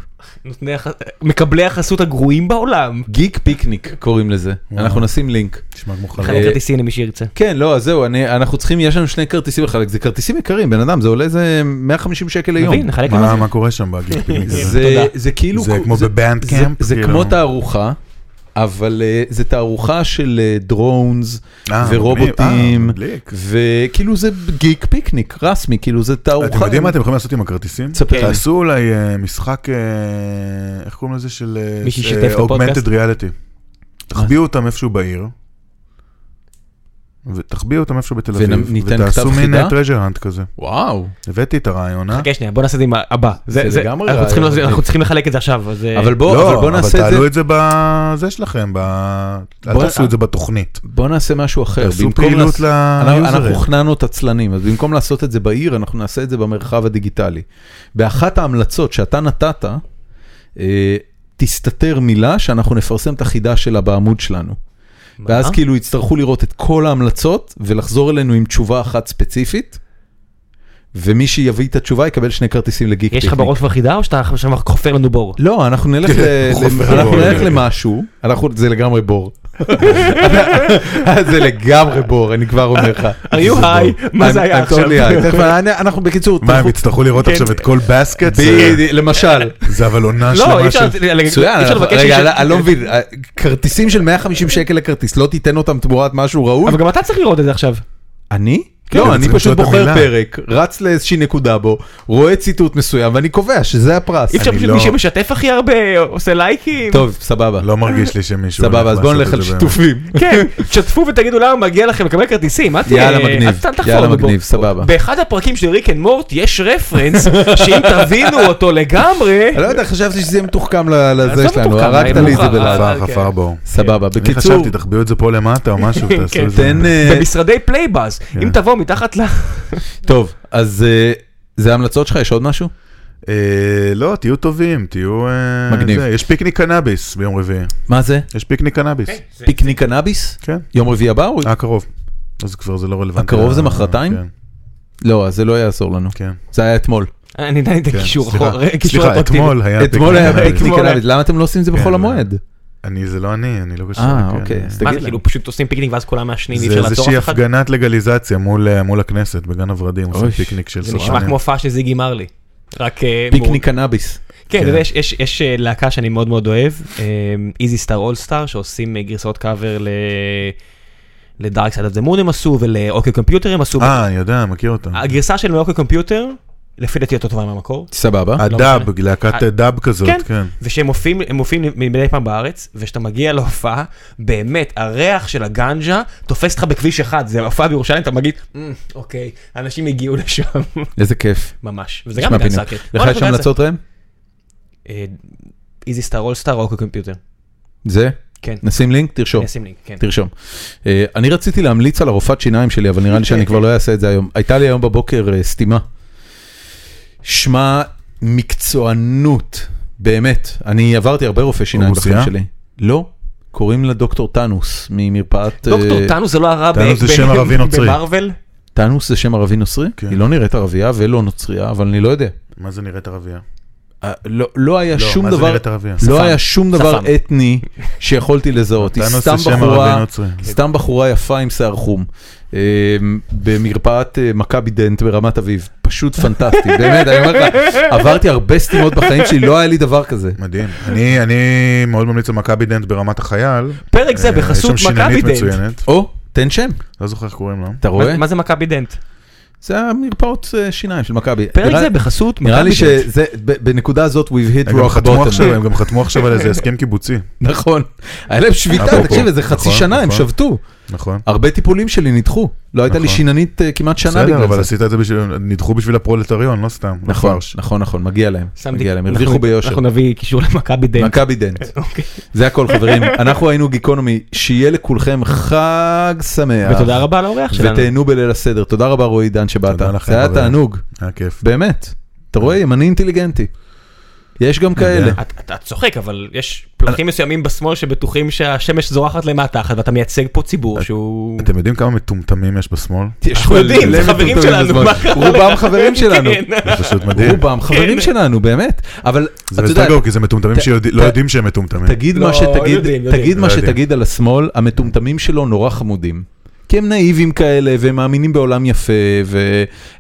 Speaker 2: נותני הח- מקבלי החסות הגרועים בעולם.
Speaker 1: גיק פיקניק קוראים לזה,
Speaker 3: וואו.
Speaker 1: אנחנו נשים לינק.
Speaker 3: נשמע כמו
Speaker 2: חלק
Speaker 1: אה,
Speaker 3: חלק.
Speaker 2: כרטיסים למי שירצה.
Speaker 1: כן, לא, אז זהו, אני, אנחנו צריכים, יש לנו שני כרטיסים לחלק, זה כרטיסים יקרים, בן אדם, זה עולה איזה 150 שקל ליום.
Speaker 2: מבין, נחלק
Speaker 3: מה-
Speaker 2: לזה.
Speaker 3: מה קורה שם בגיל?
Speaker 1: זה, זה כאילו,
Speaker 3: זה כמו בבנד
Speaker 1: זה-
Speaker 3: קאמפ,
Speaker 1: זה
Speaker 3: כאילו.
Speaker 1: כמו תערוכה, אבל אה, זה תערוכה של אה, דרונס
Speaker 3: אה,
Speaker 1: ורובוטים, וכאילו זה גיק פיקניק, רסמי, כאילו זה תערוכה.
Speaker 3: אתם יודעים מה אתם יכולים לעשות עם הכרטיסים?
Speaker 1: תספר
Speaker 2: כן.
Speaker 1: לי.
Speaker 3: תעשו אולי אה, משחק, אה, איך קוראים לזה? של
Speaker 2: מי שישתף את הפודקאסט?
Speaker 3: אוגמנטד ריאליטי. תחביאו אותם איפשהו בעיר, ותחביאו אותם איפשהו בתל
Speaker 1: ונ-
Speaker 3: אביב,
Speaker 1: ניתן
Speaker 3: ותעשו
Speaker 1: כתב חידה?
Speaker 3: מין טרז'ר האנט כזה.
Speaker 1: וואו,
Speaker 3: הבאתי את הרעיון, אה?
Speaker 2: חכה שנייה, בוא נעשה את זה עם הבא. זה-
Speaker 1: זה
Speaker 2: זה-
Speaker 1: לגמרי
Speaker 2: אנחנו צריכים
Speaker 1: רעיון
Speaker 2: לעשות-
Speaker 1: מדהים.
Speaker 2: אנחנו צריכים לחלק את זה עכשיו, אז... אה,
Speaker 1: אבל בוא, אבל
Speaker 3: לא,
Speaker 1: בוא
Speaker 3: אבל
Speaker 1: נעשה את זה,
Speaker 3: תעלו את זה בזה שלכם, ב-
Speaker 1: בוא-
Speaker 3: אל תעשו את זה בתוכנית.
Speaker 1: בוא נעשה משהו אחר.
Speaker 3: תעשו
Speaker 1: במקום לעשות-
Speaker 3: פעילות ליוזרים.
Speaker 1: אנחנו- אנחנו הכנענו את עצלנים, אז במקום לעשות את זה בעיר, אנחנו נעשה את זה במרחב הדיגיטלי. באחת ההמלצות שאתה נתת, אה, תסתתר מילה שאנחנו נפרסם את החידה שלה בעמוד שלנו.
Speaker 2: מה?
Speaker 1: ואז כאילו יצטרכו לראות את כל ההמלצות ולחזור אלינו עם תשובה אחת ספציפית, ומי שיביא את התשובה יקבל שני כרטיסים לגיק
Speaker 2: יש לך
Speaker 1: פיקניק.
Speaker 2: בראש כבר חידה, או שאתה עכשיו חופר לנו בור?
Speaker 1: לא, אנחנו נלך, ל...
Speaker 3: חופר
Speaker 1: אנחנו
Speaker 3: בור.
Speaker 1: נלך למשהו, אנחנו... זה לגמרי בור. זה לגמרי בור, אני כבר אומר לך.
Speaker 2: Are you high? מה זה
Speaker 1: I'm-
Speaker 2: היה
Speaker 1: I'm
Speaker 2: עכשיו?
Speaker 1: totally high. תכף, אני- אנחנו בקיצור,
Speaker 3: מה, הם
Speaker 1: תלכו-
Speaker 3: יצטרכו לראות
Speaker 2: כן.
Speaker 3: עכשיו את כל בסקט?
Speaker 1: בדיוק, למשל.
Speaker 3: זה אבל עונה
Speaker 2: לא, אי
Speaker 3: שלמה
Speaker 2: אפשר
Speaker 3: של...
Speaker 2: אי אפשר
Speaker 1: מצוין, אנחנו-
Speaker 2: לבקש... אה,
Speaker 1: רגע,
Speaker 2: מישהו-
Speaker 1: אני- אני לא מבין, כרטיסים של 150 שקל לכרטיס, לא תיתן אותם תמורת משהו ראוי?
Speaker 2: אבל גם אתה צריך לראות את זה עכשיו.
Speaker 1: אני?
Speaker 3: כן,
Speaker 1: לא,
Speaker 3: אבל
Speaker 1: אני
Speaker 3: צריך
Speaker 1: פשוט
Speaker 3: למצוא את
Speaker 1: בוחר
Speaker 3: המילה.
Speaker 1: פרק, רץ לאיזושהי נקודה בו, רואה ציטוט מסוים ואני קובע שזה הפרס.
Speaker 2: אי אפשר
Speaker 3: אני
Speaker 2: פשוט
Speaker 3: לא-
Speaker 2: מי שמשתף הכי הרבה, עושה לייקים.
Speaker 1: טוב, סבבה,
Speaker 3: לא מרגיש לי שמישהו...
Speaker 1: סבבה,
Speaker 3: הולך
Speaker 1: אז בואו
Speaker 3: לעשות
Speaker 1: נלך
Speaker 3: את
Speaker 1: על
Speaker 3: זה באמת.
Speaker 1: שיתופים.
Speaker 2: כן, תשתפו ותגידו למה מגיע לכם לקבל כרטיסים, אל תהיה...
Speaker 1: יאללה מגניב,
Speaker 2: אל אה, תחפור
Speaker 1: יאללה
Speaker 2: בבור.
Speaker 1: מגניב, סבבה.
Speaker 2: באחד הפרקים של ריק אנד מורט יש רפרנס, שאם תבינו אותו לגמרי...
Speaker 1: אני לא יודע, חשבתי שזה יהיה מתוחכם ל- לזה
Speaker 2: עזוב
Speaker 1: שלנו,
Speaker 2: לא מתוחכם,
Speaker 1: הרגת לי את זה
Speaker 2: מאוחר,
Speaker 1: בלעד.
Speaker 2: אבל-
Speaker 3: חפר, חפר בואו.
Speaker 1: סבבה,
Speaker 3: אני
Speaker 1: בקיצור,
Speaker 3: חשבתי, תחביאו את זה פה למטה או משהו, תעשו
Speaker 2: כן.
Speaker 3: את זה.
Speaker 1: תן... אה,
Speaker 2: במשרדי פלייבאז,
Speaker 3: כן.
Speaker 2: אם תבוא מתחת ל... אה,
Speaker 1: טוב, אז אה, זה ההמלצות שלך, יש עוד משהו?
Speaker 3: אה, לא, תהיו טובים, תהיו... אה,
Speaker 1: מגניב.
Speaker 3: זה, יש פיקניק קנאביס ביום רביעי.
Speaker 1: מה זה?
Speaker 3: יש פיקניק קנאביס.
Speaker 2: אוקיי.
Speaker 1: פיקניק קנאביס?
Speaker 3: כן,
Speaker 1: יום רביעי הבא? או-
Speaker 3: הקרוב. אז כבר זה לא רלוונטי.
Speaker 1: הקרוב זה
Speaker 3: ל-
Speaker 1: מחרתיים?
Speaker 3: כן,
Speaker 1: לא, אז זה לא יעזור לנו.
Speaker 3: כן.
Speaker 1: זה היה אתמול.
Speaker 2: אני עדיין אתן
Speaker 3: כן,
Speaker 2: קישור
Speaker 3: סליחה,
Speaker 2: אחורה, אה, קישור
Speaker 3: סליחה,
Speaker 2: אטרקטיבי.
Speaker 3: אתמול היה
Speaker 1: אתמול היה
Speaker 3: קנאביס.
Speaker 1: פיקניק
Speaker 2: אתמול היה-
Speaker 1: קנאביס, למה אתם לא עושים את זה בחול
Speaker 3: כן,
Speaker 1: המועד?
Speaker 3: אני, זה לא אני, אני לא קשור.
Speaker 1: אה,
Speaker 3: כן.
Speaker 1: אוקיי, אז
Speaker 2: מה
Speaker 1: תגיד
Speaker 2: זה,
Speaker 1: להם.
Speaker 2: כאילו פשוט עושים פיקניק ואז כולם מעשנים, אי אפשר
Speaker 3: זה
Speaker 2: לעצור
Speaker 3: איזושהי
Speaker 2: אף אחד?
Speaker 3: הפגנת לגליזציה מול אה, מול הכנסת, בגן הוורדים, עושים
Speaker 1: אוי,
Speaker 3: פיקניק של
Speaker 2: זה
Speaker 3: סורניה.
Speaker 2: נשמע כמו הופעה של זיגי מרלי. רק... אה,
Speaker 1: פיקניק קנאביס.
Speaker 2: כן, אתה
Speaker 3: כן.
Speaker 2: יודע, יש, יש, יש אה, להקה שאני מאוד מאוד אוהב, אה, איזי סטאר אול סטאר, שעושים אה, גרסאות קאבר ל... לדארק סייד אוף דה מון הם עשו, ולאוקיי קומפיוטר הם עשו.
Speaker 3: אה, אני יודע, מכיר אותה.
Speaker 2: הגרסה של מאוקיי קומפיוטר, לפי דעתי יותר טובה מהמקור.
Speaker 1: סבבה.
Speaker 3: הדאב, להקת
Speaker 2: אה,
Speaker 3: דאב כזאת,
Speaker 2: כן.
Speaker 3: כן.
Speaker 2: ושהם מופיעים, הם מופיעים מדי פעם בארץ, וכשאתה מגיע להופעה, באמת, הריח של הגנג'ה תופס אותך בכביש אחד, זה הופעה בירושלים, אתה מגיד, "אמ, אוקיי, אנשים הגיעו לשם,
Speaker 1: איזה כיף.
Speaker 2: ממש. וזה גם
Speaker 1: נשמע
Speaker 2: בגן
Speaker 1: פיניק.
Speaker 2: סאקר.
Speaker 1: לך יש המלצות ראם?
Speaker 2: אה, איזי סטאר אול סטאר או אוקיי קומפיוטר.
Speaker 1: זה?
Speaker 2: כן,
Speaker 1: נשים לינק? תרשום.
Speaker 2: נשים לינק, כן.
Speaker 1: תרשום. אה, אני רציתי להמליץ על הרופאת שיניים שלי, אבל נראה לי שאני כבר לא אעשה את זה היום. הייתה לי היום בבוקר אה, סתימה. שמע, מקצוענות, באמת. אני עברתי הרבה רופאי שיניים בחיים
Speaker 3: רוסיה?
Speaker 1: שלי. לא, קוראים לה דוקטור טאנוס ממרפאת... אה,
Speaker 2: דוקטור טאנוס זה לא הרע ב-
Speaker 3: טאנוס זה
Speaker 2: ב-
Speaker 3: שם ערבי נוצרי.
Speaker 2: במרוויל?
Speaker 1: טאנוס זה שם ערבי נוצרי?
Speaker 3: כן.
Speaker 1: היא לא נראית ערבייה ולא נוצרייה, אבל אני לא יודע.
Speaker 3: מה זה נראית ערבייה?
Speaker 1: אה, לא, לא היה
Speaker 3: לא,
Speaker 1: שום
Speaker 3: מה זה
Speaker 1: דבר,
Speaker 3: נראית ערבייה?
Speaker 1: לא
Speaker 2: שפם.
Speaker 1: היה שום דבר
Speaker 2: שפם.
Speaker 1: אתני שיכולתי לזהות. היא
Speaker 3: טאנוס
Speaker 1: סתם
Speaker 3: זה שם
Speaker 1: בחורה,
Speaker 3: ערבי נוצרי.
Speaker 1: סתם בחורה יפה עם שיער חום. אה, במרפאת אה, מכבי דנט ברמת אביב, פשוט פנטסטי, באמת, אני אומר לך, עברתי הרבה סתימות בחיים שלי, לא היה לי דבר כזה.
Speaker 3: מדהים. אני, אני מאוד ממליץ על מכבי דנט ברמת החייל.
Speaker 2: פרק זה
Speaker 3: אה,
Speaker 2: בחסות
Speaker 3: יש שם
Speaker 2: מכבי
Speaker 3: שיננית
Speaker 2: דנט.
Speaker 3: מצוינת.
Speaker 1: או, תן שם,
Speaker 3: לא זוכר איך קוראים לה.
Speaker 1: אתה רואה?
Speaker 2: מה- מה זה מכבי דנט?
Speaker 1: זה המרפאות אה, שיניים של מכבי.
Speaker 2: פרק
Speaker 1: נראה-
Speaker 2: זה בחסות
Speaker 1: נראה לי
Speaker 2: מכבי דנט.
Speaker 1: שזה, ב- בנקודה הזאת we've hit
Speaker 3: הם גם
Speaker 1: rock
Speaker 3: חתמו
Speaker 1: bottom.
Speaker 3: עכשיו, הם גם חתמו עכשיו על איזה הסכם קיבוצי,
Speaker 1: נכון. היה להם שביתה,
Speaker 3: אפרופו,
Speaker 1: תקשיב, איזה חצי
Speaker 3: נכון,
Speaker 1: שנה הם
Speaker 3: נכון.
Speaker 1: שבתו.
Speaker 3: נכון?
Speaker 1: הרבה טיפולים שלי נדחו. לא הייתה לי
Speaker 3: נכון.
Speaker 1: שיננית אה, כמעט שנה
Speaker 3: בסדר, אבל
Speaker 1: בגלל זה.
Speaker 3: עשית את זה בשביל, נדחו בשביל הפרולטריון, לא סתם. לא
Speaker 1: נכון,
Speaker 3: פרש.
Speaker 1: נכון, נכון, מגיע להם.
Speaker 2: שמתי-
Speaker 1: מגיע להם,
Speaker 2: אנחנו-
Speaker 1: הרוויחו ביושר.
Speaker 2: אנחנו נביא קישור למכבי דנט.
Speaker 1: מכבי דנט.
Speaker 2: אוקיי.
Speaker 1: זה הכל חברים, אנחנו היינו גיקונומי, שיהיה לכולכם חג שמח.
Speaker 2: ותודה רבה לאורח שלנו.
Speaker 1: ותהנו בליל הסדר. תודה רבה רועי עידן שבאת.
Speaker 3: תודה לכם,
Speaker 1: זה היה
Speaker 3: חברים.
Speaker 1: תענוג,
Speaker 3: היה כיף.
Speaker 1: באמת. אתה רואה, ימני אינטליגנטי. יש גם כאלה.
Speaker 2: אתה- אתה אתה צוחק, אבל יש פלחים מסוימים בשמאל שבטוחים שהשמש זורחת להם מהתחת, ואתה מייצג פה ציבור שהוא...
Speaker 3: אתם יודעים כמה מטומטמים יש בשמאל?
Speaker 2: אנחנו יודעים, זה
Speaker 1: מלא
Speaker 2: חברים
Speaker 1: מטומטמים
Speaker 2: שלנו,
Speaker 1: בזמן.
Speaker 2: מה קרה
Speaker 1: רובם
Speaker 2: לך?
Speaker 1: חברים שלנו.
Speaker 2: כן.
Speaker 3: זה פשוט מדהים.
Speaker 1: רובם חברים שלנו, באמת. אבל
Speaker 3: זה
Speaker 1: אתה יודע,
Speaker 3: בסדר, כי זה מטומטמים
Speaker 1: ת-
Speaker 3: שלא
Speaker 1: ת-
Speaker 3: יודעים שהם מטומטמים.
Speaker 1: תגיד מה
Speaker 2: לא,
Speaker 1: שתגיד,
Speaker 2: יודעים, יודעים.
Speaker 1: תגיד מה
Speaker 3: לא יודעים.
Speaker 1: שתגיד על השמאל, המטומטמים שלו נורא חמודים. כי הם נאיבים כאלה, והם מאמינים בעולם יפה,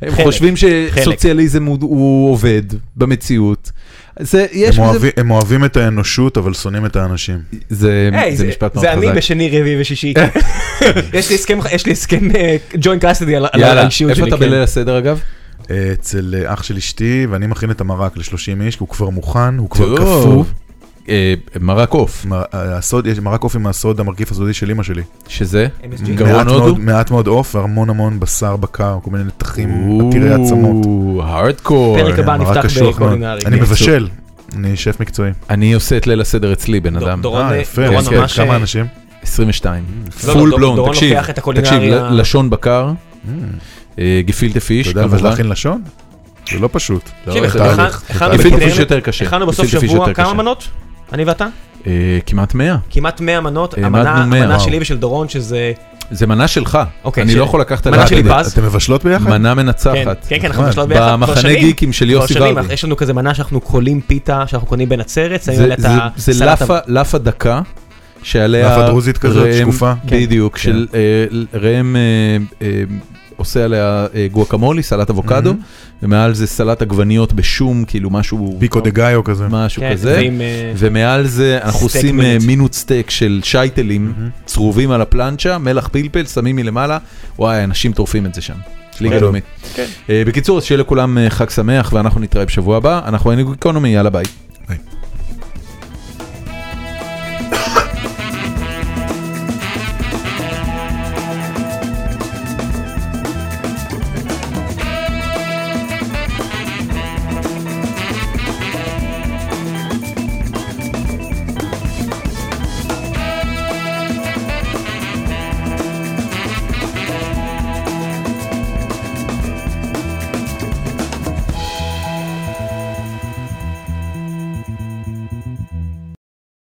Speaker 1: והם
Speaker 2: חלק,
Speaker 1: חושבים
Speaker 2: חלק.
Speaker 1: שסוציאליזם הוא, הוא עובד במציאות. זה, יש
Speaker 3: הם
Speaker 1: בזה,
Speaker 3: אוהבים- הם אוהבים את האנושות, אבל שונאים את האנשים.
Speaker 1: זה,
Speaker 2: היי,
Speaker 1: זה משפט מאוד
Speaker 2: זה אני
Speaker 1: חזק.
Speaker 2: בשני, רביעי ושישי. יש לי הסכם, יש לי הסכם ג'וינט קאסטדי על על
Speaker 1: יאללה,
Speaker 2: האישיות שלי.
Speaker 1: איפה אתה
Speaker 2: כן.
Speaker 1: בליל הסדר אגב?
Speaker 3: אה, אצל אה, אח של אשתי, ואני מכין את המרק ל-30 איש, כי הוא כבר מוכן, הוא כבר
Speaker 1: טוב.
Speaker 3: קפוא.
Speaker 1: אה, מרק עוף,
Speaker 3: מ- אה, הסוד, יש מרק עוף עם הסוד, המרכיב הסודי של אמא שלי.
Speaker 1: שזה?
Speaker 2: MSG.
Speaker 1: גרון
Speaker 3: מעט
Speaker 1: הודו?
Speaker 3: מאוד- מעט מאוד עוף והמון המון בשר בקר, כל מיני נתחים עתירי עצמות.
Speaker 1: הארדקור.
Speaker 2: פרק הבא
Speaker 3: כן, מרק
Speaker 2: נפתח
Speaker 3: קשוח מאוד.
Speaker 2: בקולינרי.
Speaker 3: אני
Speaker 2: כן.
Speaker 3: מבשל, אני שף מקצועי.
Speaker 1: אני עושה את ליל הסדר אצלי, בן אדם.
Speaker 2: דורון,
Speaker 3: אה,
Speaker 2: אה,
Speaker 3: יפה,
Speaker 2: דורון
Speaker 1: כן, כן,
Speaker 2: ממש...
Speaker 3: כמה
Speaker 2: אה,
Speaker 3: אנשים?
Speaker 1: 22.
Speaker 3: Mm,
Speaker 2: לא,
Speaker 1: פול
Speaker 2: דור-
Speaker 1: בלון,
Speaker 2: דורון
Speaker 1: תקשיב.
Speaker 2: לוקח את הקולינריה-
Speaker 1: תקשיב, ל- לשון בקר,
Speaker 3: אה,
Speaker 1: אה, גפילטה
Speaker 3: אתה
Speaker 1: פיש,
Speaker 3: יודע
Speaker 1: כמובן.
Speaker 3: להכין לשון? זה לא פשוט.
Speaker 2: תקשיב,
Speaker 3: זה
Speaker 2: הכ-
Speaker 3: תהליך,
Speaker 2: הכ-
Speaker 3: זה
Speaker 2: הכנו
Speaker 3: תהליך.
Speaker 1: גפילטה
Speaker 2: בקולינריה-
Speaker 1: פיש יותר קשה.
Speaker 2: הכנו בסוף
Speaker 1: גפילטה פיש
Speaker 2: שבוע
Speaker 1: יותר
Speaker 2: כמה
Speaker 1: קשה.
Speaker 2: מנות? אני ואתה?
Speaker 1: אה, כמעט 100.
Speaker 2: כמעט 100 מנות.
Speaker 1: העמדנו
Speaker 2: המנה
Speaker 1: 100,
Speaker 2: המנה
Speaker 1: וואו.
Speaker 2: שלי ושל דורון שזה...
Speaker 1: זה מנה שלך.
Speaker 2: אוקיי,
Speaker 1: אני
Speaker 2: שלי.
Speaker 1: לא יכול לקחת
Speaker 2: מנה
Speaker 1: עליה
Speaker 2: שלי
Speaker 1: קרדיט.
Speaker 2: פז.
Speaker 3: אתם מבשלות ביחד?
Speaker 1: מנה
Speaker 2: כן,
Speaker 1: מנצחת.
Speaker 2: כן, כן, אנחנו
Speaker 3: נחמד.
Speaker 2: בשלב ביחד. כבר
Speaker 1: נכון. במחנה
Speaker 2: שנים.
Speaker 1: גיקים של
Speaker 2: כבר
Speaker 1: יוסי
Speaker 2: שנים,
Speaker 1: ורדי.
Speaker 2: יש לנו כזה מנה שאנחנו קולים פיתה שאנחנו קונים בנצרת, שמים
Speaker 1: זה-
Speaker 2: עליה את
Speaker 1: זה- זה
Speaker 2: הסלט.
Speaker 1: לאפה- לאפה דקה, שעליה...
Speaker 3: לאפה דרוזית כזאת,
Speaker 1: ראם-
Speaker 3: שקופה.
Speaker 2: כן.
Speaker 1: בדיוק, של אה, ראם אה, אה, עושה עליה אה, גואקמולי, סלט אבוקדו, ומעל זה סלט עגבניות בשום, כאילו משהו...
Speaker 3: Mm-hmm. פיקו דה גאיו כזה.
Speaker 1: משהו
Speaker 2: כן,
Speaker 1: כזה.
Speaker 2: ועם, אה,
Speaker 1: ומעל זה אנחנו
Speaker 2: סטייק
Speaker 1: עושים אה,
Speaker 2: מינוט.
Speaker 1: מינוט סטייק של שייטלים צרובים על הפלנצ'ה, מלח פלפל, שמים מלמעלה, וואי, אנשים טורפים את זה שם. ליגה
Speaker 3: טוב.
Speaker 1: לאומית. אה, בקיצור, אז שיהיה לכולם אה, חג שמח ואנחנו נתראה בשבוע הבא, אנחנו היינו גיקונומי, יאללה ביי.